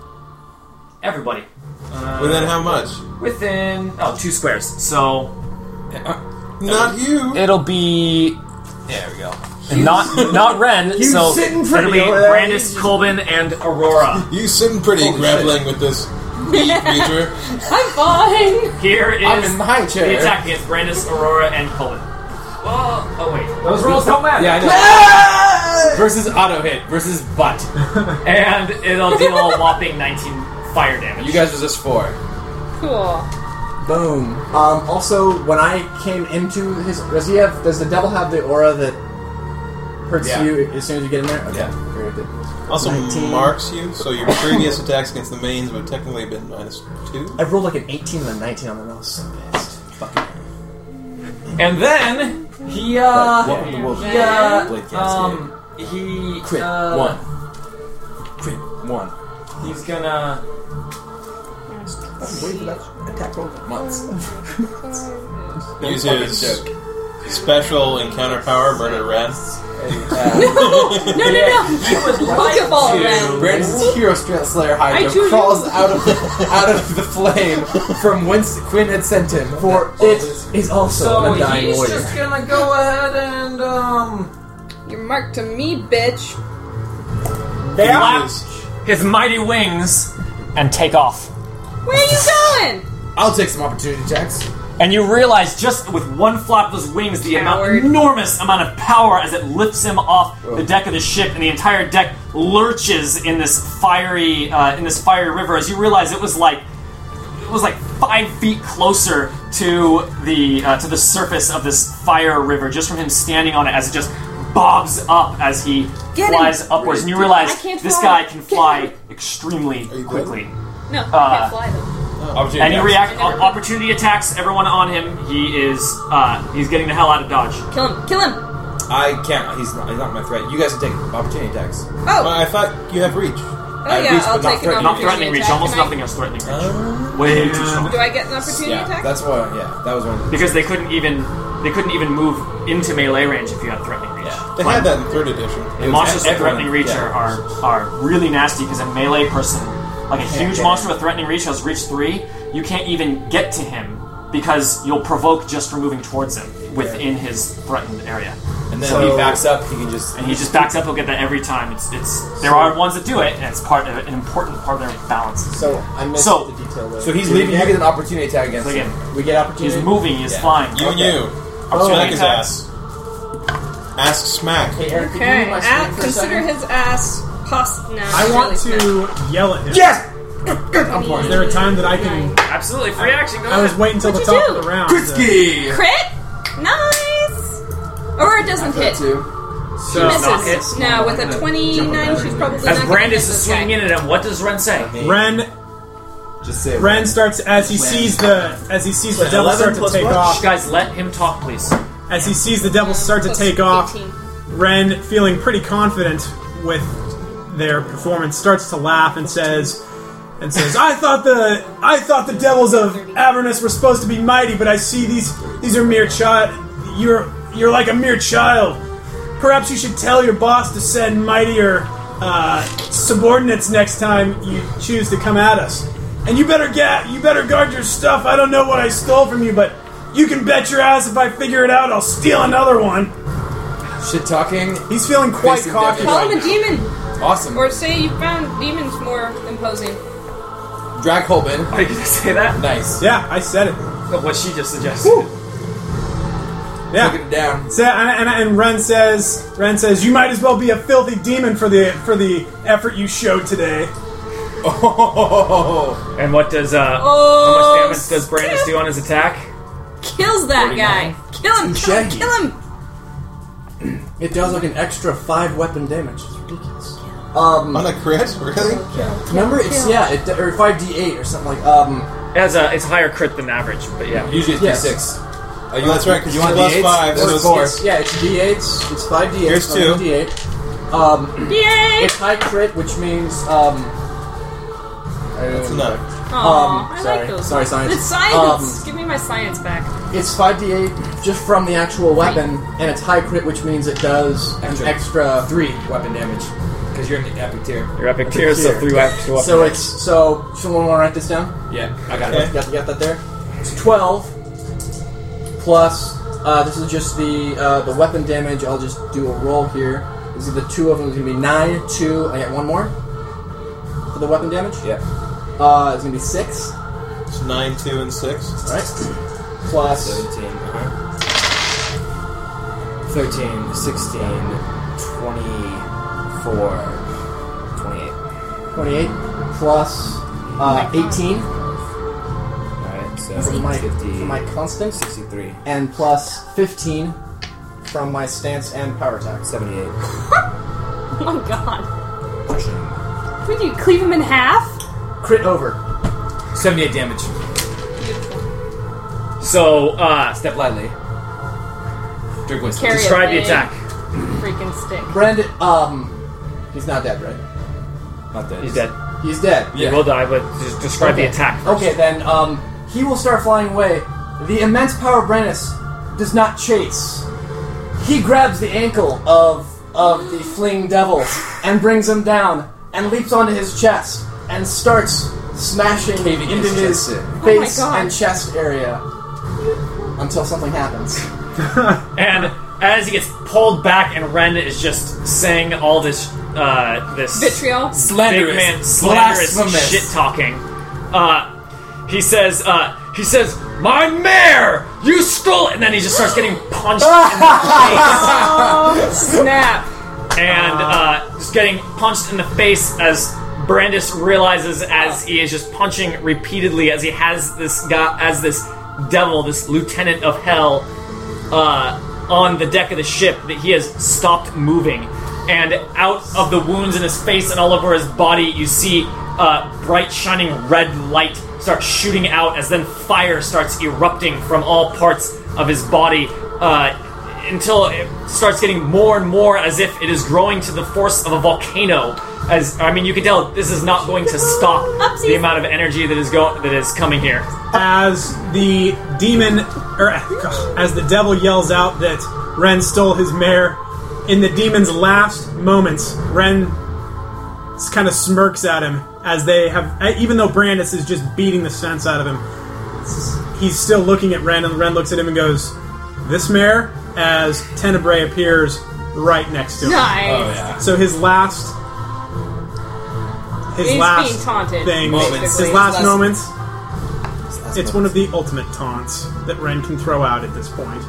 Speaker 2: everybody
Speaker 6: But then how much?
Speaker 2: within oh two squares. So
Speaker 6: Not you.
Speaker 2: it'll be
Speaker 3: There we go.
Speaker 2: not not Ren. so
Speaker 3: sitting
Speaker 2: it'll
Speaker 3: pretty
Speaker 2: be
Speaker 3: over there.
Speaker 2: Brandis, Colvin, and Aurora.
Speaker 6: You sitting pretty
Speaker 3: Holy
Speaker 6: grappling with this meat creature.
Speaker 4: I'm fine!
Speaker 2: Here
Speaker 3: I'm
Speaker 2: is
Speaker 3: in the high
Speaker 2: the
Speaker 3: chair.
Speaker 2: attack against Brandis, Aurora, and Colvin. Well, oh wait, those rolls don't matter.
Speaker 3: Yeah, I know. versus auto hit versus butt.
Speaker 2: And it'll deal a whopping 19 fire damage.
Speaker 3: You guys resist four.
Speaker 4: Cool.
Speaker 7: Boom. Um, also, when I came into his, does he have? Does the devil have the aura that hurts
Speaker 3: Yeah.
Speaker 7: you as soon as you get in there? Okay.
Speaker 3: Yeah.
Speaker 7: Very good.
Speaker 6: Also
Speaker 7: 19.
Speaker 6: marks you, so your previous attacks against the mains would technically have been minus two.
Speaker 7: I rolled like an 18 and a 19 on the nose. So pissed. Fucking.
Speaker 2: And then he uh
Speaker 3: Welcome to Wolf.
Speaker 2: he uh,
Speaker 3: Blade Cascade.
Speaker 2: um he
Speaker 3: Crit
Speaker 2: uh,
Speaker 3: one. Crit one.
Speaker 2: He's gonna
Speaker 3: Months.
Speaker 6: Use his special encounter power, murder red.
Speaker 4: No, no, no!
Speaker 2: He would
Speaker 4: Look at all
Speaker 2: like to
Speaker 3: Brandon's hero stra- slayer
Speaker 4: I
Speaker 3: hydra
Speaker 4: choose
Speaker 3: crawls
Speaker 4: you.
Speaker 3: out of the, out of the flame from whence Quinn had sent him. For it is also
Speaker 2: So
Speaker 3: an undying
Speaker 2: he's
Speaker 3: warrior.
Speaker 2: just gonna go ahead and um
Speaker 4: You're marked to me, bitch.
Speaker 2: flap his mighty wings and take off.
Speaker 4: Where are you going?
Speaker 3: I'll take some opportunity attacks.
Speaker 2: And you realize just with one flap of those wings, the amount,
Speaker 4: Coward.
Speaker 2: enormous amount of power as it lifts him off the deck of the ship, and the entire deck lurches in this fiery uh, in this fiery river. As you realize, it was like it was like five feet closer to the uh, to the surface of this fire river, just from him standing on it as it just bobs up as he
Speaker 4: Get him.
Speaker 2: flies upwards. And you realize
Speaker 4: I can't
Speaker 2: this
Speaker 4: fly.
Speaker 2: guy can
Speaker 4: Get
Speaker 2: fly
Speaker 4: him.
Speaker 2: extremely
Speaker 6: you
Speaker 2: quickly.
Speaker 4: No, I
Speaker 2: Uh,
Speaker 4: can't fly though.
Speaker 3: Opportunity
Speaker 2: And he
Speaker 3: attacks.
Speaker 2: react o- opportunity attacks everyone on him. He is uh, he's getting the hell out of dodge.
Speaker 4: Kill him. Kill him!
Speaker 3: I can't. He's not, he's not my threat. You guys can take opportunity attacks.
Speaker 6: Well,
Speaker 4: Oh!
Speaker 6: I thought you have uh, reach.
Speaker 4: Oh
Speaker 3: at
Speaker 4: yeah,
Speaker 3: least,
Speaker 4: I'll
Speaker 3: but not
Speaker 4: take an
Speaker 3: threatening.
Speaker 4: opportunity
Speaker 2: Not threatening reach,
Speaker 4: attack.
Speaker 2: almost
Speaker 4: Can I-
Speaker 2: nothing else threatening
Speaker 3: Oh.
Speaker 2: reach. Way too strong.
Speaker 4: Do I get an opportunity
Speaker 3: Yeah,
Speaker 4: attack?
Speaker 3: that's why. Yeah, that was one. Of the,
Speaker 2: Because they couldn't even they couldn't even move into melee range if you had threatening reach.
Speaker 3: Yeah.
Speaker 6: They had that in third edition.
Speaker 2: And monsters with
Speaker 3: everyone,
Speaker 2: threatening reach
Speaker 3: yeah.
Speaker 2: are, are are really nasty because a melee person, like a huge
Speaker 3: yeah.
Speaker 2: monster with threatening reach has reach three, you can't even get to him because you'll provoke just from moving towards him within his threatened area.
Speaker 3: And then
Speaker 9: So-
Speaker 3: he backs up, he can just.
Speaker 9: And he just backs up. He'll get that every time. It's it's there are ones that do it, and it's part of, an important part of their balance.
Speaker 7: So I missed
Speaker 9: So-
Speaker 7: the detail there.
Speaker 3: So he's
Speaker 7: Do we
Speaker 3: leaving. You
Speaker 7: get-
Speaker 3: get an opportunity attack against
Speaker 9: Again,
Speaker 3: him.
Speaker 7: We get opportunity.
Speaker 9: he's moving. He's
Speaker 3: Yeah.
Speaker 9: flying.
Speaker 6: You and
Speaker 7: Okay.
Speaker 6: you.
Speaker 7: Oh,
Speaker 6: smack his
Speaker 9: okay.
Speaker 6: ass. Ask smack.
Speaker 7: Hey, Eric, can you
Speaker 4: Okay,
Speaker 7: move my
Speaker 4: at-
Speaker 7: stick for a
Speaker 4: consider
Speaker 7: second?
Speaker 4: his ass pos. No,
Speaker 5: I want to yell at him. Yes! Is there a time that I can.
Speaker 9: Absolutely free action. Go
Speaker 5: I was waiting until the
Speaker 4: What'd
Speaker 5: top
Speaker 4: you do?
Speaker 5: of the round.
Speaker 3: Kritsky!
Speaker 4: Crit? Nice! Or it doesn't hit.
Speaker 7: Two.
Speaker 5: So,
Speaker 4: Misses.
Speaker 9: Not hits.
Speaker 4: No, with a 29, she's probably not
Speaker 2: As
Speaker 4: gonna
Speaker 2: Brandis
Speaker 4: hit
Speaker 2: is
Speaker 4: this
Speaker 2: swinging
Speaker 4: guy.
Speaker 2: in at him, what does Ren say?
Speaker 5: Ren
Speaker 3: Just say it.
Speaker 5: Ren starts as he sees the as he sees the
Speaker 3: Wait,
Speaker 5: devil
Speaker 3: 11
Speaker 5: start to
Speaker 3: plus
Speaker 5: take
Speaker 3: what?
Speaker 5: off.
Speaker 2: Guys, let him talk, please.
Speaker 5: As he sees the devil start to
Speaker 4: Plus
Speaker 5: take off,
Speaker 4: 18.
Speaker 5: Ren, feeling pretty confident with their performance, starts to laugh and says, "And says, I thought the I thought the devils of Avernus were supposed to be mighty, but I see these these are mere child. You're you're like a mere child. Perhaps you should tell your boss to send mightier uh, subordinates next time you choose to come at us. And you better get you better guard your stuff. I don't know what I stole from you, but." You can bet your ass if I figure it out, I'll steal another one.
Speaker 3: Shit talking.
Speaker 5: He's feeling quite
Speaker 3: Facing
Speaker 5: cocky.
Speaker 3: death.
Speaker 4: Call him a demon!
Speaker 3: Awesome.
Speaker 4: Or say you found demons more imposing.
Speaker 3: Drag Holbin.
Speaker 2: Are you gonna say that?
Speaker 3: Nice.
Speaker 5: Yeah, I said it.
Speaker 2: What she just suggested.
Speaker 3: Took
Speaker 5: Yeah.
Speaker 3: it down.
Speaker 5: So, and, and, and Ren says, Ren says, you might as well be a filthy demon for the for the effort you showed today.
Speaker 3: Oh,
Speaker 2: And what does uh,
Speaker 4: Oh,
Speaker 2: how much damage does Brandis do on his attack?
Speaker 4: Kills that guy! Kill him! Kill him!
Speaker 7: Touche.
Speaker 4: Kill him!
Speaker 7: It does like an extra five weapon damage. It's ridiculous. Um,
Speaker 6: On a crit? Really?
Speaker 7: remember it's yeah, it, or five d eight or something like um.
Speaker 2: It has a, it's higher crit than average, but yeah.
Speaker 3: usually it's
Speaker 7: Yes.
Speaker 3: d6. Uh, you
Speaker 6: That's
Speaker 3: want-
Speaker 6: right, 'cause
Speaker 3: You
Speaker 6: it's
Speaker 3: want
Speaker 6: plus
Speaker 3: d8?
Speaker 6: five, so
Speaker 3: That's
Speaker 6: it's-
Speaker 3: four.
Speaker 6: it's-
Speaker 7: Yeah, it's d eights. It's five d eights.
Speaker 6: Here's two.
Speaker 7: D eight. Um,
Speaker 4: Yay!
Speaker 7: it's high crit, which means um. That's
Speaker 6: enough.
Speaker 4: Aw,
Speaker 7: um,
Speaker 4: I
Speaker 7: sorry.
Speaker 4: like those.
Speaker 7: Sorry, Um, science.
Speaker 4: It's science! Give me my science back.
Speaker 7: It's five d eight just from the actual weapon, and it's high crit, which means it does an
Speaker 3: Extra.
Speaker 7: extra
Speaker 3: Three weapon damage. Because you're an epic tier.
Speaker 2: Your epic tears, so
Speaker 7: tier.
Speaker 2: three weapons. two
Speaker 7: So
Speaker 2: weapons.
Speaker 7: it's so. Someone want to write this down?
Speaker 3: Yeah, I got
Speaker 7: You got, you got that there. It's twelve plus. Uh, this is just the uh, the weapon damage. I'll just do a roll here. These are the two of them. It's gonna be nine, two. I get one more for the weapon damage.
Speaker 3: Yep.
Speaker 7: Uh, it's gonna be six.
Speaker 6: It's 9, 2, and 6.
Speaker 7: All right. Plus
Speaker 8: 17, uh-huh. 13, 16, 24, 28.
Speaker 7: twenty-eight. Plus uh, eighteen
Speaker 8: Alright, so
Speaker 7: for my
Speaker 8: 50,
Speaker 7: for my constant,
Speaker 8: 63,
Speaker 7: and plus fifteen from my stance and power attacks.
Speaker 8: 78.
Speaker 4: Oh my god.
Speaker 8: Pushing.
Speaker 4: Would you cleave him in half?
Speaker 7: Crit over.
Speaker 8: 78 damage.
Speaker 2: So, uh,
Speaker 8: Step lightly. Drink whiskey.
Speaker 4: Carry
Speaker 2: describe
Speaker 4: a
Speaker 2: the
Speaker 4: big
Speaker 2: attack.
Speaker 4: Freaking stick.
Speaker 7: Brandon. Um, he's not dead, right?
Speaker 8: Not dead.
Speaker 2: He's dead.
Speaker 7: He's dead.
Speaker 2: He will die, but just describe the attack. First.
Speaker 7: Okay, then um, he will start flying away. The immense power of Brennus does not chase. He grabs the ankle of of the fleeing devil and brings him down and leaps onto his chest and starts smashing
Speaker 3: Caving
Speaker 7: into
Speaker 3: his
Speaker 7: his,
Speaker 3: chest in.
Speaker 7: face
Speaker 4: Oh my God.
Speaker 7: and chest area until something happens.
Speaker 2: And as he gets pulled back, and Ren is just saying all this, uh, this
Speaker 4: Vitriol.
Speaker 2: big man slanderous shit talking. Uh, he says, uh, he says, my mare, you stole it, and then he just starts getting punched in the
Speaker 4: Oh, Snap.
Speaker 2: face, and uh, just getting punched in the face as Brandis realizes as he is just punching repeatedly as he has this guy, as this devil, this lieutenant of hell, uh, on the deck of the ship that he has stopped moving. And out of the wounds in his face and all over his body, you see uh, bright, shining red light start shooting out as then fire starts erupting from all parts of his body uh, until it starts getting more and more as if it is growing to the force of a volcano. As I mean, you can tell this is not going to stop the amount of energy that is going that is coming here.
Speaker 5: As the demon, or as the devil yells out that Ren stole his mare, in the demon's last moments, Ren kind of smirks at him as they have, e, even though Brandis is just beating the sense out of him, he's still looking at Ren, and Ren looks at him and goes, "This mare as Tenebrae appears right next to him.
Speaker 3: Oh,
Speaker 4: Nice.
Speaker 5: So his last, his
Speaker 4: He's
Speaker 5: last
Speaker 4: being taunted,
Speaker 5: thing,
Speaker 4: Moments.
Speaker 5: his
Speaker 4: basically.
Speaker 5: last
Speaker 4: Last-
Speaker 5: moments. It's one of the ultimate taunts that Ren can throw out at this point.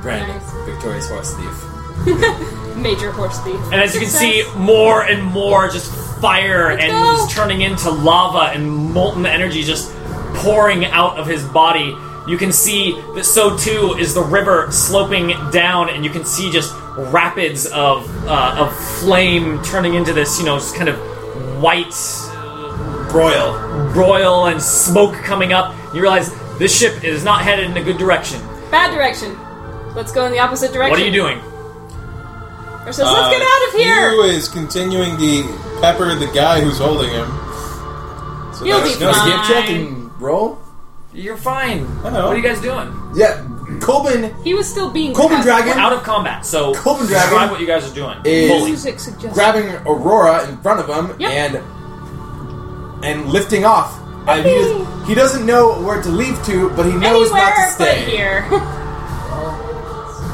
Speaker 3: Brandon, victorious horse thief.
Speaker 4: Major horse thief.
Speaker 2: And as you can see, more and more just fire and
Speaker 4: go.
Speaker 2: is turning into lava and molten energy just pouring out of his body. You can see that so too is the river sloping down, and you can see just rapids of uh, of flame turning into this, you know, just kind of white uh, broil, broil, and smoke coming up. You realize this ship is not headed in a good direction.
Speaker 4: Bad direction. Let's go in the opposite direction.
Speaker 2: What are you doing?
Speaker 4: Or says, let's
Speaker 6: Uh,
Speaker 4: get out of here.
Speaker 6: Hugh is continuing the pepper the guy who's holding him. So
Speaker 4: You'll
Speaker 6: that's
Speaker 4: be
Speaker 6: no-
Speaker 4: fine.
Speaker 3: Give check and roll.
Speaker 2: You're fine.
Speaker 6: I know.
Speaker 2: What are you guys doing?
Speaker 3: Yeah, Colbin.
Speaker 4: He was still being.
Speaker 3: Golden
Speaker 4: cut.
Speaker 3: Dragon.
Speaker 2: We're out of combat, so
Speaker 3: Colbin Dragon
Speaker 2: describe what you guys are doing.
Speaker 3: is-
Speaker 2: Fully.
Speaker 4: Music suggests.
Speaker 3: grabbing Aurora in front of him
Speaker 4: Yep.
Speaker 3: and and lifting off. I mean, he does- he doesn't know where to leave to, but he knows
Speaker 4: Anywhere
Speaker 3: not to
Speaker 4: but
Speaker 3: stay.
Speaker 4: here.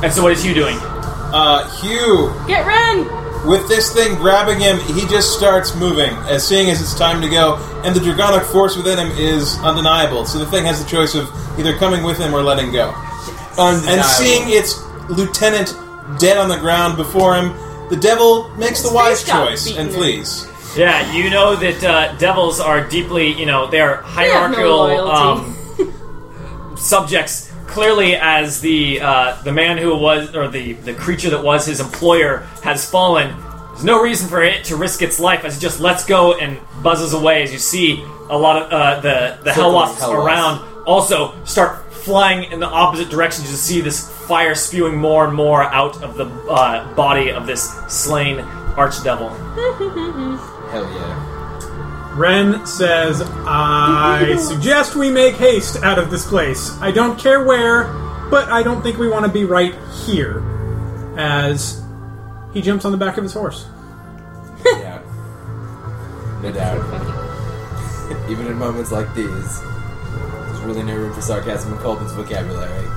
Speaker 2: And so, what is you doing?
Speaker 6: Uh, Hugh,
Speaker 4: Get Ren.
Speaker 6: with this thing grabbing him, he just starts moving, as seeing as it's time to go, and the draconic force within him is undeniable. So the thing has the choice of either coming with him or letting go. Um, And seeing its lieutenant dead on the ground before him, the devil makes the
Speaker 4: His
Speaker 6: wise
Speaker 4: face got
Speaker 6: choice
Speaker 4: beaten
Speaker 6: and
Speaker 4: in.
Speaker 6: flees.
Speaker 2: Yeah, you know that uh, devils are deeply, you know, they're
Speaker 4: have no
Speaker 2: hierarchical
Speaker 4: loyalty.
Speaker 2: um, subjects. Clearly, as the uh, the man who was, or the the creature that was his employer, has fallen, there's no reason for it to risk its life as it just lets go and buzzes away. As you see, a lot of uh, the the hell
Speaker 3: Circling
Speaker 2: wasps
Speaker 3: hell wasps.
Speaker 2: around also start flying in the opposite direction. You just see this fire spewing more and more out of the uh, body of this slain archdevil.
Speaker 3: Hell yeah!
Speaker 5: Ren says, I suggest we make haste out of this place. I don't care where, but I don't think we want to be right here. As he jumps on the back of his horse.
Speaker 3: yeah, no doubt. Even in moments like these, there's really no room for sarcasm in Colbin's vocabulary.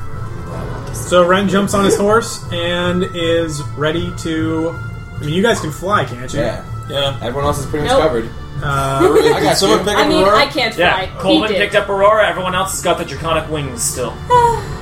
Speaker 5: So Ren jumps on his horse and is ready to. I mean, you guys can fly, can't you?
Speaker 3: Yeah,
Speaker 6: Yeah.
Speaker 3: everyone else is pretty much
Speaker 4: Nope.
Speaker 3: covered.
Speaker 5: Uh,
Speaker 3: I
Speaker 6: Did
Speaker 3: got
Speaker 6: someone
Speaker 3: you.
Speaker 6: pick
Speaker 4: I
Speaker 6: up
Speaker 4: mean,
Speaker 6: Aurora?
Speaker 4: I can't fly.
Speaker 2: Yeah, Coleman
Speaker 4: he did.
Speaker 2: picked up Aurora. Everyone else has got the draconic wings still.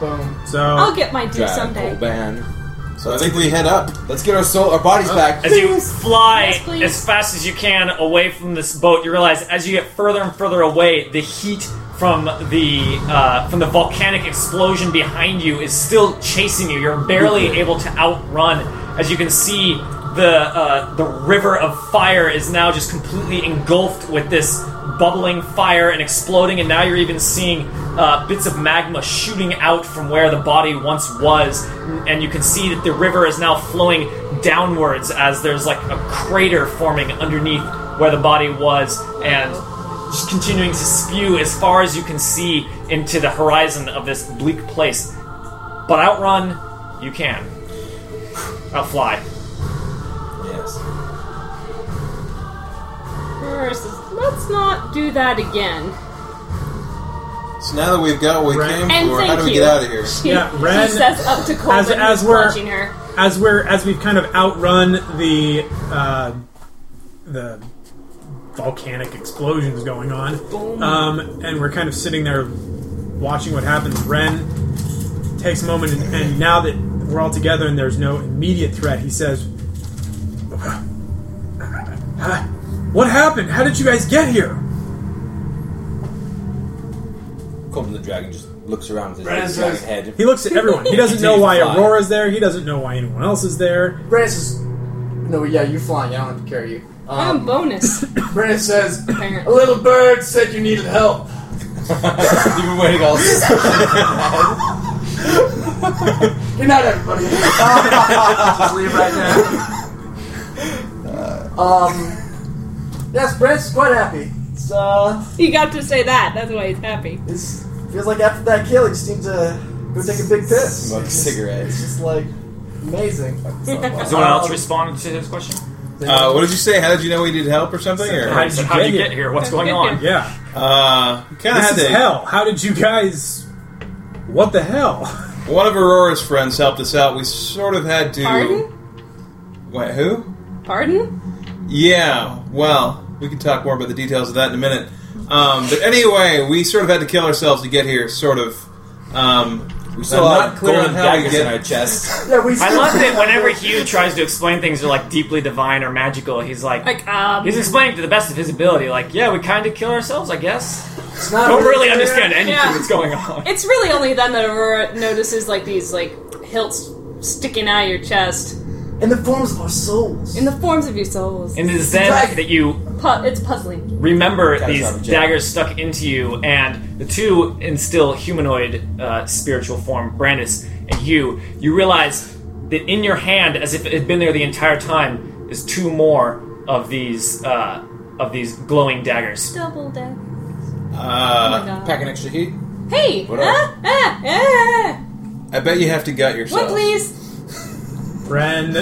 Speaker 7: Boom.
Speaker 4: I'll
Speaker 5: so
Speaker 4: get my due
Speaker 3: Drag,
Speaker 4: someday.
Speaker 3: Colbin.
Speaker 6: So I think we head up. Oh.
Speaker 3: Let's get our soul, our bodies back.
Speaker 2: As you fly
Speaker 4: Yes, please.
Speaker 2: as fast as you can away from this boat, you realize as you get further and further away, the heat from the uh, from the volcanic explosion behind you is still chasing you. You're barely able to outrun. As you can see, the uh, the river of fire is now just completely engulfed with this bubbling fire and exploding, and now you're even seeing uh, bits of magma shooting out from where the body once was, and you can see that the river is now flowing downwards as there's like a crater forming underneath where the body was, and just continuing to spew as far as you can see into the horizon of this bleak place. But outrun, you can. Outfly.
Speaker 3: Yes.
Speaker 4: Aurora says, let's not do that again.
Speaker 6: So now that we've got what we
Speaker 5: Right.
Speaker 6: came
Speaker 4: And
Speaker 6: for,
Speaker 4: thank
Speaker 6: how do we
Speaker 4: you.
Speaker 6: get out of here?
Speaker 4: She,
Speaker 5: Yeah, Ren-
Speaker 4: she says up to Coleman,
Speaker 5: as- as
Speaker 4: who's
Speaker 5: we're-
Speaker 4: punching her.
Speaker 5: as we're as we've kind of outrun the uh, the volcanic explosions going on, um, and we're kind of sitting there watching what happens. Ren takes a moment, and, and now that we're all together and there's no immediate threat, he says, "What happened? How did you guys get here?"
Speaker 3: Colbin the dragon just looks around with his
Speaker 7: Brandon
Speaker 3: big dragon
Speaker 7: says-
Speaker 3: head.
Speaker 5: He looks at everyone. He doesn't know why Aurora's there. He doesn't know why anyone else is there.
Speaker 7: Brandon says, "No, yeah, you're flying. I don't have to carry you."
Speaker 4: I'm a
Speaker 7: Um,
Speaker 4: bonus.
Speaker 7: Brandon says, "A
Speaker 4: apparently.
Speaker 7: little bird said you needed help."
Speaker 3: You've been waiting all
Speaker 7: Good night, everybody.
Speaker 8: Just leave right now.
Speaker 7: um, yes, Brandon's quite happy. It's uh,
Speaker 4: He got to say that. That's why he's happy.
Speaker 7: it's feels like after that kill, he just seemed to go take a big piss.
Speaker 3: Smoke
Speaker 7: It's just-
Speaker 3: cigarettes.
Speaker 7: It's just like amazing.
Speaker 2: Does anyone else respond to his question?
Speaker 6: Uh, what did you say? How did you know we needed help or something?
Speaker 2: How
Speaker 6: Or,
Speaker 2: did you, how did you get here? What's going on?
Speaker 5: Yeah.
Speaker 6: uh, kind of
Speaker 5: This
Speaker 6: had
Speaker 5: is
Speaker 6: to.
Speaker 5: hell. How did you guys? What the hell?
Speaker 6: One of Aurora's friends helped us out. We sort of had to.
Speaker 4: Pardon?
Speaker 6: Wait, who?
Speaker 4: Pardon?
Speaker 6: Yeah, well, we can talk more about the details of that in a minute. Um, but anyway, we sort of had to kill ourselves to get here, sort of. Um, we
Speaker 3: So I'm not clear on how we get in our
Speaker 6: get.
Speaker 3: chest.
Speaker 7: Yeah, we
Speaker 2: I love that whenever Hugh tries to explain things that are like deeply divine or magical, he's like,
Speaker 4: Like, um.
Speaker 2: he's explaining to the best of his ability, like, yeah, we kind of kill ourselves, I guess.
Speaker 7: It's not
Speaker 2: Don't really understand anything
Speaker 4: Yeah.
Speaker 2: that's going on.
Speaker 4: It's really only then that Aurora notices, like, these, like, hilts sticking out of your chest.
Speaker 7: In the forms of our souls.
Speaker 4: In the forms of your souls.
Speaker 2: And it is then
Speaker 7: Dragon.
Speaker 2: that you
Speaker 4: Pu- it's puzzling.
Speaker 2: remember
Speaker 3: Gotta
Speaker 2: these
Speaker 3: drop a gem.
Speaker 2: daggers stuck into you, and the two in still humanoid uh, spiritual form, Brandis and Hugh, you realize that in your hand, as if it had been there the entire time, is two more of these uh, of these glowing daggers.
Speaker 4: Double death. Oh
Speaker 6: Uh,
Speaker 3: Pack an extra heat.
Speaker 4: Hey!
Speaker 3: What
Speaker 4: ah, ah, ah,
Speaker 6: I bet you have to gut
Speaker 4: What,
Speaker 6: yourself.
Speaker 4: please?
Speaker 5: Bren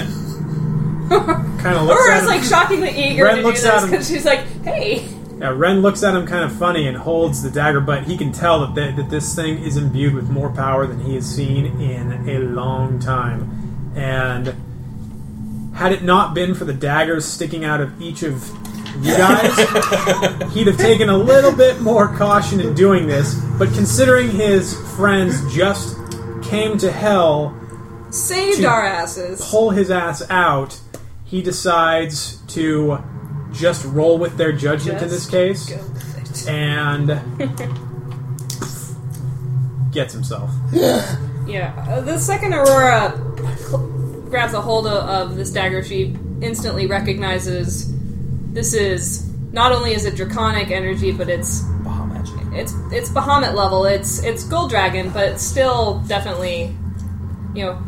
Speaker 5: kind of looks
Speaker 4: Aurora's,
Speaker 5: at
Speaker 4: like,
Speaker 5: him.
Speaker 4: shockingly eager
Speaker 5: Ren
Speaker 4: to do
Speaker 5: looks
Speaker 4: this
Speaker 5: at him.
Speaker 4: because she's like, hey.
Speaker 5: Yeah, Ren looks at him kind of funny and holds the dagger, but he can tell that, th- that this thing is imbued with more power than he has seen in a long time. And had it not been for the daggers sticking out of each of you guys, he'd have taken a little bit more caution in doing this. But considering his friends just came to hell
Speaker 4: Saved
Speaker 5: To-
Speaker 4: our asses.
Speaker 5: pull his ass out, he decides to just roll with their judgment in this
Speaker 4: Just
Speaker 5: case
Speaker 4: Go with it.
Speaker 5: and gets himself.
Speaker 4: Yeah. Uh, the second Aurora cl- grabs a hold of, of this dagger, she instantly recognizes this is not only is it draconic energy, but it's
Speaker 3: Baha magic.
Speaker 4: it's it's Bahamut level. It's it's Gold Dragon, but it's still definitely, you know,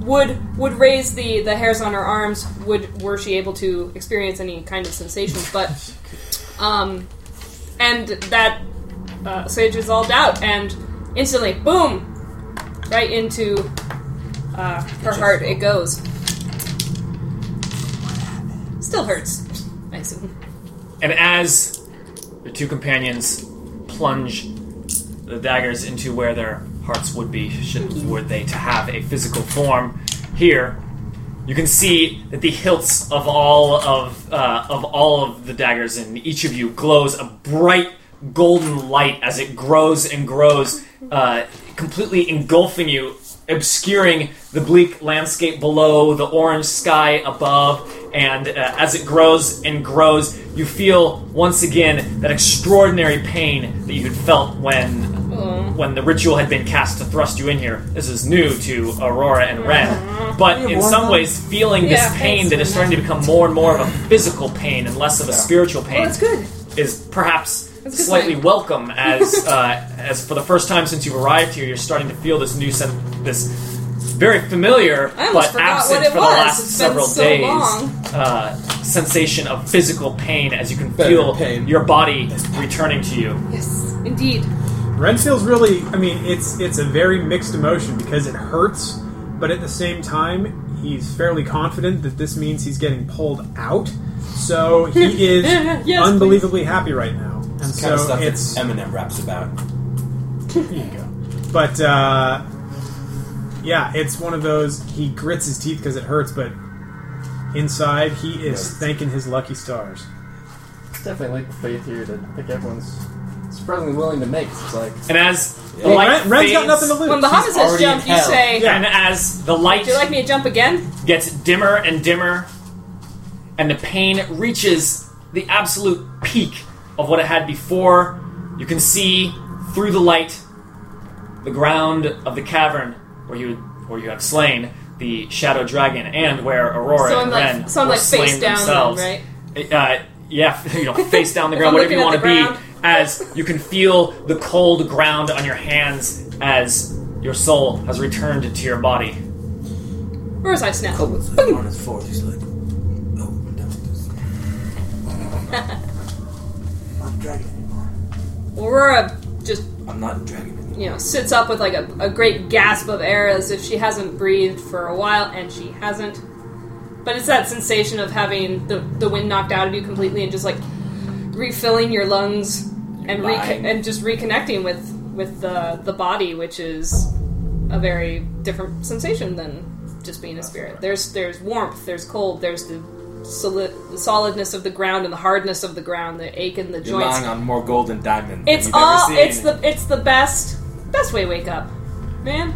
Speaker 4: would would raise the the hairs on her arms. Would were she able to experience any kind of sensations? But, um, and that uh, sage resolved out, and instantly, boom, right into uh, her heart. It goes. Still hurts. I assume.
Speaker 2: And as the two companions plunge the daggers into where their hearts would be, should, were they to have a physical form, here you can see that the hilts of all of uh, of all of the daggers in each of you glows a bright golden light as it grows and grows, uh, completely engulfing you, obscuring the bleak landscape below, the orange sky above, and uh, as it grows and grows, you feel once again that extraordinary pain that you had felt when
Speaker 4: Oh.
Speaker 2: when the ritual had been cast to thrust you in here. This is new to Aurora and Ren, but in some ways, feeling this
Speaker 4: Yeah,
Speaker 2: pain
Speaker 4: thanks,
Speaker 2: that is
Speaker 4: Ren.
Speaker 2: starting to become more and more of a physical pain and less of a spiritual
Speaker 4: Well,
Speaker 2: pain
Speaker 4: that's good.
Speaker 2: is perhaps
Speaker 4: That's a good
Speaker 2: slightly
Speaker 4: sign.
Speaker 2: welcome as uh, as for the first time since you've arrived here, you're starting to feel this new sense, this very familiar
Speaker 4: I almost
Speaker 2: but
Speaker 4: forgot
Speaker 2: absent
Speaker 4: what it
Speaker 2: for the
Speaker 4: was.
Speaker 2: last
Speaker 4: It's been
Speaker 2: several
Speaker 4: so
Speaker 2: days
Speaker 4: long.
Speaker 2: Uh, sensation of physical pain as you can
Speaker 3: Better
Speaker 2: feel
Speaker 3: pain.
Speaker 2: your body returning to you.
Speaker 4: Yes, indeed.
Speaker 5: Ren feels really I mean it's it's a very mixed emotion because it hurts, but at the same time he's fairly confident that this means he's getting pulled out. So he is
Speaker 4: Yes, please.
Speaker 5: unbelievably happy right now. And
Speaker 3: It's kind of
Speaker 5: so
Speaker 3: stuff that
Speaker 5: it's
Speaker 3: Eminem raps about.
Speaker 5: Here you go. But uh, yeah, it's one of those. He grits his teeth because it hurts, but inside he is thanking his lucky stars.
Speaker 7: It's definitely like the faith here that I think everyone's surprisingly willing to make. It's like
Speaker 2: And as the
Speaker 5: Well,
Speaker 2: light
Speaker 5: Ren, Ren's got
Speaker 2: fades-
Speaker 5: nothing to lose.
Speaker 4: When Bahamut says
Speaker 3: already in
Speaker 4: jump, you
Speaker 3: hell.
Speaker 4: say,
Speaker 5: Yeah.
Speaker 2: And as the light
Speaker 4: "Would you like me to jump again?"
Speaker 2: gets dimmer and dimmer, and the pain reaches the absolute peak of what it had before, you can see through the light the ground of the cavern where you where you have slain the shadow dragon and where Aurora
Speaker 4: So I'm
Speaker 2: and
Speaker 4: like,
Speaker 2: Ren
Speaker 4: so I'm
Speaker 2: were
Speaker 4: like face
Speaker 2: slain
Speaker 4: down, then,
Speaker 2: themselves.
Speaker 4: right?
Speaker 2: Uh, yeah, you know, face down the
Speaker 4: If
Speaker 2: ground,
Speaker 4: I'm
Speaker 2: whatever you
Speaker 4: looking
Speaker 2: want
Speaker 4: at
Speaker 2: to
Speaker 4: the
Speaker 2: be,
Speaker 4: ground.
Speaker 2: as you can feel the cold ground on your hands as your soul has returned to your body.
Speaker 4: Or as I snap.
Speaker 13: Coleman's like on his fourth. He's like, oh, no.
Speaker 7: not a dragon anymore.
Speaker 4: Aurora just
Speaker 13: I'm not a dragon anymore.
Speaker 4: you know sits up with like a, a great gasp of air as if she hasn't breathed for a while, and she hasn't. But it's that sensation of having the the wind knocked out of you completely and just like refilling your lungs and
Speaker 13: Lying.
Speaker 4: and just reconnecting with with the the body, which is a very different sensation than just being a spirit. There's there's warmth, there's cold, there's the solid the solidness of the ground and the hardness of the ground, the ache in the
Speaker 3: You're
Speaker 4: joints.
Speaker 3: lying on more gold and diamond. than
Speaker 4: It's
Speaker 3: you've ever
Speaker 4: all
Speaker 3: seen.
Speaker 4: it's the it's the best best way to wake up, man.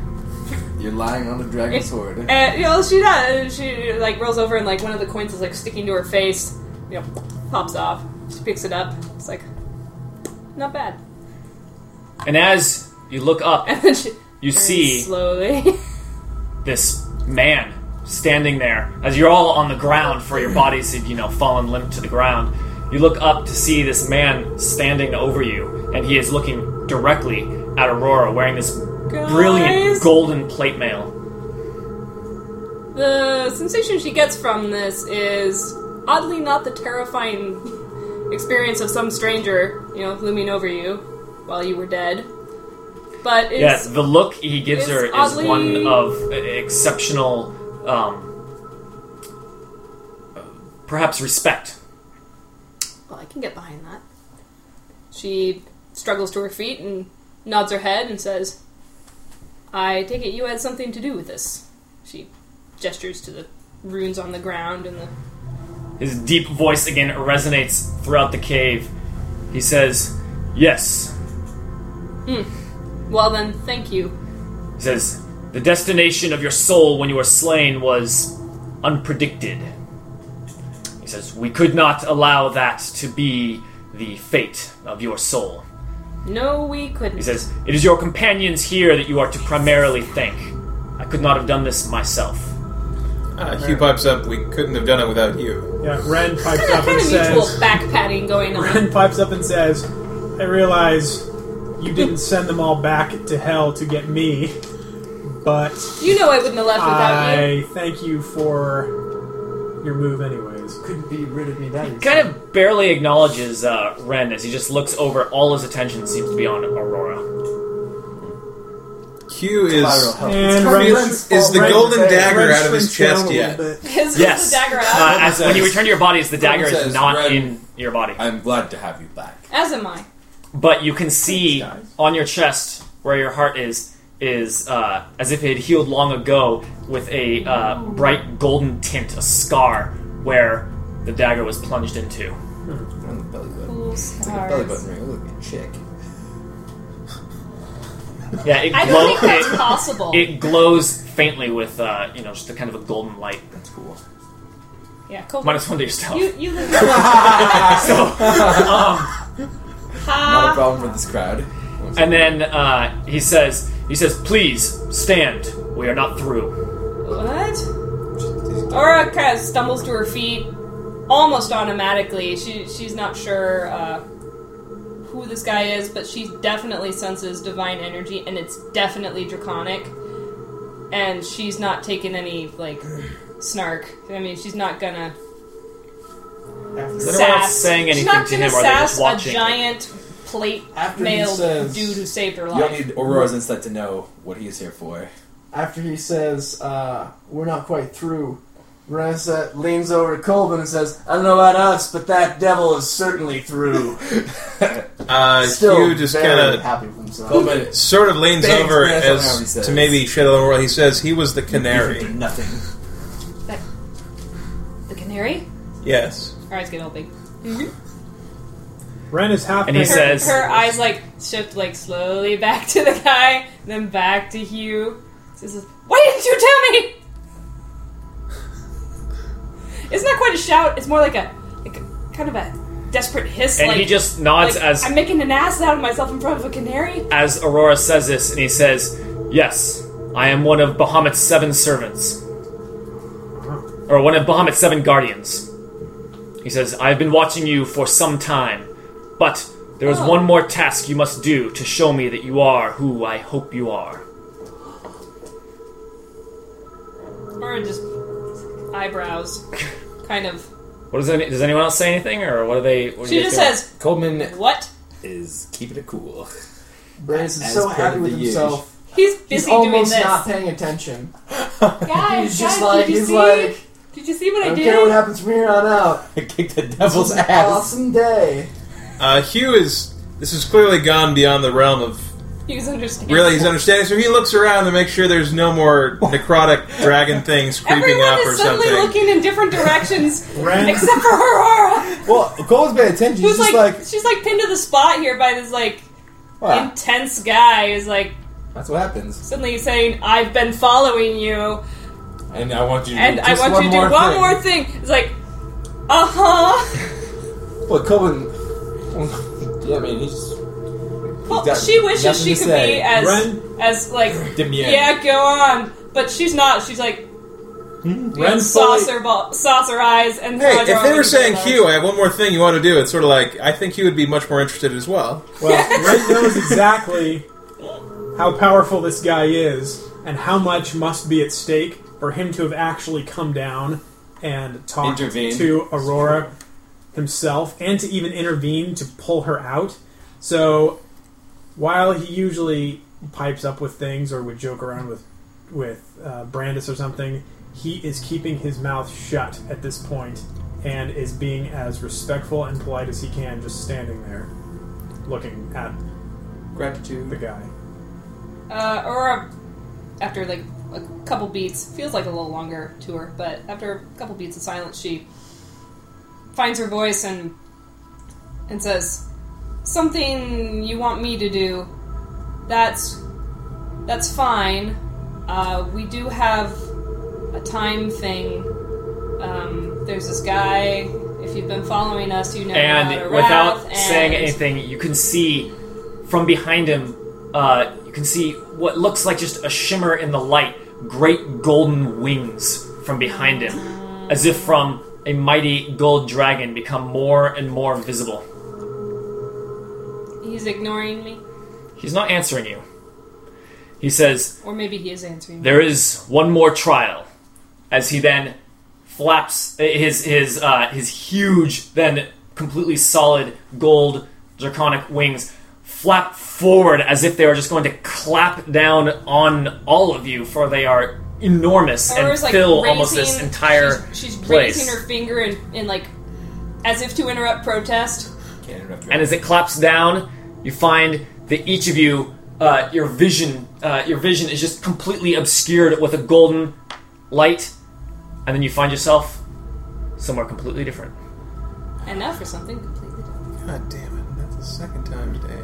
Speaker 8: You're lying on the dragon's sword.
Speaker 4: And you know, she does. She like rolls over and like one of the coins is like sticking to her face. You know, pops off. She picks it up. It's like not bad.
Speaker 2: And as you look up,
Speaker 4: And then she
Speaker 2: you
Speaker 4: turns
Speaker 2: see
Speaker 4: slowly.
Speaker 2: this man standing there as you're all on the ground for your bodies have you know fallen limp to the ground you look up to see this man standing over you and he is looking directly at aurora wearing this
Speaker 4: Guys.
Speaker 2: brilliant golden plate mail
Speaker 4: The sensation she gets from this is oddly not the terrifying experience of some stranger, you know, looming over you while you were dead. But it's
Speaker 2: yes the look he gives
Speaker 4: it's
Speaker 2: her is
Speaker 4: oddly-
Speaker 2: one of exceptional um, perhaps respect
Speaker 4: Well, I can get behind that. She struggles to her feet and nods her head and says, I take it you had something to do with this. She gestures to the runes on the ground and the.
Speaker 2: His deep voice again resonates throughout the cave. He says, Yes.
Speaker 4: Well, then, thank you.
Speaker 2: He says, The destination of your soul when you were slain was unpredicted. He says, We could not allow that to be the fate of your soul.
Speaker 4: No, we couldn't.
Speaker 2: He says, It is your companions here that you are to primarily thank. I could not have done this myself.
Speaker 6: Uh, Hugh pipes up. We couldn't have done it without you.
Speaker 5: Yeah, Ren pipes
Speaker 4: kind
Speaker 5: up and
Speaker 4: of mutual
Speaker 5: says.
Speaker 4: backpatting going on.
Speaker 5: Ren pipes up and says, "I realize you didn't send them all back to hell to get me, but
Speaker 4: You know I wouldn't have left without you.
Speaker 5: I thank you for your move, anyways."
Speaker 8: Couldn't be rid of me that easy.
Speaker 2: Kind of barely acknowledges uh, Ren as he just looks over. All his attention seems to be on Aurora.
Speaker 6: Hugh is
Speaker 5: And
Speaker 7: Ren-
Speaker 5: Ren,
Speaker 7: Ren's-
Speaker 6: is the
Speaker 7: Ren-
Speaker 6: golden
Speaker 7: Ren-
Speaker 6: dagger
Speaker 7: Ren
Speaker 6: out of his
Speaker 7: shrinks down
Speaker 6: chest
Speaker 7: a
Speaker 6: yet?
Speaker 7: little bit.
Speaker 4: His
Speaker 2: Yes.
Speaker 4: the dagger
Speaker 2: Uh,
Speaker 4: out.
Speaker 2: as when you return to your bodies, the dagger is
Speaker 8: says,
Speaker 2: not
Speaker 8: "Ren-
Speaker 2: in your body.
Speaker 8: I'm glad to have you back.
Speaker 4: As am I.
Speaker 2: But you can see
Speaker 8: Thanks, guys.
Speaker 2: on your chest where your heart is is uh, as if it had healed long ago with a uh, bright golden tint, a scar where the dagger was plunged into.
Speaker 8: On the belly button.
Speaker 4: Cool
Speaker 8: The belly
Speaker 4: stars.
Speaker 8: button ring. Look at chick.
Speaker 2: Yeah, it,
Speaker 4: I don't
Speaker 2: glow,
Speaker 4: think that's
Speaker 2: it,
Speaker 4: possible.
Speaker 2: it glows faintly with uh, you know just a kind of a golden light.
Speaker 8: That's cool.
Speaker 4: yeah, cool.
Speaker 2: Minus one to yourself.
Speaker 4: You, you live in
Speaker 2: um,
Speaker 8: Not
Speaker 4: Ah.
Speaker 8: a problem for this crowd.
Speaker 2: And then uh, he says he says, "Please stand. We are not through."
Speaker 4: What? Aura kind of stumbles to her feet almost automatically. She she's not sure uh, who this guy is, but she definitely senses divine energy, and it's definitely draconic. And she's not taking any like snark. I mean, she's not gonna.
Speaker 2: Is anyone else
Speaker 4: sass-
Speaker 2: saying
Speaker 4: she's
Speaker 2: anything
Speaker 4: not
Speaker 2: to
Speaker 4: gonna
Speaker 2: him, or are they just
Speaker 4: sass
Speaker 2: watching?
Speaker 4: A giant plate
Speaker 7: After he
Speaker 4: male
Speaker 7: says-
Speaker 4: dude who saved her
Speaker 8: You don't
Speaker 4: life.
Speaker 8: need Aurora's insight to know what he is here for.
Speaker 7: After he says, uh, we're not quite through, Ren sa- leans over to Colvin and says, I don't know about us, but that devil is certainly through.
Speaker 6: Uh,
Speaker 7: Still
Speaker 6: Hugh just
Speaker 7: very
Speaker 6: kind of
Speaker 7: happy with himself.
Speaker 8: Coleman,
Speaker 6: sort of leans
Speaker 8: Thanks,
Speaker 6: over
Speaker 8: man, that's not how he
Speaker 6: as
Speaker 8: says.
Speaker 6: to maybe shed a little more. He says he was the
Speaker 8: you
Speaker 6: canary.
Speaker 8: did nothing.
Speaker 4: The canary.
Speaker 6: Yes.
Speaker 4: Her eyes get all big.
Speaker 5: Ren is half.
Speaker 2: And he
Speaker 4: her,
Speaker 2: said- says-
Speaker 4: her eyes like shift like slowly back to the guy, then back to Hugh. Says, "Why didn't you tell me?" It's not quite a shout. It's more like a like a, kind of a desperate hiss.
Speaker 2: And
Speaker 4: like,
Speaker 2: he just nods
Speaker 4: like,
Speaker 2: as
Speaker 4: I'm making an ass out of myself in front of a canary.
Speaker 2: as Aurora says this, and he says, "Yes, I am one of Bahamut's seven servants, or one of Bahamut's seven guardians." He says, "I have been watching you for some time, but there is
Speaker 4: Oh.
Speaker 2: one more task you must do to show me that you are who I hope you are."
Speaker 4: Or just eyebrows, kind of.
Speaker 2: What does any, does anyone else say anything, or what are they? What are
Speaker 4: She
Speaker 2: you
Speaker 4: just
Speaker 2: guys doing?
Speaker 4: says,
Speaker 8: Coleman
Speaker 4: "What?"
Speaker 8: is keeping it cool.
Speaker 7: Ren is
Speaker 8: As
Speaker 7: so
Speaker 8: per
Speaker 7: happy
Speaker 8: the
Speaker 7: with
Speaker 8: usual.
Speaker 7: himself.
Speaker 4: He's busy
Speaker 7: He's
Speaker 4: doing
Speaker 7: almost
Speaker 4: this.
Speaker 7: not paying attention.
Speaker 4: Guys,
Speaker 7: He's
Speaker 4: guys,
Speaker 7: just like,
Speaker 4: did you
Speaker 7: he's
Speaker 4: see?
Speaker 7: like,
Speaker 4: did you see what
Speaker 7: I
Speaker 4: I,
Speaker 7: don't
Speaker 4: did?
Speaker 7: care what happens from here on out.
Speaker 8: I kicked the
Speaker 7: It's
Speaker 8: devil's
Speaker 7: an
Speaker 8: ass.
Speaker 7: awesome day.
Speaker 6: Uh, Hugh is. This has clearly gone beyond the realm of
Speaker 4: He's understanding.
Speaker 6: Really, he's understanding. So he looks around to make sure there's no more necrotic dragon things creeping
Speaker 4: Everyone
Speaker 6: up or
Speaker 4: is suddenly
Speaker 6: something.
Speaker 4: looking in different directions,
Speaker 7: Ren-
Speaker 4: except for Aurora,
Speaker 3: Well, Cole's paying attention. She's
Speaker 4: who's
Speaker 3: just
Speaker 4: like,
Speaker 3: like,
Speaker 4: she's like pinned to the spot here by this like
Speaker 3: "Wow,
Speaker 4: intense guy who's like
Speaker 3: that's what happens.
Speaker 4: suddenly saying, "I've been following you,
Speaker 3: And I want you to
Speaker 4: and
Speaker 3: do
Speaker 4: I
Speaker 3: just
Speaker 4: want
Speaker 3: one
Speaker 4: you to do
Speaker 3: more
Speaker 4: one
Speaker 3: thing.
Speaker 4: more thing." It's like, uh huh.
Speaker 3: Look, Coleman. yeah, I mean, he's
Speaker 4: Well,
Speaker 3: got
Speaker 4: she wishes
Speaker 3: nothing
Speaker 4: she
Speaker 3: to
Speaker 4: could
Speaker 3: say.
Speaker 4: be as
Speaker 5: Ren-
Speaker 4: as like
Speaker 3: demure.
Speaker 4: yeah, go on, but she's not. She's like
Speaker 5: Ren fully-
Speaker 4: saucer ball, saucer eyes, and
Speaker 6: Hey,
Speaker 4: Roger
Speaker 6: if they were
Speaker 4: Allen's
Speaker 6: saying
Speaker 4: eyes.
Speaker 6: Hugh, I have one more thing you want to do, it's sort of like I think he would be much more interested as well.
Speaker 5: Well, Ren knows exactly how powerful this guy is and how much must be at stake for him to have actually come down and talked
Speaker 3: Intervene.
Speaker 5: to Aurora himself and to even intervene to pull her out. So while he usually pipes up with things or would joke around with with uh, Brandis or something, he is keeping his mouth shut at this point and is being as respectful and polite as he can, just standing there looking at the
Speaker 3: gratitude.
Speaker 5: guy.
Speaker 4: uh, Aurora, after like a couple beats, feels like a little longer to her, but after a couple beats of silence, she finds her voice and and says, "Something you want me to do? That's that's fine. Uh, we do have a time thing. Um, there's this guy. If you've been following us, you know about
Speaker 2: and
Speaker 4: Arath,
Speaker 2: without
Speaker 4: Uh, and-
Speaker 2: saying anything, you can see from behind him. Uh, you can see what looks like just a shimmer in the light, great golden wings from behind him, as if from a mighty gold dragon, become more and more visible.
Speaker 4: He's ignoring me,
Speaker 2: He's not answering you. He says,
Speaker 4: or maybe he is answering. me.
Speaker 2: There is one more trial. As he then flaps his his uh, his huge, then completely solid gold draconic wings flap forward as if they were just going to clap down on all of you, for they are enormous and
Speaker 4: Aurora's, like,
Speaker 2: fill
Speaker 4: raising-
Speaker 2: almost this entire
Speaker 4: She's, she's
Speaker 2: place.
Speaker 4: raising her finger and, and like as if to interrupt protest.
Speaker 3: Can't interrupt you.
Speaker 2: and as it claps down, you find that each of you, uh, your vision, uh, your vision is just completely obscured with a golden light, and then you find yourself somewhere completely different.
Speaker 4: And now for something completely different.
Speaker 6: God damn it! That's the second time today.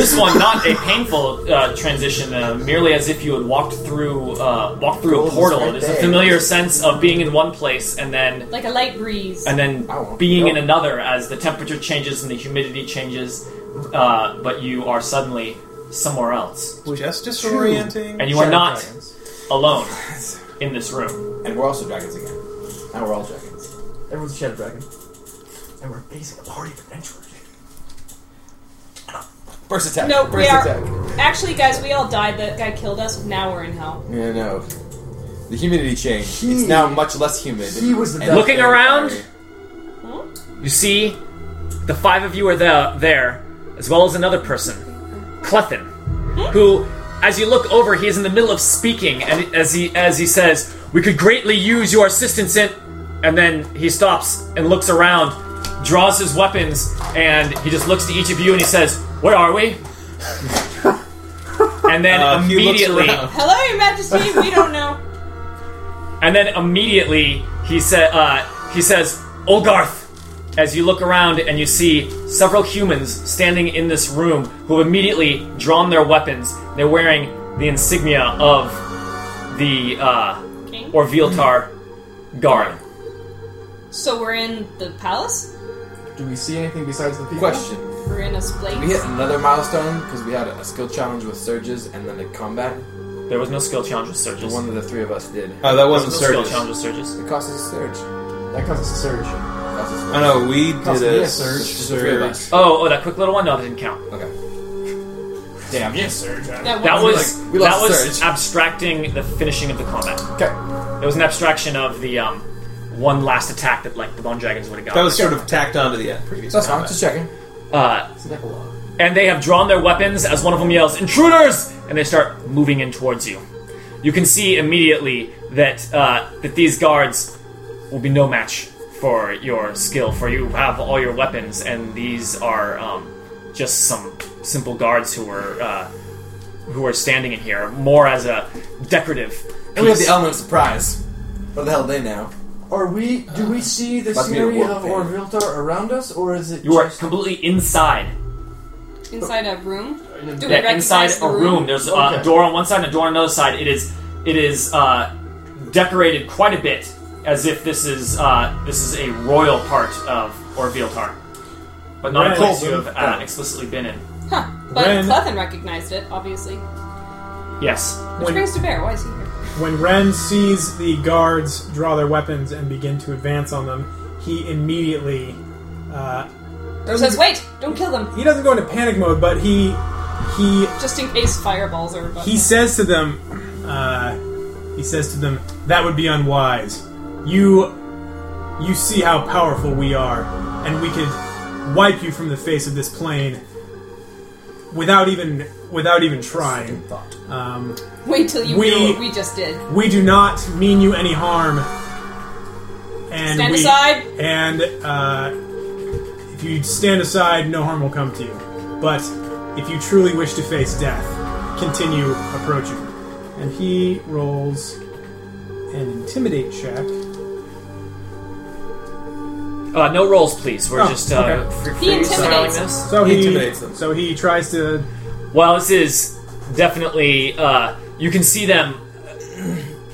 Speaker 2: This one, not a painful uh, transition, uh, merely as if you had walked through uh, walked through a
Speaker 3: Golden's
Speaker 2: portal.
Speaker 3: right
Speaker 2: There's a
Speaker 3: there.
Speaker 2: familiar sense of being in one place and then
Speaker 4: Like a light breeze.
Speaker 2: and then
Speaker 3: Ow.
Speaker 2: being in
Speaker 3: Yep.
Speaker 2: another as the temperature changes and the humidity changes, uh, but you are suddenly somewhere else,
Speaker 6: Just disorienting.
Speaker 2: and you are not alone in this room.
Speaker 3: And we're also dragons again. Now we're all dragons.
Speaker 7: Everyone's a shadow dragon. And we're basically a party of adventurers.
Speaker 3: First attack.
Speaker 4: No,
Speaker 3: first
Speaker 4: we are-
Speaker 3: attack.
Speaker 4: Actually, guys, we all died. That guy killed us. Now we're in hell.
Speaker 3: Yeah, no. The humidity change. it's now much less humid.
Speaker 7: he was the
Speaker 3: And
Speaker 2: Looking
Speaker 3: very
Speaker 2: around?
Speaker 3: fiery.
Speaker 2: You see, the five of you are the- there, as well as another person, Clethin, who, as you look over, he is in the middle of speaking, and as he as he says, "We could greatly use your assistance in," and then he stops and looks around, draws his weapons, and he just looks to each of you and he says, "Where are we?" and then
Speaker 6: Uh, Hugh looks
Speaker 2: immediately.
Speaker 6: around.
Speaker 4: Hello, Your Majesty. we don't know.
Speaker 2: And then immediately he said, uh, "He says, Olgarth." As you look around and you see several humans standing in this room who have immediately drawn their weapons. They're wearing the insignia of the uh,
Speaker 4: King?
Speaker 2: Orviltar guard.
Speaker 4: So we're in the palace.
Speaker 7: Do we see anything besides the people?
Speaker 3: Question.
Speaker 4: We're in a place.
Speaker 3: We hit another milestone because we had a skill challenge with surges and then a combat.
Speaker 2: There was no skill challenge with
Speaker 3: The
Speaker 2: surges.
Speaker 3: one that the three of us did.
Speaker 6: Oh, that
Speaker 2: There
Speaker 6: wasn't
Speaker 2: was no skill
Speaker 6: Surges.
Speaker 2: challenge with surges.
Speaker 3: It cost us a surge.
Speaker 7: That causes a surge.
Speaker 3: Cost us a surge.
Speaker 6: Oh no, we did
Speaker 7: Cost me
Speaker 6: a
Speaker 7: a surge.
Speaker 3: Just the three of
Speaker 6: surge.
Speaker 3: us.
Speaker 2: Oh, oh, that quick little one. No, that didn't count.
Speaker 3: Okay. Damn, yes, surge.
Speaker 4: That,
Speaker 2: That
Speaker 4: was.
Speaker 2: was
Speaker 3: we
Speaker 2: that
Speaker 3: lost
Speaker 2: was
Speaker 3: surge.
Speaker 2: abstracting the finishing of the combat.
Speaker 3: Okay.
Speaker 2: It was an abstraction of the um, one last attack that like the bone dragons would have got.
Speaker 6: That was sort of tacked onto the end. Previous
Speaker 3: That's fine.
Speaker 6: combat.
Speaker 3: Just checking.
Speaker 2: Uh,
Speaker 7: It's an epilogue.
Speaker 2: and they have drawn their weapons as one of them yells, "Intruders!" and they start moving in towards you. You can see immediately that uh, that these guards will be no match for your skill, for you have all your weapons, and these are um, just some simple guards who were uh, who are standing in here more as a decorative.
Speaker 3: And we have the
Speaker 2: piece.
Speaker 3: element of surprise. Where the hell they now?
Speaker 7: Are we? Do we see the
Speaker 3: Must be a
Speaker 7: scenery
Speaker 3: warp
Speaker 7: of
Speaker 3: thing.
Speaker 7: Orvilta around us, or is it
Speaker 2: you are
Speaker 7: just
Speaker 2: completely inside.
Speaker 4: Inside a room? Do we
Speaker 2: Yeah, inside
Speaker 4: recognize the
Speaker 2: a room. There's uh,
Speaker 7: Okay.
Speaker 2: a door on one side and a door on the other side. It is it is uh, decorated quite a bit as if this is uh, this is a royal part of Orviltar, but not a
Speaker 5: Right.
Speaker 2: place you have
Speaker 3: Yeah.
Speaker 2: uh, explicitly been in.
Speaker 4: Huh. But
Speaker 5: Ren-
Speaker 4: Clethan recognized it, obviously. Which
Speaker 2: Yes.
Speaker 4: brings to bear, why is he here?
Speaker 5: When Ren sees the guards draw their weapons and begin to advance on them, he immediately uh,
Speaker 4: He says, wait, don't kill them,
Speaker 5: he doesn't go into panic mode, but he he
Speaker 4: just in case fireballs are about
Speaker 5: he says to them, uh, he says to them, that would be unwise. You you see how powerful we are, and we could wipe you from the face of this plane without even without even trying. Um,
Speaker 4: Wait till you
Speaker 5: We-
Speaker 4: do what we just did.
Speaker 5: we do not mean you any harm. And
Speaker 4: Stand
Speaker 5: we,
Speaker 4: aside.
Speaker 5: And uh, if you stand aside, no harm will come to you. But if you truly wish to face death, continue approaching. And he rolls an intimidate check.
Speaker 2: Uh, no rolls, please. We're
Speaker 5: Oh,
Speaker 2: just uh,
Speaker 5: okay.
Speaker 2: free,
Speaker 4: He
Speaker 2: free styling
Speaker 4: intimidates
Speaker 2: this.
Speaker 5: So
Speaker 3: He
Speaker 5: he,
Speaker 3: intimidates them.
Speaker 5: So he tries to.
Speaker 2: Well, this is definitely. Uh, you can see them.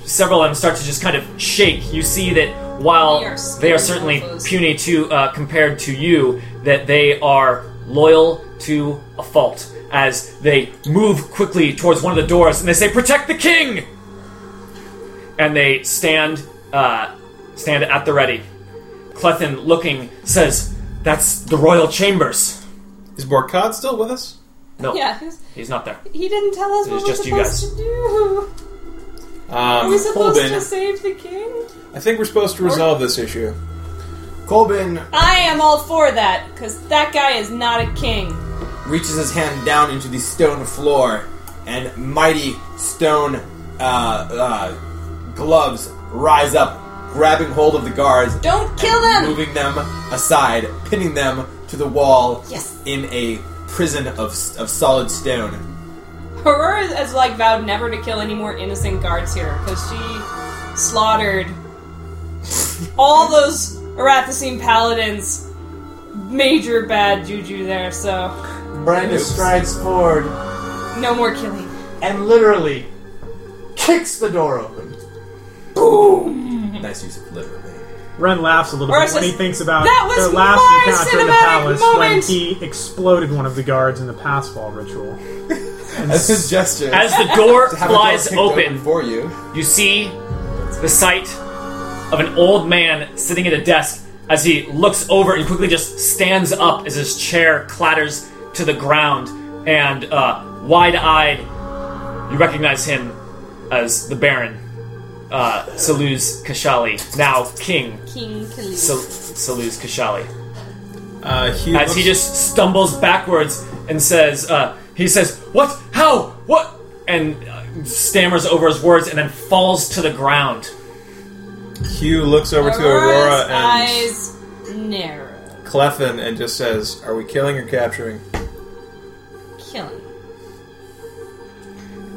Speaker 2: Several of them start to just kind of shake. You see that while
Speaker 4: They are
Speaker 2: they
Speaker 4: scary
Speaker 2: are certainly
Speaker 4: alphas.
Speaker 2: puny to uh, compared to you, that they are loyal to a fault. As they move quickly towards one of the doors and they say, "Protect the king!" and they stand uh, stand at the ready. Clethin, looking, says, "That's the royal chambers."
Speaker 6: Is Borkad still with us?
Speaker 2: No,
Speaker 4: Yeah, he's-
Speaker 2: he's not there.
Speaker 4: he didn't tell us
Speaker 2: It
Speaker 4: what
Speaker 2: was
Speaker 4: we're
Speaker 2: just you
Speaker 4: supposed to do. Are
Speaker 6: Um,
Speaker 4: we supposed
Speaker 6: Colbin,
Speaker 4: to save the king?
Speaker 6: I think we're supposed to resolve this issue.
Speaker 3: Colbin
Speaker 4: I am all for that, because that guy is not a king.
Speaker 3: reaches his hand down into the stone floor, and mighty stone uh, uh, gloves rise up, grabbing hold of the guards,
Speaker 4: Don't kill them!
Speaker 3: moving them aside, pinning them to the wall
Speaker 4: Yes.
Speaker 3: in a prison of, of solid stone.
Speaker 4: Aurora has like vowed never to kill any more innocent guards here because she slaughtered all those Arathasine paladins. Major bad juju there, so
Speaker 7: Brandis strides forward
Speaker 4: no more killing.
Speaker 7: and literally kicks the door open.
Speaker 3: Nice use of literally.
Speaker 5: Ren laughs a little
Speaker 4: Or
Speaker 5: bit
Speaker 4: it's
Speaker 5: when he
Speaker 4: just,
Speaker 5: thinks about
Speaker 4: "That was
Speaker 5: their last
Speaker 4: my
Speaker 5: encounter in the
Speaker 4: cinematic
Speaker 5: palace when
Speaker 4: moment!"
Speaker 5: he exploded one of the guards in the passfall ritual.
Speaker 3: That's his gesture.
Speaker 2: As the door
Speaker 3: Have a door
Speaker 2: flies
Speaker 3: kicked open
Speaker 2: open,
Speaker 3: for you.
Speaker 2: you see the sight of an old man sitting at a desk as he looks over and quickly just stands up as his chair clatters to the ground. And uh, wide eyed, you recognize him as the Baron, uh, Saluz Kashali, now King
Speaker 4: King killing.
Speaker 2: Sal- Saluz Kashali.
Speaker 6: Uh, Hugh
Speaker 2: As he
Speaker 6: looks-
Speaker 2: just stumbles backwards and says, uh, he says, What? How? What? And uh, stammers over his words and then falls to the ground.
Speaker 6: Hugh looks over to Aurora
Speaker 4: Aurora's
Speaker 6: and
Speaker 4: eyes narrow.
Speaker 6: Clefin and just says, "Are we killing or capturing?"
Speaker 4: Killing.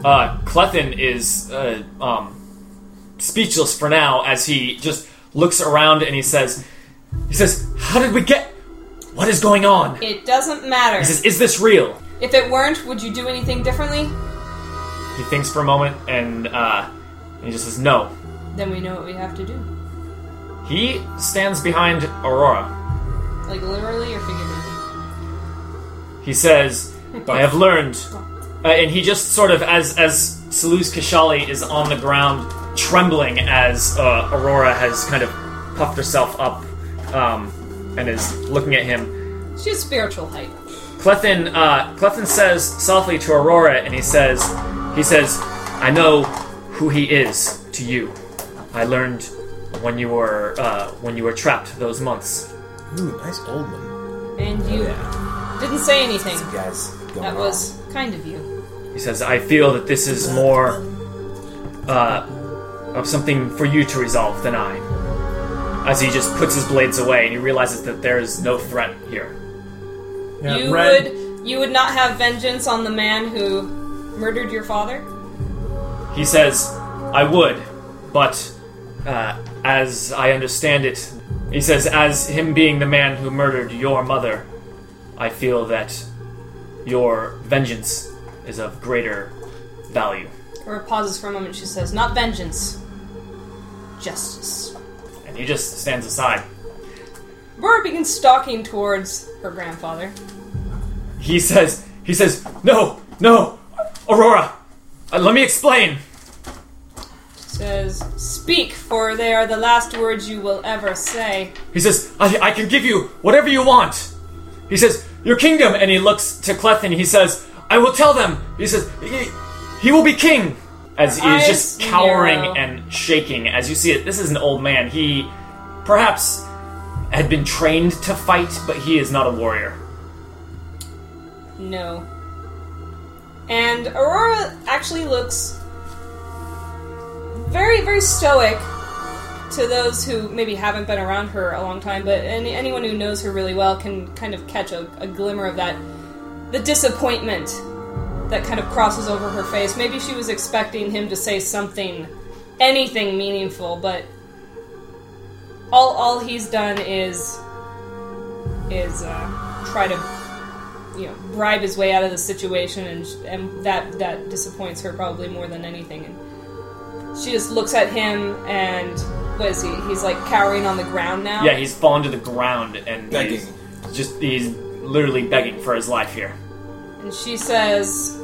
Speaker 2: Uh, Clethin is uh, um, speechless for now as he just looks around and he says, He says, How did we get? What is going on?
Speaker 4: It doesn't matter.
Speaker 2: He says, Is this real?
Speaker 4: If it weren't, would you do anything differently?
Speaker 2: He thinks for a moment and, uh, and he just says, No.
Speaker 4: Then we know what we have to do.
Speaker 2: He stands behind Aurora.
Speaker 4: Like literally or figuratively.
Speaker 2: He says, "I have learned," uh, and he just sort of, as as Salus Kashali is on the ground, trembling as uh, Aurora has kind of puffed herself up um, and is looking at him.
Speaker 4: She has spiritual height.
Speaker 2: Clethin, uh, Clethin says softly to Aurora, and he says, "He says, I know who he is to you. I learned when you were uh, when you were trapped those months.
Speaker 6: Ooh, nice old one.
Speaker 4: And you didn't say anything.
Speaker 3: Guys, going
Speaker 4: That
Speaker 3: on.
Speaker 4: was kind of you.
Speaker 2: He says, I feel that this is more uh, of something for you to resolve than I. As he just puts his blades away and he realizes that there is no threat here.
Speaker 5: Yeah,
Speaker 4: you
Speaker 5: Ren-
Speaker 4: would You would not have vengeance on the man who murdered your father?
Speaker 2: He says, I would, but uh, as I understand it, he says, as him being the man who murdered your mother, I feel that your vengeance is of greater value.
Speaker 4: Or pauses for a moment. She says, Not vengeance, justice.
Speaker 2: And he just stands aside.
Speaker 4: Aurora begins stalking towards her grandfather.
Speaker 2: He says, he says, no, no, Aurora, uh, let me explain.
Speaker 4: Says, Speak, for they are the last words you will ever say.
Speaker 2: He says, I, I can give you whatever you want. He says, Your kingdom. And he looks to Clethin. He says, I will tell them. He says, He, he will be king. As he is
Speaker 4: Eyes
Speaker 2: just cowering
Speaker 4: narrow.
Speaker 2: and shaking. As you see it, this is an old man. He perhaps had been trained to fight, but he is not a warrior.
Speaker 4: No. And Aurora actually looks very, very stoic to those who maybe haven't been around her a long time, but any, anyone who knows her really well can kind of catch a, a glimmer of that. The disappointment that kind of crosses over her face. Maybe she was expecting him to say something, anything meaningful, but all, all he's done is is uh, try to you know bribe his way out of the situation, and, sh- and that that disappoints her probably more than anything. And she just looks at him, and what is he? He's like cowering on the ground now.
Speaker 2: Yeah, he's fallen to the ground and
Speaker 6: Begging.
Speaker 2: he's just he's literally begging for his life here.
Speaker 4: And she says,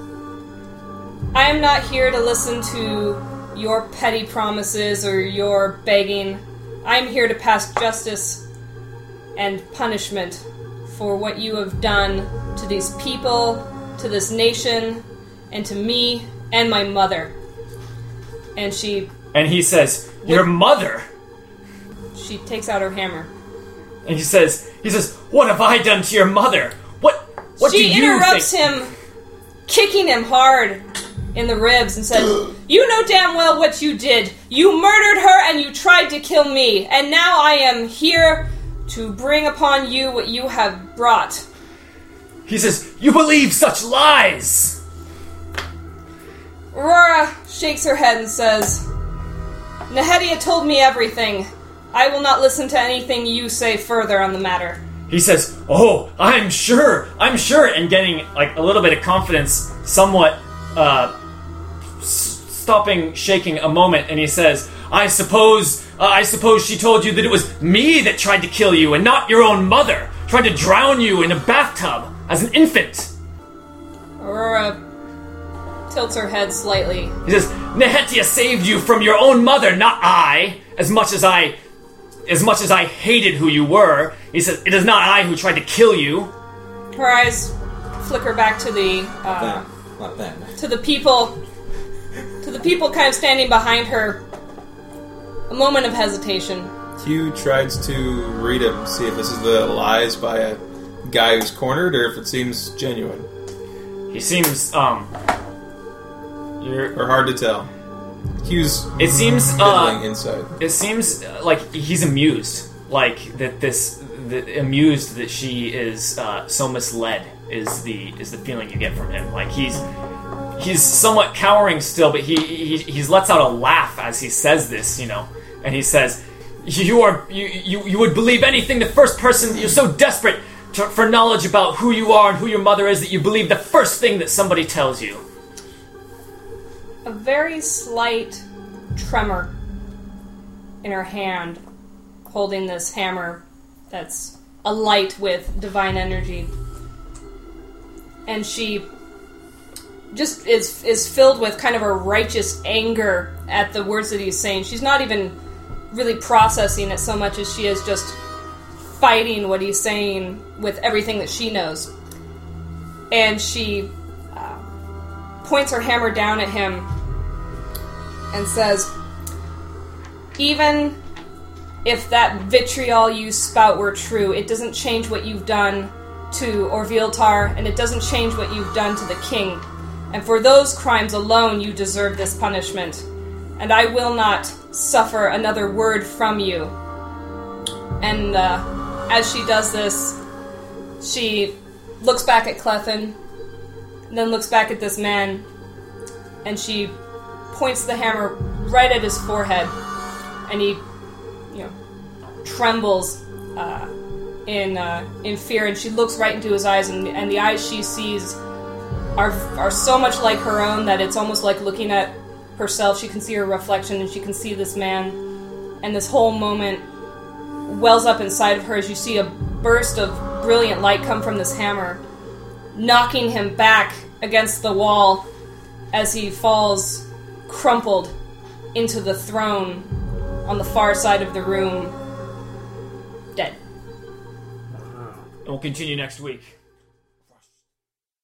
Speaker 4: I am not here to listen to your petty promises or your begging. I am here to pass justice and punishment for what you have done to these people, to this nation, and to me and my mother. And she
Speaker 2: And he says, Your mother.
Speaker 4: she takes out her hammer.
Speaker 2: And he says, he says, What have I done to your mother? What what
Speaker 4: she
Speaker 2: do you
Speaker 4: interrupts
Speaker 2: think?
Speaker 4: him, kicking him hard in the ribs, and says, "You know damn well what you did. You murdered her, and you tried to kill me. And now I am here to bring upon you what you have brought."
Speaker 2: He says, You believe such lies!
Speaker 4: Aurora shakes her head and says, "Nehedia told me everything. I will not listen to anything you say further on the matter."
Speaker 2: He says, Oh, I'm sure, I'm sure, and getting like a little bit of confidence, somewhat uh, s- stopping shaking a moment, and he says, I suppose, uh, I suppose she told you that it was me that tried to kill you and not your own mother, tried to drown you in a bathtub as an infant.
Speaker 4: Aurora tilts her head slightly
Speaker 2: He says, Nehetia saved you from your own mother, not I. As much as I, as much as I hated who you were, he says, it is not I who tried to kill you.
Speaker 4: Her eyes flicker back to the uh,
Speaker 3: Not then.
Speaker 4: to the people to the people kind of standing behind her. A moment of hesitation.
Speaker 6: Hugh tries to read him, see if this is the lies by a guy who's cornered or if it seems genuine
Speaker 2: He seems, um, you're,
Speaker 6: or hard to tell. Hugh's
Speaker 2: it seems,
Speaker 6: middling
Speaker 2: uh,
Speaker 6: insight.
Speaker 2: it seems uh, like he's amused, like that this, the, amused that she is uh, so misled is the is the feeling you get from him. Like he's. He's somewhat cowering still, but he, he he lets out a laugh as he says this, you know, and he says, "You are you you, you would believe anything the first person you're so desperate to, for knowledge about who you are and who your mother is that you believe the first thing that somebody tells you."
Speaker 4: A very slight tremor in her hand holding this hammer that's alight with divine energy. And she just is is filled with kind of a righteous anger at the words that he's saying. She's not even really processing it so much as she is just fighting what he's saying with everything that she knows. And she uh, points her hammer down at him and says, Even if that vitriol you spout were true, it doesn't change what you've done to Orviltar, and it doesn't change what you've done to the king. And for those crimes alone, you deserve this punishment. And I will not suffer another word from you. And uh, as she does this, she looks back at Clefin, then looks back at this man, and she points the hammer right at his forehead, and he, you know, trembles uh, in uh, in fear. And she looks right into his eyes, and, and the eyes she sees are are so much like her own that it's almost like looking at herself. She can see her reflection, and she can see this man, and this whole moment wells up inside of her as you see a burst of brilliant light come from this hammer, knocking him back against the wall as he falls crumpled into the throne on the far side of the room, dead.
Speaker 2: And we'll continue next week.